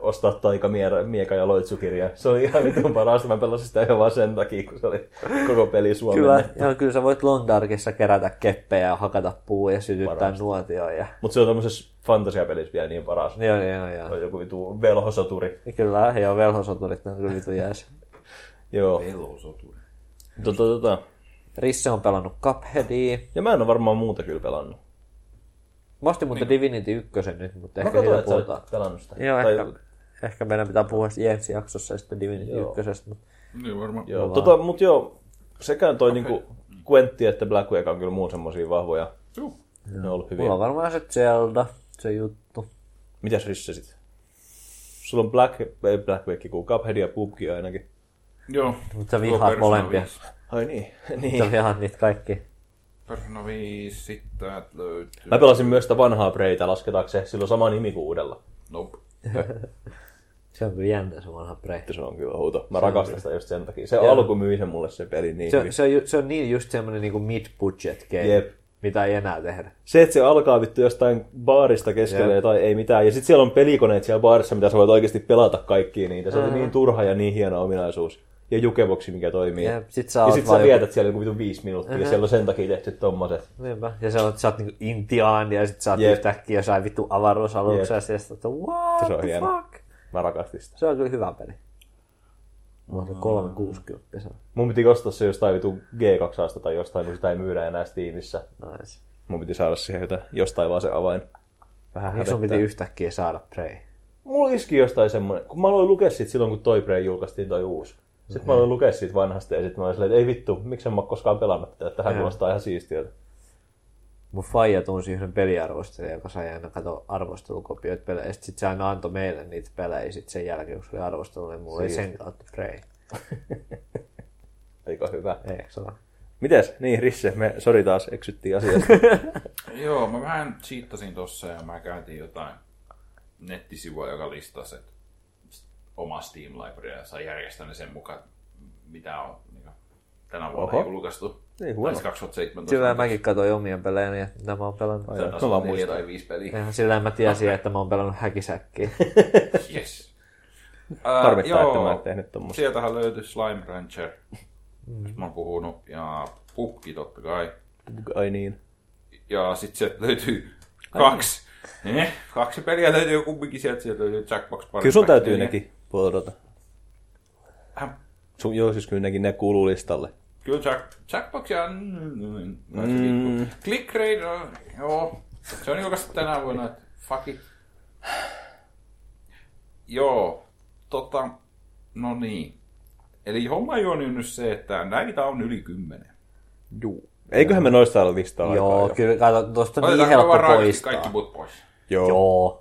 S2: ostaa taikamieka ja loitsukirja. Se oli ihan vitun parasta. Mä pelasin sitä ihan vaan sen takia, kun se oli koko peli
S3: Kyllä,
S2: Suomen.
S3: joo, kyllä sä voit Londarkissa kerätä keppejä ja hakata puu ja sytyttää nuotioon. Ja...
S2: Mutta se on tommosessa fantasiapelissä vielä niin paras.
S3: Joo, joo, joo.
S2: Se on joku vitu velhosoturi.
S3: Kyllä, joo, velhosoturit on kyllä vitu jääs.
S2: Joo.
S1: Pelosoturi.
S2: Tota, tota.
S3: Risse on pelannut Cupheadia.
S2: Ja mä en ole varmaan muuta kyllä pelannut.
S3: Mä ostin muuten Divinity 1 nyt, mutta
S2: Niin. Mä
S3: ehkä
S2: katsoin,
S3: siitä
S2: että sä
S3: puhutaan.
S2: olet pelannut sitä.
S3: Joo,
S2: Tai-
S3: ehkä, ehkä meidän pitää puhua ensi jaksossa ja sitten Divinity
S2: Joo.
S3: 1. Mutta...
S1: Niin varmaan.
S2: Joo, tota, mut joo, sekään toi niinku Quentti että Black Wake on kyllä muun semmosia vahvoja.
S1: Joo.
S2: Ne on ollut hyviä.
S3: Mulla on varmaan se Zelda, se juttu.
S2: Mitäs Risse sit? Sulla on Black, ei Black Wake, kun Cuphead ja PUBG ainakin.
S1: Joo.
S3: Mutta sä
S1: Tuo
S3: vihaat
S1: Persona
S3: molempia.
S1: 5.
S2: Ai niin.
S3: Sä
S2: niin.
S3: vihaat niitä kaikki.
S1: Persona 5, sitten täältä löytyy.
S2: Mä pelasin myös sitä vanhaa Preitä, lasketaanko se? Sillä on sama nimi kuin uudella.
S1: Nope.
S3: Se on kyllä jännä se vanha Prey.
S2: Se on kyllä outo. Mä rakastan sitä just sen takia. Se alku myi sen mulle se peli niin
S3: Se,
S2: hyvin.
S3: se, on, ju- se on niin just semmonen niinku mid-budget game,
S2: Jep.
S3: mitä ei enää tehdä.
S2: Se, että se alkaa vittu jostain baarista keskelle tai ei mitään. Ja sitten siellä on pelikoneet siellä baarissa, mitä sä voit oikeasti pelata kaikkia niitä. Se on niin turha ja niin hieno ominaisuus. Ja jukeboksi, mikä toimii.
S3: Ja sit sä
S2: ja
S3: oot
S2: sit
S3: vaan
S2: sä vietät siellä joku vitu viisi minuuttia. Ja siellä on sen takia tehty tommoset.
S3: Niinpä. Ja sä oot, sä oot niinku intiaani ja sit sä oot
S2: Jep.
S3: yhtäkkiä jossain vittu avaruusaluksessa
S2: Jep.
S3: ja sit sä oot, että what
S2: Se on
S3: the
S2: hieno.
S3: fuck?
S2: Mä rakastin sitä.
S3: Se on kyllä hyvä peli. Mulla on 360 se on.
S2: Mun piti ostaa se jostain vitu G2 tai jostain, kun sitä ei myydä enää Steamissa.
S3: Nice.
S2: Mun piti saada siihen jotain, jostain vaan se avain. Vähän
S3: Miksi sun piti yhtäkkiä saada Prey?
S2: Mulla iski jostain semmoinen, kun mä aloin lukea sit silloin, kun toi Prey julkaistiin toi uusi. Sitten mä aloin lukea siitä vanhasta ja sitten mä olin silleen, että ei vittu, miksi en mä oo koskaan pelannut tätä, että tähän kuulostaa ihan siistiöltä.
S3: Mun faija tunsi yhden peliarvostelijan, joka sai aina katsoa arvostelukopioita peleistä. Sitten se aina antoi meille niitä pelejä sit sen jälkeen, kun se oli arvostelu, niin mulla oli sen kautta Prey.
S2: Eikö hyvä?
S3: Ei, se on.
S2: Mites? Niin, Risse, me sori taas eksyttiin asiasta.
S1: Joo, mä vähän siittasin tossa ja mä käytin jotain nettisivua, joka listasi että oma Steam Library ja sai järjestää ne sen mukaan, mitä on niin kuin, tänä vuonna
S2: Oho.
S1: Oho. julkaistu.
S2: Ei huono.
S1: Tai siis se 2017.
S3: Kyllä mäkin katsoin omien pelejä, ja mitä mä oon pelannut.
S1: Se taisi
S2: Mä vaan
S1: olla neljä
S2: muistan.
S1: tai viisi peliä.
S3: Ihan sillä mä tiesin, että mä oon pelannut häkisäkkiä.
S1: Yes.
S2: Harmittaa, että mä en tehnyt tommosta.
S1: Sieltähän löytyi Slime Rancher, jos mä oon puhunut, ja Pukki totta kai.
S2: Ai niin.
S1: Ja sit sieltä löytyy kaksi. Eh, kaksi peliä löytyy kumminkin sieltä, sieltä löytyy Jackbox Party.
S2: Kyllä sun
S1: Pack
S2: täytyy
S1: neljä.
S2: nekin puolata.
S1: Äh,
S2: Sun, joo, siis kyllä nekin ne kuuluu listalle.
S1: Kyllä Jack, Jackboxia on... Mm. Click Raid on... Joo. Se on julkaistu tänä vuonna, että fuck it. Joo. Tota, no niin. Eli homma on nyt se, että näitä on yli kymmenen.
S2: Juu. Eiköhän me noista olla listalla
S3: Joo,
S2: aikaa jo.
S3: kyllä, kato, tosta on niin
S1: Otetaanko
S3: helppo
S1: vaan kaikki,
S3: poistaa.
S1: kaikki muut pois?
S2: Joo.
S3: Joo.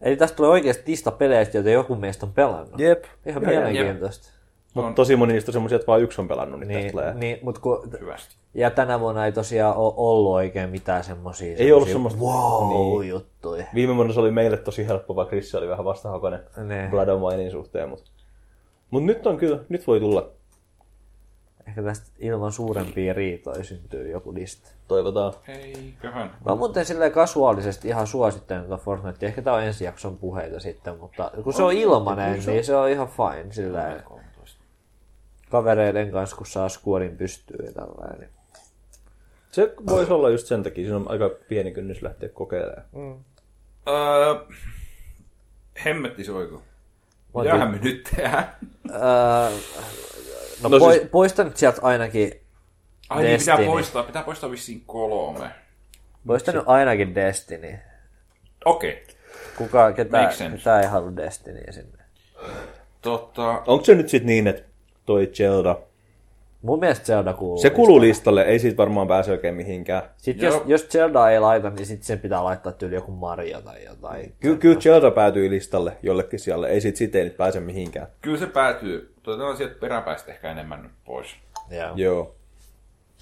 S3: Eli tästä tulee oikeasti lista peleistä, joita joku meistä on pelannut.
S2: Jep.
S3: Ihan
S2: Joo,
S3: mielenkiintoista.
S2: Mutta tosi moni niistä on semmosia, että vaan yksi on pelannut, niin, niin
S3: Niin,
S2: tulee.
S3: niin, mut kun,
S1: Hyvästi.
S3: ja tänä vuonna ei tosiaan ole ollut oikein mitään semmosia,
S2: Ei ollut semmoista- Niin.
S3: wow juttuja.
S2: Viime vuonna se oli meille tosi helppo, vaikka Risse oli vähän vastahakoinen
S3: Ne.
S2: Blood on Winein suhteen. Mutta mut nyt on kyllä, nyt voi tulla.
S3: Ehkä tästä ilman suurempia riitoja syntyy joku lista.
S2: Toivotaan.
S1: Eiköhän.
S3: Mä muuten silleen kasuaalisesti ihan suosittelen tuota Fortnitea. Ehkä tää on ensi jakson puheita sitten, mutta kun se on ilmanen, niin se on ihan fine. Silleen.
S1: 13.
S3: kavereiden kanssa, kun saa skuorin pystyyn ja tällainen. Niin
S2: Se voisi olla just sen takia, siinä on aika pieni kynnys lähteä kokeilemaan.
S1: Öö, hemmetti soiko. Jäähän me nyt tehdään.
S2: No
S3: No, no
S2: siis-
S3: poi, siis... poista nyt sieltä ainakin,
S1: Ai niin, pitää
S3: Destiny.
S1: poistaa, pitää poistaa vissiin kolme.
S3: poista nyt ainakin Destiny.
S1: Okei. Okay.
S3: Kuka, ketä,
S1: Makes sense.
S3: ketä ei halua Destinyä sinne.
S1: Tota,
S2: Onko se nyt sitten niin, että toi Zelda,
S3: Mun mielestä Zelda kuuluu.
S2: se kuluu listalle, ei siitä varmaan pääse oikein mihinkään.
S3: Sitten jos,
S1: Joo.
S3: jos Zelda ei laita, niin sitten sen pitää laittaa tyyli joku Mario tai jotain.
S2: Ky- kyllä Zelda päätyy listalle jollekin sijalle, ei siitä siitä ei nyt pääse mihinkään.
S1: kyllä se päätyy. Tota on sieltä peräpäästä ehkä enemmän nyt pois.
S3: Joo.
S2: Joo.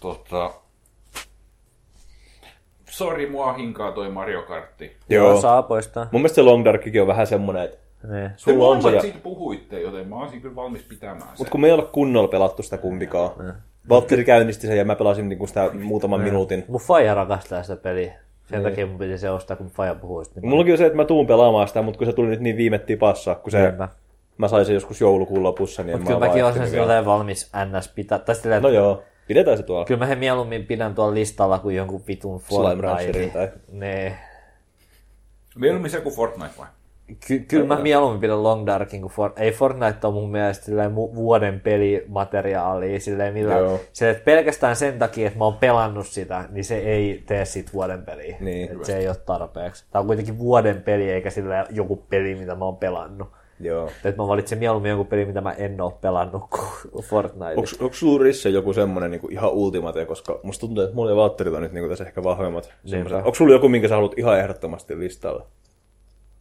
S1: Tota, sori, mua hinkaa toi Mario Kartti.
S2: Joo.
S3: Saa poistaa.
S2: Mun mielestä se Long Darkikin on vähän semmonen, että
S3: Niin.
S1: Te
S2: sulla on se, ja...
S1: molemmat siitä puhuitte, joten mä olisin kyllä valmis pitämään sen.
S2: mutta kun me ei olla kunnolla pelattu sitä kumpikaan. Valtteri käynnisti sen ja mä pelasin niinku sitä muutaman minuutin.
S3: Mun faija rakastaa sitä peliä.
S2: Niin.
S3: Sen takia mun piti se ostaa, kun faija puhuu sitä. Niin
S2: Mullakin on se, että mä tuun pelaamaan sitä, mutta kun se tuli nyt niin viime tipassa, kun se,
S3: Niinpä.
S2: mä sain sen joskus joulukuun lopussa, niin en
S3: Niin Kyllä
S2: mä
S3: mäkin olen sen
S2: vaihtanut vielä.
S3: silleen valmis ns pitää. Tai silleen,
S2: No joo, pidetään se tuolla.
S3: Kyllä mä he mieluummin pidän tuolla listalla kuin jonkun vitun
S2: Slime Rancherin
S3: Fortnite.
S2: tai-
S3: Nee.
S1: Mieluummin se kuin Fortnite vai?
S3: Ky- kyllä mä mieluummin pidän Long Darkin kuin Fortnite. Ei Fortnite on mun mielestä silleen mu- vuoden pelimateriaalia silleen millään.
S2: Joo.
S3: Silleen, että pelkästään sen takia, että mä oon pelannut sitä, niin se ei tee siitä vuoden peliä.
S2: Niin.
S3: Et se ei ole tarpeeksi. Tää on kuitenkin vuoden peli, eikä sillä joku peli, mitä mä oon pelannut.
S2: Joo.
S3: Et mä valitsen mieluummin jonkun peli, mitä mä en oo pelannut kuin Fortnite.
S2: Onko, onko sulla Risse joku semmoinen niinku ihan ultimate, koska musta tuntuu, että mulla ja Valtterilla on nyt niinku tässä ehkä vahvemmat. semmoset. Onko sulla joku, minkä sä haluat ihan ehdottomasti listalle?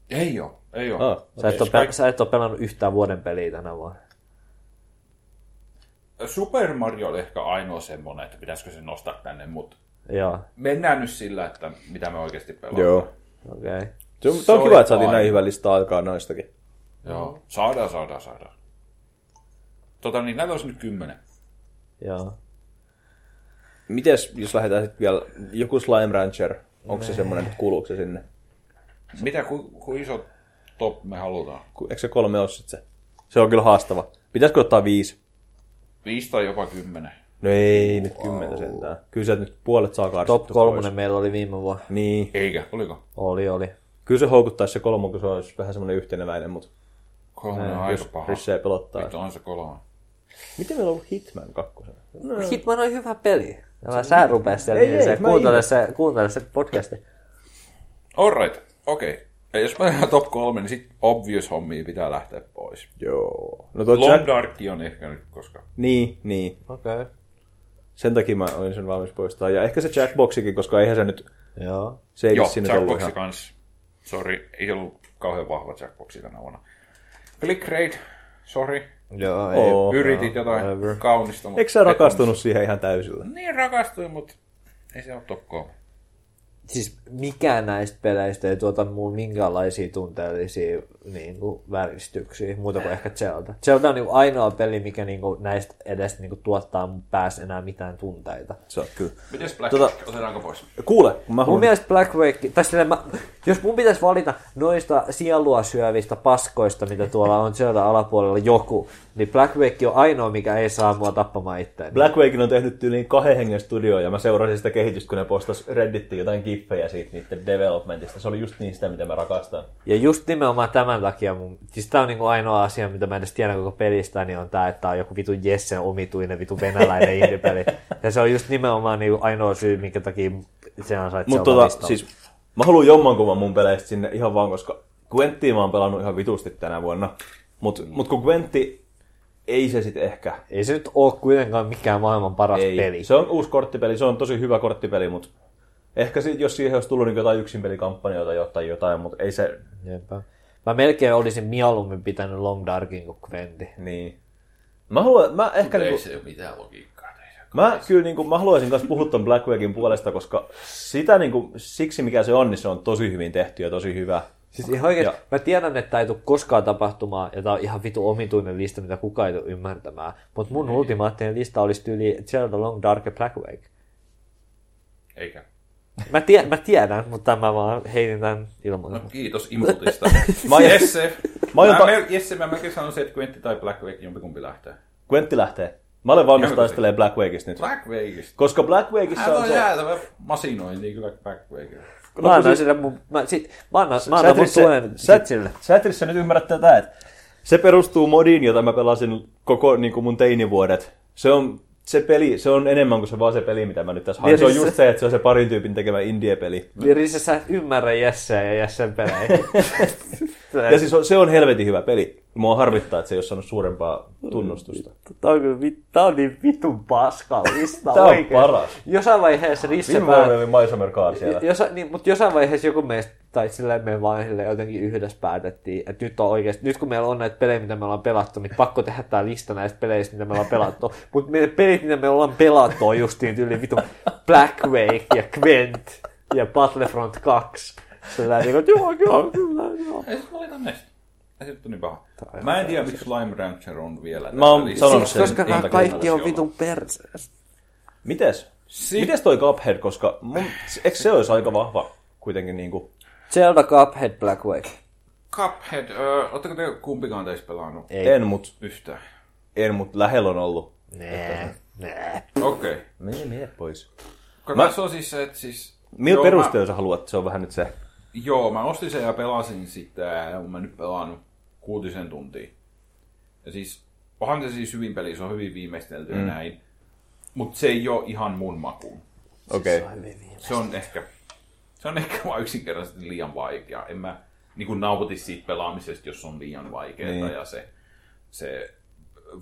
S1: Ei oo, ei oo.
S2: Ah.
S3: Sä et, oo pel- sä et oo pelannut yhtään vuoden peliä tänä vuonna.
S1: Super Mario oli ehkä ainoa semmonen, että pitäisikö se nostaa tänne, mutta
S3: Joo,
S1: mennään nyt sillä, että mitä me oikeasti pelaamme.
S2: Joo.
S3: okei. Okay.
S2: Se on,
S1: Se
S2: se on
S1: oli
S2: kiva, että saatiin
S1: fine.
S2: näin hyvä lista aikaa noistakin.
S1: Joo. Saadaan, saadaan, saadaan. Tota niin, näitä olisi nyt kymmenen.
S3: Joo.
S2: Mites, jos lähdetään sitten vielä, joku Slime Rancher, onko se semmoinen, että kuuluuko se sinne?
S1: Mitä, ku, ku iso top me halutaan?
S2: Ku- Eikö se kolme ole sitten se? Se on kyllä haastava. Pitäisikö ottaa viisi?
S1: Viisi tai jopa kymmenen.
S2: No ei, nyt kymmentä sentään. Kyllä sieltä nyt puolet saa karsittua
S3: Top kolmonen
S2: pois.
S3: meillä oli viime vuonna.
S2: Niin.
S1: Eikä, oliko?
S3: Oli, oli.
S2: Kyllä se houkuttaisi se kolmo, kun se olisi vähän semmoinen yhteneväinen, mutta
S1: Kolme on No, aika
S2: jos
S1: paha.
S2: Risse ei pelottaa.
S1: Vittu, on se kolme.
S2: Miten meillä on ollut Hitman 2?
S3: Hitman on hyvä peli. Älä sä rupea siellä,
S2: Ei,
S3: ei,
S2: ei,
S3: se,
S2: mä
S3: kuuntele,
S2: en.
S3: se, kuuntele se podcasti.
S1: Alright, okei. Okay. Jos mä lähden top kolme, niin sit obvious hommia pitää lähteä pois.
S2: Joo. No toi
S1: Long
S2: Jack...
S1: Dark on ehkä nyt, koska...
S2: Niin, niin.
S3: Okei. Okay.
S2: Sen takia mä olin sen valmis poistaa. Ja ehkä se Jackboxikin, koska eihän se nyt...
S3: Joo.
S2: Se ei
S1: Joo,
S2: vissiin nyt ollut
S1: Jackboxi
S2: ihan...
S1: kans. Sori, ei ollut kauhean vahva Jackboxi tänä vuonna. Click rate, sori.
S3: Joo, ei.
S2: Oo.
S1: Yritit jotain
S3: whatever.
S1: kaunista, mutta...
S2: Oh, Eikö sä rakastunut siihen ihan täysillä?
S1: Niin rakastuin, mutta ei se ole top kolme.
S3: Siis mikään näistä peleistä ei tuota mulle minkäänlaisia tunteellisia niin kuin, väristyksiä, muuta kuin ehkä Zelda. Zelda on niin kuin, ainoa peli, mikä niin kuin, näistä edes niin kuin, tuottaa mun päässä enää mitään tunteita.
S2: Se on kyllä.
S1: Mites Black
S2: Tota-
S1: Otetaanko pois?
S2: Kuule, kun mä
S3: Mun
S2: haluan...
S3: mielestä Black Wake, tai silleen mä, jos mun pitäisi valita noista sielua syövistä paskoista, mitä tuolla on sieltä alapuolella joku, niin Black Wake on ainoa, mikä ei saa mua tappamaan itseäni.
S2: Black Waken on tehnyt yli kahden hengen studioon ja mä seurasin sitä kehitystä, kun ne postas Redditiin jotain giffejä siitä niiden developmentista. Se oli just niin sitä, mitä mä rakastan.
S3: Ja just nimenomaan tämän takia, mun, siis tää on niinku ainoa asia, mitä mä edes tiedän koko pelistä, niin on tää, että tää on joku vitu Jessen omituinen vitu venäläinen indie-peli. Ja se on just nimenomaan niinku ainoa syy, minkä takia se ansaitsee
S2: Mutta
S3: olla
S2: tota,
S3: listalla.
S2: siis mä haluan jommankumman mun peleistä sinne ihan vaan, koska Gwenttiä mä oon pelannut ihan vitusti tänä vuonna. Mut, mut kun Gwentti, ei se sit ehkä.
S3: Ei se nyt oo kuitenkaan mikään maailman paras
S2: Ei.
S3: peli.
S2: Se on uusi korttipeli, se on tosi hyvä korttipeli, mutta ehkä sit, jos siihen olisi tullut niin jotain yksinpelikampanjoita jo- tai jotain, mutta ei se...
S3: Jepä. Mä melkein olisin mieluummin pitänyt Long Darkin kuin Quentin.
S2: Niin. Mä, haluan, mä ehkä
S1: Ei
S2: niinku,
S1: se ole mitään logiikkaa teissä.
S2: mä, kyllä niinku, mä haluaisin myös puhua ton Black Wagon puolesta, koska sitä niinku, siksi mikä se on, niin se on tosi hyvin tehty ja tosi hyvä.
S3: Siis ihan oikeesti,
S2: Ja-
S3: mä tiedän, että tää ei tule koskaan tapahtumaan, ja tää on ihan vitu omituinen lista, mitä kukaan ei tule ymmärtämään. Mutta mun ultimaattinen lista olisi tyyli Zelda Long Dark ja Black Wake.
S1: Eikä.
S3: Mä, tie, mä tiedän, mutta mä vaan heitin tämän
S1: No
S3: ilmoille.
S1: kiitos inputista.
S2: Mä aion-
S1: Jesse,
S2: Mä
S1: mä
S2: aion ta-
S1: mel- Jesse, mä melkein sanon se, että Quentti tai Black Wake jompikumpi lähtee.
S2: Quentti lähtee. Mä olen valmis
S1: Jankasi.
S2: taistelemaan Black Wakeista nyt.
S1: Black Vegas.
S2: Koska Black Wakeissa
S1: Hän
S2: on
S1: on
S2: se...
S1: jäätävä masinointi kyllä Black Vegas.
S3: Mä annan no, sille mun, mä, sit, mä annan, mä annan mun
S2: Sätrissä,
S3: tuen
S2: sä,
S3: sit sille.
S2: sä et Trissä nyt ymmärrät tätä, että se perustuu modiin, jota mä pelasin koko niin kuin mun teinivuodet. Se on se peli, se on enemmän kuin se vaan se peli, mitä mä nyt tässä haen. Se on
S3: siis
S2: just se, että se on se parin tyypin tekemä indie-peli.
S3: Virissä Niin, sä et ymmärrä Jesseä ja Jessen pelejä.
S2: Ja siis on- se on helvetin hyvä peli. Mua harvittaa, että se ei ole saanut suurempaa tunnustusta.
S3: Tää on, kyllä vi- tää on niin vitun paskallista
S2: Tää on
S3: oikeesti.
S2: paras.
S3: Jossain vaiheessa Risse
S2: Viime vuonna
S3: päätti,
S2: oli My Summer Car siellä.
S3: josa, niin, mutta jossain vaiheessa joku meistä, tai sillä meidän vanhille jotenkin yhdessä päätettiin, että nyt, on oikeasti, nyt kun meillä on näitä pelejä, mitä me ollaan pelattu, niin pakko tehdä tämä lista näistä peleistä, mitä me ollaan pelattu. Mutta meidän pelit, mitä me ollaan pelattu, on justiin tyyli vitu Black Wake ja Quent ja Battlefront 2. Sillä niin kuin, että joo, joo, kyllä, joo.
S1: Ei sit valita näistä. Ei sit tule niin paha. Mä en tiedä, miksi Slime Rancher on vielä
S2: Mä oon
S1: tässä
S2: sanonut
S1: listassa.
S2: sen
S3: Siis Koska nämä
S2: iltakerralla
S3: kaikki on
S1: siellä.
S3: vitun perseessä.
S2: Mites? Mites toi Cuphead, koska mun, eikö se olisi aika vahva kuitenkin niinku?
S3: Zelda Cuphead Black Wake.
S1: Cuphead, öö, ootteko te kumpikaan teistä pelannut?
S2: Ei. En, mut,
S1: Yhtään.
S2: en, mut lähellä on ollut.
S3: Nee, nee.
S1: Okei. Okay.
S2: Mene, mene pois.
S1: Mä... Tässä on siis se, että siis...
S2: Millä
S1: Joo,
S2: perusteella sä haluat? Se on vähän nyt se.
S1: Mä, joo, mä ostin sen ja pelasin sitä, ja oon mä nyt pelannut kuutisen tuntia. Ja siis, onhan se siis hyvin peli, se on hyvin viimeistelty mm. ja näin. Mut se ei oo ihan mun makuun.
S2: Okei. Okay.
S1: Se on ehkä, se on ehkä vaan yksinkertaisesti liian vaikea. En mä niin kuin nauti siitä pelaamisesta, jos on liian vaikeaa niin.
S2: Niin.
S1: ja se, se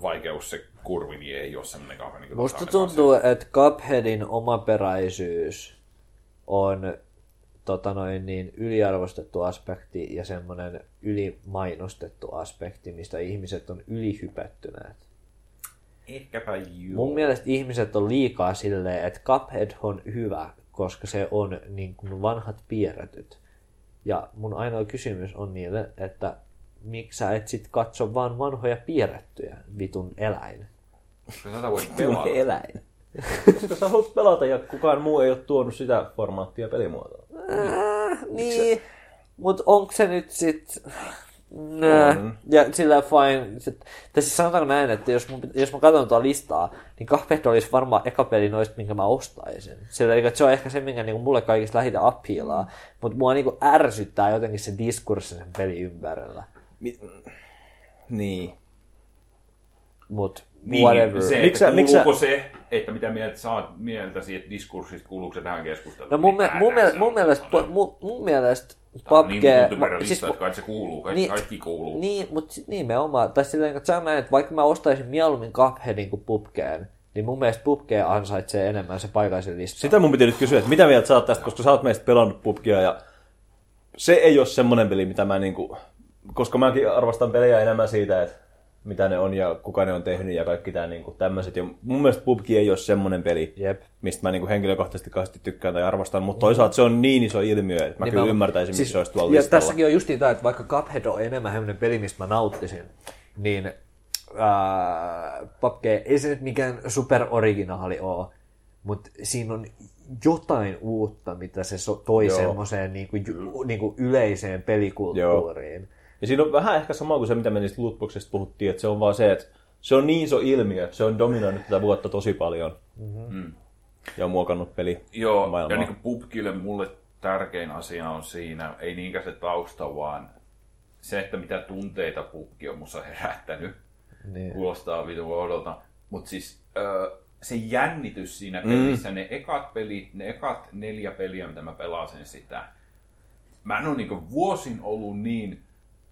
S1: vaikeus, se kurvi, niin ei ole semmoinen kauhean... Niin
S3: Musta tuntuu, että Cupheadin omaperäisyys on tota noin, niin yliarvostettu aspekti ja semmoinen ylimainostettu aspekti, mistä ihmiset on ylihypättyneet.
S1: Ehkäpä juu.
S3: Mun mielestä ihmiset on liikaa silleen, että Cuphead on hyvä, koska se on niin kuin vanhat piirretyt. Ja mun ainoa kysymys on niille, että miksi sä et sit katso vaan vanhoja piirrettyjä, vitun eläin.
S1: Koska Tätä voi pelata.
S3: Eläin.
S2: Koska sä haluat pelata ja kukaan muu ei ole tuonut sitä formaattia pelimuotoa.
S3: Niin, mutta onko se nyt sit... Nää. Ja sillä fine. sit- Tai siis sanotaanko näin, että jos, mun, pit- jos mä katson tuota listaa, niin Cuphead olisi varmaan eka peli noista, minkä mä ostaisin. Sillä, eli se on ehkä se, minkä niinku mulle kaikista lähitä appiilaa. Mutta mua niinku ärsyttää jotenkin se diskurssi sen pelin ympärillä.
S2: Niin.
S3: Mut
S1: Niin,
S3: whatever.
S1: Se,
S2: Miksä-
S1: että
S2: miksä-
S1: kuuluuko se, että mitä mieltä saat mieltä siitä diskurssista, kuuluuko se tähän keskusteluun?
S3: No mun, me, mun, miel, mun, mielestä,
S1: Tämä
S3: mun,
S1: niin
S3: mun mielestä
S1: on
S3: PUBG...
S1: niin tuntuperä
S3: mä-
S1: lista, että kai se kuuluu, kaikki,
S3: siis Niin.
S1: kaikki kuuluu.
S3: Niin, mutta nimenomaan, tai silleen, niin että sanoin, että vaikka mä ostaisin mieluummin Cupheadin kuin Pupkeen, niin mun mielestä Pupkeen ansaitsee enemmän se paikallisen listan.
S2: Sitä mun piti nyt kysyä, että mitä mieltä sä oot tästä, koska sä oot meistä pelannut pubkia ja se ei ole semmonen peli, mitä mä niinku, koska mäkin arvostan pelejä enemmän siitä, että mitä ne on ja kuka ne on tehnyt ja kaikki tää niinku tämmöiset. Ja mun mielestä PUBG ei ole semmonen peli,
S3: Jep.
S2: mistä mä niinku henkilökohtaisesti kauheasti tykkään tai arvostan, mutta toisaalta se on niin iso ilmiö, että mä kyllä
S3: Nimenomaan. Siis,
S2: ymmärtäisin, missä se olisi tuolla
S3: ja
S2: listalla.
S3: tässäkin on justiin tämä, että vaikka Cuphead on enemmän sellainen peli, mistä mä nauttisin, niin ää, PUBG ei se nyt mikään superoriginaali ole, mutta siinä on jotain uutta, mitä se so- toi Joo.
S2: Joo.
S3: semmoiseen niinku, ju- niinku yleiseen pelikulttuuriin.
S2: Ja siinä on vähän ehkä sama kuin se, mitä me niistä lootboxista puhuttiin, että se on vaan se, että se on niin iso ilmiö, se on dominoinut tätä vuotta tosi paljon. Mm-hmm. Ja on muokannut peli
S1: Joo,
S2: maailmaa.
S1: ja niin kuin pubkille mulle tärkein asia on siinä, ei niinkään se tausta, vaan se, että mitä tunteita pukki on musta herättänyt. Niin. Kuulostaa vitu odolta. Mutta siis öö, se jännitys siinä pelissä, ne ekat pelit, ne ekat neljä peliä, mitä mä pelasin sitä, mä en ole niinku vuosin ollut niin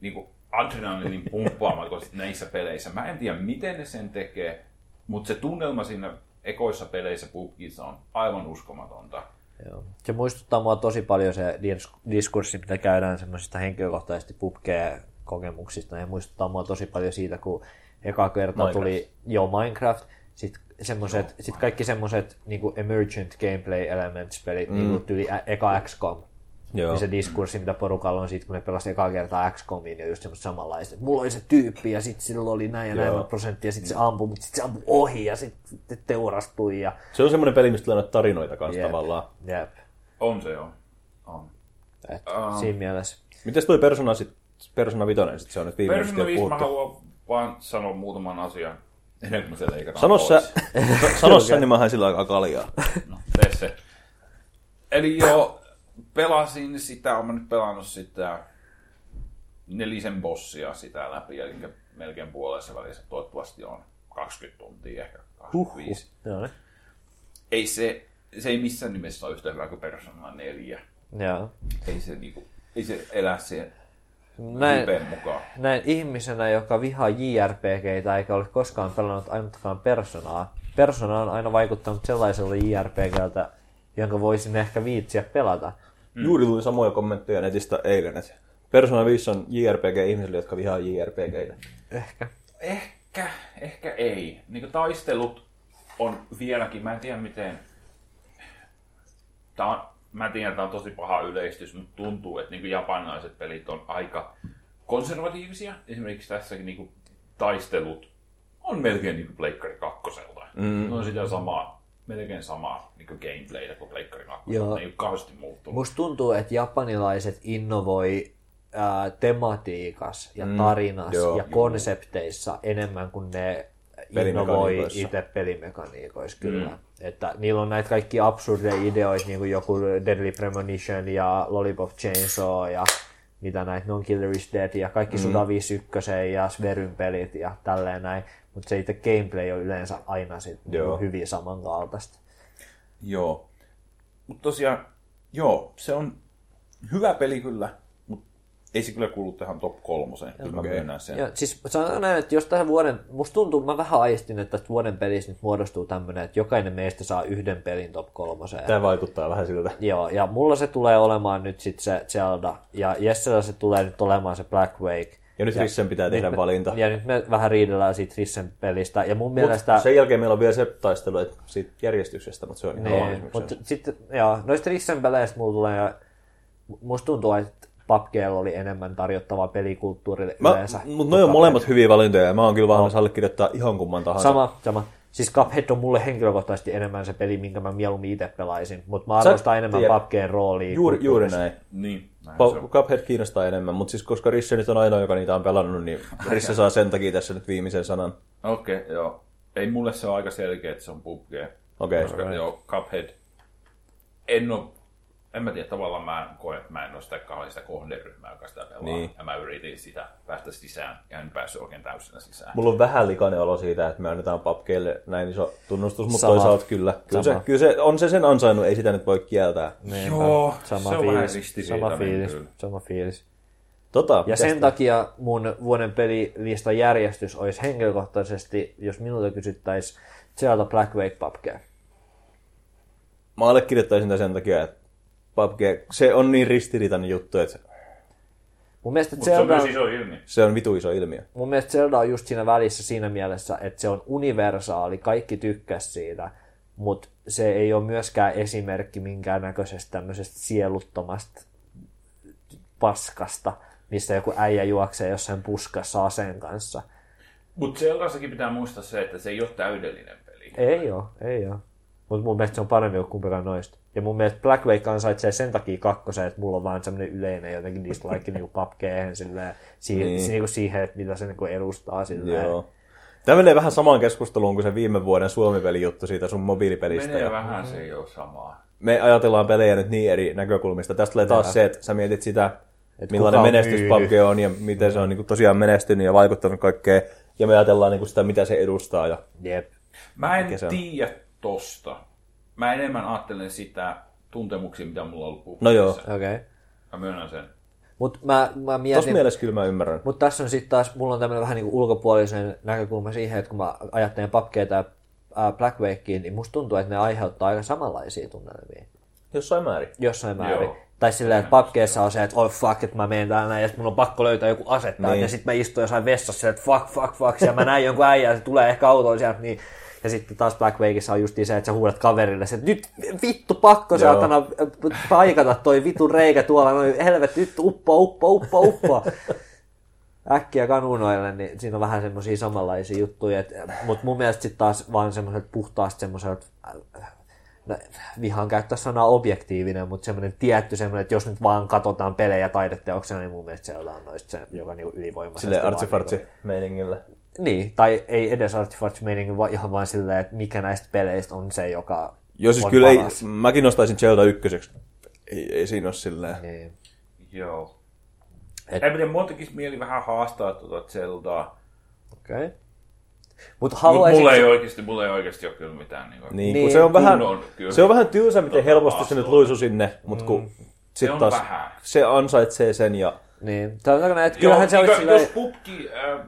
S1: niinku adrenalinin pumppaamalla kuin sit näissä peleissä. Mä en tiedä, miten ne sen tekee, mutta se tunnelma siinä ekoissa peleissä pubkissa on aivan uskomatonta.
S3: Joo. Se muistuttaa mua tosi paljon se dis- diskurssi, mitä käydään semmoisista henkilökohtaisesti pubkeen kokemuksista. Ja muistuttaa mua tosi paljon siitä, kun eka kerta Minecraft. tuli jo Minecraft, sitten semmoset, sit kaikki semmoiset niinku emergent gameplay elements pelit, mm. niinku tyli ä- eka XCOM.
S2: Joo.
S3: Niin se diskurssi, mitä porukalla on siitä, kun ne pelasi ekaa kertaa XCOMin ja just semmoista samanlaista. että Mulla oli se tyyppi ja sitten sillä oli näin ja näin
S2: Joo.
S3: prosenttia, sitten se ampui, mutta sitten se ampui ohi ja sitten teurastui ja
S2: Se on semmoinen peli, mistä tulee noita tarinoita kanssa
S3: Jep.
S2: yep. tavallaan.
S3: jep.
S1: On se joo. On.
S3: Et, siinä mielessä.
S2: Mites toi Persona, sit, Persona 5, sit se on nyt viimeinen,
S1: Persona
S2: mistä ei
S1: 5 mä
S2: puhuttu.
S1: haluan vaan sanoa muutaman asian. Ennen kuin me se leikataan
S2: Sano
S1: pois.
S2: sä, sano sä, niin mä hain sillä aikaa kaljaa.
S1: No, tee se. Eli joo, pelasin sitä, olen nyt pelannut sitä nelisen bossia sitä läpi, eli melkein puolessa välissä toivottavasti on 20 tuntia ehkä, 25. Huhhuh.
S3: Joo.
S1: Ei se, se ei missään nimessä ole yhtä hyvä kuin Persona 4.
S3: Joo.
S1: Ei se, niinku, ei se elä siihen
S3: Näin,
S1: hypeen mukaan.
S3: näin ihmisenä, joka vihaa JRPGitä eikä ole koskaan pelannut ainuttakaan personaa. Persona on aina vaikuttanut sellaiselta JRPGltä, jonka voisin ehkä viitsiä pelata.
S2: Mm. Juuri tuli samoja kommentteja netistä eilen, että Persona 5 on JRPG ihmisille, jotka vihaa JRPGitä.
S1: Ehkä, ehkä ei. Niin kuin taistelut on vieläkin, mä en tiedä miten... Tää on, mä tiedän, että tämä on tosi paha yleistys, mutta tuntuu, että niin kuin japanilaiset pelit on aika konservatiivisia. Esimerkiksi tässäkin niin kuin taistelut on melkein niin kuin Pleikkari kakkoselta. Mm. Ne on sitä samaa, melkein samaa niin kuin gameplaytä kuin Pleikkari kakkoselta.
S3: Joo.
S1: Ne ei ole kauheasti muuttunut.
S3: Musta tuntuu, että japanilaiset innovoi ää, tematiikas ja tarinas mm,
S2: joo,
S3: ja
S2: juu.
S3: konsepteissa enemmän kuin ne innovoi
S2: Pelimekaniikoissa.
S3: itse pelimekaniikoissa, kyllä. Mm. Että niillä on näitä kaikki absurdeja ideoita, niin kuin joku Deadly Premonition ja Lollipop Chainsaw ja mitä näitä Non Killer is Dead ja kaikki mm. 151 ja Sveryn pelit ja tälleen näin. Mutta se itse gameplay on yleensä aina sit
S2: Joo.
S3: niinku hyvin samankaltaista.
S1: Joo. Mutta tosiaan, joo, se on hyvä peli kyllä, mutta ei se kyllä kuulu tähän top kolmoseen. Kyllä mä myönnän sen.
S3: Joo, siis sanotaan näin, että jos tähän vuoden, musta tuntuu, mä vähän aistin, että tästä vuoden pelissä nyt muodostuu tämmöinen, että jokainen meistä saa yhden pelin top kolmoseen.
S2: Tämä vaikuttaa vähän siltä.
S3: Joo, ja mulla se tulee olemaan nyt sit se Zelda, ja Jessellä se tulee nyt olemaan se Black Wake.
S2: Ja nyt Rissen pitää tehdä valinta.
S3: Ja nyt me vähän riidellään siitä Rissen pelistä, ja mun mielestä...
S2: Mut sen jälkeen meillä on vielä se taistelu että siitä järjestyksestä, mutta se on ihan oma
S3: Niin,
S2: kysymys.
S3: mutta sitten, joo, noista Rissen peleistä mulla tulee, ja musta tuntuu, että PUBGlla oli enemmän tarjottavaa pelikulttuurille
S2: Mä,
S3: yleensä. Tota- No.
S2: mut noi on molemmat hyviä valintoja ja mä oon kyllä valmis allekirjoittaa ihan kumman tahansa.
S3: Sama, sama. Siis Cuphead on mulle henkilökohtaisesti enemmän se peli, minkä mä mieluummin itse pelaisin, mutta mä arvostan
S2: tiedät-
S3: enemmän PUBGn roolia.
S2: Juuri,
S3: kuin-
S2: juuri näin.
S1: Niin, näin se
S2: Pa-
S1: on.
S2: Cuphead kiinnostaa enemmän, mutta siis koska Risse nyt on ainoa, joka niitä on pelannut, niin Risse saa sen takia tässä nyt viimeisen sanan.
S1: Okei, okay, joo. Ei mulle se ole aika selkeä, että se on PUBG.
S2: Okei.
S1: Koska joo, Cuphead. En oo, en mä tiedä, tavallaan mä koen, että mä en oo sitä kauhean sitä kohderyhmää, joka sitä pelaa.
S2: Niin.
S1: Ja mä yritin sitä päästä sisään, ja en päässyt oikein täysin sisään.
S2: Mulla on vähän likainen olo siitä, että me annetaan PUBGlle näin iso tunnustus, mutta
S3: Sama.
S2: toisaalta kyllä. Kyllä se,
S3: Sama. Niin.
S2: kyllä se, on se sen ansainnut, ei sitä nyt voi kieltää.
S3: Niinpä.
S1: Joo,
S3: sama
S1: se on vähän
S3: fiilis,
S1: ristiriitainen
S3: sama fiilis,
S1: kyllä.
S3: sama fiilis.
S2: Tota,
S3: Ja
S2: mitäs
S3: sen
S2: te-
S3: takia mun vuoden pelilistan järjestys olisi henkilökohtaisesti, jos minulta kysyttäisiin, Zelda Black Wake PUBG.
S2: Mä allekirjoittaisin tämän sen takia, että PUBG, se on niin ristiriitainen juttu, että
S3: Mun mielestä,
S1: Mutta se on siis
S3: Zelda,
S1: myös iso ilmi.
S2: se on vitu iso ilmiö.
S3: mun mielestä Zelda on just siinä välissä siinä mielessä, että se on universaali, kaikki tykkäs siitä, mutta se ei ole myöskään esimerkki minkäännäköisestä tämmöisestä sieluttomasta paskasta, missä joku äijä juoksee jossain puskassa aseen kanssa.
S1: Mutta Zeldassakin pitää muistaa se, että se ei ole täydellinen peli.
S3: Ei oo, ei oo. Mutta mun mielestä se on parempi kuin kumpikaan noista. Ja mun mielestä Black Wake ansaitsee sen takia kakkosen, että mulla on vaan semmoinen yleinen jotenkin dislike niinku PUBGhen silleen, siihen, niin. niinku siihen, että mitä se niinku edustaa silleen.
S2: Joo. Tämä menee vähän samaan keskusteluun kuin se viime vuoden Suomi-pelijuttu siitä sun mobiilipelistä.
S1: Menee
S2: ja-
S1: vähän, se ei ole samaa.
S2: me ajatellaan pelejä nyt niin eri näkökulmista. Tästä tulee taas se, että sä mietit sitä, Et millainen
S3: kuka on
S2: menestys
S3: myynyt.
S2: PUBG on ja miten se on niin kuin, tosiaan menestynyt ja vaikuttanut kaikkeen. Ja me ajatellaan niin kuin, sitä, mitä se edustaa. Ja...
S3: Jep.
S1: Mä en
S2: Mikä se on?
S1: tiedä tosta. Mä enemmän ajattelen sitä tuntemuksia, mitä mulla on ollut
S2: No joo.
S1: puhuessa.
S3: Okei. Okay.
S1: Mä myönnän sen.
S3: Mutta mä, mä
S2: Tuossa
S3: mietin,
S2: mielessä kyllä mä ymmärrän.
S3: Mutta tässä on sitten taas, mulla on tämmöinen vähän niin ulkopuolisen näkökulma siihen, että kun mä ajattelen papkeita ja ää, Black Wakea, niin musta tuntuu, että ne aiheuttaa aika samanlaisia tunnelmia
S2: Jossain määrin.
S3: jossain määrin.
S1: Joo.
S3: Tai silleen, että papkeessa on se, että oh fuck, että mä menen täällä näin, ja sit mun on pakko löytää joku ase täältä,
S2: Niin.
S3: ja sitten mä istun jossain vessassa silleen, että fuck, fuck, fuck, ja mä näen jonkun äijän, ja se tulee ehkä autoon sieltä, niin ja sitten taas Black Wakeissa on just se, että sä huudat kaverille, se, että nyt vittu pakko saatana äh, paikata toi vitun reikä tuolla, noin helvetti, nyt uppo, uppo, uppo, uppo. äkkiä kanunoille, niin siinä on vähän semmoisia samanlaisia juttuja. Mutta mun mielestä sitten taas vaan semmoiset puhtaasti semmoiset, no, vihaan käyttää sanaa objektiivinen, mutta semmoinen tietty semmoinen, että jos nyt vaan katsotaan pelejä taideteoksena, niin mun mielestä se on noista se, joka niinku ylivoimaisesti.
S2: Silleen
S3: vaan
S2: artsifartsi meiningillä.
S3: niinku- Niin, tai ei edes Artifact Maining, vaan ihan vain silleen, että mikä näistä peleistä on se, joka
S2: Joo, siis
S3: on
S2: kyllä ei,
S3: paras.
S2: mäkin nostaisin Zelda ykköseksi. Ei, ei siinä ole silleen. Niin.
S3: Niin.
S1: Joo.
S3: Et-
S1: Et... En mä tiedä, mua tekisi mieli vähän haastaa tuota Zeldaa.
S3: Okei. Okay. Mutta
S1: Mut
S3: haluaisin...
S1: mulla ei oikeasti, mulla ei oikeasti ole kyllä mitään. Niin kuin...
S2: Niin,
S3: Niin,
S2: niin, se on vähän,
S1: kunnon kyllä.
S2: se on vähän tylsä, miten helposti se nyt
S1: vastuulla.
S2: luisu sinne, mutta kun sit
S1: on
S2: taas
S1: vähän.
S2: se ansaitsee sen ja
S3: Niin, sanotaanko näin, että kyllähän se
S1: Joo,
S2: niin
S3: olisi
S1: jos,
S3: silleen...
S1: jos pubki, äh,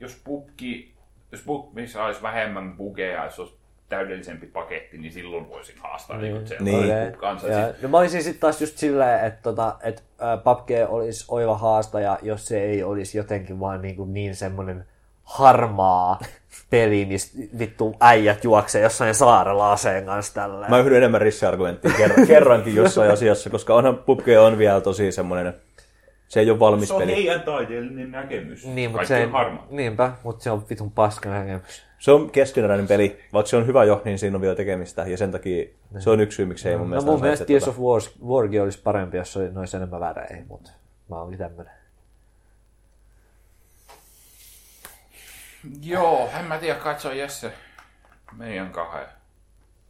S1: jos pubki, jos pubkissa olisi vähemmän bugeja, jos olisi täydellisempi paketti, niin silloin voisin haastaa niin. sen
S2: Niin.
S1: niin. kanssa.
S3: Joo.
S1: Siis,
S3: No mä olisin sitten taas just silleen, että tota, et, ä, PUBG olisi oiva haastaja, jos se ei olisi jotenkin vaan niin, kuin niin semmoinen harmaa peli, missä vittu äijät juoksee jossain saarella aseen kanssa tällä.
S2: mä yhdyn enemmän riskiargumenttiin kerran, kerrankin jossain asiassa, koska onhan PUBG on vielä tosi semmoinen, se ei ole valmis
S1: se on
S2: peli.
S1: heidän taiteellinen näkemys.
S3: Niin, mutta
S1: Kaikki
S3: se,
S1: on harmaa.
S3: niinpä, mutta se on vitun paska No näkemys.
S2: Se on keskeneräinen peli, vaikka se on hyvä jo, niin siinä on vielä tekemistä ja sen takia se on yksi syy, miksi ei mun
S3: No
S2: mielestä
S3: mun mielestä
S2: ansaitse
S3: Tears
S2: tota-
S3: of Wars, Warkin olisi parempi, jos se olisi enemmän värejä, mutta mä oonkin tämmönen.
S1: Joo, en mä tiedä, katso Jesse. Meidän kahden.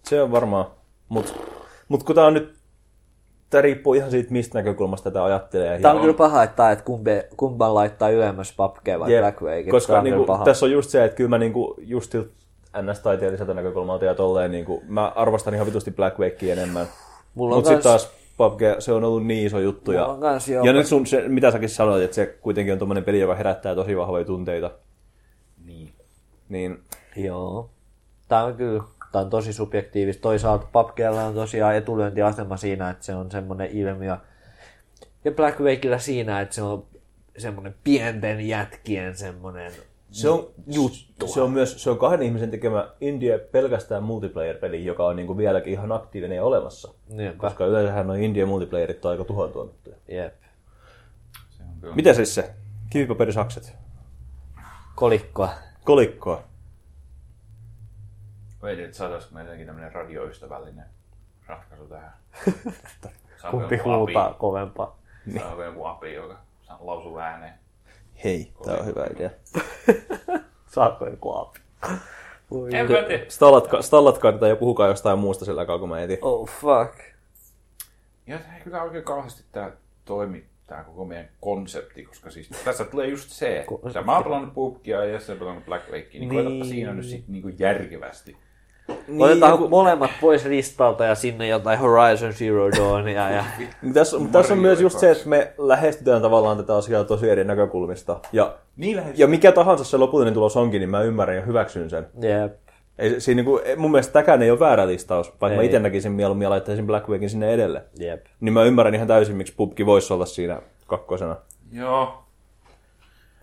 S2: Se on varmaan. Mutta mut kun tämä on nyt, tämä riippuu ihan siitä, mistä näkökulmasta tätä ajattelee.
S3: Tää on
S2: Ja-
S3: kyllä paha, että, että kumpi, kumpan laittaa ylemmäs PUBG vai
S2: Jep,
S3: Black Wake. Tää
S2: Koska
S3: on
S2: niinku,
S3: kyllä paha.
S2: tässä on just se, että kyllä mä niinku, just siltä NS-taiteelliseltä näkökulmalta ja tolleen, niinku, mä arvostan ihan vitusti Black Wakea enemmän.
S3: Mulla
S2: Mutta
S3: on
S2: sitten
S3: kans-
S2: taas PUBG, se on ollut niin iso juttu.
S3: Mulla
S2: Ja,
S3: on kans, joo.
S2: ja nyt sun, se, mitä säkin sanoit, että se kuitenkin on tommonen peli, joka herättää tosi vahvoja tunteita.
S1: Niin.
S2: Niin,
S3: Joo. Tämä on kyllä tää on tosi subjektiivista. Toisaalta PUBGlla on tosiaan etulyöntiasema siinä, että se on semmoinen ilmiö. Ja Black Wakeillä siinä, että se on semmoinen pienten jätkien semmoinen...
S2: se on, juttu. Se on myös se on kahden ihmisen tekemä indie pelkästään multiplayer-peli, joka on niinku vieläkin ihan aktiivinen ja olemassa.
S3: Niinpä.
S2: Koska yleensähän noin indie multiplayerit on aika tuhoon tuomittuja.
S3: Jep.
S2: Mitä siis se? Kivipaperisakset.
S3: Kolikkoa.
S2: Kolikkoa.
S1: Mietin, että saataisiko meillä jotenkin tämmöinen radioystävällinen ratkaisu tähän. Saanko
S3: Kumpi
S1: joku
S3: huutaa
S1: api?
S3: kovempaa.
S1: Saanko joku api, joka saa- lausuu ääneen?
S2: Hei, tää on hyvä idea.
S3: Saako joku aapi? Voi
S1: En mä tiedä.
S2: Stallatka, stallatkaa tätä ja puhukaa jostain muusta sillä aikaa, kun mä etin.
S3: Oh fuck.
S1: Ja se ei kyllä oikein kauheasti tämä toimi, tämä koko meidän konsepti, koska siis tässä tulee just se, että mä oon pelannut pubkia ja se pelannut Black Wakea, niin, niin. koetapa siinä nyt sitten niinku järkevästi.
S3: Niin, Otetaan joku... molemmat pois listalta ja sinne jotain Horizon Zero Dawnia ja...
S2: Niin tässä, mutta tässä on myös just se, että me lähestytään tavallaan tätä asiaa tosi eri näkökulmista. Ja,
S1: Niin lähes.
S2: ja mikä tahansa se lopullinen tulos onkin, niin mä ymmärrän ja hyväksyn sen.
S3: Jep.
S2: Ei, se- siinä, niinku- mun mielestä tämäkään ei ole väärä listaus, vaikka ei. mä
S3: Ei.
S2: itse näkisin mieluummin ja laittaisin Black Wakein sinne edelle.
S3: Jep.
S2: Niin mä ymmärrän ihan täysin, miksi pubki voisi olla siinä kakkosena.
S1: Joo.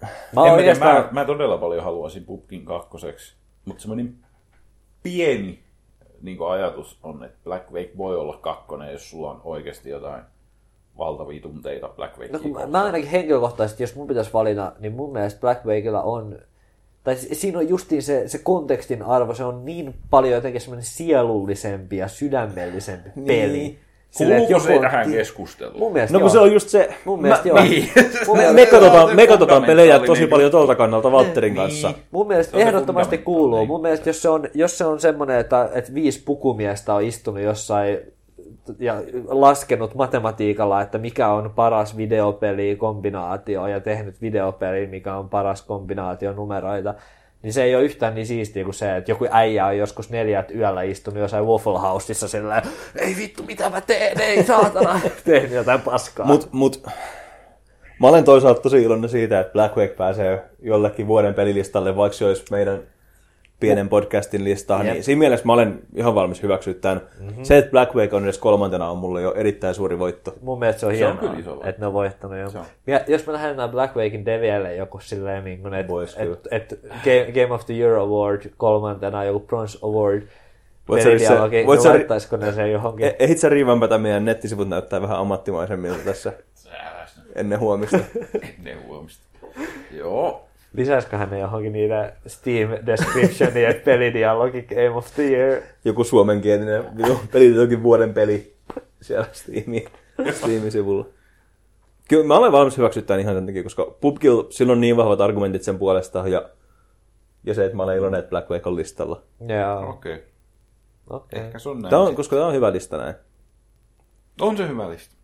S3: Mä
S1: en mä, tiedä,
S3: oikeastaan...
S1: mä, mä, todella paljon haluaisin pubkin kakkoseksi, mutta semmoinen pieni niin ajatus on, että Black Wake voi olla kakkonen, jos sulla on oikeasti jotain valtavia tunteita Black Wakea
S3: No, kun mä,
S1: kohtaan.
S3: mä ainakin henkilökohtaisesti, jos mun pitäisi valita, niin mun mielestä Black Wakella on, tai si- siinä on justiin se, se kontekstin arvo, se on niin paljon jotenkin semmoinen sielullisempi ja sydämellisempi niin. peli. Silleen, että
S1: Kuuluuko
S3: joku
S1: se
S3: on
S1: tähän
S3: ti- Mun
S1: keskusteluun? Niin.
S3: mielestä
S2: No kun
S3: joo.
S2: se on just se...
S3: Mun mielestä
S2: mä,
S3: joo. Mun
S2: Me,
S3: mielestä- niin
S2: me katsotaan, me katsotaan
S1: fundamentaalinen
S2: pelejä tosi paljon
S1: juttu.
S2: tuolta kannalta Valtterin kanssa.
S3: Mun mielestä
S1: Se niin. on se
S3: ehdottomasti
S1: fundamentaali.
S3: kuuluu. Mun mielestä jos se on, jos se on semmoinen, että, että viisi pukumiestä on istunut jossain ja laskenut matematiikalla, että mikä on paras videopeli kombinaatio ja tehnyt videopeli, mikä on paras kombinaatio numeroita, niin se ei ole yhtään niin siistiä kuin se, että joku äijä on joskus neljät yöllä istunut jossain Waffle Houseissa sillä ei vittu mitä mä teen, ei saatana, tehnyt jotain paskaa.
S2: Mut, mut, mä olen toisaalta tosi iloinen siitä, että Black Wake pääsee jollekin vuoden pelilistalle, vaikka se olisi meidän pienen podcastin listaa,
S3: Jep.
S2: niin siinä mielessä mä olen ihan valmis hyväksyä tämän. Se, että Black Wake on edes kolmantena, on mulle jo erittäin suuri voitto.
S3: Mun mielestä se on
S1: on
S3: hienoa,
S1: kyllä iso valinta.
S3: että ne on voittanut jo.
S1: on.
S3: Ja jos me lähdetään Black Wakein Devielle joku silleen, niin kuin, että
S2: Vois kyllä.
S3: et, et Game, Game, of the Year Award kolmantena, joku Bronze Award,
S2: Voit sä-
S3: Meridialogi,
S2: se-
S3: niin
S2: voit sä-
S3: laittaisiko ne sen johonkin?
S1: Eh.
S2: E- Ehdit sä riivanpätä meidän nettisivut näyttää vähän ammattimaisemmilta tässä
S1: Älä sinä.
S2: ennen huomista.
S1: Ennen huomista. Joo.
S3: Lisäisiköhän ne johonkin niitä Steam descriptionia, että pelidialogi Game of the Year?
S2: Joku suomenkielinen vitu peliliitokin vuoden peli siellä Steamin, Steamin sivulla. Kyllä mä olen valmis hyväksyttämään ihan sen takia, koska PUBG, sillä on niin vahvat argumentit sen puolesta ja ja se, että mä olen iloinen, että Black Wake on listalla.
S3: Joo.
S1: Okei. Okay.
S3: Okei.
S1: No, Ehkä sun näin.
S2: Tämä on, koska tämä on hyvä lista näin.
S1: On se hyvä lista.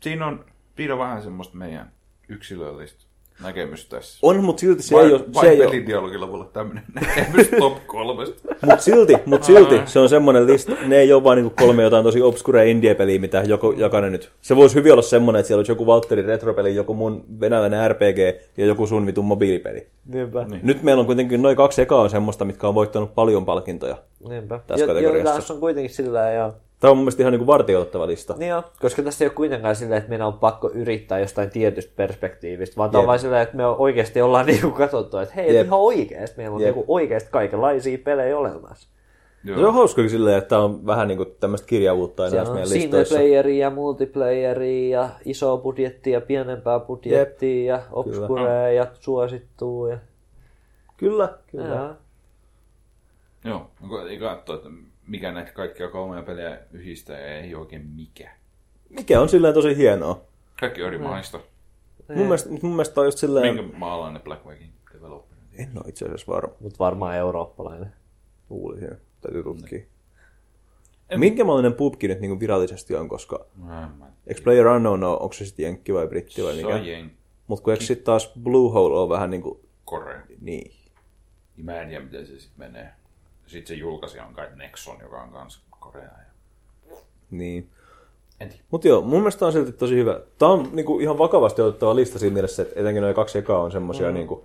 S1: Siinä on, siinä on vähän semmoista meidän yksilöllistä näkemystä tässä.
S2: On, mutta silti se
S1: Vai-
S2: ei ole...
S1: vai
S2: Se ei ole.
S1: pelidialogilla voi olla tämmöinen näkemys top kolmesta.
S2: Mut silti, mut silti se on semmoinen lista, ne ei ole vaan niinku kolme jotain tosi obskureja indie-peliä, mitä joko, jokainen nyt... Se voisi hyvin olla semmoinen, että siellä olisi joku Valtteri retropeli, joku mun venäläinen RPG ja joku sun vitun mobiilipeli.
S3: Niinpä.
S1: Niin.
S2: Nyt meillä on kuitenkin noin kaksi ekaa on semmoista, mitkä on voittanut paljon palkintoja.
S3: Niinpä.
S2: Tässä kategoriassa.
S3: tässä on kuitenkin sillä joo.
S2: Tämä on mun mielestä ihan niinku vartioitettava lista.
S3: Niin joo, koska tässä ei ole kuitenkaan silleen, että meidän on pakko yrittää jostain tietystä perspektiivistä, vaan tämä on
S2: Jep.
S3: vaan silleen, että me oikeasti ollaan niinku katsottu, että hei,
S2: Jep.
S3: Jep. ihan oikeasti meillä on
S2: Jep.
S3: niinku oikeasti kaikenlaisia pelejä olemassa.
S2: Se on hauska silleen, että on vähän niinku tämmöistä kirjavuutta aina
S3: Siellä
S2: näissä
S3: on
S2: meidän listoissa.
S3: singleplayeria ja multiplayeria ja isoa budjettia ja pienempää budjettia ja obscurea ja suosittua. Ja...
S2: Kyllä, kyllä.
S3: Joo.
S1: Joo, mä koitin katsoa, että mikä näitä kaikkia kolmea peliä yhdistää ja ei oikein mikä.
S2: Mikä on silleen tosi hienoa.
S1: Kaikki on eri maista.
S3: Niin.
S2: Mun mielestä, mut mun mielestä tää on just silleen...
S1: Minkä maalainen Black Wagon developer?
S2: En ole itse asiassa varma.
S3: Mutta varmaan eurooppalainen.
S2: Luulisin. Täytyy tutkia. Minkä mallinen pubki nyt niinku virallisesti on, koska
S1: Mä No en mä-
S2: eikö Player Unknown on, onko se sitten jenkki vai britti vai
S1: Se on
S2: mikä?
S1: jen
S2: Mutta kun eikö sitten taas Bluehole on vähän niinku,
S1: Korea.
S2: niin.
S1: Ja Mä en tiedä, miten se sitten menee. Sitten se julkaisija on kai Nexon, joka on kans Korea. Ja...
S2: niin.
S1: En tiedä.
S2: Mutta joo, mun mielestä tää on silti tosi hyvä. Tämä on niinku ihan vakavasti otettava lista siinä mielessä, että etenkin noin kaksi ekaa on semmosia mm. niinku,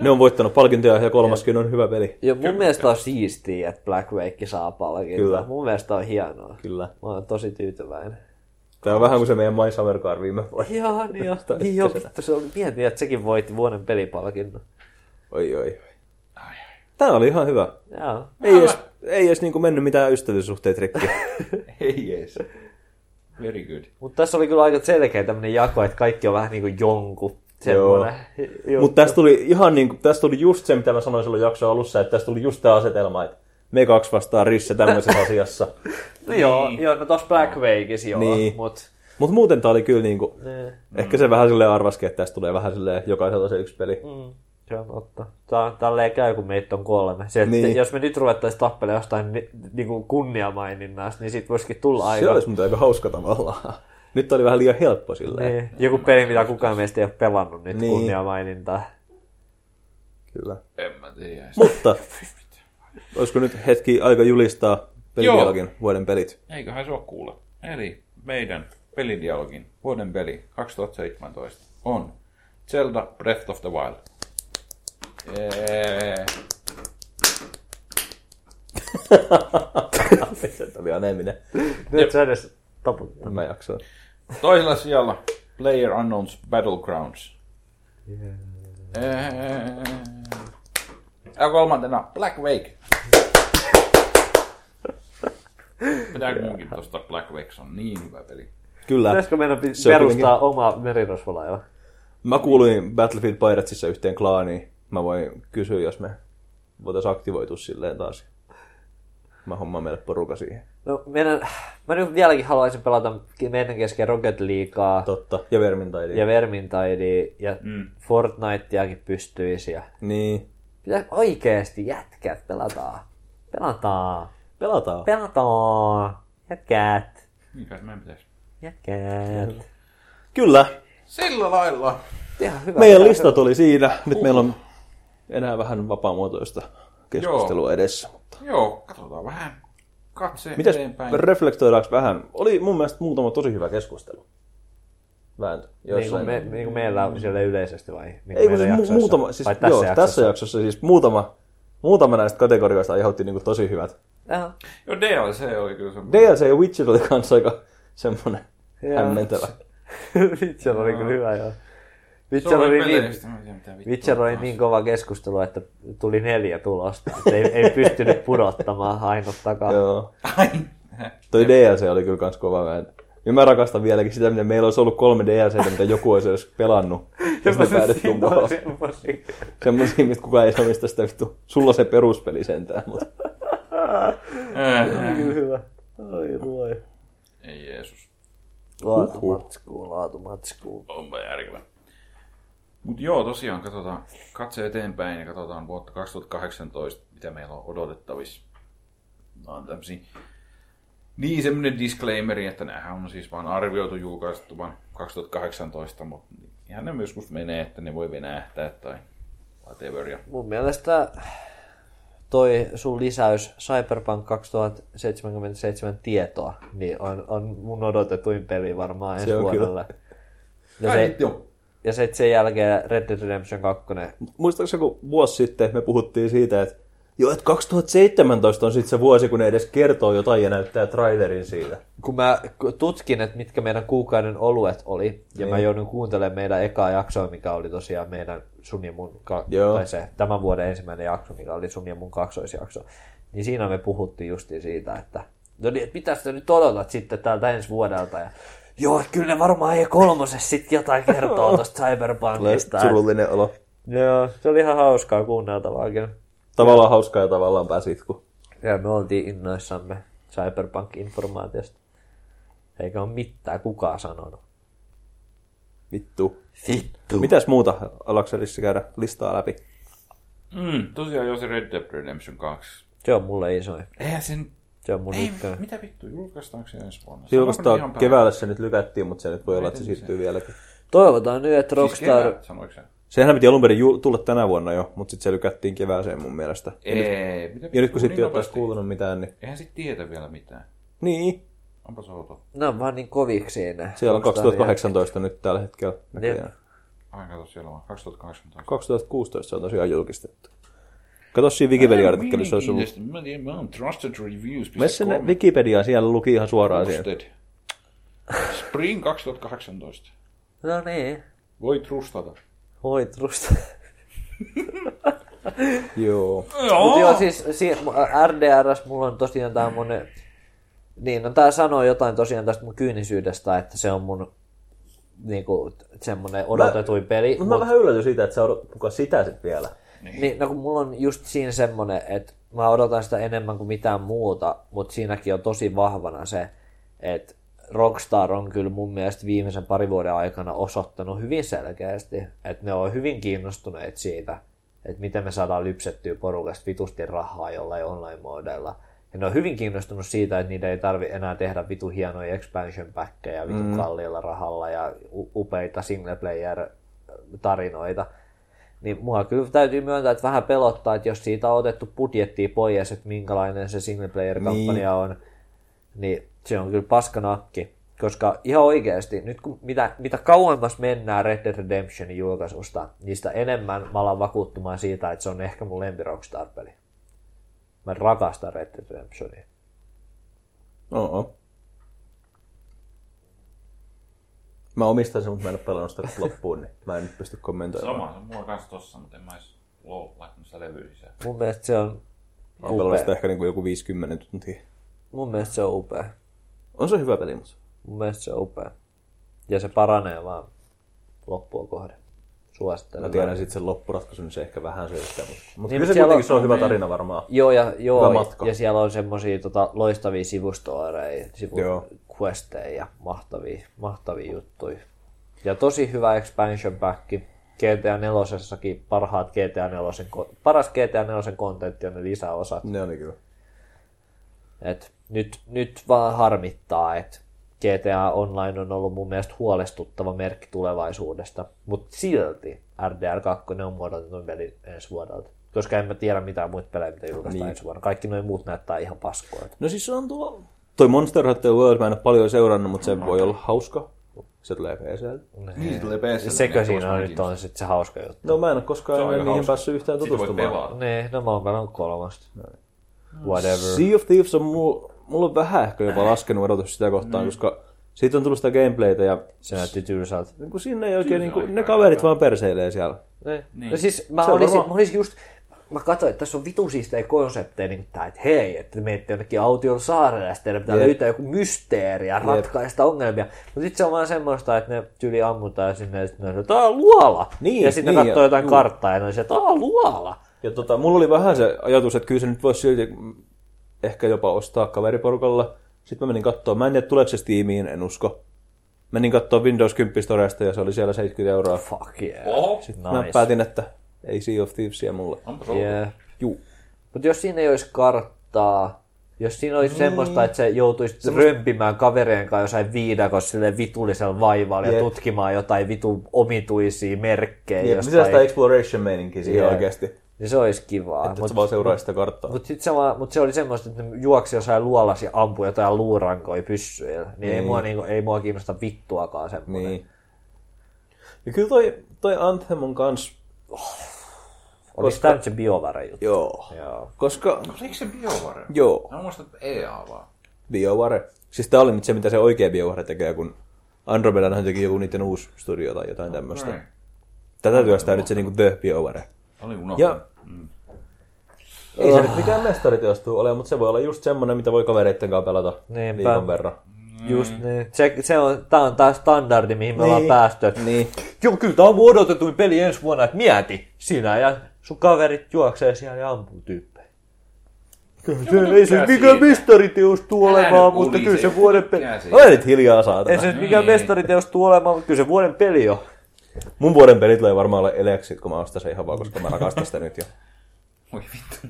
S2: ne on voittanut palkintoja ja kolmaskin on hyvä peli.
S3: Ja mun Kyllä. mielestä on siistiä, että Black Wake saa palkinnon.
S2: Kyllä.
S3: Mun mielestä on hienoa.
S2: Kyllä.
S3: Mä oon tosi tyytyväinen.
S2: Tämä on vähän kuin se meidän My Summer Car viime vuonna.
S3: Joo, niin joo.
S2: Tästä
S3: niin joo,
S2: sitä.
S3: vittu, se oli mieti, että sekin voitti vuoden pelipalkinnon.
S2: Oi, oi, oi. Tämä oli ihan hyvä.
S3: Joo.
S2: Ei edes, ei edes niinku mennyt mitään ystävyyssuhteet rikki.
S1: Ei jees. Very good.
S3: Mutta tässä oli kyllä aika selkeä tämmönen jako, että kaikki on vähän niinku jonku. Semmoinen. Joo.
S2: Mutta tästä tuli ihan niin kuin, tästä tuli just se, mitä mä sanoin silloin jakson alussa, että tästä tuli just tämä asetelma, että me kaksi vastaa Risse tämmöisessä asiassa.
S3: no joo, joo, no tossa Black Wakeissa joo.
S2: Niin.
S3: Niin. Mut,
S2: Mutta muuten tämä oli kyllä niin kuin,
S3: ne,
S2: ehkä se vähän silleen arvaskin, että tästä tulee vähän silleen jokaiselta se yksi peli.
S3: mm, se on totta. Tää, tälleen käy, kun meitä on kolme. Se, että
S2: Niin.
S3: niin. jos me nyt ruvettaisiin tappelemaan jostain ni, niinku kunniamaininnasta, niin siitä voisikin tulla
S2: Se
S3: aika.
S2: olisi muuten aika hauska tavallaan. Nyt tää oli vähän liian helppo silleen.
S3: Niin. Joku peli, mitä kukaan meistä ei ole pelannut nyt
S2: Niin.
S3: niin. kunniamainintaa.
S2: Kyllä.
S1: En mä tiedä.
S2: Mutta, olisiko nyt hetki aika julistaa pelidialogin vuoden pelit?
S1: Eiköhän se ole kuulla. Eli meidän pelidialogin vuoden peli 2017 on Zelda Breath of the Wild. Jee.
S2: Tämä vielä näeminen.
S3: Nyt sä edes taput.
S2: Mä jaksoin.
S1: Toisella sijalla Player Unknowns Battlegrounds. Jee. Ja kolmantena Black Wake. Pitääkö munkin tosta Black Wake, se on niin hyvä peli.
S2: Kyllä.
S3: Pitäisikö meidän pi-
S2: Se on
S3: perustaa oma merirosvolaiva?
S2: Mä kuuluin Battlefield Piratesissa yhteen klaaniin. Mä voin kysyä, jos me voitaisiin aktivoitua silleen taas. Mä hommaan meille poruka siihen.
S3: No, meidän, mä nyt vieläkin haluaisin pelata meidän kesken Rocket Leaguea
S2: Totta. Ja Vermintaidia.
S3: ja
S2: Ja...
S3: Vermintidea ja mm. Fortniteakin pystyisi. Ja...
S2: Niin.
S3: Pitää oikeesti jätkät, pelataan. Pelataan.
S2: Pelataan. Pe-
S3: Pelataan. Jätkät.
S1: Niin kai meidän pitäisi.
S3: Jätkät.
S2: Kyllä.
S1: Sillä lailla.
S3: Ihan hyvä.
S2: Meidän listat oli siinä. Nyt meillä on enää vähän vapaamuotoista keskustelua Joo. edessä. Mutta
S1: Joo, katsotaan vähän. Katse
S2: Mitäs
S1: eteenpäin.
S2: reflektoidaanko vähän? Oli mun mielestä muutama tosi hyvä keskustelu. Vääntö.
S3: Niin kuin,
S2: Jossain.
S3: me, niin kuin meillä on siellä yleisesti vai? Niin kuin
S2: Ei kun
S3: meidän
S2: siis mu-
S3: jaksoissa?
S2: muutama, siis,
S3: Vai
S2: tässä, joo, jaksossa. tässä jaksossa siis muutama, muutama näistä kategorioista aiheutti niinku tosi hyvät.
S3: Joo.
S1: Joo, DLC oli kyllä semmoinen.
S2: DLC ja Witcher oli kanssa aika semmonen hämmentävä.
S3: Witcher oli kyllä hyvä, joo.
S1: Se
S3: Witcher
S1: oli
S3: oli, niin,
S1: peleistä, mä en tiedä mitä vittua.
S3: Witcher oli niin kova keskustelu, että tuli neljä tulosta. Että ei, ei pystynyt pudottamaan ainuttakaan.
S2: Joo.
S1: Ai.
S2: Toi DLC oli kyllä kans kova vääntö. Ja mä rakastan vieläkin sitä, miten meillä olisi ollut kolme DLCtä, mitä joku olisi edes pelannut. Ja sitten ne päädyttiin
S3: Siinä
S2: tuohon.
S3: on semmosia.
S2: Semmoisia, mistä kukaan ei saa mistä sitä vittu. Sulla on se peruspeli sentään, mutta
S1: Äh,
S3: Hyvä. Oi voi. Uhuh.
S1: Ei Jeesus,
S3: Laatumatskuu, laatumatskuu.
S1: onpa järkevä. Mutta joo, tosiaan katsotaan katse eteenpäin ja katsotaan vuotta 2018, mitä meillä on odotettavissa. Nämä on tämmöisiä... Niin, semmoinen disclaimeri, että näähän on siis vaan arvioitu julkaistu vaan 2018, mutta ihan ne myös musta menee, että ne voi venähtää tai whatever. Ja
S3: Mun mielestä toi sun lisäys Cyberpunk 2077 tietoa, niin on, on mun odotetuin peli varmaan ensi
S2: Se on kyllä.
S3: vuodelle. Ja,
S1: Ai,
S3: se,
S1: joo.
S3: ja se, sen jälkeen Red Dead Redemption 2.
S2: Muistaakseni kun vuosi sitten me puhuttiin siitä, että joo, että 2017 on sitten se vuosi, kun ne edes kertoo jotain ja näyttää trailerin siitä.
S3: Kun mä k- tutkin, että mitkä meidän kuukauden oluet oli, ja niin. mä joudun kuuntelemaan meidän ekaa jaksoa, mikä oli tosiaan meidän sun ja mun, ka-
S2: Joo.
S3: tai se tämän vuoden ensimmäinen jakso, mikä oli sun ja mun kaksoisjakso, niin siinä me puhuttiin justiin siitä, että no niin, että mitä sä nyt odotat sitten täältä ensi vuodelta, ja joo, että kyllä ne varmaan ei kolmosessa sitten jotain kertoo tuosta
S2: Tulee
S3: Cyberpunkista.
S2: surullinen olo.
S3: Joo, se oli ihan hauskaa kuunneltavaa kyllä.
S2: Tavallaan hauskaa ja tavallaan pääsitku.
S3: Ja me oltiin innoissamme Cyberpunk-informaatiosta. Eikä ole mitään kukaan sanonut.
S2: Vittu.
S3: Vittu.
S2: Mitäs muuta Alakselissa käydä listaa läpi?
S1: Mm, tosiaan joo, se Red Dead Redemption 2.
S3: Se on mulle isoin.
S1: Eihän sen...
S3: Se on mun
S1: Ei,
S3: ykkönen.
S1: mitä vittu, julkaistaanko se ensi vuonna? Sanoiko ne ihan
S2: Julkaistaan
S1: päin?
S2: keväällä se nyt lykättiin, mutta se nyt voi olla, että se siirtyy vieläkin.
S3: Toivotaan nyt, että
S1: Siis
S3: Rockstar...
S1: keväällä, sanoiko se?
S2: Sehän piti alun perin ju- tulla tänä vuonna jo, mutta sitten se lykättiin kevääseen mun mielestä.
S1: Ei, mitä
S2: Ja nyt kun
S1: vittu,
S2: sitten ei ole taas
S1: nopeasti.
S2: kuulunut mitään, niin...
S1: Eihän sit tietä vielä mitään.
S2: Niin,
S1: Onpa se outo.
S3: Ne on vaan niin koviksi siinä.
S2: siellä on Niin.
S3: Rockstaria.
S2: 2018 nyt tällä hetkellä näköjään.
S1: Ai kato, siellä on 2018.
S2: 2016 se on tosiaan julkistettu. Kato siinä Wikipedia-artikkelissa olisi ollut.
S1: Mielenkiintoista. Mä tiedän, mä oon trustedreviews.com.
S2: Mene sinne Wikipediaan, siellä luki ihan suoraan siihen.
S1: Trusted. Spring 2018.
S3: No niin.
S1: Voi trustata.
S3: Voi trusta.
S2: Joo.
S3: Mutta joo, siis si- mu- RDRS mulla on tosiaan tää mun... Niin, no tää sanoo jotain tosiaan tästä mun kyynisyydestä, että se on mun niinku semmonen odotetuin peli.
S2: Mutta mä vähän yllätyin siitä, että sä odotat mukaan sitä sitten vielä.
S3: Niin, no kun mulla on just siinä semmonen, että mä odotan sitä enemmän kuin mitään muuta, mutta siinäkin on tosi vahvana se, että Rockstar on kyllä mun mielestä viimeisen parin vuoden aikana osoittanut hyvin selkeästi, että ne on hyvin kiinnostuneet siitä, että miten me saadaan lypsettyä porukasta vitusti rahaa jollain online-modeilla. Ja ne on hyvin kiinnostunut siitä, että niitä ei tarvi enää tehdä vitu hienoja expansion packeja vitu mm. kalliilla rahalla ja u- upeita single player tarinoita niin mua kyllä täytyy myöntää, että vähän pelottaa, että jos siitä on otettu budjettia pois, että minkälainen se single player kampanja niin. on, niin se on kyllä paskanakki. Koska ihan oikeasti, nyt kun mitä, mitä kauemmas mennään Red Dead Redemptionin julkaisusta, niin sitä enemmän mä alan vakuuttumaan siitä, että se on ehkä mun lempi Rockstar-peli. Mä rakastan Red Dead Redemptionia.
S2: Oo. Mä omistan sen, mutta mä en ole pelannut sitä loppuun, niin mä en nyt pysty kommentoimaan.
S1: Sama, se on mulla kans tossa, mutta en mä edes lol laittanut sitä levyä sisään.
S3: Mun mielestä se on
S2: Mä oon pelannut sitä
S3: upea.
S2: ehkä niin kuin joku 50 tuntia.
S3: Mun mielestä se on upea.
S2: On se hyvä peli, mutta...
S3: Mun mielestä se on upea. Ja se paranee vaan loppua kohden. Suosittelen.
S2: Mä tiedän sitten sen loppuratkaisun, niin se ehkä vähän selittää. Mutta, mutta
S3: Niin,
S2: kyllä se
S3: siellä
S2: kuitenkin
S3: on-
S2: se on hyvä tarina varmaan.
S3: Joo, ja, joo,
S2: Hyvä
S3: ja,
S2: matka.
S3: ja siellä on semmoisia tota, loistavia sivustooreja, sivu
S2: Joo.
S3: questeja ja mahtavia, mahtavia juttuja. Ja tosi hyvä expansion pack. GTA 4 parhaat GTA 4, ko- paras GTA 4 kontentti on ne lisäosat.
S2: Ne oli kyllä.
S3: Et nyt, nyt vaan harmittaa, että GTA Online on ollut mun mielestä huolestuttava merkki tulevaisuudesta, mutta silti RDR2 on muodotettu peli ensi vuodelta. Koska en mä tiedä mitään muita pelejä, mitä julkaistaan niin. ensi vuonna. Kaikki noin muut näyttää ihan paskoilta.
S2: No siis se on tuo... Toi Monster Hunter World, mä en ole paljon seurannut, mutta se voi olla hauska. Se tulee PClle.
S1: Niin, se tulee PClle.
S3: Sekö siinä on nyt on sit se hauska juttu?
S2: No mä en ole
S1: Se on
S2: koskaan
S1: aika
S2: niihin
S1: hauska.
S2: päässyt yhtään
S1: Sitä voi
S2: tutustumaan.
S1: pelata.
S3: Niin, no mä oon pelannut kolmosta. Whatever.
S2: Sea of Thieves on mulla, mulla on vähän ehkä jopa laskenut odotus sitä kohtaan, koska siitä on tullut sitä gameplaytä ja
S3: Se näytti tylsältä.
S2: niin kuin sinne ei oikein, niin kuin, ne kaverit vaan perseilee siellä.
S3: Niin. No siis mä
S2: Se on
S3: olisin,
S2: varmaan-
S3: mä olisin just, mä katsoin, että tässä on vitu siistejä konsepteja, niin tää, että hei, että te menette jonnekin autiolla saarelle, ja sitten teidän pitää
S2: Jep.
S3: löytää joku mysteeri ja ratkaista ongelmia. Mutta sitten se on vaan semmoista, että ne tyli ammutaan sinne, ja sitten ne on, että tää on luola.
S2: Niin,
S3: ja sitten
S2: niin,
S3: ne katsoo
S2: ja-
S3: jotain karttaa, ja ne on se, että tää on luola.
S2: Ja tota, mulla oli vähän se ajatus, että kyllä se nyt voisi silti mm, ehkä jopa ostaa kaveriporukalla. Sitten mä menin katsoa, mä en tiedä tuleeko se Steamiin, en usko. menin katsoa Windows 10 Storesta ja se oli siellä 70 euroa.
S3: Fuck yeah.
S1: Oho,
S2: Nice. Mä päätin, että ei Sea of Thievesia mulle.
S1: onpa se ollut.
S3: yeah.
S2: Juu.
S3: Mutta jos siinä ei olisi karttaa, jos siinä olisi semmoista, että se joutuisi römpimään kavereen kanssa jossain viidakossa sille vitullisella vaivalla ja
S2: Jep.
S3: tutkimaan jotain vitu omituisia merkkejä
S2: Jep,
S3: jostain.
S2: Sitä exploration-meininkiä siihen
S3: Jee.
S2: oikeasti. Että
S3: Niin se olisi kivaa.
S2: mut, sä vaan seuraa sitä karttaa.
S3: Mutta sit se, vaan, mut se oli semmoista, että ne juoksi jossain luolassa ja ampui jotain luurankoja pyssyillä. Niin, niin. Ei, mua, niinku, ei mua kiinnosta vittuakaan semmoinen. Niin.
S2: Niin. Ja kyllä toi, toi Anthem on kans...
S3: Oliko tämä nyt se biovare juttu?
S2: Joo.
S3: Joo.
S2: Koska...
S1: Oliko se BioWare?
S2: Joo.
S1: Mä muistan, että EA vaan.
S2: BioWare. Siis tää oli nyt se, mitä se oikea BioWare tekee, kun Andromedahan teki joku niiden uusi studio tai jotain tämmöistä.
S1: Ei.
S2: Tätä työstää nyt se niinku The BioWare.
S1: Oli unohtanut.
S2: Ja... Ei se nyt mikään mestariteos tuu olemaan, mutta se voi olla just semmonen, mitä voi kavereitten kanssa pelata
S3: Niinpä.
S2: viikon verran.
S3: Just niin. Se, se on, tää on tää standardi, mihin me niin. ollaan päästy. että
S2: Niin.
S3: Joo, kyllä tämä on mun odotetuin peli ensi vuonna, että mieti, sinä ja sun kaverit juoksee siellä ja ampuu tyyppejä. Kyllä se ei se
S1: No, mikä
S3: mikään
S1: siitä?
S3: mestariteos tule
S1: Älä
S3: olemaan,
S1: nyt
S3: mutta kyllä
S1: ulise.
S3: se vuoden peli.
S1: Mikä siitä?
S2: Ole nyt hiljaa saatana.
S3: Ei se nyt mikään mestariteos tule olemaan, mutta kyllä se vuoden peli on.
S2: Mun vuoden peli tulee varmaan ole Elexit, kun mä ostan sen ihan vaan, koska mä rakastan sitä nyt jo.
S1: Voi vittu.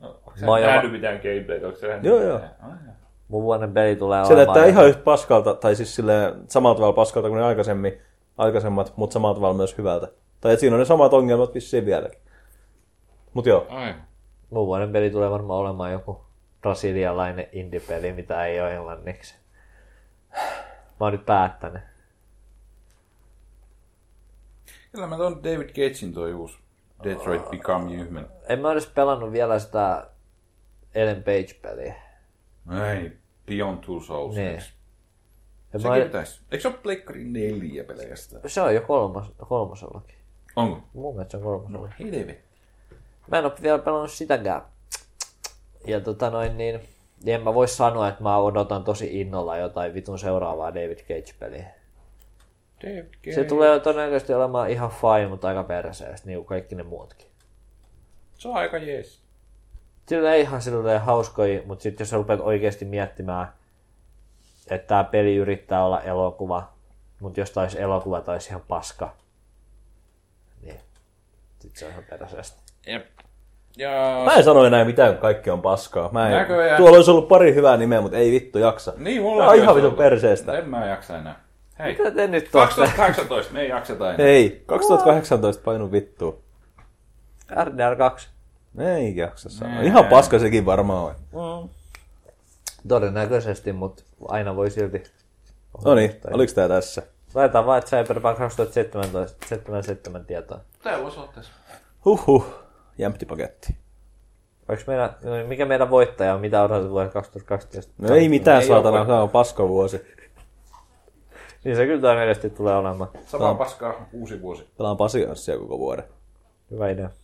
S1: No,
S6: Onko sä
S3: Mä oon
S6: nähnyt mitään gameplaytä? Onko sä nähnyt
S2: Joo, joo.
S3: Mun vuoden peli tulee
S2: Se näyttää ihan yhtä paskalta, tai siis sille samalla tavalla paskalta kuin ne aikaisemmin, aikaisemmat, mutta samalla tavalla myös hyvältä. Tai et siinä on ne samat ongelmat vissiin vieläkin. Mut joo,
S1: Ai.
S3: Mun vuoden peli tulee varmaan olemaan joku brasilialainen indie-peli, mitä ei ole englanniksi. Mä oon nyt päättänyt.
S1: Kyllä mä tuon David Cagein toi uusi Detroit Become Human.
S3: En mä edes pelannut vielä sitä Ellen Page-peliä.
S1: Ei, Beyond Two Souls.
S3: Niin. Ja mä,
S1: Sekin pitäis. Eikö se ole Pleikkari 4 pelkästään?
S3: se on jo kolmas, kolmosellakin.
S1: Onko?
S3: Mun mielestä se on kolmosella.
S1: No helvetti.
S3: Mä en ole vielä pelannut sitäkään. Ja tota noin niin, en mä voi sanoa, että mä odotan tosi innolla jotain vitun seuraavaa David Cage-peliä.
S1: David Cage.
S3: Se tulee todennäköisesti olemaan ihan fine, mutta aika perseestä, niin kuin kaikki ne muutkin.
S1: Se on aika jees.
S3: Sillä ei ihan silleen hauskoja, mutta sitten jos sä rupeat oikeasti miettimään, että tämä peli yrittää olla elokuva, mutta jos taisi elokuva, taisi ihan paska. Niin. Sitten se on ihan perseestä.
S1: Jep. Ja...
S2: mä en sano enää mitään, kun kaikki on paskaa. Mä en...
S1: Näköjään.
S2: Tuolla olisi ollut pari hyvää nimeä, mutta ei vittu jaksa.
S1: Niin,
S2: Tää
S1: mulla
S2: on
S1: on
S2: ihan
S1: myös
S2: vitun
S1: ollut.
S2: perseestä.
S1: En mä jaksa enää. Hei,
S3: Mitä te nyt tuosta?
S1: 2018, me ei jakseta enää.
S2: Ei, 2018 painu vittu.
S3: RDR 2.
S2: Ei jaksa sanoa.
S1: Niin.
S2: Ihan paska sekin varmaan on.
S1: Mm.
S3: Todennäköisesti, mutta aina voi silti.
S2: No niin, oliks tää tässä?
S3: Laitetaan vaan, että Cyberpunk 2017 77 tietoa.
S1: Tää voisi olla tässä.
S2: Huhhuh, No jämpti paketti.
S3: Oliko meidän, no, mikä meidän voittaja on, mitä odotat vuoden 2012?
S2: No ei mitään
S1: Ei
S2: saatana,
S1: ole.
S2: se on paskavuosi.
S3: Niin se kyllä todennäköisesti tulee olemaan.
S1: Samaa paskaa, uusi vuosi.
S2: Pelaan pasianssia koko vuoden.
S3: Hyvä idea.